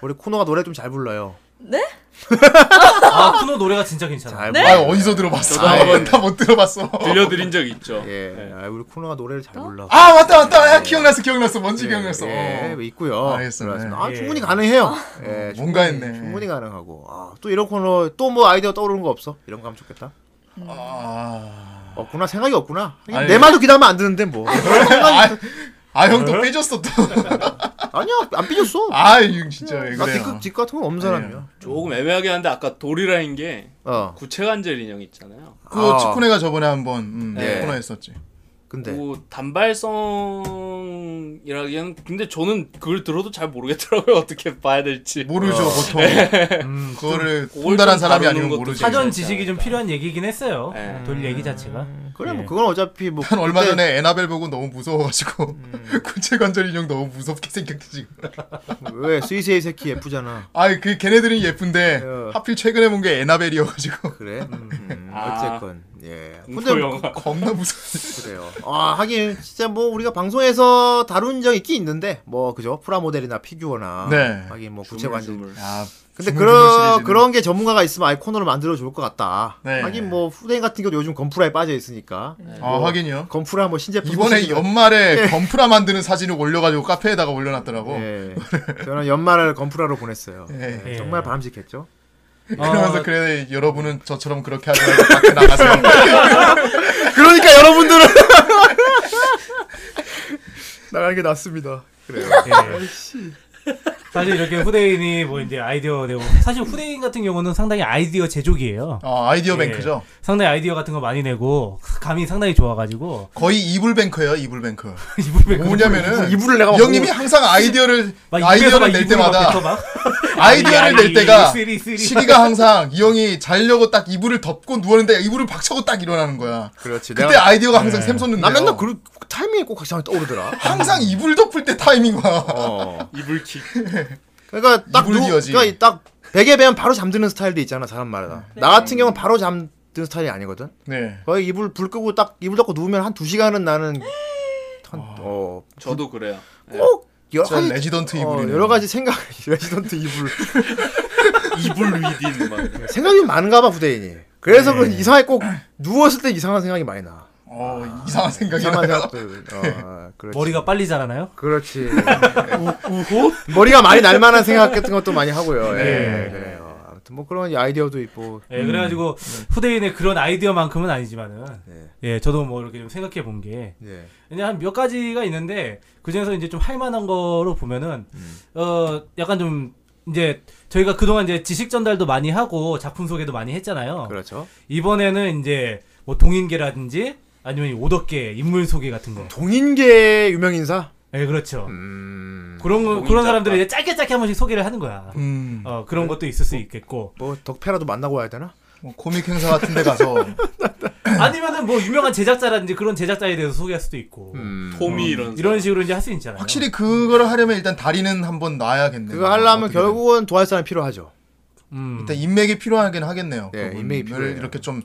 [SPEAKER 3] 우리 쿠노가 노래 좀 잘 불러요.
[SPEAKER 4] 아 쿠노 노래가 진짜 괜찮아.
[SPEAKER 3] 잘
[SPEAKER 6] 네.
[SPEAKER 2] 아유,
[SPEAKER 3] 불러요.
[SPEAKER 2] 어디서 들어봤어? 아,
[SPEAKER 6] 저도 한번
[SPEAKER 2] 다못 들어봤어.
[SPEAKER 6] 들려드린 적 있죠.
[SPEAKER 3] 예. 아, 우리 쿠노가 노래를 잘 불러.
[SPEAKER 2] 네. 아 맞다 맞다. 야, 기억났어 기억났어. 뭔지 기억났어.
[SPEAKER 3] 예,
[SPEAKER 2] 어.
[SPEAKER 3] 있고요.
[SPEAKER 2] 알겠습니다.
[SPEAKER 3] 그렇습니다. 아,
[SPEAKER 4] 예.
[SPEAKER 3] 충분히 가능해요. 예,
[SPEAKER 2] 뭔가
[SPEAKER 3] 충분히-
[SPEAKER 2] 했네.
[SPEAKER 3] 충분히 가능하고. 아, 또 이런 코너 또 뭐 아이디어 떠오르는 거 없어? 이런 거 하면 좋겠다.
[SPEAKER 2] 음. 아,
[SPEAKER 3] 없구나 생각이 없구나. 하긴
[SPEAKER 2] 아니.
[SPEAKER 3] 내 말도 기다면 안 듣는데 뭐.
[SPEAKER 2] 아형 또 빼줬어 또.
[SPEAKER 3] 아니야 안 삐졌어.
[SPEAKER 2] 아 이거 진짜 왜
[SPEAKER 3] 나
[SPEAKER 2] 그래요?
[SPEAKER 3] 뒷끝 뒷 같은 건 없는 사람이야.
[SPEAKER 6] 조금 애매하게 하는데 아까 도리라인 게
[SPEAKER 3] 어.
[SPEAKER 6] 구체관절 인형 있잖아요.
[SPEAKER 2] 그
[SPEAKER 3] 아.
[SPEAKER 2] 축구네가 저번에 한번 음,
[SPEAKER 6] 네.
[SPEAKER 2] 코너 했었지.
[SPEAKER 3] 근데
[SPEAKER 6] 뭐 단발성이라기엔 근데 저는 그걸 들어도 잘 모르겠더라고요 어떻게 봐야 될지
[SPEAKER 2] 모르죠 보통. 음, 그거를 통달한
[SPEAKER 6] 올바른
[SPEAKER 2] 사람이
[SPEAKER 6] 다루는
[SPEAKER 2] 아니면
[SPEAKER 6] 것도
[SPEAKER 2] 모르지.
[SPEAKER 4] 사전 지식이 좀 필요한 얘기긴 했어요.
[SPEAKER 3] 음.
[SPEAKER 6] 네.
[SPEAKER 4] 돌 얘기 자체가.
[SPEAKER 2] 음.
[SPEAKER 3] 그래
[SPEAKER 4] 예.
[SPEAKER 3] 뭐 그건 어차피 뭐
[SPEAKER 2] 난 얼마
[SPEAKER 3] 그때-
[SPEAKER 2] 전에 에나벨 보고 너무 무서워가지고 구체 관절 인형 너무 무섭게 생겼지 지금.
[SPEAKER 3] 왜 스위스의 새끼 예쁘잖아.
[SPEAKER 2] 아이 그 걔네들은 예쁜데
[SPEAKER 3] 어.
[SPEAKER 2] 하필 최근에 본 게 에나벨이어가지고
[SPEAKER 3] 그래. 음,
[SPEAKER 6] 아.
[SPEAKER 3] 어쨌건 예. 근데
[SPEAKER 6] 공포
[SPEAKER 3] 뭐
[SPEAKER 6] 영화
[SPEAKER 2] 겁나 무서워.
[SPEAKER 3] 그래요. 아 하긴 진짜 뭐 우리가 방송에서 다룬 적 있긴 있는데 뭐 그죠 프라모델이나 피규어나
[SPEAKER 2] 네.
[SPEAKER 3] 하긴 뭐 구체 관절.
[SPEAKER 6] 주물, 주물.
[SPEAKER 2] 아
[SPEAKER 3] 근데
[SPEAKER 2] 주물주물
[SPEAKER 3] 그런
[SPEAKER 2] 시리즈는.
[SPEAKER 3] 그런 게 전문가가 있으면 아예 코너를 만들어 줄 것 같다.
[SPEAKER 2] 네.
[SPEAKER 3] 하긴 뭐 후대인 같은 경우 요즘 건프라에 빠져 있으니까
[SPEAKER 2] 아 확인요.
[SPEAKER 3] 건프라 뭐 신제품
[SPEAKER 2] 이번에
[SPEAKER 3] 소식이나-
[SPEAKER 2] 연말에 건프라 만드는 사진을 올려가지고 카페에다가 올려놨더라고.
[SPEAKER 3] 예. 저는 연말을 건프라로 보냈어요.
[SPEAKER 2] 예.
[SPEAKER 3] 예, 정말 바람직했죠.
[SPEAKER 2] 그러면서
[SPEAKER 4] 어.
[SPEAKER 2] 그래 여러분은 저처럼 그렇게 하지 말고 밖에 나가세요.
[SPEAKER 3] 그러니까 여러분들은 나가는 게 낫습니다. 그래요.
[SPEAKER 4] 예. 사실 이렇게 후대인이 뭐 이제 아이디어 내고 사실 후대인 같은 경우는 상당히 아이디어 제조기예요.
[SPEAKER 2] 아, 아이디어
[SPEAKER 4] 예.
[SPEAKER 2] 뱅크죠.
[SPEAKER 4] 상당히 아이디어 같은 거 많이 내고 감이 상당히 좋아가지고
[SPEAKER 2] 거의 이불 뱅크예요, 이불 뱅크.
[SPEAKER 4] 그 이불
[SPEAKER 2] 뭐냐면은
[SPEAKER 3] 이불을 내가
[SPEAKER 2] 형님이 항상 아이디어를
[SPEAKER 4] 막
[SPEAKER 2] 아이디어를 낼 때마다 아이디어를 낼 때가 시기가 항상 이 형이 자려고 딱 이불을 덮고 누웠는데 이불을 박차고 딱 일어나는 거야.
[SPEAKER 3] 그렇지.
[SPEAKER 2] 그때
[SPEAKER 3] 내가
[SPEAKER 2] 아이디어가 항상 샘솟는데.
[SPEAKER 3] 나 맨날 그 타이밍이 꼭 이상하게 떠오르더라.
[SPEAKER 2] 항상 이불 덮을 때 타이밍 와.
[SPEAKER 3] 어.
[SPEAKER 6] 이불킥.
[SPEAKER 3] 그러니까 딱
[SPEAKER 2] 이불
[SPEAKER 3] 누,
[SPEAKER 2] 기어지.
[SPEAKER 3] 그러니까 딱 베개 베면 바로 잠드는 스타일도 있잖아 사람마다.
[SPEAKER 2] 음.
[SPEAKER 3] 나 같은 경우는 바로 잠드는 스타일이 아니거든.
[SPEAKER 2] 네.
[SPEAKER 3] 거의 이불 불 끄고 딱 이불 덮고 누우면 한 두 시간은 나는 한, 어,
[SPEAKER 6] 저도 그래요.
[SPEAKER 3] 꼭 여러
[SPEAKER 2] 전
[SPEAKER 3] 가지
[SPEAKER 2] 레지던트
[SPEAKER 3] 어,
[SPEAKER 2] 이불이네.
[SPEAKER 3] 여러 가지 생각 레지던트 이불
[SPEAKER 6] 이불 위딘 막.
[SPEAKER 3] 생각이 많은가 봐 후대인이. 그래서
[SPEAKER 2] 네.
[SPEAKER 3] 그 이상하게 꼭 누웠을 때 이상한 생각이 많이 나.
[SPEAKER 2] 어, 이상한 생각이
[SPEAKER 3] 이상한
[SPEAKER 2] 나요.
[SPEAKER 3] 생각들. 어, 그렇지.
[SPEAKER 4] 머리가 빨리 자라나요?
[SPEAKER 3] 그렇지. 머리가 많이 날 만한 생각 같은 것도 많이 하고요. 예.
[SPEAKER 4] 네.
[SPEAKER 3] 그래요. 아무튼 뭐 그런 아이디어도 있고.
[SPEAKER 4] 예, 그래가지고
[SPEAKER 2] 음.
[SPEAKER 4] 후대인의 그런 아이디어만큼은 아니지만은 예, 저도 뭐 이렇게 좀 생각해 본 게
[SPEAKER 3] 네, 예.
[SPEAKER 4] 그냥 한 몇 가지가 있는데 그 중에서 이제 좀 할만한 거로 보면은 어 약간 좀 이제 저희가 그동안 이제 지식 전달도 많이 하고 작품 소개도 많이 했잖아요.
[SPEAKER 2] 어.
[SPEAKER 3] 그렇죠.
[SPEAKER 4] 이번에는 이제 뭐 동인계라든지 아니면 이 오덕계 인물 소개 같은 거.
[SPEAKER 3] 동인계 유명 인사.
[SPEAKER 4] 예, 그렇죠.
[SPEAKER 3] 음.
[SPEAKER 4] 그런 거-
[SPEAKER 6] 동인
[SPEAKER 4] 그런
[SPEAKER 6] 작가.
[SPEAKER 4] 사람들을 이제 짧게 짧게 한 번씩 소개를 하는 거야.
[SPEAKER 2] 음,
[SPEAKER 4] 어 그런 것도 있을 수 있겠고
[SPEAKER 3] 뭐 덕패라도 만나고 와야 되나?
[SPEAKER 2] 뭐 코믹 행사 같은 데 가서
[SPEAKER 4] 아니면은 뭐 유명한 제작자라든지 그런 제작자에 대해서 소개할 수도 있고
[SPEAKER 3] 음.
[SPEAKER 2] 음.
[SPEAKER 6] 토미 이런.
[SPEAKER 4] 이런 식으로 이제 할 수 있잖아요.
[SPEAKER 2] 확실히 그거를 하려면 일단 다리는 한번 놔야겠네요.
[SPEAKER 3] 그거 하려면
[SPEAKER 2] 어떻게 보면.
[SPEAKER 3] 결국은 도와줄 사람이 필요하죠.
[SPEAKER 4] 음.
[SPEAKER 2] 일단 인맥이 필요하긴 하겠네요.
[SPEAKER 3] 네,
[SPEAKER 2] 그분을
[SPEAKER 3] 인맥이 필요해요.
[SPEAKER 2] 이렇게 좀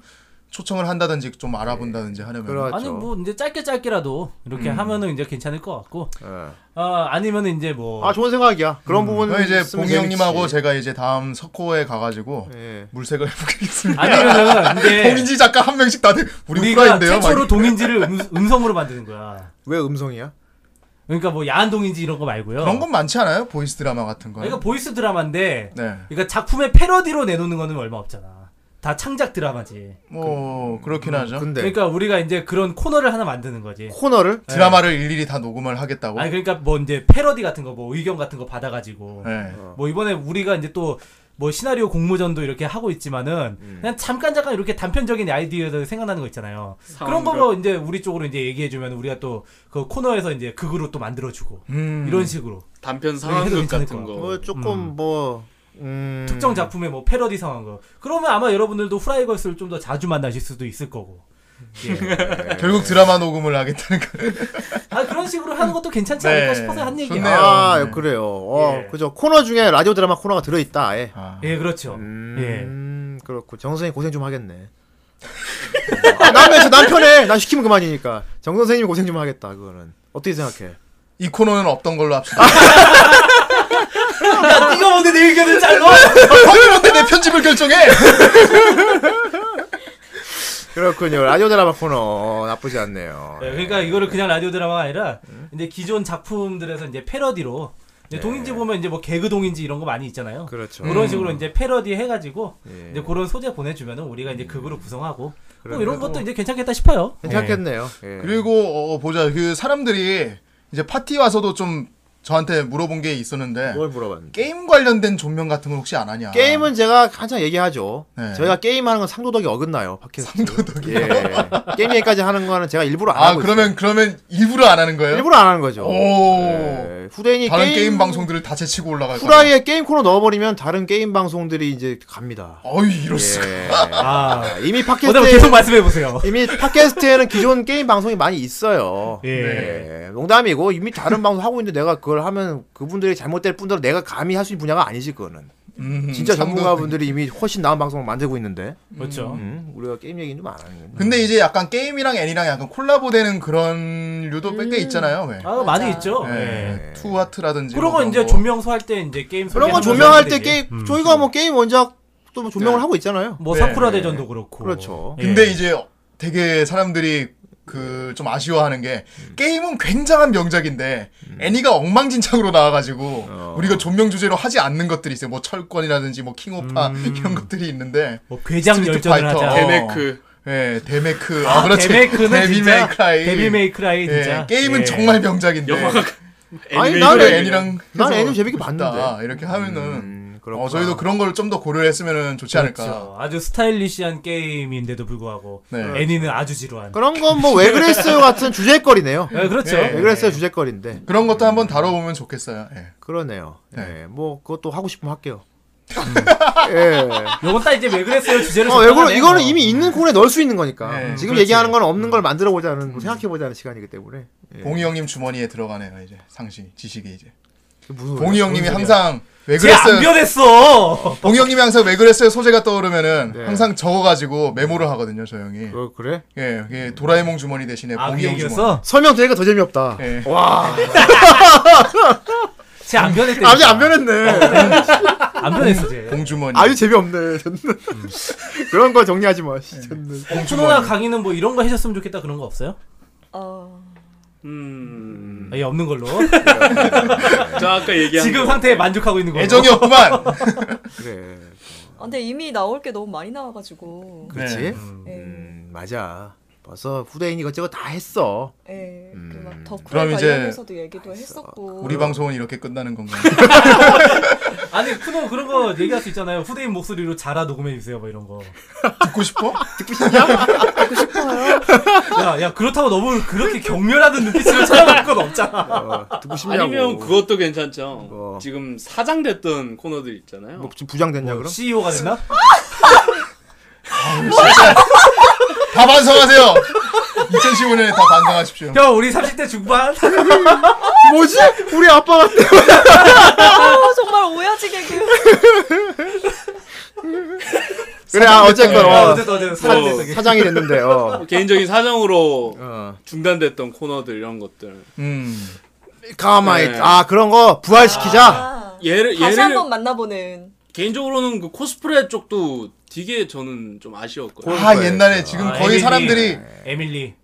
[SPEAKER 2] 초청을 한다든지 좀 알아본다든지 하려면
[SPEAKER 3] 그렇죠. 음.
[SPEAKER 4] 아니 뭐 이제 짧게 짧게라도 이렇게 하면은 이제 괜찮을 것 같고
[SPEAKER 2] 네.
[SPEAKER 3] 예.
[SPEAKER 4] 어 아니면은 이제 뭐
[SPEAKER 3] 아 좋은 생각이야. 그런 부분은
[SPEAKER 2] 그럼 음. 이제
[SPEAKER 3] 있으면
[SPEAKER 2] 봉이 형님하고
[SPEAKER 3] 재밌지.
[SPEAKER 2] 제가 이제 다음 석호에 가가지고
[SPEAKER 3] 예.
[SPEAKER 2] 물색을 해보겠습니다.
[SPEAKER 4] 아니면은 근데
[SPEAKER 2] 봉인지 작가 한 명씩 다들 우리
[SPEAKER 4] 우리가
[SPEAKER 2] 후라인데요.
[SPEAKER 4] 최초로 동인지를 음, 성으로 만드는 거야.
[SPEAKER 3] 왜 음성이야?
[SPEAKER 4] 그러니까 뭐 야한 동인지 이런 거 말고요.
[SPEAKER 2] 그런 건 많지 않아요? 보이스 드라마 같은 거.
[SPEAKER 4] 그러니까 보이스 드라마인데
[SPEAKER 2] 네.
[SPEAKER 4] 그러니까 작품의 패러디로 내놓는 거는 얼마 없잖아. 다 창작 드라마지.
[SPEAKER 2] 뭐 그렇긴 하죠.
[SPEAKER 3] 근데
[SPEAKER 4] 그러니까 우리가 이제 그런 코너를 하나 만드는 거지.
[SPEAKER 3] 코너를
[SPEAKER 2] 드라마를 일일이 다 녹음을 하겠다고.
[SPEAKER 4] 아니 그러니까 뭐 이제 패러디 같은 거 뭐 의견 같은 거 받아가지고
[SPEAKER 2] 어? 네.
[SPEAKER 4] 뭐 이번에 우리가 이제 또 뭐 시나리오 공모전도 이렇게 하고 있지만은
[SPEAKER 2] 음.
[SPEAKER 4] 그냥 잠깐 잠깐 이렇게 단편적인 아이디어들 생각나는 거 있잖아요. 그런
[SPEAKER 3] 뭐-
[SPEAKER 4] 거로 뭐 이제 우리 쪽으로 이제 얘기해주면 우리가 또 그 코너에서 이제 극으로 또 만들어주고
[SPEAKER 2] 음.
[SPEAKER 4] 이런 식으로
[SPEAKER 3] 네,
[SPEAKER 6] 단편
[SPEAKER 4] 해도
[SPEAKER 6] 상황극
[SPEAKER 4] 괜찮을
[SPEAKER 2] 어.
[SPEAKER 6] 같은
[SPEAKER 4] 것
[SPEAKER 6] 거.
[SPEAKER 3] 뭐 조금 뭐 음.
[SPEAKER 4] 특정 작품의 뭐 패러디 상황 거. 그러면 아마 여러분들도 후라이걸스를 좀 더 자주 만나실 수도 있을 거고. 예.
[SPEAKER 2] 결국 드라마 녹음을 하겠다는 거.
[SPEAKER 4] 아 그런 식으로 하는 것도 괜찮지 않을까
[SPEAKER 2] 네.
[SPEAKER 4] 싶어서 한 얘기야.
[SPEAKER 2] 좋네요.
[SPEAKER 3] 아
[SPEAKER 2] 네.
[SPEAKER 3] 그래요. 어,
[SPEAKER 4] 예.
[SPEAKER 3] 그죠. 코너 중에 라디오 드라마 코너가 들어있다. 아예.
[SPEAKER 2] 아.
[SPEAKER 4] 예 그렇죠. 예.
[SPEAKER 3] 음, 그렇고 정선생님 고생 좀 하겠네. 아, 남편이 남편에 나 시키면 그만이니까 정 선생님이 고생 좀 하겠다 그거는 어떻게 생각해?
[SPEAKER 2] 이 코너는 없던 걸로
[SPEAKER 3] 아.
[SPEAKER 2] 합시다.
[SPEAKER 4] 야 네가 뭔데 내 의견을 잘라?
[SPEAKER 2] 형님한테 뭐 내 편집을 결정해.
[SPEAKER 3] 그렇군요 라디오 드라마 코너 어, 나쁘지 않네요.
[SPEAKER 4] 네, 그러니까 이거를 그냥 라디오 드라마가 아니라 이제 기존 작품들에서 이제 패러디로 이제 동인지 보면 이제 뭐 개그 동인지 이런 거 많이 있잖아요. 그
[SPEAKER 3] 그렇죠.
[SPEAKER 4] 런 식으로 이제 패러디 해가지고
[SPEAKER 3] 예.
[SPEAKER 4] 이제 그런 소재 보내주면은 우리가 이제 극으로 구성하고 뭐
[SPEAKER 3] 그러면은
[SPEAKER 4] 이런 것도 이제 괜찮겠다 싶어요.
[SPEAKER 3] 괜찮겠네요. 예.
[SPEAKER 2] 그리고 어, 보자 그 사람들이 이제 파티 와서도 좀 저한테 물어본 게 있었는데
[SPEAKER 3] 뭘 물어봤는데? 아.
[SPEAKER 2] 게임 관련된 존명 같은 걸 혹시 안 하냐?
[SPEAKER 3] 게임은 제가 한창 얘기하죠.
[SPEAKER 2] 네.
[SPEAKER 3] 저희가 게임하는 건 상도덕이 어긋나요 팟캐스트. 상도덕이. 예. 게임 얘기까지 하는 거는 제가 일부러 안
[SPEAKER 2] 아
[SPEAKER 3] 하고
[SPEAKER 2] 그러면 그러면 일부러 안 하는 거예요?
[SPEAKER 3] 있어요. 일부러 안 하는 거죠.
[SPEAKER 2] 오
[SPEAKER 3] 예. 후대인이
[SPEAKER 2] 다른
[SPEAKER 3] 게임,
[SPEAKER 2] 게임... 방송들을 다 제치고 올라갈 거야.
[SPEAKER 3] 후라이에 게임 코너 넣어버리면 다른 게임 방송들이 이제 갑니다.
[SPEAKER 2] 어이 이럴 수가.
[SPEAKER 3] 예.
[SPEAKER 4] 아,
[SPEAKER 3] 이미
[SPEAKER 4] 오늘 한번
[SPEAKER 3] 팟캐스트에
[SPEAKER 4] 계속 말씀해 보세요.
[SPEAKER 3] 이미 팟캐스트에는 기존 게임 방송이 많이 있어요.
[SPEAKER 4] 예.
[SPEAKER 3] 예, 농담이고 이미 다른 방송 하고 있는데 내가 그걸 하면 그분들이 잘못될 뿐더러 내가 감히 할 수 있는 분야가 아니지 그거는.
[SPEAKER 2] 음,
[SPEAKER 3] 진짜
[SPEAKER 2] 참고.
[SPEAKER 3] 전문가분들이 이미 훨씬 나은 방송을 만들고 있는데
[SPEAKER 4] 그렇죠.
[SPEAKER 3] 음, 우리가 게임 얘기는 좀 안 하는 거네.
[SPEAKER 2] 근데 이제 약간 게임이랑 애니랑 약간 콜라보되는 그런 류도 꽤
[SPEAKER 3] 음.
[SPEAKER 2] 있잖아요. 왜?
[SPEAKER 4] 아, 많이 있죠. 예.
[SPEAKER 3] 네.
[SPEAKER 2] 예. 투하트라든지
[SPEAKER 4] 그런 건 이제 조명소 할 때 이제 게임
[SPEAKER 3] 그런 건
[SPEAKER 4] 소개하면서
[SPEAKER 3] 조명할 때
[SPEAKER 4] 하는데 이제
[SPEAKER 3] 게임 저희가 뭐 게임 원작 또 조명을 하고 있잖아요.
[SPEAKER 4] 뭐
[SPEAKER 2] 음. 네,
[SPEAKER 4] 사쿠라
[SPEAKER 2] 네.
[SPEAKER 4] 대전도 그렇고.
[SPEAKER 3] 그렇죠.
[SPEAKER 4] 예.
[SPEAKER 2] 근데 이제 되게 사람들이 그 좀 아쉬워하는 게 게임은 굉장한 명작인데 애니가 엉망진창으로 나와가지고 우리가 존명 주제로 하지 않는 것들이 있어요. 뭐 철권이라든지 뭐 킹오파 이런 것들이 있는데
[SPEAKER 4] 뭐 괴장
[SPEAKER 2] 스트리트
[SPEAKER 4] 열전을
[SPEAKER 2] 파이터.
[SPEAKER 4] 하자.
[SPEAKER 2] 어.
[SPEAKER 6] 데메크.
[SPEAKER 2] 예 데메크
[SPEAKER 4] 아,
[SPEAKER 2] 아, 그렇지
[SPEAKER 4] 데메크는
[SPEAKER 2] 데빌
[SPEAKER 4] 진짜
[SPEAKER 2] 메이크라이
[SPEAKER 4] 데빌 메이크라이
[SPEAKER 2] 예,
[SPEAKER 4] 진짜
[SPEAKER 2] 게임은
[SPEAKER 4] 예.
[SPEAKER 2] 정말 명작인데
[SPEAKER 6] 영화가
[SPEAKER 3] 아니
[SPEAKER 2] 나
[SPEAKER 3] 나는
[SPEAKER 2] 애니랑
[SPEAKER 3] 난
[SPEAKER 2] 해서
[SPEAKER 3] 애니 재밌게
[SPEAKER 2] 싶다.
[SPEAKER 3] 봤는데.
[SPEAKER 2] 이렇게 하면은
[SPEAKER 3] 음, 그렇구나.
[SPEAKER 2] 어, 저희도 그런 걸 좀 더 고려했으면 좋지 않을까.
[SPEAKER 4] 그렇죠. 아주 스타일리시한 게임인데도 불구하고
[SPEAKER 2] 네.
[SPEAKER 4] 애니는 아주 지루한.
[SPEAKER 3] 그런 건 뭐 왜 그랬어요 같은 주제거리네요.
[SPEAKER 4] 네, 그렇죠.
[SPEAKER 2] 네.
[SPEAKER 3] 예, 왜 그랬어요 주제거리인데.
[SPEAKER 2] 그런 것도 한번 다뤄보면 좋겠어요. 예.
[SPEAKER 3] 그러네요. 예.
[SPEAKER 2] 네.
[SPEAKER 3] 뭐 그것도 하고 싶으면 할게요. 예.
[SPEAKER 4] 요건 딱 이제 왜 그랬어요 주제를.
[SPEAKER 3] 어, 왜 그러,
[SPEAKER 4] 접근하네요.
[SPEAKER 3] 이거는 이미 있는 콘에 넣을 수 있는 거니까.
[SPEAKER 2] 네,
[SPEAKER 3] 지금
[SPEAKER 4] 그렇지.
[SPEAKER 3] 얘기하는 건 없는 걸 만들어 보자는 생각해 보자는 시간이기 때문에. 예.
[SPEAKER 2] 봉이 형님 주머니에 들어가네요 이제 상식 지식이 이제.
[SPEAKER 3] 그게 무슨
[SPEAKER 2] 봉이
[SPEAKER 3] 소리야?
[SPEAKER 2] 형님이
[SPEAKER 3] 무슨 소리야?
[SPEAKER 2] 항상 왜
[SPEAKER 4] 쟤안
[SPEAKER 2] 그랬어요?
[SPEAKER 4] 변했어.
[SPEAKER 2] 봉이 형님이 항상 왜 그랬어요 소재가 떠오르면은
[SPEAKER 3] 네.
[SPEAKER 2] 항상 적어가지고 메모를 하거든요 저 형이.
[SPEAKER 3] 어, 그래?
[SPEAKER 2] 예, 이게 도라에몽 주머니 대신에
[SPEAKER 4] 아, 그
[SPEAKER 2] 봉이 형 주머니.
[SPEAKER 4] 얘기였어?
[SPEAKER 3] 설명되니까 더 재미없다.
[SPEAKER 2] 예.
[SPEAKER 4] 쟤안 변했대.
[SPEAKER 3] 아직 안 변했네.
[SPEAKER 4] 안 변했어, 쟤.
[SPEAKER 2] 봉 주머니.
[SPEAKER 3] 아주 재미없네. 저는. 그런 거 정리하지 마. 씨, 저는.
[SPEAKER 2] 봉
[SPEAKER 4] 쿠노나
[SPEAKER 2] 주머니.
[SPEAKER 4] 강의는 뭐 이런 거 해줬으면 좋겠다 그런 거 없어요?
[SPEAKER 5] 어,
[SPEAKER 6] 음.
[SPEAKER 4] 아예 없는 걸로.
[SPEAKER 6] 저 아까 얘기한
[SPEAKER 4] 지금
[SPEAKER 6] 거.
[SPEAKER 4] 상태에 만족하고 있는 걸로.
[SPEAKER 2] 애정이 없구만.
[SPEAKER 3] 어. 그래.
[SPEAKER 5] 아, 근데 이미 나올 게 너무 많이 나와가지고.
[SPEAKER 3] 그렇지?
[SPEAKER 2] 네.
[SPEAKER 3] 음,
[SPEAKER 5] 예,
[SPEAKER 3] 맞아. 벌써 후대인 이것저것 다 했어.
[SPEAKER 5] 예. 그막 덕후
[SPEAKER 2] 그럼 이제
[SPEAKER 5] 관련해서도 얘기도 했었고.
[SPEAKER 2] 우리 방송은 이렇게 끝나는 건가?
[SPEAKER 4] 아니 쿠노 그런 거 얘기할 수 있잖아요. 후대인 목소리로 자라 녹음해 주세요, 뭐 이런 거.
[SPEAKER 2] 듣고 싶어?
[SPEAKER 4] 야, 야 그렇다고 너무 그렇게 격렬하던 눈빛으로 쳐다볼 건 없잖아.
[SPEAKER 3] 어, 듣고 싶냐고.
[SPEAKER 6] 아니면 그것도 괜찮죠.
[SPEAKER 3] 뭐.
[SPEAKER 6] 지금 사장 됐던 코너들 있잖아요.
[SPEAKER 3] 뭐 지금 부장 됐냐 그럼?
[SPEAKER 4] CEO가 E 됐나?
[SPEAKER 2] 네. 다 반성하세요. 2015년에 다 반성하십시오.
[SPEAKER 4] 형 우리 30대 중반.
[SPEAKER 3] 뭐지? 우리 아빠 같네.
[SPEAKER 5] 아, 정말 오야지 개그.
[SPEAKER 3] 그래, 아, 어쨌건
[SPEAKER 4] 야,
[SPEAKER 3] 어,
[SPEAKER 4] 어쨌든 어쨌든 사람 됐어.
[SPEAKER 3] 사장이 됐는데. 어.
[SPEAKER 6] 뭐 개인적인 사정으로
[SPEAKER 3] 어.
[SPEAKER 6] 중단됐던 코너들 이런 것들.
[SPEAKER 2] 음.
[SPEAKER 3] 가만히
[SPEAKER 6] 네.
[SPEAKER 3] 아 그런 거 부활시키자.
[SPEAKER 5] 아,
[SPEAKER 6] 얘를
[SPEAKER 5] 다시
[SPEAKER 6] 얘를
[SPEAKER 5] 한번 만나보는.
[SPEAKER 6] 개인적으로는 그 코스프레 쪽도 되게 저는 좀 아쉬웠거든요.
[SPEAKER 2] 아 옛날에 지금
[SPEAKER 4] 아,
[SPEAKER 2] 거의
[SPEAKER 4] 에밀리.
[SPEAKER 2] 사람들이
[SPEAKER 4] 에밀리.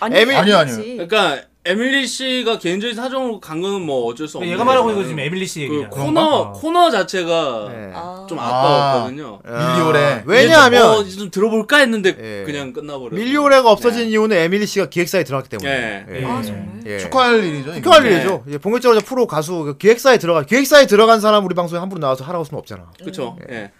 [SPEAKER 5] 아니,
[SPEAKER 3] 에밀-
[SPEAKER 2] 아니요, 아니요.
[SPEAKER 5] 그렇지.
[SPEAKER 6] 그러니까 에밀리 씨가 개인적인 사정으로 간 거는 뭐 어쩔
[SPEAKER 3] 예,
[SPEAKER 6] 수 없는.
[SPEAKER 4] 얘가 말하고 있는
[SPEAKER 6] 거지만
[SPEAKER 4] 거 지금 에밀리 씨
[SPEAKER 6] 그
[SPEAKER 3] 뭐
[SPEAKER 4] 얘기야.
[SPEAKER 6] 코너 코너 자체가
[SPEAKER 3] 네. 예.
[SPEAKER 5] 아.
[SPEAKER 6] 좀 아까웠거든요.
[SPEAKER 2] 밀리오레.
[SPEAKER 3] 왜냐하면
[SPEAKER 6] 어, 이제 좀 들어볼까 했는데
[SPEAKER 3] 예.
[SPEAKER 6] 그냥 끝나버려.
[SPEAKER 3] 밀리오레가 없어진 이유는 에밀리 씨가 기획사에 들어갔기 때문에.
[SPEAKER 6] 예. 네.
[SPEAKER 3] 예.
[SPEAKER 5] 아, 정말.
[SPEAKER 3] 예.
[SPEAKER 2] 축하할 일이죠. 이거.
[SPEAKER 3] 축하할 일이죠. 이제 본격적으로 이제 프로 가수 그 기획사에 들어가 기획사에 들어간 사람 우리 방송에 함부로 나와서 하라고 수는 없잖아.
[SPEAKER 6] 그렇죠. 예.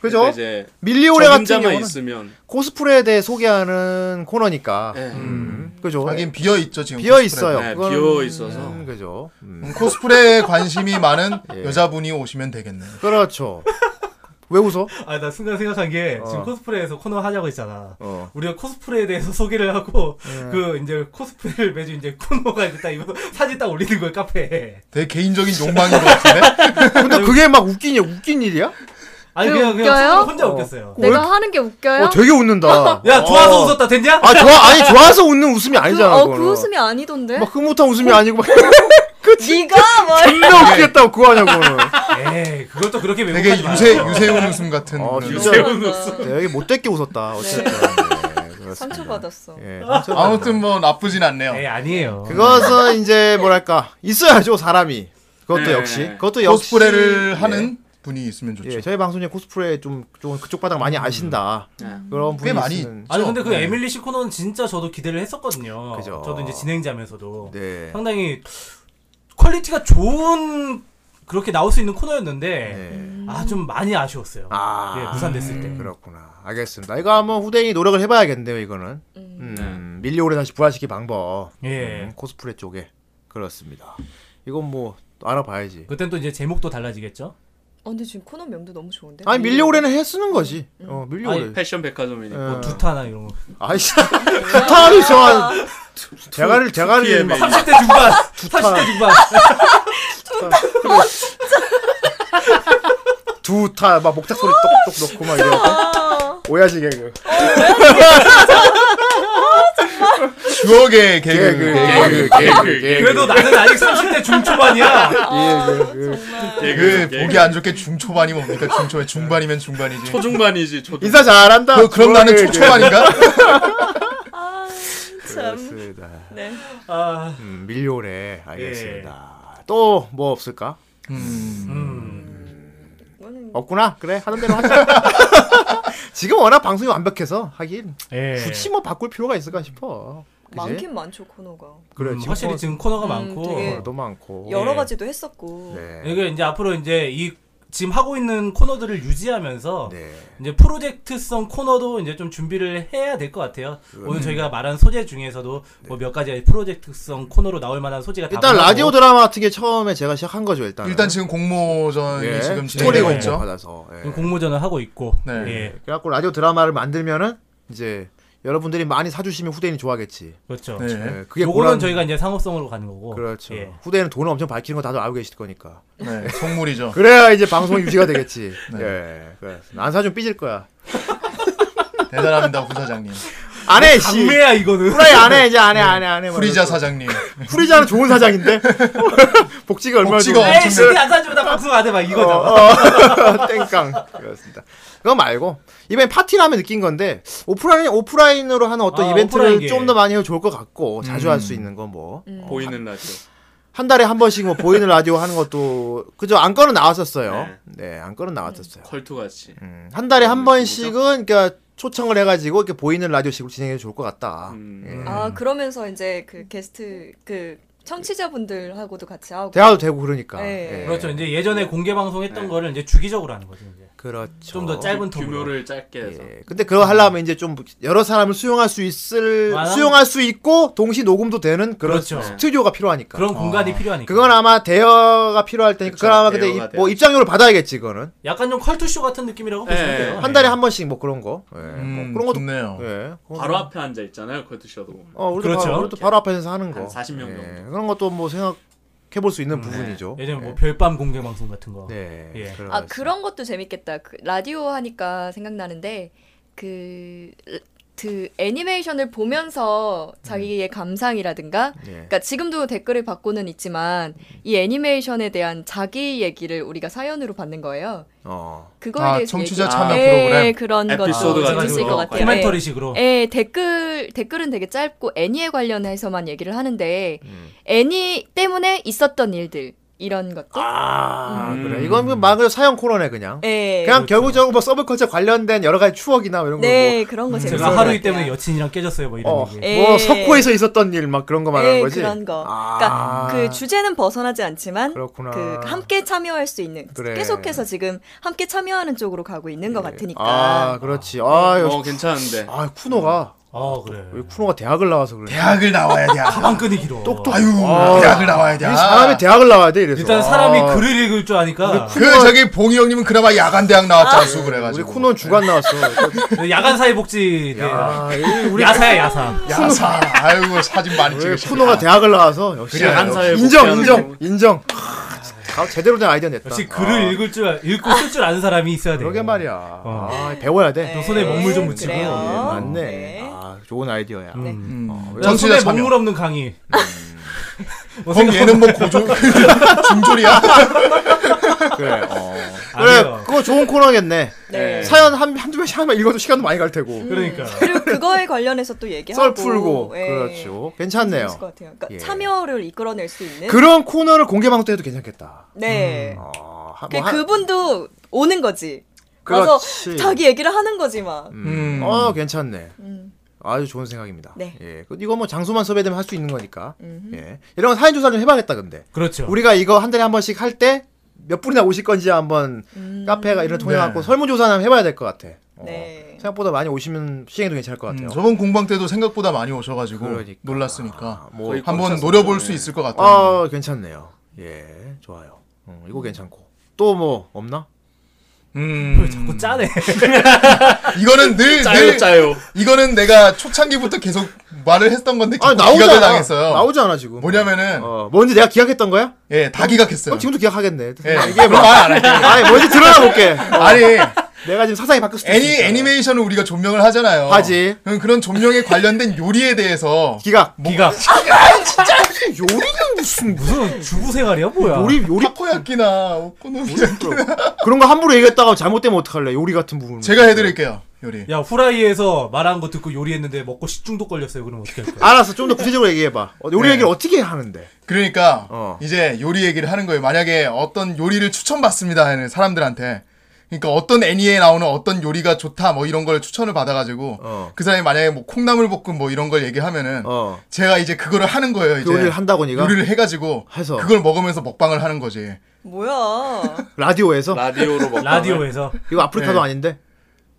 [SPEAKER 3] 그죠?
[SPEAKER 6] 이제
[SPEAKER 3] 밀리오레 같은
[SPEAKER 6] 전임자만
[SPEAKER 3] 경우는
[SPEAKER 6] 있으면
[SPEAKER 3] 코스프레에 대해 소개하는 코너니까. 음,
[SPEAKER 6] 예.
[SPEAKER 3] 그죠? 예.
[SPEAKER 2] 하긴 비어 있죠 지금.
[SPEAKER 3] 비어
[SPEAKER 2] 코스프레.
[SPEAKER 3] 있어요.
[SPEAKER 6] 네,
[SPEAKER 3] 그거는-
[SPEAKER 6] 비어 있어서.
[SPEAKER 3] 음, 그죠? 음.
[SPEAKER 2] 음, 코스프레에 관심이 많은
[SPEAKER 3] 예.
[SPEAKER 2] 여자분이 오시면 되겠네요.
[SPEAKER 3] 그렇죠. 왜 웃어?
[SPEAKER 4] 아 나 순간 생각한 게
[SPEAKER 3] 어.
[SPEAKER 4] 지금 코스프레에서 코너 하자고 했잖아.
[SPEAKER 3] 어.
[SPEAKER 4] 우리가 코스프레에 대해서 소개를 하고 그 이제 코스프레를 매주 이제 코너가 이제 딱 이거 사진 딱 올리는 거예요 카페에.
[SPEAKER 2] 되게 개인적인 욕망인 것 같은데.
[SPEAKER 3] 아, 근데 그게 막 웃긴 일- 웃긴 일이야?
[SPEAKER 4] 아니
[SPEAKER 5] 그게
[SPEAKER 4] 그냥
[SPEAKER 5] 웃겨요? 네.
[SPEAKER 4] 그냥 혼자
[SPEAKER 3] 어.
[SPEAKER 4] 웃겼어요.
[SPEAKER 3] 왜-
[SPEAKER 5] 내가 하는 게 웃겨요?
[SPEAKER 3] 어, 되게 웃는다.
[SPEAKER 4] 야 좋아서
[SPEAKER 3] 어.
[SPEAKER 4] 웃었다 됐냐?
[SPEAKER 3] 아 좋아 아니 좋아서 웃는 웃음이
[SPEAKER 5] 그,
[SPEAKER 3] 아니잖아.
[SPEAKER 5] 어,
[SPEAKER 3] 그거는.
[SPEAKER 5] 그 웃음이 아니던데?
[SPEAKER 3] 막 흐뭇한 웃음이 아니고 막
[SPEAKER 5] 네가 뭐 뭘?
[SPEAKER 3] 존나 웃겠다고 그거
[SPEAKER 2] 네.
[SPEAKER 3] 하냐고.
[SPEAKER 4] 에이 그걸 또 그렇게
[SPEAKER 2] 되게
[SPEAKER 4] 왜곡하지 마.
[SPEAKER 2] 유세 유세운 웃음 같은.
[SPEAKER 3] 어,
[SPEAKER 2] 그런.
[SPEAKER 3] 진짜.
[SPEAKER 5] 죄송합니다.
[SPEAKER 3] 네, 여기 못됐게 웃었다. 어쨌든. 네,
[SPEAKER 5] 네, 상처받았어.
[SPEAKER 3] 예, 상처
[SPEAKER 2] 아무튼 뭐 나쁘진 않네요.
[SPEAKER 3] 예.
[SPEAKER 4] 에이 아니에요.
[SPEAKER 3] 그것은 이제 뭐랄까 있어야죠 사람이. 그것도
[SPEAKER 6] 네.
[SPEAKER 3] 역시 그것도 역시
[SPEAKER 2] 코스프레를
[SPEAKER 3] 예.
[SPEAKER 2] 하는 분이 있으면 좋죠.
[SPEAKER 3] 예, 저희 방송에 코스프레 좀, 좀 그쪽 바닥 많이 아신다.
[SPEAKER 6] 네.
[SPEAKER 3] 그런 분이
[SPEAKER 2] 음. 꽤 많이
[SPEAKER 3] 있으면-
[SPEAKER 4] 아니 근데 그 에밀리 씨 코너는 진짜 저도 기대를 했었거든요.
[SPEAKER 3] 그죠.
[SPEAKER 4] 저도 이제 진행자면서도
[SPEAKER 3] 네.
[SPEAKER 4] 상당히 퀄리티가 좋은 그렇게 나올 수 있는 코너였는데
[SPEAKER 3] 네.
[SPEAKER 4] 아 좀 많이 아쉬웠어요.
[SPEAKER 3] 아.
[SPEAKER 4] 예, 무산됐을 때.
[SPEAKER 3] 그렇구나. 알겠습니다. 이거 한번 후대인이 노력을 해봐야겠네요. 이거는 음, 밀리오를 다시 부활시키 방법.
[SPEAKER 4] 네. 예.
[SPEAKER 3] 음, 코스프레 쪽에 그렇습니다. 이건 뭐 알아봐야지.
[SPEAKER 4] 그땐 또 이제 제목도 달라지겠죠?
[SPEAKER 5] 어, 근데 지금 코너 명도 너무 좋은데?
[SPEAKER 3] 아니 밀리오레는 해 쓰는 거지. 어 밀리오레.
[SPEAKER 6] 아니, 패션 백화점이니까.
[SPEAKER 3] 예.
[SPEAKER 4] 뭐 두타나 이런 거.
[SPEAKER 3] 아이씨 두타를 좋아한 대가리를 대가리를 막
[SPEAKER 4] 30대 중반, 40대 중반.
[SPEAKER 3] 두타 막 목탁 소리 똑똑 넣고 막 예, 이래
[SPEAKER 5] 아,
[SPEAKER 3] 오야지 개그
[SPEAKER 2] 추억의 개그.
[SPEAKER 6] 예.
[SPEAKER 3] 예, 개그 개그 개그
[SPEAKER 4] 그래도 나는 아직 30대 중초반이야.
[SPEAKER 3] 예,
[SPEAKER 2] 그 보기 안 좋게 중초반이 뭡니까? 중초에 중반이면 중반이지.
[SPEAKER 6] 초중반이지. 초중.
[SPEAKER 3] 인사 잘한다
[SPEAKER 2] 그, 그럼 나는 초초반인가?
[SPEAKER 5] 아, 참.
[SPEAKER 3] 그렇습니다
[SPEAKER 5] 네.
[SPEAKER 4] 아,
[SPEAKER 3] 음, 밀리오레 알겠습니다
[SPEAKER 4] 예.
[SPEAKER 3] 또 뭐 없을까
[SPEAKER 2] 음.
[SPEAKER 4] 음.
[SPEAKER 3] 어,
[SPEAKER 5] 이거는
[SPEAKER 3] 없구나 그래 하는 대로 하자 지금 워낙 방송이 완벽해서 하긴
[SPEAKER 4] 예.
[SPEAKER 3] 굳이 뭐 바꿀 필요가 있을까 싶어
[SPEAKER 5] 많긴 많죠 코너가.
[SPEAKER 4] 음,
[SPEAKER 13] 지금
[SPEAKER 3] 뭐
[SPEAKER 4] 확실히 지금 예, 코너가
[SPEAKER 5] 음,
[SPEAKER 4] 많고
[SPEAKER 5] 되게
[SPEAKER 3] 어,
[SPEAKER 13] 코너도
[SPEAKER 3] 네.
[SPEAKER 13] 많고.
[SPEAKER 5] 여러
[SPEAKER 4] 예.
[SPEAKER 5] 가지도 했었고.
[SPEAKER 13] 네.
[SPEAKER 4] 이게 이제 앞으로 이제 이 지금 하고 있는 코너들을 유지하면서
[SPEAKER 13] 네.
[SPEAKER 4] 이제 프로젝트성 코너도 이제 좀 준비를 해야 될 것 같아요.
[SPEAKER 3] 그렇죠.
[SPEAKER 4] 오늘
[SPEAKER 3] 음.
[SPEAKER 4] 저희가 말한 소재 중에서도 뭐
[SPEAKER 3] 네.
[SPEAKER 4] 몇 가지 프로젝트성 코너로 나올 만한 소재가 다
[SPEAKER 3] 일단
[SPEAKER 4] 많아서
[SPEAKER 3] 라디오 드라마 같은 게 처음에 제가 시작한 거죠 일단.
[SPEAKER 2] 일단 지금 어, 공모전이
[SPEAKER 3] 아. 예,
[SPEAKER 2] 지금
[SPEAKER 3] 스토리
[SPEAKER 2] 진행되고
[SPEAKER 4] 공모.
[SPEAKER 3] 공모
[SPEAKER 2] 있죠.
[SPEAKER 3] 받아서. 예.
[SPEAKER 4] 지금 공모전을 그 하고 있고
[SPEAKER 2] 네.
[SPEAKER 4] 예
[SPEAKER 3] 그래갖고 라디오 드라마를 만들면은 이제 여러분들이 많이 사주시면 후대인이 좋아하겠지.
[SPEAKER 4] 그렇죠.
[SPEAKER 2] 네.
[SPEAKER 3] 예,
[SPEAKER 2] 네.
[SPEAKER 3] 그게
[SPEAKER 4] 요거는
[SPEAKER 3] 보람-
[SPEAKER 4] 저희가 이제 상업성으로 가는 거고
[SPEAKER 3] 그렇죠.
[SPEAKER 4] 예.
[SPEAKER 3] 후대인은 돈을 엄청 밝히는 거 다들 알고 계실 거니까.
[SPEAKER 2] 네, 성물이죠.
[SPEAKER 3] 그래야 이제 방송 유지가 되겠지. 예. 그래. 안 사주면 삐질 거야.
[SPEAKER 2] 대단합니다, 부사장님.
[SPEAKER 3] 예, 안 해, 씨.
[SPEAKER 4] 네, 강매야 이거는
[SPEAKER 3] 후라이 안 해, 뭐 이제 안 해, 안 해, 안 해.
[SPEAKER 2] 프리자 사장님.
[SPEAKER 3] 예, 후리자는 좋은 사장인데? 복지가 얼마나
[SPEAKER 2] 복지가
[SPEAKER 3] 좋은-
[SPEAKER 4] 에이 시기 안 사주면 나 방송 안해막 이거죠.
[SPEAKER 3] 어, 땡깡. 그렇습니다. 그거 말고 이번에 파티를 하면 느낀 건데 오프라인 오프라인으로 하는 어떤
[SPEAKER 4] 아,
[SPEAKER 3] 이벤트를
[SPEAKER 4] 오프라인계.
[SPEAKER 3] 좀 더 많이 해도 좋을 것 같고 자주 할 수 있는 건 뭐 한
[SPEAKER 6] 보이는 라디오.
[SPEAKER 3] 달에 한 번씩 뭐 보이는 라디오 하는 것도 그죠 안건은 나왔었어요. 네, 안건은 나왔었어요.
[SPEAKER 6] 컬투 같이.
[SPEAKER 3] 음, 한 달에 한 번씩은 그러니까 초청을 해가지고 이렇게 보이는 라디오식으로 진행해도 좋을 것 같다.
[SPEAKER 6] 음.
[SPEAKER 3] 예.
[SPEAKER 5] 아 그러면서 이제 그 게스트 그 청취자분들하고도 같이 하고.
[SPEAKER 3] 대화도 되고 그러니까.
[SPEAKER 5] 네.
[SPEAKER 3] 예.
[SPEAKER 4] 그렇죠. 이제 예전에 공개
[SPEAKER 3] 네.
[SPEAKER 4] 방송했던 거를 이제 주기적으로 하는 거죠. 이제
[SPEAKER 3] 그렇죠.
[SPEAKER 4] 좀 더 짧은 텀으로.
[SPEAKER 6] 규모를 짧게 해서.
[SPEAKER 3] 예, 근데 그거 하려면 이제 좀 여러 사람을 수용할 수 있을
[SPEAKER 4] 맞아.
[SPEAKER 3] 수용할 수 있고 동시 녹음도 되는 그런
[SPEAKER 4] 그렇죠.
[SPEAKER 3] 스튜디오가 필요하니까.
[SPEAKER 4] 그런 공간이 필요하니까.
[SPEAKER 3] 어. 그건 아마 대여가 필요할 테니까 그건 아마 근데
[SPEAKER 6] 대여가
[SPEAKER 3] 입- 뭐 입장료를 받아야겠지 그거는
[SPEAKER 4] 약간 좀 컬투쇼 같은 느낌이라고 보시면
[SPEAKER 6] 예,
[SPEAKER 4] 돼요.
[SPEAKER 6] 예.
[SPEAKER 3] 네. 한 달에 한 번씩 뭐 그런 거. 예, 뭐
[SPEAKER 2] 음,
[SPEAKER 3] 그런 것도
[SPEAKER 2] 좋네요.
[SPEAKER 3] 예. 그거-
[SPEAKER 6] 바로 앞에 앉아 있잖아요. 그 드셔도.
[SPEAKER 3] 어, 우리도
[SPEAKER 4] 그렇죠.
[SPEAKER 3] 바로, 우리도 바로 앞에서 하는 거.
[SPEAKER 6] 한 40명 정도.
[SPEAKER 3] 예, 그런 것도 뭐 생각해 볼 수 있는 부분이죠.
[SPEAKER 4] 예전에 뭐 별밤 공개 방송 같은 거.
[SPEAKER 3] 네.
[SPEAKER 4] 예.
[SPEAKER 3] 그런
[SPEAKER 5] 아
[SPEAKER 3] 거
[SPEAKER 5] 그런 것도 재밌겠다. 그 라디오 하니까 생각나는데 그. 그 애니메이션을 보면서 자기의 감상이라든가
[SPEAKER 3] 있어요. 예.
[SPEAKER 5] 그러니까 지금도 댓글을 받고는 있지만 이 애니메이션에 대한 자기 얘기를 우리가 사연으로 받는 거예요.
[SPEAKER 3] 어.
[SPEAKER 5] 그거에
[SPEAKER 2] 아,
[SPEAKER 5] 대해서
[SPEAKER 2] 청취자
[SPEAKER 5] 얘기-
[SPEAKER 2] 참여
[SPEAKER 5] 예,
[SPEAKER 2] 프로그램.
[SPEAKER 5] 예, 그런
[SPEAKER 6] 에피소드
[SPEAKER 5] 것도
[SPEAKER 6] 같은
[SPEAKER 5] 재밌을
[SPEAKER 6] 거.
[SPEAKER 5] 것 같아요.
[SPEAKER 4] 코멘터리식으로.
[SPEAKER 5] 예, 예, 댓글 댓글은 되게 짧고 애니에 관련해서만 얘기를 하는데
[SPEAKER 6] 음.
[SPEAKER 5] 애니 때문에 있었던 일들 이런 것들.
[SPEAKER 3] 아,
[SPEAKER 6] 음.
[SPEAKER 3] 그래. 이건 그막 그냥 사연 코너네 그냥.
[SPEAKER 5] 예.
[SPEAKER 3] 그냥 결국적으로 뭐 서브컬처 관련된 여러 가지 추억이나 이런 거 뭐,
[SPEAKER 5] 네, 그런 거 재밌을
[SPEAKER 4] 음. 제가
[SPEAKER 5] 것
[SPEAKER 4] 하루 이
[SPEAKER 5] 같아요. 네.
[SPEAKER 4] 때문에 여친이랑 깨졌어요. 뭐 이런
[SPEAKER 3] 어,
[SPEAKER 4] 얘기.
[SPEAKER 5] 예.
[SPEAKER 3] 뭐 석호에서 있었던 일 막 그런 거 말하는
[SPEAKER 5] 예,
[SPEAKER 3] 거지.
[SPEAKER 5] 그런 거.
[SPEAKER 3] 아,
[SPEAKER 5] 그러니까 그 주제는 벗어나지 않지만
[SPEAKER 3] 그렇구나.
[SPEAKER 5] 그 함께 참여할 수 있는
[SPEAKER 3] 아. 그래.
[SPEAKER 5] 계속해서 지금 함께 참여하는 쪽으로 가고 있는 것 같으니까
[SPEAKER 3] 아, 그렇지. 아, 역시
[SPEAKER 6] 어 괜찮은데.
[SPEAKER 3] 아, 쿠노가
[SPEAKER 4] 아 그래.
[SPEAKER 3] 왜 쿠노가 대학을 나와서 그래.
[SPEAKER 2] 대학을 나와야 돼.
[SPEAKER 4] 방끈이 길어.
[SPEAKER 2] 아유, 대학을 나와야 돼.
[SPEAKER 3] 이 사람이 대학을 나와야 돼 이래서. 아,
[SPEAKER 4] 일단 사람이 글을 읽을 줄 아니까
[SPEAKER 2] 그 저기 봉이 형님은 그나마 야간 대학 나왔지 않수
[SPEAKER 3] 아, 우리
[SPEAKER 2] 그래가지고.
[SPEAKER 3] 쿠노는 주간 나왔어.
[SPEAKER 4] 그 야간 사회복지 야.
[SPEAKER 3] 아, 이 우리
[SPEAKER 4] 야사야 야사.
[SPEAKER 2] 야사. 아이고 사진 많이
[SPEAKER 3] 왜
[SPEAKER 2] 찍으시네.
[SPEAKER 3] 쿠노가 대학을 나와서 역시
[SPEAKER 2] 그래,
[SPEAKER 3] 역시.
[SPEAKER 6] 한사회
[SPEAKER 3] 인정
[SPEAKER 6] 복귀하는
[SPEAKER 3] 인정 인정. 아, 제대로 된 아이디어 냈다.
[SPEAKER 4] 역시 글을 읽을 줄 읽고 쓸 줄 아는 사람이 네. 있어야 돼.
[SPEAKER 3] 그러게 말이야. 아, 배워야 돼.
[SPEAKER 5] 네.
[SPEAKER 4] 또 손에 먹물 좀 묻히고.
[SPEAKER 5] 그래요.
[SPEAKER 3] 맞네.
[SPEAKER 5] 네.
[SPEAKER 3] 아, 좋은 아이디어야.
[SPEAKER 2] 음.
[SPEAKER 4] 난
[SPEAKER 2] 청취자
[SPEAKER 4] 손에
[SPEAKER 2] 참여.
[SPEAKER 4] 먹물 없는 강의. 뭐
[SPEAKER 2] 그럼 얘는 뭐 고조 중졸이야.
[SPEAKER 3] 그래. 어. 그래,
[SPEAKER 4] 아니에요.
[SPEAKER 3] 그거 좋은 코너겠네.
[SPEAKER 5] 네.
[SPEAKER 3] 사연 한, 한두 명씩 하면 읽어도 시간도 많이 갈 테고.
[SPEAKER 5] 음.
[SPEAKER 4] 그러니까.
[SPEAKER 5] 그리고 그거에 관련해서 또 얘기하고
[SPEAKER 3] 썰 풀고.
[SPEAKER 5] 예.
[SPEAKER 3] 그렇죠.
[SPEAKER 5] 재밌을 것
[SPEAKER 3] 괜찮네요.
[SPEAKER 5] 같아요. 그러니까
[SPEAKER 3] 예.
[SPEAKER 5] 참여를 이끌어낼 수 있는
[SPEAKER 3] 그런 코너를 공개 방송 때 해도 괜찮겠다.
[SPEAKER 5] 네.
[SPEAKER 3] 어, 하-
[SPEAKER 5] 그
[SPEAKER 3] 뭐 하-
[SPEAKER 5] 그분도 오는 거지.
[SPEAKER 3] 그렇지.
[SPEAKER 5] 와서 자기 얘기를 하는 거지 막.
[SPEAKER 3] 음. 어, 괜찮네.
[SPEAKER 5] 음.
[SPEAKER 3] 아주 좋은 생각입니다.
[SPEAKER 5] 네.
[SPEAKER 3] 예. 그- 이거 뭐 장소만 섭외되면 할 수 있는 거니까. 예. 이런 거 사연 조사 좀 해봐야겠다, 근데.
[SPEAKER 4] 그렇죠.
[SPEAKER 3] 우리가 이거 한 달에 한 번씩 할 때 몇 분이나 오실 건지 한번
[SPEAKER 2] 음.
[SPEAKER 3] 카페가 이런
[SPEAKER 2] 네.
[SPEAKER 3] 통해 갖고 설문조사 한번 해봐야 될 것 같아. 어.
[SPEAKER 5] 네.
[SPEAKER 3] 생각보다 많이 오시면 시행도 괜찮을 것 같아요.
[SPEAKER 2] 음, 저번 공방 때도 생각보다 많이 오셔가지고
[SPEAKER 3] 그러니까.
[SPEAKER 2] 놀랐으니까
[SPEAKER 3] 뭐
[SPEAKER 6] 거의
[SPEAKER 2] 한번
[SPEAKER 6] 꽉
[SPEAKER 2] 노려볼
[SPEAKER 6] 찼었죠.
[SPEAKER 2] 수 있을 것 같아요.
[SPEAKER 3] 아 괜찮네요. 예 좋아요. 음, 이거 괜찮고 또 뭐 없나?
[SPEAKER 2] 음,
[SPEAKER 4] 자꾸 짜네.
[SPEAKER 2] 이거는 늘,
[SPEAKER 6] 짜요
[SPEAKER 2] 늘
[SPEAKER 6] 짜요.
[SPEAKER 2] 이거는 내가 초창기부터 계속 말을 했던 건데
[SPEAKER 3] 아
[SPEAKER 2] 기각을
[SPEAKER 3] 나오잖아.
[SPEAKER 2] 당했어요.
[SPEAKER 3] 나오지 않아 지금.
[SPEAKER 2] 뭐냐면은
[SPEAKER 3] 어 뭔지 내가 기억했던 거야?
[SPEAKER 2] 예, 다 기각했어요.
[SPEAKER 3] 어, 지금도 기억하겠네.
[SPEAKER 2] 예,
[SPEAKER 3] 이게 뭐
[SPEAKER 2] 말안 할게.
[SPEAKER 3] 아니 뭔지 들어나 볼게. 어,
[SPEAKER 2] 아니
[SPEAKER 3] 내가 지금 사상이 바뀔 수도 있어.
[SPEAKER 2] 애니 애니메이션을 우리가 조명을 하잖아요.
[SPEAKER 3] 하지.
[SPEAKER 2] 그럼 그런 조명에 관련된 요리에 대해서
[SPEAKER 3] 기각.
[SPEAKER 4] 기가
[SPEAKER 3] 요리는 무슨
[SPEAKER 4] 무슨 주부 생활이야
[SPEAKER 2] 아.
[SPEAKER 4] 뭐야?
[SPEAKER 3] 요리 요리
[SPEAKER 2] 타코야끼나 오코노미야끼나
[SPEAKER 3] 그런 거 함부로 얘기했다가 잘못되면 어떡할래? 요리 같은 부분.
[SPEAKER 2] 제가 해드릴게요 요리.
[SPEAKER 4] 야 후라이에서 말한 거 듣고 요리했는데 먹고 식중독 걸렸어요. 그럼 어떻게 할 거야?
[SPEAKER 3] 알았어 좀 더 구체적으로 얘기해봐. 어, 요리
[SPEAKER 2] 네.
[SPEAKER 3] 얘기를 어떻게 하는데?
[SPEAKER 2] 그러니까
[SPEAKER 3] 어.
[SPEAKER 2] 이제 요리 얘기를 하는 거예요. 만약에 어떤 요리를 추천받습니다 하는 사람들한테 그러니까 어떤 애니에 나오는 어떤 요리가 좋다 뭐 이런 걸 추천을 받아가지고
[SPEAKER 14] 어.
[SPEAKER 2] 그 사람이 만약에 뭐 콩나물 볶음 뭐 이런 걸 얘기하면은
[SPEAKER 14] 어.
[SPEAKER 2] 제가 이제 그거를 하는 거예요. 이제
[SPEAKER 14] 요리를 한다고 니가
[SPEAKER 2] 요리를 해가지고
[SPEAKER 14] 해서.
[SPEAKER 2] 그걸 먹으면서 먹방을 하는 거지.
[SPEAKER 5] 뭐야?
[SPEAKER 14] 라디오에서
[SPEAKER 6] 라디오로 먹
[SPEAKER 4] 라디오에서
[SPEAKER 14] 이거 아프리카도
[SPEAKER 2] 네.
[SPEAKER 14] 아닌데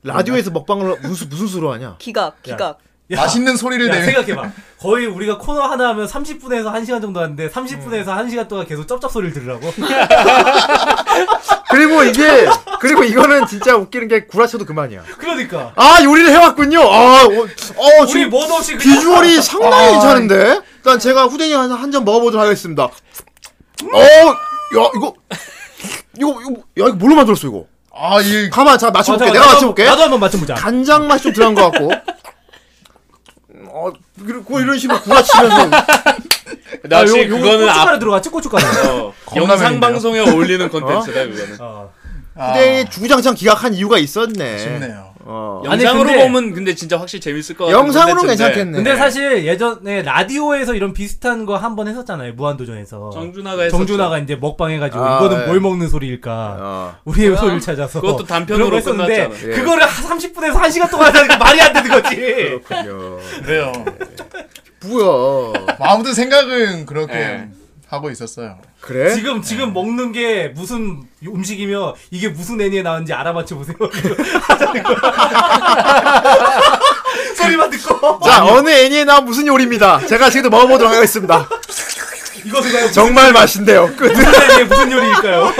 [SPEAKER 14] 라디오에서 먹방을 무슨 무슨 수로 하냐?
[SPEAKER 5] 기각, 기각.
[SPEAKER 4] 야,
[SPEAKER 2] 맛있는 소리를
[SPEAKER 4] 야,
[SPEAKER 6] 네.
[SPEAKER 2] 내면
[SPEAKER 4] 생각해봐. 거의 우리가 코너 하나 하면 30분에서 1시간 정도 하는데
[SPEAKER 6] 네.
[SPEAKER 4] 30분에서 1시간 동안 계속 쩝쩝 소리를 들으라고?
[SPEAKER 3] 그리고 이게 그리고 이거는 진짜 웃기는 게 구라쳐도 그만이야.
[SPEAKER 4] 그러니까.
[SPEAKER 3] 아 요리를 해왔군요. 아, 어, 어
[SPEAKER 4] 우리
[SPEAKER 3] 지금
[SPEAKER 4] 뭐도 없이 그냥
[SPEAKER 3] 비주얼이 상당히 괜찮은데. 일단 제가 후대이 한잔 먹어보도록 하겠습니다. 어, 야 이거 이거 이거 야 이거 뭘로 만들었어 이거?
[SPEAKER 2] 아, 이
[SPEAKER 3] 가만 자
[SPEAKER 4] 어,
[SPEAKER 3] 맞춰볼게.
[SPEAKER 4] 잠깐만,
[SPEAKER 3] 내가
[SPEAKER 4] 나도-
[SPEAKER 3] 맞춰볼게.
[SPEAKER 4] 나도 한번 맞춰보자.
[SPEAKER 3] 간장 맛이 좀 들어간 것 같고. 어, 그리고 이런 식으로 구라치면서
[SPEAKER 6] 나
[SPEAKER 4] 아, 요-
[SPEAKER 6] 역시
[SPEAKER 4] 요거
[SPEAKER 6] 아, 그거는
[SPEAKER 4] 고춧가루
[SPEAKER 6] 앞
[SPEAKER 4] 들어갔지 고춧가루.
[SPEAKER 6] 어,
[SPEAKER 2] 겁나 매운데요.
[SPEAKER 6] 영상 방송에 어울리는 컨텐츠다 그거는.
[SPEAKER 4] 어.
[SPEAKER 3] 후대이
[SPEAKER 2] 아.
[SPEAKER 3] 주구장창 기각한 이유가 있었네.
[SPEAKER 2] 좋네요.
[SPEAKER 3] 어.
[SPEAKER 6] 영상으로
[SPEAKER 4] 근데-
[SPEAKER 6] 보면 근데 진짜 확실히 재밌을 것 같은
[SPEAKER 3] 영상으로는
[SPEAKER 6] 컨텐츠인데
[SPEAKER 3] 괜찮겠네.
[SPEAKER 4] 근데 사실 예전에 라디오에서 이런 비슷한 거 한 번 했었잖아요. 무한도전에서.
[SPEAKER 6] 정준하가 했었죠. 네. 아.
[SPEAKER 4] 정준하가 이제 먹방 해가지고
[SPEAKER 3] 아,
[SPEAKER 4] 이거는
[SPEAKER 3] 예.
[SPEAKER 4] 뭘 먹는 소리일까.
[SPEAKER 3] 어.
[SPEAKER 4] 우리의 소리를 찾아서.
[SPEAKER 6] 그것도 단편으로
[SPEAKER 4] 그런 거 했었는데
[SPEAKER 3] 예.
[SPEAKER 6] 끝났잖아.
[SPEAKER 4] 그거를 30분에서 1시간 동안 하니까 말이 안 되는 거지.
[SPEAKER 3] 그렇군요.
[SPEAKER 2] 그래요.
[SPEAKER 3] 뭐야.
[SPEAKER 2] 아무튼 생각은 그렇게
[SPEAKER 6] 네.
[SPEAKER 2] 하고 있었어요.
[SPEAKER 3] 그래?
[SPEAKER 4] 지금 지금 먹는 게 무슨 음식이며 이게 무슨 애니에 나왔는지 알아맞혀 보세요. 소리만 듣고
[SPEAKER 3] 자, 어느 애니에 나온 무슨 요리입니다. 제가 지금도 먹어보도록 하겠습니다.
[SPEAKER 4] 이것은 과연
[SPEAKER 3] 정말 맛있는데요. 끝.
[SPEAKER 4] 무슨 애니의 무슨 요리일까요?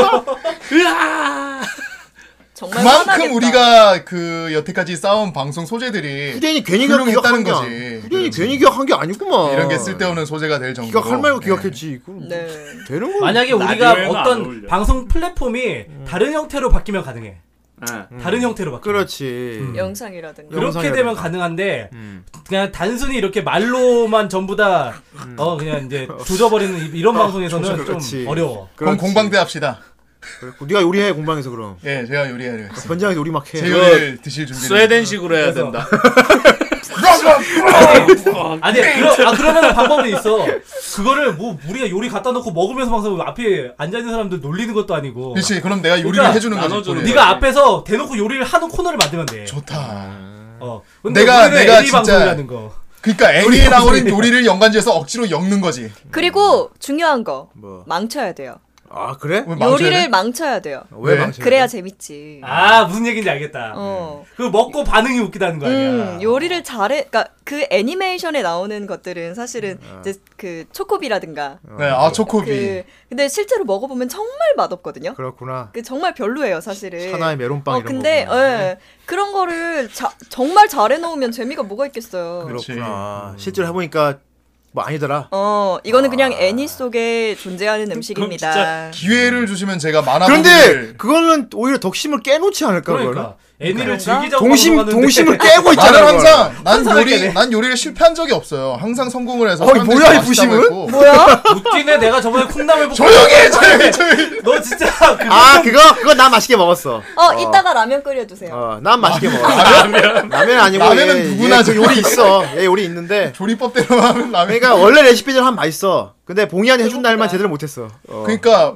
[SPEAKER 5] 정말
[SPEAKER 2] 그만큼
[SPEAKER 5] 화나겠다.
[SPEAKER 2] 우리가 그 여태까지 쌓아온 방송 소재들이
[SPEAKER 3] 후대인이 괜히 기억한
[SPEAKER 2] 훌륭했다는
[SPEAKER 3] 게
[SPEAKER 2] 그 거지.
[SPEAKER 3] 아니- 후대인이 괜히 기억한 게 아니구만.
[SPEAKER 2] 이런 게 쓸데없는 소재가 될 정도로
[SPEAKER 3] 어. 기억할 말고
[SPEAKER 2] 네.
[SPEAKER 3] 기억했지. 이건
[SPEAKER 5] 네.
[SPEAKER 3] 되는 거.
[SPEAKER 4] 만약에 우리가
[SPEAKER 6] 라디오에는 안
[SPEAKER 4] 어떤
[SPEAKER 6] 어울려.
[SPEAKER 4] 방송 플랫폼이 다른 형태로 바뀌면 가능해.
[SPEAKER 6] 예.
[SPEAKER 4] 다른 형태로 바뀌면.
[SPEAKER 3] 그렇지.
[SPEAKER 2] 음.
[SPEAKER 5] 영상이라든가.
[SPEAKER 4] 그렇게
[SPEAKER 3] 그렇죠. 영상이라든가.
[SPEAKER 4] 되면 가능한데 그냥 단순히 이렇게 말로만 전부 다 어 그냥 이제 조져버리는 이- 이런 방송에서는 좀
[SPEAKER 3] 그렇지.
[SPEAKER 4] 어려워.
[SPEAKER 2] 그럼
[SPEAKER 3] 그렇지.
[SPEAKER 2] 공방대 합시다.
[SPEAKER 3] 그래고 네가 요리해 공방에서 그럼.
[SPEAKER 2] 예, 제가 요리해요.
[SPEAKER 3] 현장에서 요리 막 해.
[SPEAKER 2] 제 요리를 드실 준비.
[SPEAKER 6] 스웨덴식으로 해야 된다.
[SPEAKER 4] 아니 그러, 아 그러면 방법은 있어. 그거를 뭐 우리가 요리 갖다 놓고 먹으면서 방송 앞에 앉아 있는 사람들 놀리는 것도 아니고.
[SPEAKER 2] 그렇지. 그럼 내가 요리를
[SPEAKER 4] 그러니까
[SPEAKER 2] 해주는 거지.
[SPEAKER 6] 나눠주는
[SPEAKER 2] 우리.
[SPEAKER 4] 네가 앞에서 대놓고 요리를 하는 코너를 만들면 돼.
[SPEAKER 3] 아.
[SPEAKER 2] 좋다.
[SPEAKER 4] 어. 근데
[SPEAKER 2] 내가-
[SPEAKER 4] 우리는
[SPEAKER 2] 내가
[SPEAKER 4] 애니
[SPEAKER 2] 진짜-
[SPEAKER 4] 방송이라는 거.
[SPEAKER 2] 그러니까 애니에 나오는 요리를 연관지어서 억지로 엮는 거지.
[SPEAKER 5] 그리고 중요한 거.
[SPEAKER 3] 뭐.
[SPEAKER 5] 망쳐야 돼요.
[SPEAKER 3] 아 그래? 어,
[SPEAKER 2] 왜 망쳐야 돼?
[SPEAKER 5] 요리를 망쳐야 돼요.
[SPEAKER 3] 왜
[SPEAKER 2] 네.
[SPEAKER 3] 망치?
[SPEAKER 5] 그래야 재밌지.
[SPEAKER 4] 아 무슨 얘기인지 알겠다.
[SPEAKER 5] 어.
[SPEAKER 4] 그 먹고 반응이 웃기다는 거 아니야.
[SPEAKER 5] 음, 요리를 잘해, 그니까 그 애니메이션에 나오는 것들은 사실은 이제 그 초코비라든가
[SPEAKER 2] 네, 아 초코비.
[SPEAKER 5] 그 근데 실제로 먹어보면 정말 맛없거든요.
[SPEAKER 3] 그렇구나.
[SPEAKER 5] 그 정말 별로예요, 사실은.
[SPEAKER 3] 하나의 메론빵
[SPEAKER 5] 어,
[SPEAKER 3] 이런
[SPEAKER 5] 근데
[SPEAKER 3] 거구나.
[SPEAKER 5] 예, 그런 거를 자, 정말 잘해 놓으면 재미가 뭐가 있겠어요.
[SPEAKER 3] 그렇구나.
[SPEAKER 2] 음.
[SPEAKER 3] 실제로 해보니까 뭐 아니더라.
[SPEAKER 5] 어, 이거는 그냥 애니 속에 존재하는 음식입니다.
[SPEAKER 6] 진짜
[SPEAKER 2] 기회를 주시면 제가 만화
[SPEAKER 3] 그런데
[SPEAKER 2] 보기를-
[SPEAKER 3] 그거는 오히려 덕심을 깨놓지 않을까
[SPEAKER 4] 그러니까 애니를 즐기자고
[SPEAKER 3] 그거는. 동심
[SPEAKER 4] 방송하는데
[SPEAKER 3] 동심을 깨고 있잖아.
[SPEAKER 2] 나는
[SPEAKER 3] 그거는.
[SPEAKER 2] 항상 난
[SPEAKER 4] 항상
[SPEAKER 2] 요리
[SPEAKER 4] 이렇게 돼.
[SPEAKER 2] 난 요리를 실패한 적이 없어요. 항상 성공을 해서.
[SPEAKER 3] 어이,
[SPEAKER 2] 사람들이
[SPEAKER 3] 뭐야, 이
[SPEAKER 2] 맛있다고
[SPEAKER 3] 부심은?
[SPEAKER 2] 했고.
[SPEAKER 5] 뭐야?
[SPEAKER 4] 웃기네 내가 저번에 콩나물 볶음
[SPEAKER 2] 조용히 해, 조용히, 조용히.
[SPEAKER 4] 너 진짜 그거
[SPEAKER 3] 아 그거 그거 난 맛있게 먹었어.
[SPEAKER 5] 어, 이따가 라면 끓여 주세요.
[SPEAKER 3] 어, 난 맛있게 먹어. 라면? 라면 아니고
[SPEAKER 2] 아, 라면은
[SPEAKER 3] 얘-
[SPEAKER 2] 누구나
[SPEAKER 3] 얘그
[SPEAKER 2] 저-
[SPEAKER 3] 요리 있어. 얘 요리 있는데.
[SPEAKER 2] 조리법대로 하면 라면.
[SPEAKER 3] 그러니까 원래 레시피대로 하면 맛있어. 근데 봉이한이 해준 날만 제대로 못했어. 어.
[SPEAKER 2] 그러니까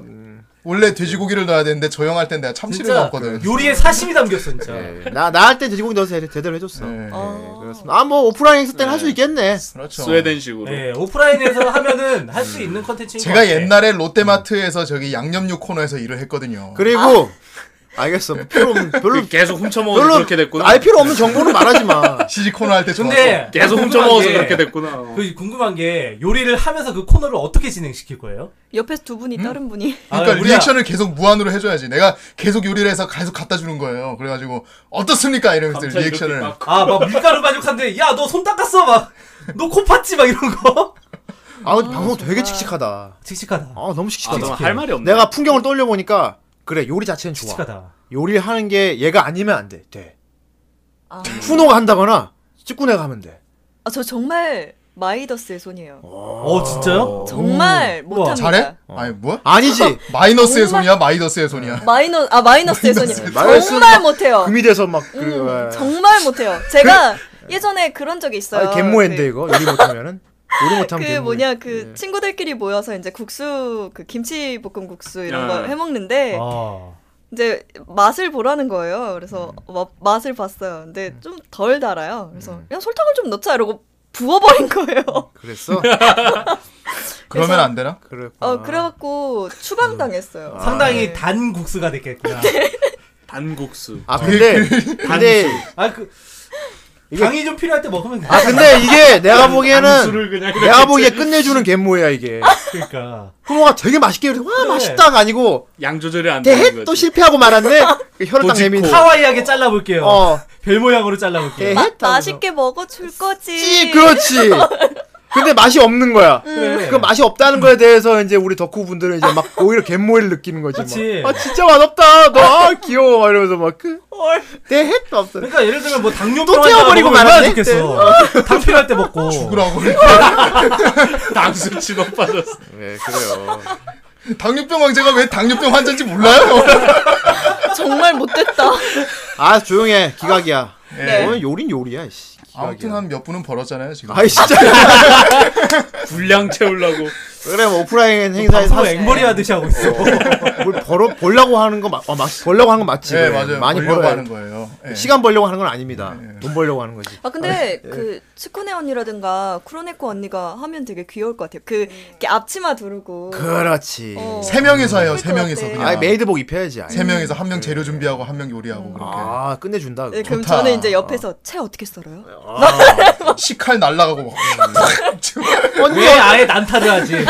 [SPEAKER 2] 원래 돼지고기를 넣어야 되는데 저영할 땐 내가 참치를
[SPEAKER 4] 진짜 그
[SPEAKER 2] 넣었거든.
[SPEAKER 4] 요리에 사심이 담겼어 진짜
[SPEAKER 3] 네. 나, 나 할 때 돼지고기 넣어서 제- 제대로 해줬어.
[SPEAKER 2] 네.
[SPEAKER 5] 어.
[SPEAKER 3] 아, 뭐, 오프라인 했을 땐 할 수 있겠네.
[SPEAKER 2] 그렇죠.
[SPEAKER 6] 스웨덴식으로.
[SPEAKER 4] 예, 오프라인에서 하면은 할 수 있는 컨텐츠인 것
[SPEAKER 2] 제가
[SPEAKER 4] 같아.
[SPEAKER 2] 옛날에 롯데마트에서 저기 양념육 코너에서 일을 했거든요.
[SPEAKER 3] 그리고, 아, 알겠어. 필요 없는, 별로,
[SPEAKER 6] 아. 그 계속 훔쳐먹어서
[SPEAKER 3] 별로,
[SPEAKER 6] 그렇게 됐구나.
[SPEAKER 3] 알 필요 없는 정보는 말하지 마.
[SPEAKER 2] CG 코너 할 때 좋았어.
[SPEAKER 4] 근데 예.
[SPEAKER 6] 계속
[SPEAKER 4] 궁금한
[SPEAKER 6] 훔쳐먹어서
[SPEAKER 4] 게-
[SPEAKER 6] 그렇게 됐구나.
[SPEAKER 4] 그 궁금한 게 요리를 하면서 그 코너를 어떻게 진행시킬 거예요?
[SPEAKER 5] 옆에서 두 분이 다른 분이
[SPEAKER 2] 그러니까
[SPEAKER 4] 아, 우리야.
[SPEAKER 2] 리액션을 계속 무한으로 해줘야지. 내가 계속 요리를 해서 계속 갖다 주는 거예요. 그래가지고 어떻습니까 이러면서
[SPEAKER 6] 갑자기
[SPEAKER 2] 리액션을.
[SPEAKER 6] 이렇게 막-
[SPEAKER 4] 아 막 밀가루 반죽한데 야 너 손 닦았어 막너코 팠지 막 이런 거
[SPEAKER 3] 아, 근데 방송 되게 칙칙하다. 아,
[SPEAKER 4] 칙칙하다
[SPEAKER 3] 너무
[SPEAKER 6] 아,
[SPEAKER 3] 칙칙하다.
[SPEAKER 6] 너할 말이 없네.
[SPEAKER 3] 내가 풍경을 떠올려보니까, 그래, 요리 자체는 좋아.
[SPEAKER 4] 칙칙하다
[SPEAKER 3] 요리를 하는 게 얘가 아니면 안 돼. 돼. 쿠노가 한다거나, 찌꾸네가 하면 돼.
[SPEAKER 5] 아, 저 정말 마이더스의 손이에요.
[SPEAKER 4] 어 진짜요?
[SPEAKER 5] 정말
[SPEAKER 4] 우와,
[SPEAKER 5] 못합니다.
[SPEAKER 2] 잘해? 아니 뭐?
[SPEAKER 3] 아니지.
[SPEAKER 2] 마이너스의 손이야, 마이더스의 손이야.
[SPEAKER 5] 마이너 아 마이너스의 손이
[SPEAKER 3] 마이너스
[SPEAKER 5] 정말 못해요.
[SPEAKER 3] 금이 돼서 막, 그,
[SPEAKER 5] 음,
[SPEAKER 3] 음,
[SPEAKER 5] 정말 못해요. 제가 예전에 그런 적이 있어요.
[SPEAKER 3] 아, 갯모인데
[SPEAKER 5] 그-
[SPEAKER 3] 이거 요리 못하면은 요리 못하면
[SPEAKER 5] 그
[SPEAKER 3] 갯모예.
[SPEAKER 5] 뭐냐 그 친구들끼리 모여서 이제 국수 그 김치 볶음 국수 이런
[SPEAKER 6] 아.
[SPEAKER 5] 거 해먹는데
[SPEAKER 4] 아
[SPEAKER 5] 이제 맛을 보라는 거예요. 그래서
[SPEAKER 3] 음.
[SPEAKER 5] 마- 맛을 봤어요. 근데 좀 덜 달아요. 그래서 야 설탕을 좀 넣자 이러고 부어버린
[SPEAKER 3] 음.
[SPEAKER 5] 거예요.
[SPEAKER 3] 그랬어?
[SPEAKER 2] 그러면 안 되나?
[SPEAKER 3] 그래.
[SPEAKER 5] 어 그래갖고 추방당했어요.
[SPEAKER 3] 아.
[SPEAKER 2] 아.
[SPEAKER 5] 네.
[SPEAKER 4] 상당히 단 국수가 됐겠구나.
[SPEAKER 3] 네.
[SPEAKER 6] 단국수.
[SPEAKER 3] 아 근데
[SPEAKER 6] 그
[SPEAKER 3] 근데
[SPEAKER 4] 아, 그, 당이 좀 필요할 때 먹으면
[SPEAKER 3] 아 근데 이게 내가 보기에는
[SPEAKER 6] 단국수를 그냥
[SPEAKER 3] 내가 보기에 끝내주는 갯모야 이게.
[SPEAKER 4] 그러니까.
[SPEAKER 3] 후모가 되게 맛있게 그래. 와
[SPEAKER 4] 그래.
[SPEAKER 3] 맛있다가 아니고
[SPEAKER 6] 양 조절이 안 되는
[SPEAKER 3] 대헷
[SPEAKER 6] 거지.
[SPEAKER 3] 또 실패하고 말았네. 그 혀를 딱
[SPEAKER 6] 또 짚고.
[SPEAKER 3] 내민.
[SPEAKER 4] 하와이하게 잘라볼게요.
[SPEAKER 3] 어.
[SPEAKER 4] 별 모양으로 잘라볼게요.
[SPEAKER 2] 네.
[SPEAKER 3] 대헷.
[SPEAKER 5] 맛있게 먹어줄 거지.
[SPEAKER 3] 찌 그렇지. 근데 맛이 없는 거야.
[SPEAKER 4] 그래.
[SPEAKER 3] 그 맛이 없다는 거에 대해서 이제 우리 덕후 분들은 이제 막 오히려 갯모를 느끼는 거지.
[SPEAKER 4] 그치.
[SPEAKER 3] 막. 아 진짜 맛없다. 너 아, 귀여워 막 이러면서 막 그.
[SPEAKER 5] 헐.
[SPEAKER 3] 대헷도 없어.
[SPEAKER 4] 그러니까 예를 들면 뭐 당뇨병
[SPEAKER 3] 또
[SPEAKER 4] 환자가
[SPEAKER 3] 태워버리고
[SPEAKER 4] 먹으면 얼마나
[SPEAKER 3] 말았네?
[SPEAKER 4] 좋겠어. 당 필요할 때 먹고.
[SPEAKER 2] 그러고
[SPEAKER 6] 당수 치고 빠졌어.
[SPEAKER 3] 네 그래요.
[SPEAKER 2] 당뇨병 왕자가 왜 당뇨병 환자인지 몰라요.
[SPEAKER 5] 정말 못됐다.
[SPEAKER 3] 아 조용해 기각이야.
[SPEAKER 5] 네.
[SPEAKER 3] 오늘 요린 요리야. 씨. 기각이야.
[SPEAKER 2] 아무튼 한 몇 분은 벌었잖아요 지금.
[SPEAKER 3] 아이 진짜
[SPEAKER 6] 분량 채우려고.
[SPEAKER 3] 그래 뭐 오프라인 행사에서
[SPEAKER 4] 방송
[SPEAKER 3] 사-
[SPEAKER 4] 앵벌이 하듯이 하고 있어.
[SPEAKER 3] 뭘 벌어 벌려고 하는 거 맞, 어, 맞, 벌려고 하는 거 맞지. 그래.
[SPEAKER 2] 네 맞아요.
[SPEAKER 3] 많이
[SPEAKER 2] 벌려고
[SPEAKER 3] 벌어야
[SPEAKER 2] 하는 거예요. 네, 예.
[SPEAKER 3] 시간 벌려고 하는 건 아닙니다. 돈 벌려고 하는 거지.
[SPEAKER 5] 아 근데 그 츠코네 언니라든가 쿠로네코 언니가 하면 되게 귀여울 것 같아요. 그
[SPEAKER 6] 음.
[SPEAKER 5] 이렇게 앞치마 두르고.
[SPEAKER 3] 그렇지. 예,
[SPEAKER 5] 어.
[SPEAKER 2] 세 명이서 해요. 세
[SPEAKER 5] 그럴 것
[SPEAKER 2] 명이서
[SPEAKER 5] 같아.
[SPEAKER 2] 그냥.
[SPEAKER 3] 아 메이드복 입혀야지. 아예.
[SPEAKER 2] 세 명이서 한 명 재료 준비하고 한 명 요리하고 그렇게.
[SPEAKER 3] 아 끝내준다.
[SPEAKER 5] 네, 그럼
[SPEAKER 2] 좋다.
[SPEAKER 5] 저는 이제 옆에서 채 어떻게 썰어요?
[SPEAKER 2] 식칼 날라가고
[SPEAKER 3] 음.
[SPEAKER 2] 막.
[SPEAKER 5] 그-
[SPEAKER 3] 언니
[SPEAKER 4] 왜 아예 난타를 하지?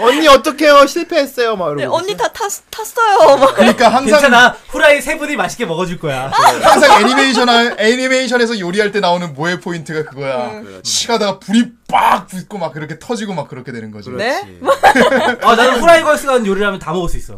[SPEAKER 3] 언니 어떡해요 실패했어요 막 이러고.
[SPEAKER 5] 네, 언니 다 탔,
[SPEAKER 3] 음.
[SPEAKER 5] 탔어요. 막.
[SPEAKER 2] 그러니까 항상
[SPEAKER 4] 괜찮아. 후라이 세 분이 맛있게 먹어줄 거야.
[SPEAKER 2] 항상 애니메이션 할- 애니메이션에서 요리할 때 나오는 모의 포인트가 그거야.
[SPEAKER 3] 음.
[SPEAKER 2] 식하다가 불이 빡 붙고 막 그렇게 터지고 막 그렇게 되는 거죠.
[SPEAKER 5] 네?
[SPEAKER 4] 아, 나는 후라이 걸스가 하는 요리를 하면 다 먹을 수 있어.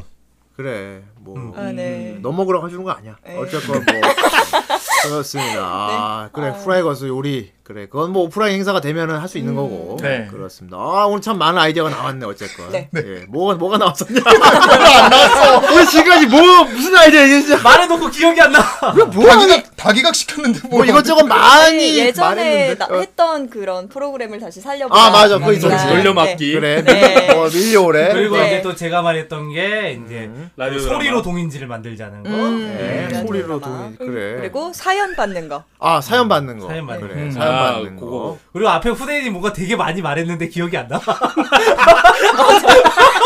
[SPEAKER 3] 그래 뭐
[SPEAKER 2] 음.
[SPEAKER 5] 아, 네.
[SPEAKER 3] 너 먹으라고 해주는 거 아니야.
[SPEAKER 5] 네.
[SPEAKER 3] 어쨌건 뭐 그렇습니다. 아, 그래 후라이 거스 요리 그래 그건 뭐 오프라인 행사가 되면은 할 수
[SPEAKER 5] 음.
[SPEAKER 3] 있는 거고.
[SPEAKER 2] 네.
[SPEAKER 3] 그렇습니다. 아 오늘 참 많은 아이디어가 나왔네 어쨌건.
[SPEAKER 5] 네.
[SPEAKER 3] 예, 뭐가 뭐가 나왔었냐? 안 나왔어. 우리 지금까지 뭐 무슨 아이디어 얘기했지?
[SPEAKER 4] 말해놓고 기억이 안 나.
[SPEAKER 2] 다기각 다기각 시켰는데 뭐
[SPEAKER 3] 뭐 이것저것 많이
[SPEAKER 5] 네, 예전에
[SPEAKER 3] 말했는데.
[SPEAKER 5] 나,
[SPEAKER 3] 어,
[SPEAKER 5] 했던 그런 프로그램을 다시 살려보자.
[SPEAKER 3] 아 맞아 그거
[SPEAKER 5] 그런
[SPEAKER 3] 있었지.
[SPEAKER 6] 돌려막기.
[SPEAKER 3] 그래
[SPEAKER 5] 네.
[SPEAKER 3] 뭐 밀려오래.
[SPEAKER 4] 그리고
[SPEAKER 5] 네.
[SPEAKER 4] 이제 또 제가 말했던 게 이제
[SPEAKER 6] 라디오
[SPEAKER 4] 소리로
[SPEAKER 6] 드라마.
[SPEAKER 4] 동인지를 만들자는 거.
[SPEAKER 5] 음,
[SPEAKER 3] 네,
[SPEAKER 5] 그런
[SPEAKER 3] 소리로
[SPEAKER 5] 드라마.
[SPEAKER 3] 도 그래.
[SPEAKER 5] 네. 그리고 사연 받는 거.
[SPEAKER 3] 아 사연 받는 거.
[SPEAKER 4] 사연 받는
[SPEAKER 3] 그래,
[SPEAKER 4] 거.
[SPEAKER 3] 사연
[SPEAKER 6] 아,
[SPEAKER 3] 받는
[SPEAKER 6] 그거.
[SPEAKER 3] 거.
[SPEAKER 4] 그리고 앞에 후대인이 뭔가 되게 많이 말했는데 기억이 안 나.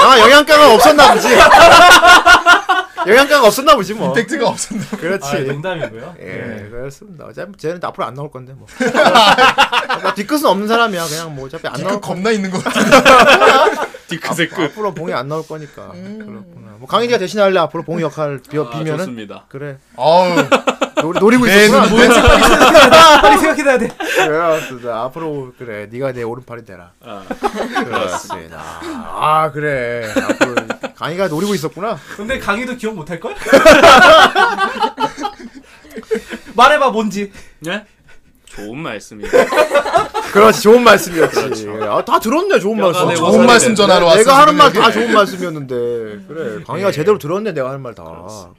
[SPEAKER 3] 아 영양가가 없었나 보지. 영양가가 없었나 보지 뭐.
[SPEAKER 2] 팩트가 없었나?
[SPEAKER 3] 그렇지.
[SPEAKER 4] 아,
[SPEAKER 6] 네.
[SPEAKER 4] 농담이고요.
[SPEAKER 3] 예, 그렇습니다. 어차피 쟤는 앞으로 안 나올 건데 뭐. 나 뒤끝은 없는 사람이야. 그냥 뭐 어차피 안
[SPEAKER 2] 그
[SPEAKER 3] 나올
[SPEAKER 2] 겁나 있는 것 같은데.
[SPEAKER 6] 디크세 끝.
[SPEAKER 3] 앞으로 봉이 안 나올 거니까. 그렇구나. 뭐 강인이가 대신할래 앞으로 봉이 역할 비어
[SPEAKER 6] 아,
[SPEAKER 3] 비면은.
[SPEAKER 6] 좋습니다. 네,
[SPEAKER 3] 그래.
[SPEAKER 2] 아우
[SPEAKER 3] 노리, 노리고
[SPEAKER 2] 내
[SPEAKER 3] 있었구나. 네,
[SPEAKER 2] 눈 뭐였지?
[SPEAKER 4] 빨리 생각해놔야 돼.
[SPEAKER 3] 그렇습니다. 앞으로 그래. 네가 내 오른팔이 되라.
[SPEAKER 6] 아,
[SPEAKER 3] 그렇습니다. 아 그래. 앞으로 강이가 노리고 있었구나.
[SPEAKER 4] 근데 강의도 기억 못 할걸? 말해봐, 뭔지.
[SPEAKER 6] 네? 좋은 말씀이에요.
[SPEAKER 3] 그렇지 좋은 말씀이었지. 아, 다 들었네 좋은 말씀.
[SPEAKER 6] 네,
[SPEAKER 3] 좋은
[SPEAKER 2] 좋은 말씀 전화로 왔어.
[SPEAKER 3] 내가 하는 말 다 좋은 말씀이었는데 그래 강의가 제대로 들었네 내가 하는 말 다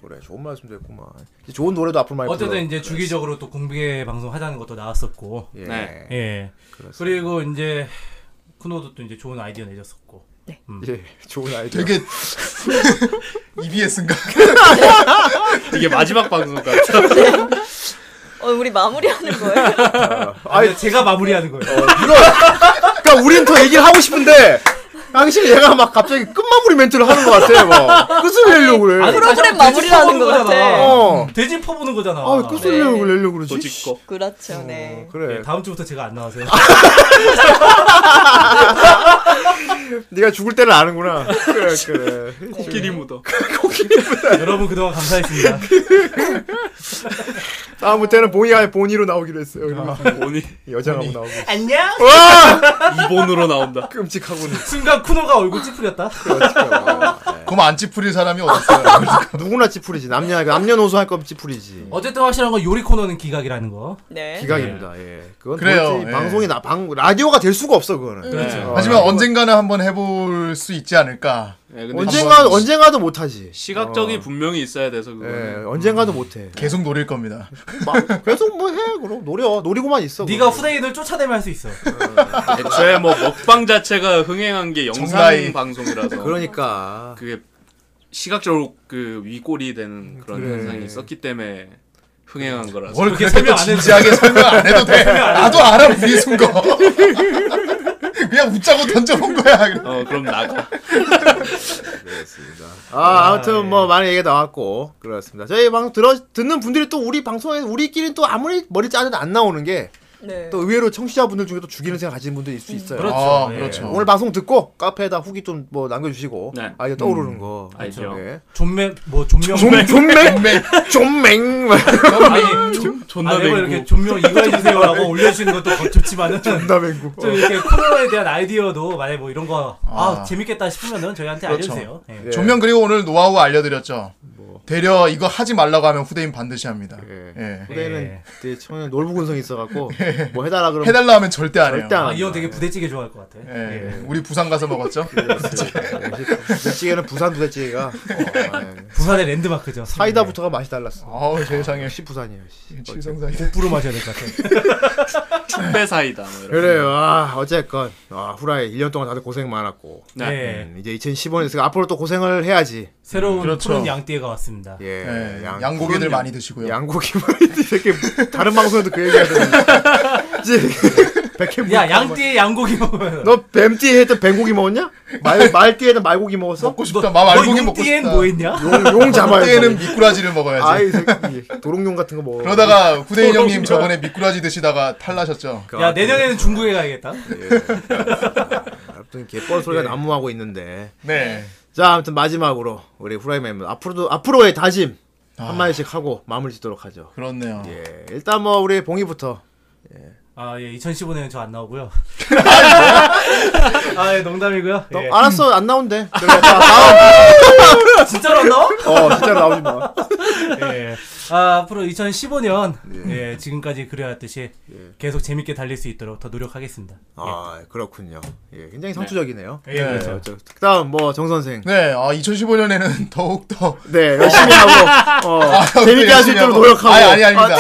[SPEAKER 3] 그래 좋은 말씀도 했구만 이제 좋은 노래도 앞으로 많이
[SPEAKER 4] 어쨌든
[SPEAKER 3] 불러.
[SPEAKER 4] 이제 주기적으로 또 공개 방송 하자는 것도 나왔었고.
[SPEAKER 3] 예.
[SPEAKER 6] 네.
[SPEAKER 4] 예. 그리고 이제 쿠노도 또 이제 좋은 아이디어 내줬었고.
[SPEAKER 3] 예 좋은 아이디어
[SPEAKER 2] 되게 EBS인가?
[SPEAKER 6] 이게 마지막 방송 같아.
[SPEAKER 5] 어, 우리 마무리하는 거예요.
[SPEAKER 4] 아, 니 제가 마무리하는 거예요.
[SPEAKER 3] 어, 그러니까 우린 더 얘기를 하고 싶은데 당신 얘가 막 갑자기 끝마무리 멘트를 하는 것 같아 막 끝을 내려고 그래
[SPEAKER 4] 아니,
[SPEAKER 5] 프로그램
[SPEAKER 4] 다시 한번
[SPEAKER 5] 마무리하는 거
[SPEAKER 4] 거잖아.
[SPEAKER 5] 같아.
[SPEAKER 3] 어.
[SPEAKER 4] 돼지 퍼보는 거잖아.
[SPEAKER 3] 아 끝을
[SPEAKER 5] 네.
[SPEAKER 3] 내려고 내려고 그러지 어,
[SPEAKER 6] 또 찍고.
[SPEAKER 5] 그렇죠, 네.
[SPEAKER 4] 예,
[SPEAKER 3] 그래
[SPEAKER 4] 다음 주부터 제가 안 나와서요.
[SPEAKER 3] 네가 죽을 때를 아는구나 그래 그래
[SPEAKER 6] 코끼리 묻어.
[SPEAKER 4] 여러분 그동안 감사했습니다.
[SPEAKER 3] 다음 때는 봉이 아예 본이로 나오기로 했어요
[SPEAKER 6] 오니
[SPEAKER 3] 여장하고 나오고
[SPEAKER 4] 안녕.
[SPEAKER 6] 이본으로 나온다.
[SPEAKER 3] 끔찍하고는
[SPEAKER 4] 순간 쿠노가 얼굴 찌푸렸다.
[SPEAKER 2] 그럼 안 찌푸릴 사람이 어딨어요?
[SPEAKER 3] 누구나 찌푸리지 남녀 남녀노소 할 거면 찌푸리지
[SPEAKER 4] 어쨌든 확실한 건 요리 코너는 기각이라는 거.
[SPEAKER 5] 네.
[SPEAKER 3] 그 기각입니다. 예. 그건
[SPEAKER 2] 그래요,
[SPEAKER 3] 도저히
[SPEAKER 2] 예.
[SPEAKER 3] 방송이 나, 방, 라디오가 될 수가 없어, 그거는.
[SPEAKER 6] 그렇죠.
[SPEAKER 2] 하지만 언젠가는 한번 해볼 수 있지 않을까?
[SPEAKER 6] 네, 근데
[SPEAKER 3] 언젠가, 언젠가도 못하지.
[SPEAKER 6] 시각적이 분명히 있어야 돼서
[SPEAKER 3] 예,
[SPEAKER 6] 그거는.
[SPEAKER 3] 언젠가도 못해.
[SPEAKER 2] 계속 노릴 겁니다.
[SPEAKER 3] 막, 계속 뭐 해, 그럼. 노려. 노리고만 있어.
[SPEAKER 4] 네가
[SPEAKER 3] 그럼.
[SPEAKER 4] 후대인을 쫓아내면 할 수 있어.
[SPEAKER 6] 애초에 뭐 먹방 자체가 흥행한 게 영상
[SPEAKER 2] 정다이.
[SPEAKER 6] 방송이라서
[SPEAKER 3] 그러니까.
[SPEAKER 6] 그게 시각적으로 그 위골이 되는 그런
[SPEAKER 13] 그래.
[SPEAKER 6] 현상이 있었기 때문에 흥행한 거라서.
[SPEAKER 2] 뭘
[SPEAKER 4] 그렇게
[SPEAKER 2] 그렇게
[SPEAKER 4] 설명 안 해도
[SPEAKER 2] 진지하게 설명 안 해도 돼. 나도 알아, 우리 순거. 그냥 웃자고 던져본 거야.
[SPEAKER 6] 어 그럼 나가.
[SPEAKER 3] 아, 아무튼 뭐 많은 얘기가 나왔고 그렇습니다. 저희 방송 들어 듣는 분들이 또 우리 방송에 우리끼리 또 아무리 머리 짜도 안 나오는 게 또
[SPEAKER 5] 네.
[SPEAKER 3] 의외로 청취자분들 중에도 죽이는 생각 가지는 분들일 수 있어요.
[SPEAKER 4] 그렇죠.
[SPEAKER 2] 아,
[SPEAKER 4] 예.
[SPEAKER 2] 그렇죠.
[SPEAKER 3] 네, 오늘 방송 듣고 카페에다 후기 좀 뭐 남겨주시고
[SPEAKER 6] 네.
[SPEAKER 3] 아이디어 떠오르는 거
[SPEAKER 6] 아이디어.
[SPEAKER 3] 예.
[SPEAKER 4] 존매 뭐 존명
[SPEAKER 3] 존맹 존맹
[SPEAKER 4] 아니
[SPEAKER 6] 존- 존나
[SPEAKER 4] 아, 내가
[SPEAKER 6] 맹구.
[SPEAKER 4] 이렇게 존명 이거 해주세요라고 올려주시는 것도 거- 좋지만은 좀
[SPEAKER 3] 존다맹구 어,
[SPEAKER 4] 이렇게 코너에 대한 아이디어도 만약 뭐 이런 거 아
[SPEAKER 2] 아.
[SPEAKER 4] 재밌겠다 싶으면은 저희한테
[SPEAKER 2] 그렇죠.
[SPEAKER 4] 알려주세요. 예.
[SPEAKER 2] 조명 그리고 오늘 노하우 알려드렸죠. 되려 이거 하지 말라고 하면 후대인 반드시 합니다.
[SPEAKER 3] 예.
[SPEAKER 2] 예.
[SPEAKER 3] 후대는 되게 청년 놀부근성이 있어갖고 뭐 해달라 그러면
[SPEAKER 2] 해달라 하면 절대 안 해요.
[SPEAKER 3] 절대 안
[SPEAKER 4] 아, 이 형 되게 부대찌개 좋아할 것 같아.
[SPEAKER 2] 예. 우리 부산 가서 먹었죠.
[SPEAKER 3] 부대찌개는 부산 부대찌개가 어, 예.
[SPEAKER 4] 부산의 랜드마크죠. 예.
[SPEAKER 3] 사이다부터가 맛이 달랐어 예,
[SPEAKER 2] 아우 예, 세상에.
[SPEAKER 3] 시 부산이에요 씨.
[SPEAKER 2] 칠성사이.
[SPEAKER 4] 부르 마셔야 될 것 같아.
[SPEAKER 6] 축배 사이다. 뭐 이런.
[SPEAKER 3] 그래요 아 어쨌건 아 후라이 1년 동안 다들 고생 많았고
[SPEAKER 6] 네.
[SPEAKER 4] 예.
[SPEAKER 3] 음, 이제 2015년에서 앞으로 또 고생을 해야지
[SPEAKER 4] 새로운
[SPEAKER 2] 그렇죠.
[SPEAKER 4] 푸른 양띠가 왔습니다.
[SPEAKER 3] 예,
[SPEAKER 2] 예.
[SPEAKER 3] 양-
[SPEAKER 2] 양고기들 많이 드시고요.
[SPEAKER 3] 양고기 많이 되게 다른 방송에도 그 얘기가 되는데 이제 백해 물-
[SPEAKER 4] 야 양띠의 양고기 먹으면
[SPEAKER 3] 그러니까 너 뱀띠에 했던 뱀고기 먹었냐? 말, 말띠에는 말고기 먹었어?
[SPEAKER 2] 먹고 싶다. 마 말고기 먹고
[SPEAKER 4] 용띠엔
[SPEAKER 2] 싶다.
[SPEAKER 4] 뭐 했냐?
[SPEAKER 3] 용, 용 잡아야
[SPEAKER 2] 그때는
[SPEAKER 3] 돼.
[SPEAKER 2] 미꾸라지를 먹어야지.
[SPEAKER 3] 아이 새끼 도롱뇽 같은 거 먹어
[SPEAKER 2] 그러다가 후대인 형님 저번에 미꾸라지 드시다가 탈나셨죠.
[SPEAKER 3] 그 아,
[SPEAKER 4] 야 내년에는 중국에 가야겠다.
[SPEAKER 3] 아무튼 개뻘
[SPEAKER 4] 예.
[SPEAKER 3] 소리가 난무하고 있는데
[SPEAKER 2] 네.
[SPEAKER 3] 자 아무튼 마지막으로 우리 후라이 멤버 앞으로도 앞으로의 다짐 한 마디씩 하고 마무리 짓도록 하죠
[SPEAKER 2] 그렇네요.
[SPEAKER 3] 예, 일단 뭐 우리 봉이부터
[SPEAKER 4] 아 예, 2015년에 저 안 나오고요. 아 예, 농담이고요.
[SPEAKER 3] 너,
[SPEAKER 4] 예.
[SPEAKER 3] 알았어 안 나온대 그래, 자, 다음
[SPEAKER 4] 진짜로 안 나와?
[SPEAKER 3] 어 진짜 나오지 마
[SPEAKER 4] 예. 아, 앞으로 2015년 예. 지금까지 그래왔듯이 계속 재밌게 달릴 수 있도록 더 노력하겠습니다.
[SPEAKER 3] 아 그렇군요 예, 굉장히 상투적이네요
[SPEAKER 4] 예, 그렇죠.
[SPEAKER 3] 저, 그 다음 뭐 정선생
[SPEAKER 2] 네, 아, 2015년에는 더욱더
[SPEAKER 3] 네 열심히 하고 어, 재밌게 할 수 있도록 노력하고
[SPEAKER 2] 아니, 아니, 아닙니다.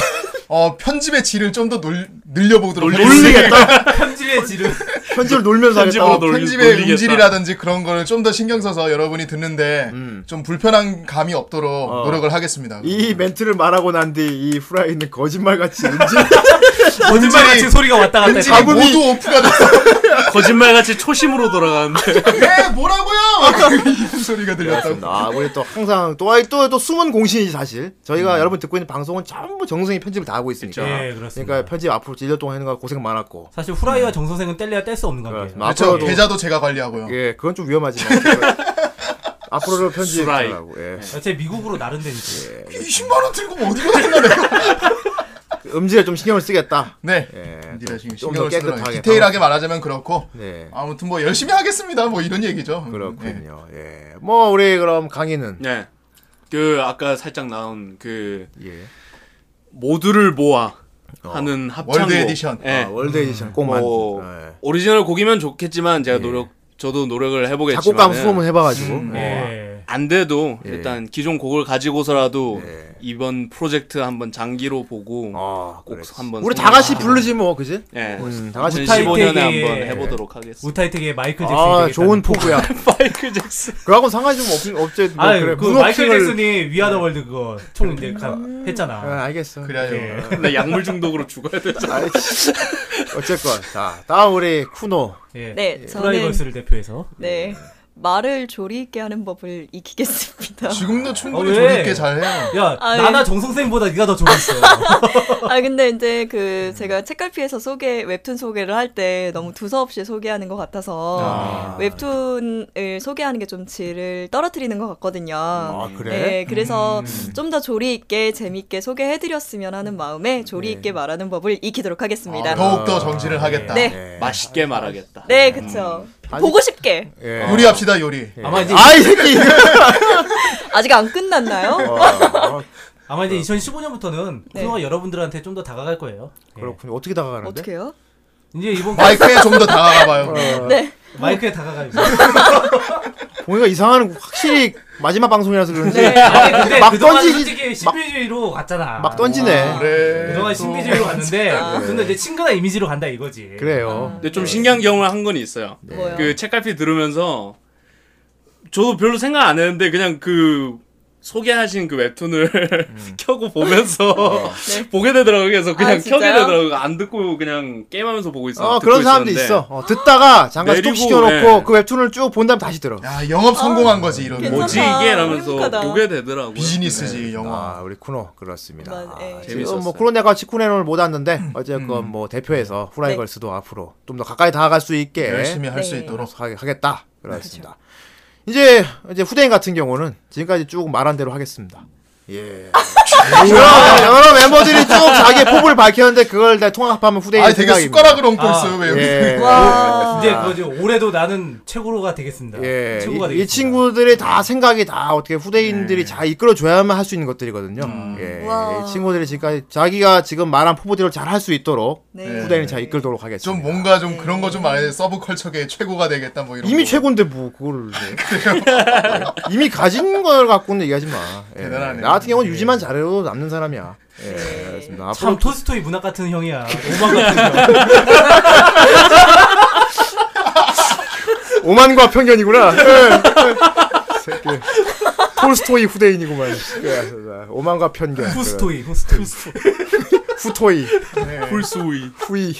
[SPEAKER 2] 어, 편집의 질을 좀 더 늘려보도록
[SPEAKER 3] 아, 놀리겠다
[SPEAKER 4] 편집의 지름.
[SPEAKER 3] 편집을 놀면서 하겠다
[SPEAKER 6] 편집으로 놀-
[SPEAKER 2] 편집의
[SPEAKER 6] 놀리겠다.
[SPEAKER 2] 음질이라든지 그런 거를 좀 더 신경 써서 여러분이 듣는데
[SPEAKER 3] 음. 어.
[SPEAKER 2] 좀 불편한 감이 없도록 노력을 하겠습니다.
[SPEAKER 3] 이 멘트를 말하고 난 뒤 이 후라이는 거짓말같이 음질
[SPEAKER 4] 거짓말 같이 소리가 왔다 갔다
[SPEAKER 2] 음질이
[SPEAKER 4] 했다.
[SPEAKER 3] 잡음이-
[SPEAKER 2] 모두 오프가 됐어.
[SPEAKER 6] 거짓말같이 초심으로 돌아가는데.
[SPEAKER 2] 에 예, 뭐라고요? 막 이런 소리가 들렸다고.
[SPEAKER 3] 아, 우리 또 항상 또또또 또 숨은 공신이지 사실. 저희가 여러분 듣고 있는 방송은 전부 정승이 편집을 다 하고 있으니까.
[SPEAKER 4] 그쵸. 예, 그렇습니다.
[SPEAKER 3] 음. 그러니까 편집 앞으로 1년 동안 하는 거 고생 많았고.
[SPEAKER 4] 사실 후라이와 정선생은 뗄래야 뗄 수 없는 관계예요.
[SPEAKER 3] 그렇습니다.
[SPEAKER 2] 그렇죠.
[SPEAKER 3] 앞으로도
[SPEAKER 2] 계좌도 제가 관리하고요.
[SPEAKER 3] 예, 그건 좀 위험하지만. 그걸 앞으로도
[SPEAKER 6] 수라이.
[SPEAKER 3] 편집하라고. 예.
[SPEAKER 4] 제 미국으로 나름대니까.
[SPEAKER 2] 20만 원 들고 뭐 어디 가나 내가.
[SPEAKER 3] 음질에 좀 신경을 쓰겠다.
[SPEAKER 2] 네.
[SPEAKER 3] 예.
[SPEAKER 2] 이제 지금
[SPEAKER 3] 좀더
[SPEAKER 2] 신경을 쓰느라
[SPEAKER 3] 깨끗하게
[SPEAKER 2] 디테일하게 말하자면 그렇고
[SPEAKER 3] 네.
[SPEAKER 2] 아무튼 뭐 열심히 하겠습니다. 뭐 이런 얘기죠. 예.
[SPEAKER 3] 그렇군요. 예. 뭐 우리 그럼 강의는
[SPEAKER 6] 네. 그 아까 살짝 나온 그
[SPEAKER 3] 예.
[SPEAKER 6] 모두를 모아 하는 합창곡.
[SPEAKER 2] 월드 에디션.
[SPEAKER 6] 예.
[SPEAKER 3] 아, 월드 에디션 꼭 만.
[SPEAKER 6] 뭐
[SPEAKER 3] 예.
[SPEAKER 6] 오리지널 곡이면 좋겠지만 제가 노력 저도 노력을 해보겠지만
[SPEAKER 3] 예. 작곡가 한번 소문 해봐 가지고.
[SPEAKER 4] 예.
[SPEAKER 6] 안 돼도
[SPEAKER 3] 예.
[SPEAKER 6] 일단 기존 곡을 가지고서라도 이번 프로젝트 한번 장기로 보고
[SPEAKER 3] 아,
[SPEAKER 6] 음. 꼭
[SPEAKER 3] 그렇지.
[SPEAKER 6] 한번
[SPEAKER 3] 우리
[SPEAKER 6] 소문
[SPEAKER 3] 다 같이
[SPEAKER 6] 해보고.
[SPEAKER 3] 부르지 뭐, 그지?
[SPEAKER 6] 예.
[SPEAKER 3] 음, 다 같이
[SPEAKER 6] 2015년에
[SPEAKER 4] 우타이테게.
[SPEAKER 6] 한번 해보도록 하겠습니다.
[SPEAKER 4] 우타이텍의 마이클 잭슨이
[SPEAKER 3] 아,
[SPEAKER 4] 되겠다.
[SPEAKER 3] 좋은 포부야.
[SPEAKER 6] 마이클 잭슨.
[SPEAKER 3] 그하고 상관이 좀 없지, 없지. 뭐
[SPEAKER 4] 아,
[SPEAKER 3] 그래.
[SPEAKER 4] 그
[SPEAKER 3] 무너킹을- 네.
[SPEAKER 4] 마이클 잭슨이 위아더 월드 그거 총 이제 가-
[SPEAKER 5] 음.
[SPEAKER 4] 했잖아.
[SPEAKER 3] 아, 알겠어.
[SPEAKER 2] 그래야죠.
[SPEAKER 4] 예.
[SPEAKER 6] 나 약물 중독으로 죽어야 되잖아.
[SPEAKER 3] 아이, 씨. 어쨌건 자 다음 우리 쿠노
[SPEAKER 4] 예.
[SPEAKER 5] 네,
[SPEAKER 4] 후라이
[SPEAKER 5] 저는
[SPEAKER 4] 걸스를 대표해서.
[SPEAKER 5] 네 말을 조리 있게 하는 법을
[SPEAKER 3] 네.
[SPEAKER 5] 익히겠습니다.
[SPEAKER 2] 지금도 충분히
[SPEAKER 4] 아, 왜?
[SPEAKER 3] 어,
[SPEAKER 2] 조리 있게 잘해요.
[SPEAKER 4] 야,
[SPEAKER 5] 아,
[SPEAKER 4] 나나
[SPEAKER 5] 예.
[SPEAKER 4] 정선생보다 네가 더 좋아 있어.
[SPEAKER 5] 아 근데 이제 그 제가 책갈피에서 소개 웹툰 소개를 할 때 너무 두서없이 소개하는 것 같아서 웹툰을 소개하는 게 좀 질을 떨어뜨리는 것 같거든요. 아
[SPEAKER 3] 그래?
[SPEAKER 5] 네, 그래서 좀 더 조리 있게 재밌게 소개해드렸으면 하는 마음에 조리 있게 말하는 법을 익히도록 하겠습니다.
[SPEAKER 3] 아.
[SPEAKER 2] 더욱더 정진을 하겠다.
[SPEAKER 5] 네,
[SPEAKER 3] 예.
[SPEAKER 6] 맛있게 말하겠다.
[SPEAKER 5] 네, 그쵸.
[SPEAKER 3] 아니-
[SPEAKER 5] 보고 싶게.
[SPEAKER 3] 예.
[SPEAKER 2] 요리합시다 요리.
[SPEAKER 4] 아마 이제
[SPEAKER 3] 아이 새끼
[SPEAKER 5] 아직 안 끝났나요?
[SPEAKER 3] 어,
[SPEAKER 4] 아마 이제 2015년부터는
[SPEAKER 5] 네.
[SPEAKER 4] 코너가 여러분들한테 좀 더 다가갈 거예요. 예.
[SPEAKER 3] 그렇군요 어떻게 다가가는데
[SPEAKER 5] 어떻게요?
[SPEAKER 4] 이제 이번 그
[SPEAKER 2] 마이크에 좀 더 다가가봐요.
[SPEAKER 3] 어.
[SPEAKER 4] 마이크에 다가가요.
[SPEAKER 3] 봉이가 이상한 확실히 마지막 방송이라서 그런지
[SPEAKER 4] 네, 아니 근데
[SPEAKER 3] 네. 막
[SPEAKER 4] 그동안
[SPEAKER 3] 던지기-
[SPEAKER 4] 솔직히 신비주의로 갔잖아. 어,
[SPEAKER 3] 막 던지네 네.
[SPEAKER 2] 그래.
[SPEAKER 4] 그동안 신비주의로 갔는데 근데 이제 친근한 이미지로 간다 이거지.
[SPEAKER 3] 그래요
[SPEAKER 6] 아. 네. 근데 좀 신기한 경험을 한 건 있어요.
[SPEAKER 5] 뭐요?
[SPEAKER 6] 그 책갈피 들으면서 그 저도 별로 생각 안 했는데 그냥 그 소개하신 그 웹툰을 켜고 보면서 보게 되더라고요. 그래서 그냥
[SPEAKER 5] 아,
[SPEAKER 6] 켜게
[SPEAKER 5] 진짜요?
[SPEAKER 6] 되더라고요. 안 듣고 그냥 게임하면서 보고 있어요.
[SPEAKER 3] 어 그런 사람도 있어. 어, 듣다가 잠깐
[SPEAKER 6] 내리고,
[SPEAKER 3] 스톱 시켜놓고
[SPEAKER 6] 네.
[SPEAKER 3] 그 웹툰을 쭉 본 다음 에 다시 들어.
[SPEAKER 2] 야 영업 성공한 거지 이런 거.
[SPEAKER 5] 괜찮다.
[SPEAKER 6] 뭐지 이게? 라면서
[SPEAKER 5] 행복하다.
[SPEAKER 6] 보게 되더라고요.
[SPEAKER 2] 비즈니스지 영화.
[SPEAKER 3] 아 우리 쿠노 그렇습니다.
[SPEAKER 5] 맞- 예.
[SPEAKER 3] 지금
[SPEAKER 6] 재밌었어요.
[SPEAKER 3] 뭐 쿠로네가 치쿠네를 못 왔는데 어쨌건 뭐 대표해서 후라이걸스도 앞으로 좀 더 가까이 다가갈 수 있게
[SPEAKER 2] 열심히 할 수
[SPEAKER 5] 네.
[SPEAKER 2] 있도록.
[SPEAKER 3] 하, 하겠다 그렇습니다. 이제 이제 후대인 같은 경우는 지금까지 쭉 말한 대로 하겠습니다. 예. 여러, 여러 멤버들이 쭉 자기의 포부를 밝혔는데 그걸 내 통합하면 후대인
[SPEAKER 2] 아 되게
[SPEAKER 3] 네, 생각입니다.
[SPEAKER 2] 숟가락을 얹고 있어 왜 여기?
[SPEAKER 3] 예.
[SPEAKER 5] 와.
[SPEAKER 4] 이제 그거지 올해도 나는 최고로가 되겠습니다.
[SPEAKER 3] 예,
[SPEAKER 4] 최고가
[SPEAKER 3] 이, 이
[SPEAKER 4] 되겠습니다.
[SPEAKER 3] 친구들의 다 생각이 다 어떻게 후대인들이 잘 이끌어줘야만 할 수 있는 것들이거든요. 예,
[SPEAKER 5] 와.
[SPEAKER 3] 이 친구들이 지금까지 자기가 지금 말한 포부대로 잘 할 수 있도록
[SPEAKER 5] 네.
[SPEAKER 3] 후대인을 잘 이끌도록 하겠습니다.
[SPEAKER 2] 좀 뭔가 좀 그런 거 좀 아예 서브컬처계 최고가 되겠다 뭐 이런.
[SPEAKER 3] 이미
[SPEAKER 2] 거.
[SPEAKER 3] 최고인데 뭐 그걸 예. 이미 가진 걸 갖고는 얘기하지 마. 예.
[SPEAKER 2] 대단하네요.
[SPEAKER 3] 나 같은 경우는 유지만 잘해도 남는 사람이야. 예,
[SPEAKER 5] 네.
[SPEAKER 3] 알겠습니다.
[SPEAKER 4] 참
[SPEAKER 3] 앞으로
[SPEAKER 4] 토스토이 어, 문학 같은 형이야. 오만 같은 형.
[SPEAKER 13] 오만과 편견이구나. 예. 새끼. 톨스토이 후대인이구만.
[SPEAKER 3] 예, 오만과 편견.
[SPEAKER 4] 후스토이 후스토이.
[SPEAKER 13] 후토이,
[SPEAKER 6] 네. 불수이.
[SPEAKER 13] 후이,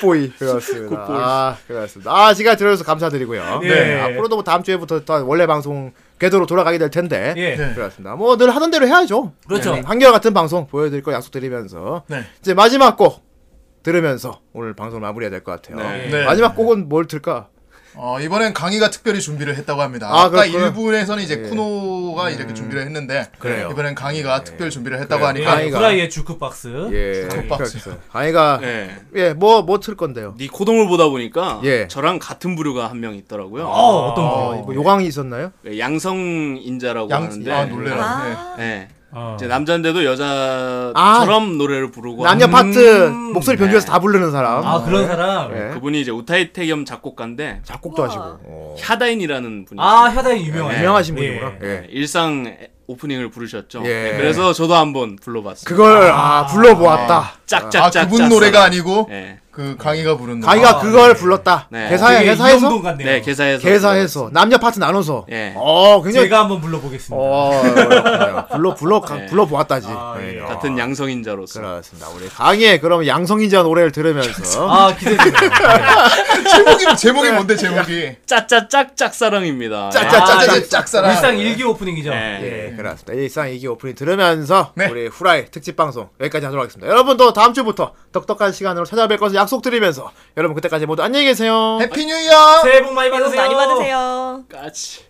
[SPEAKER 13] 굿보이.
[SPEAKER 3] 그렇습니다. 아, 그렇습니다. 아, 시간 들어줘서 감사드리고요.
[SPEAKER 4] 예.
[SPEAKER 3] 네. 앞으로도 뭐 다음 주에부터 또 원래 방송 궤도로 돌아가게 될 텐데.
[SPEAKER 4] 예.
[SPEAKER 3] 그렇습니다. 뭐 늘 하던 대로 해야죠. 네,
[SPEAKER 4] 그렇죠.
[SPEAKER 3] 한결 같은 방송 보여드릴 거 약속드리면서
[SPEAKER 2] 네.
[SPEAKER 3] 이제 마지막 곡 들으면서 오늘 방송 마무리해야 될 것 같아요.
[SPEAKER 4] 네.
[SPEAKER 2] 네.
[SPEAKER 3] 마지막 곡은 뭘 들까?
[SPEAKER 2] 어, 이번엔 강의가 특별히 준비를 했다고 합니다.
[SPEAKER 3] 아,
[SPEAKER 2] 아, 까
[SPEAKER 3] 그렇구나. 예. 음.
[SPEAKER 2] 1부에서는 이제 쿠노가 이렇게 준비를 했는데
[SPEAKER 3] 그래요. 예.
[SPEAKER 2] 이번엔 강의가 특별 준비를 했다고
[SPEAKER 3] 그래요.
[SPEAKER 2] 하니까
[SPEAKER 3] 강의가.
[SPEAKER 4] 프라이의 예. 주크박스.
[SPEAKER 3] 예,
[SPEAKER 2] 컵박스.
[SPEAKER 3] 그렇죠. 강의가
[SPEAKER 6] 예.
[SPEAKER 3] 예, 뭐 뭐 틀 건데요.
[SPEAKER 6] 니 코동을 네 보다 보니까
[SPEAKER 3] 예.
[SPEAKER 6] 저랑 같은 부류가 한 명 있더라고요.
[SPEAKER 4] 어 어떤 분?
[SPEAKER 3] 뭐 요강이 있었나요?
[SPEAKER 6] 네, 양성인자라고
[SPEAKER 2] 양,
[SPEAKER 6] 하는데
[SPEAKER 3] 네.
[SPEAKER 2] 아 놀래라.
[SPEAKER 6] 예.
[SPEAKER 4] 어.
[SPEAKER 6] 이제 남자인데도 여자처럼 노래를 부르고
[SPEAKER 3] 남녀
[SPEAKER 6] 하는
[SPEAKER 3] 파트 목소리 변주해서
[SPEAKER 6] 네.
[SPEAKER 3] 다 부르는 사람.
[SPEAKER 4] 아 그런 사람.
[SPEAKER 3] 예.
[SPEAKER 6] 그분이 이제 우타이테 겸 작곡가인데
[SPEAKER 3] 작곡도
[SPEAKER 5] 우와.
[SPEAKER 3] 하시고. 어.
[SPEAKER 6] 샤다인이라는 분이
[SPEAKER 4] 아 혀다인 유명한.
[SPEAKER 3] 유명하신
[SPEAKER 4] 예.
[SPEAKER 3] 분이구나.
[SPEAKER 6] 네,
[SPEAKER 3] 예.
[SPEAKER 6] 일상 오프닝을 부르셨죠.
[SPEAKER 3] 예.
[SPEAKER 6] 네, 그래서 저도 한번 불러봤어요.
[SPEAKER 3] 그걸 아, 불러 보았다.
[SPEAKER 2] 아
[SPEAKER 6] 짝짝짝.
[SPEAKER 2] 그분 노래가 아니고
[SPEAKER 6] 네. 어.
[SPEAKER 2] 그 강의가 부른 노래.
[SPEAKER 3] 강의가
[SPEAKER 4] 아,
[SPEAKER 3] 그걸 불렀다.
[SPEAKER 6] 네.
[SPEAKER 3] 개사에
[SPEAKER 4] 되게
[SPEAKER 3] 개사에서
[SPEAKER 4] 이명동 같네요.
[SPEAKER 6] 네, 개사해서.
[SPEAKER 3] 개사해서 남녀 파트 나눠서.
[SPEAKER 6] 예.
[SPEAKER 3] 어, 굉장히
[SPEAKER 4] 제가 한번 불러보겠습니다.
[SPEAKER 3] 어, 그래요. 불러 불러 가-
[SPEAKER 6] 네.
[SPEAKER 3] 불러 보았다지. 어,
[SPEAKER 4] 아, 예.
[SPEAKER 6] 같은 양성인자로서.
[SPEAKER 3] 그렇습니다. 우리 강의 그러면 양성인자 노래를 들으면서
[SPEAKER 4] 아 기대됩니다.
[SPEAKER 2] 제목이 제목이 뭔데 제목이?
[SPEAKER 6] 짜짜짝짝 사랑입니다.
[SPEAKER 2] 짜짜짜짜 짝사랑.
[SPEAKER 4] 일상 일기 오프닝이죠.
[SPEAKER 6] 네.
[SPEAKER 4] 예.
[SPEAKER 3] 네, 그렇습니다. 일상 이기 오프닝 들으면서
[SPEAKER 2] 네.
[SPEAKER 3] 우리 후라이 특집 방송 여기까지 하도록 하겠습니다. 여러분 또 다음 주부터 똑똑한 시간으로 찾아뵐 것을 약속드리면서 여러분 그때까지 모두 안녕히 계세요.
[SPEAKER 2] 해피 뉴 이어.
[SPEAKER 4] 새해 복 많이
[SPEAKER 5] 새해 복
[SPEAKER 4] 받으세요.
[SPEAKER 5] 많이 받으세요.
[SPEAKER 6] 까치.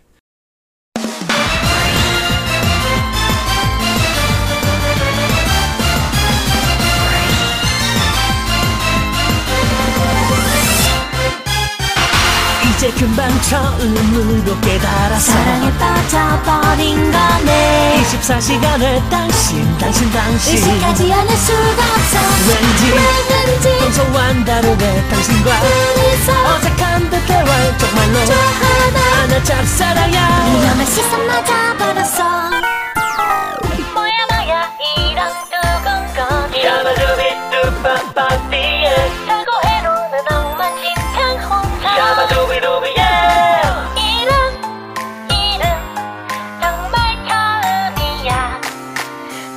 [SPEAKER 11] 이제 금방 처음으로 깨달았어
[SPEAKER 15] 사랑에 빠져버린 거네
[SPEAKER 11] 24시간을 당신 당신 당신
[SPEAKER 15] 의식하지 않을 수가 없어
[SPEAKER 11] 왠지
[SPEAKER 15] 왜는지
[SPEAKER 11] 평소와는 다르네 당신과
[SPEAKER 15] 그래서
[SPEAKER 11] 어색한 듯 대화 정말로
[SPEAKER 15] 좋아하나
[SPEAKER 11] 아나 짝사랑야
[SPEAKER 15] 위험한 시선 맞아버렸어 뭐야 뭐야 이런 두근거림
[SPEAKER 11] 샤바두비 뚜빠빠띠에
[SPEAKER 15] 사고해로는 엉망진창 혼자
[SPEAKER 11] 샤바두비두비에
[SPEAKER 15] 이런 일은 정말 처음이야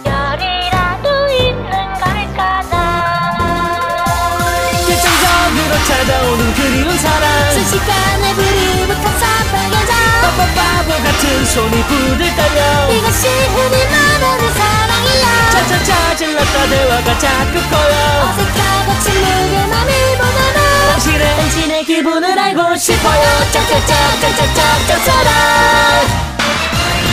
[SPEAKER 15] 열이라도 있는 걸까 나
[SPEAKER 11] 결정적으로 찾아오는 그리운 사랑
[SPEAKER 15] 순식간에 불이 붙어 사방여자
[SPEAKER 11] 바보 같은 손이 부들 떨려
[SPEAKER 15] 이것이 흔히 말하는 사랑이야
[SPEAKER 11] 차차 차질렀다 대화가 자꾸 커요
[SPEAKER 15] 어색하고 침묵의 맘이 보잖아
[SPEAKER 11] 당신의 당신의 기분을 알고 싶어요
[SPEAKER 15] 짝짝짝짝짝짝 사랑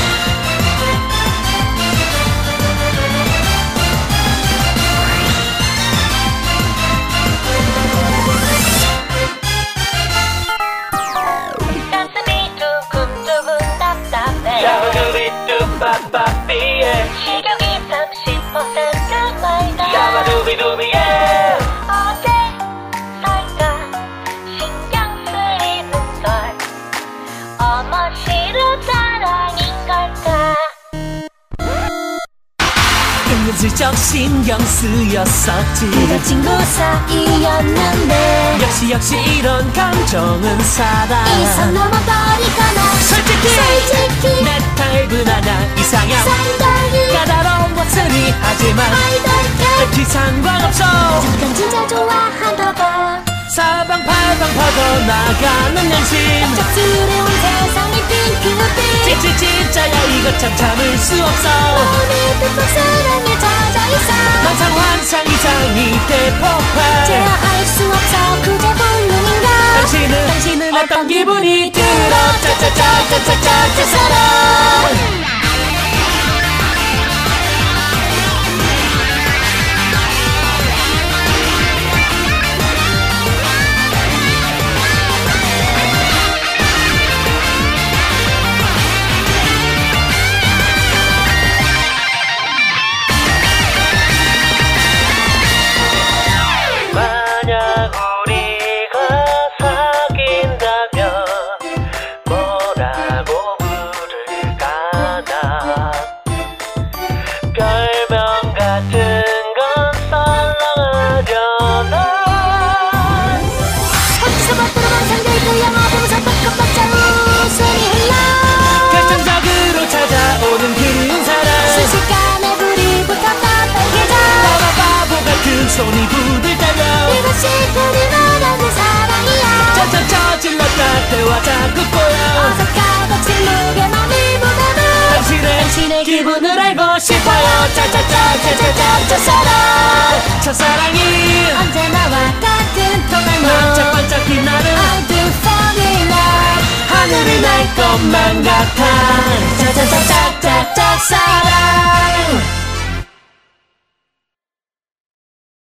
[SPEAKER 15] 가슴이 두근두근 답답해
[SPEAKER 11] 샤바두비 뚜빠빠삐에
[SPEAKER 15] 식욕이 30% 말다
[SPEAKER 11] 샤바두비두비에
[SPEAKER 15] 어제 살까 신경 쓰이는 걸 어머시로 자랑인 걸까
[SPEAKER 11] 있는 부지적 신경 쓰였었지
[SPEAKER 15] 이런 친구 사이였는데
[SPEAKER 11] 역시 역시 이런 감정은 사랑
[SPEAKER 15] 이선 넘어버리거나
[SPEAKER 11] 솔직히
[SPEAKER 15] 솔직히
[SPEAKER 11] 내 타입은 아냐 이상형
[SPEAKER 15] 상당히
[SPEAKER 11] 까다로운 것들이 하지만
[SPEAKER 15] 아이돌게
[SPEAKER 11] 특히 상관없어
[SPEAKER 15] 잠깐 진짜 좋아하다가
[SPEAKER 11] 사방팔방 퍼져나가는 양심
[SPEAKER 15] 갑작스레 온 세상이 핑크빛
[SPEAKER 11] 찌찌 진짜야 이거 참 참을 수 없어
[SPEAKER 15] 오늘 듬뿍 사랑에 젖어있어
[SPEAKER 11] 환상 환상 이상이 대폭발
[SPEAKER 15] 제어할 수 없어 그저 본능인가
[SPEAKER 11] 당신은
[SPEAKER 15] 당신은
[SPEAKER 11] 어떤 기분이 들어
[SPEAKER 15] 짜짜짜짜짜짜 사랑
[SPEAKER 11] 만약 우리가 사귄다면 뭐라고 부를까나 별명 같은 건 사랑하려나
[SPEAKER 15] 어디서 밖으로 망상돼 그 영화 보면서 빡빡빡자 웃음이 흘러
[SPEAKER 11] 결정적으로 찾아오는 그리운 사랑
[SPEAKER 15] 순식간에 불이 붙었다 빨개져
[SPEAKER 11] 바바 바보 같은 손이 부들다며
[SPEAKER 15] 이것이 그리 원하는 사랑이야
[SPEAKER 11] 점점 저질렀다 때와 자꾸 꼬여
[SPEAKER 15] 어서 가볍지 무게 맘이 무거워
[SPEAKER 11] 당신의 기분을 알고 싶어요 짜짜짜짜짜짜 사랑 첫사랑이
[SPEAKER 15] 언제나와 같은 통나무
[SPEAKER 11] 반짝반짝 빛나는
[SPEAKER 15] I do fall in love
[SPEAKER 11] 하늘이 날 것만 같아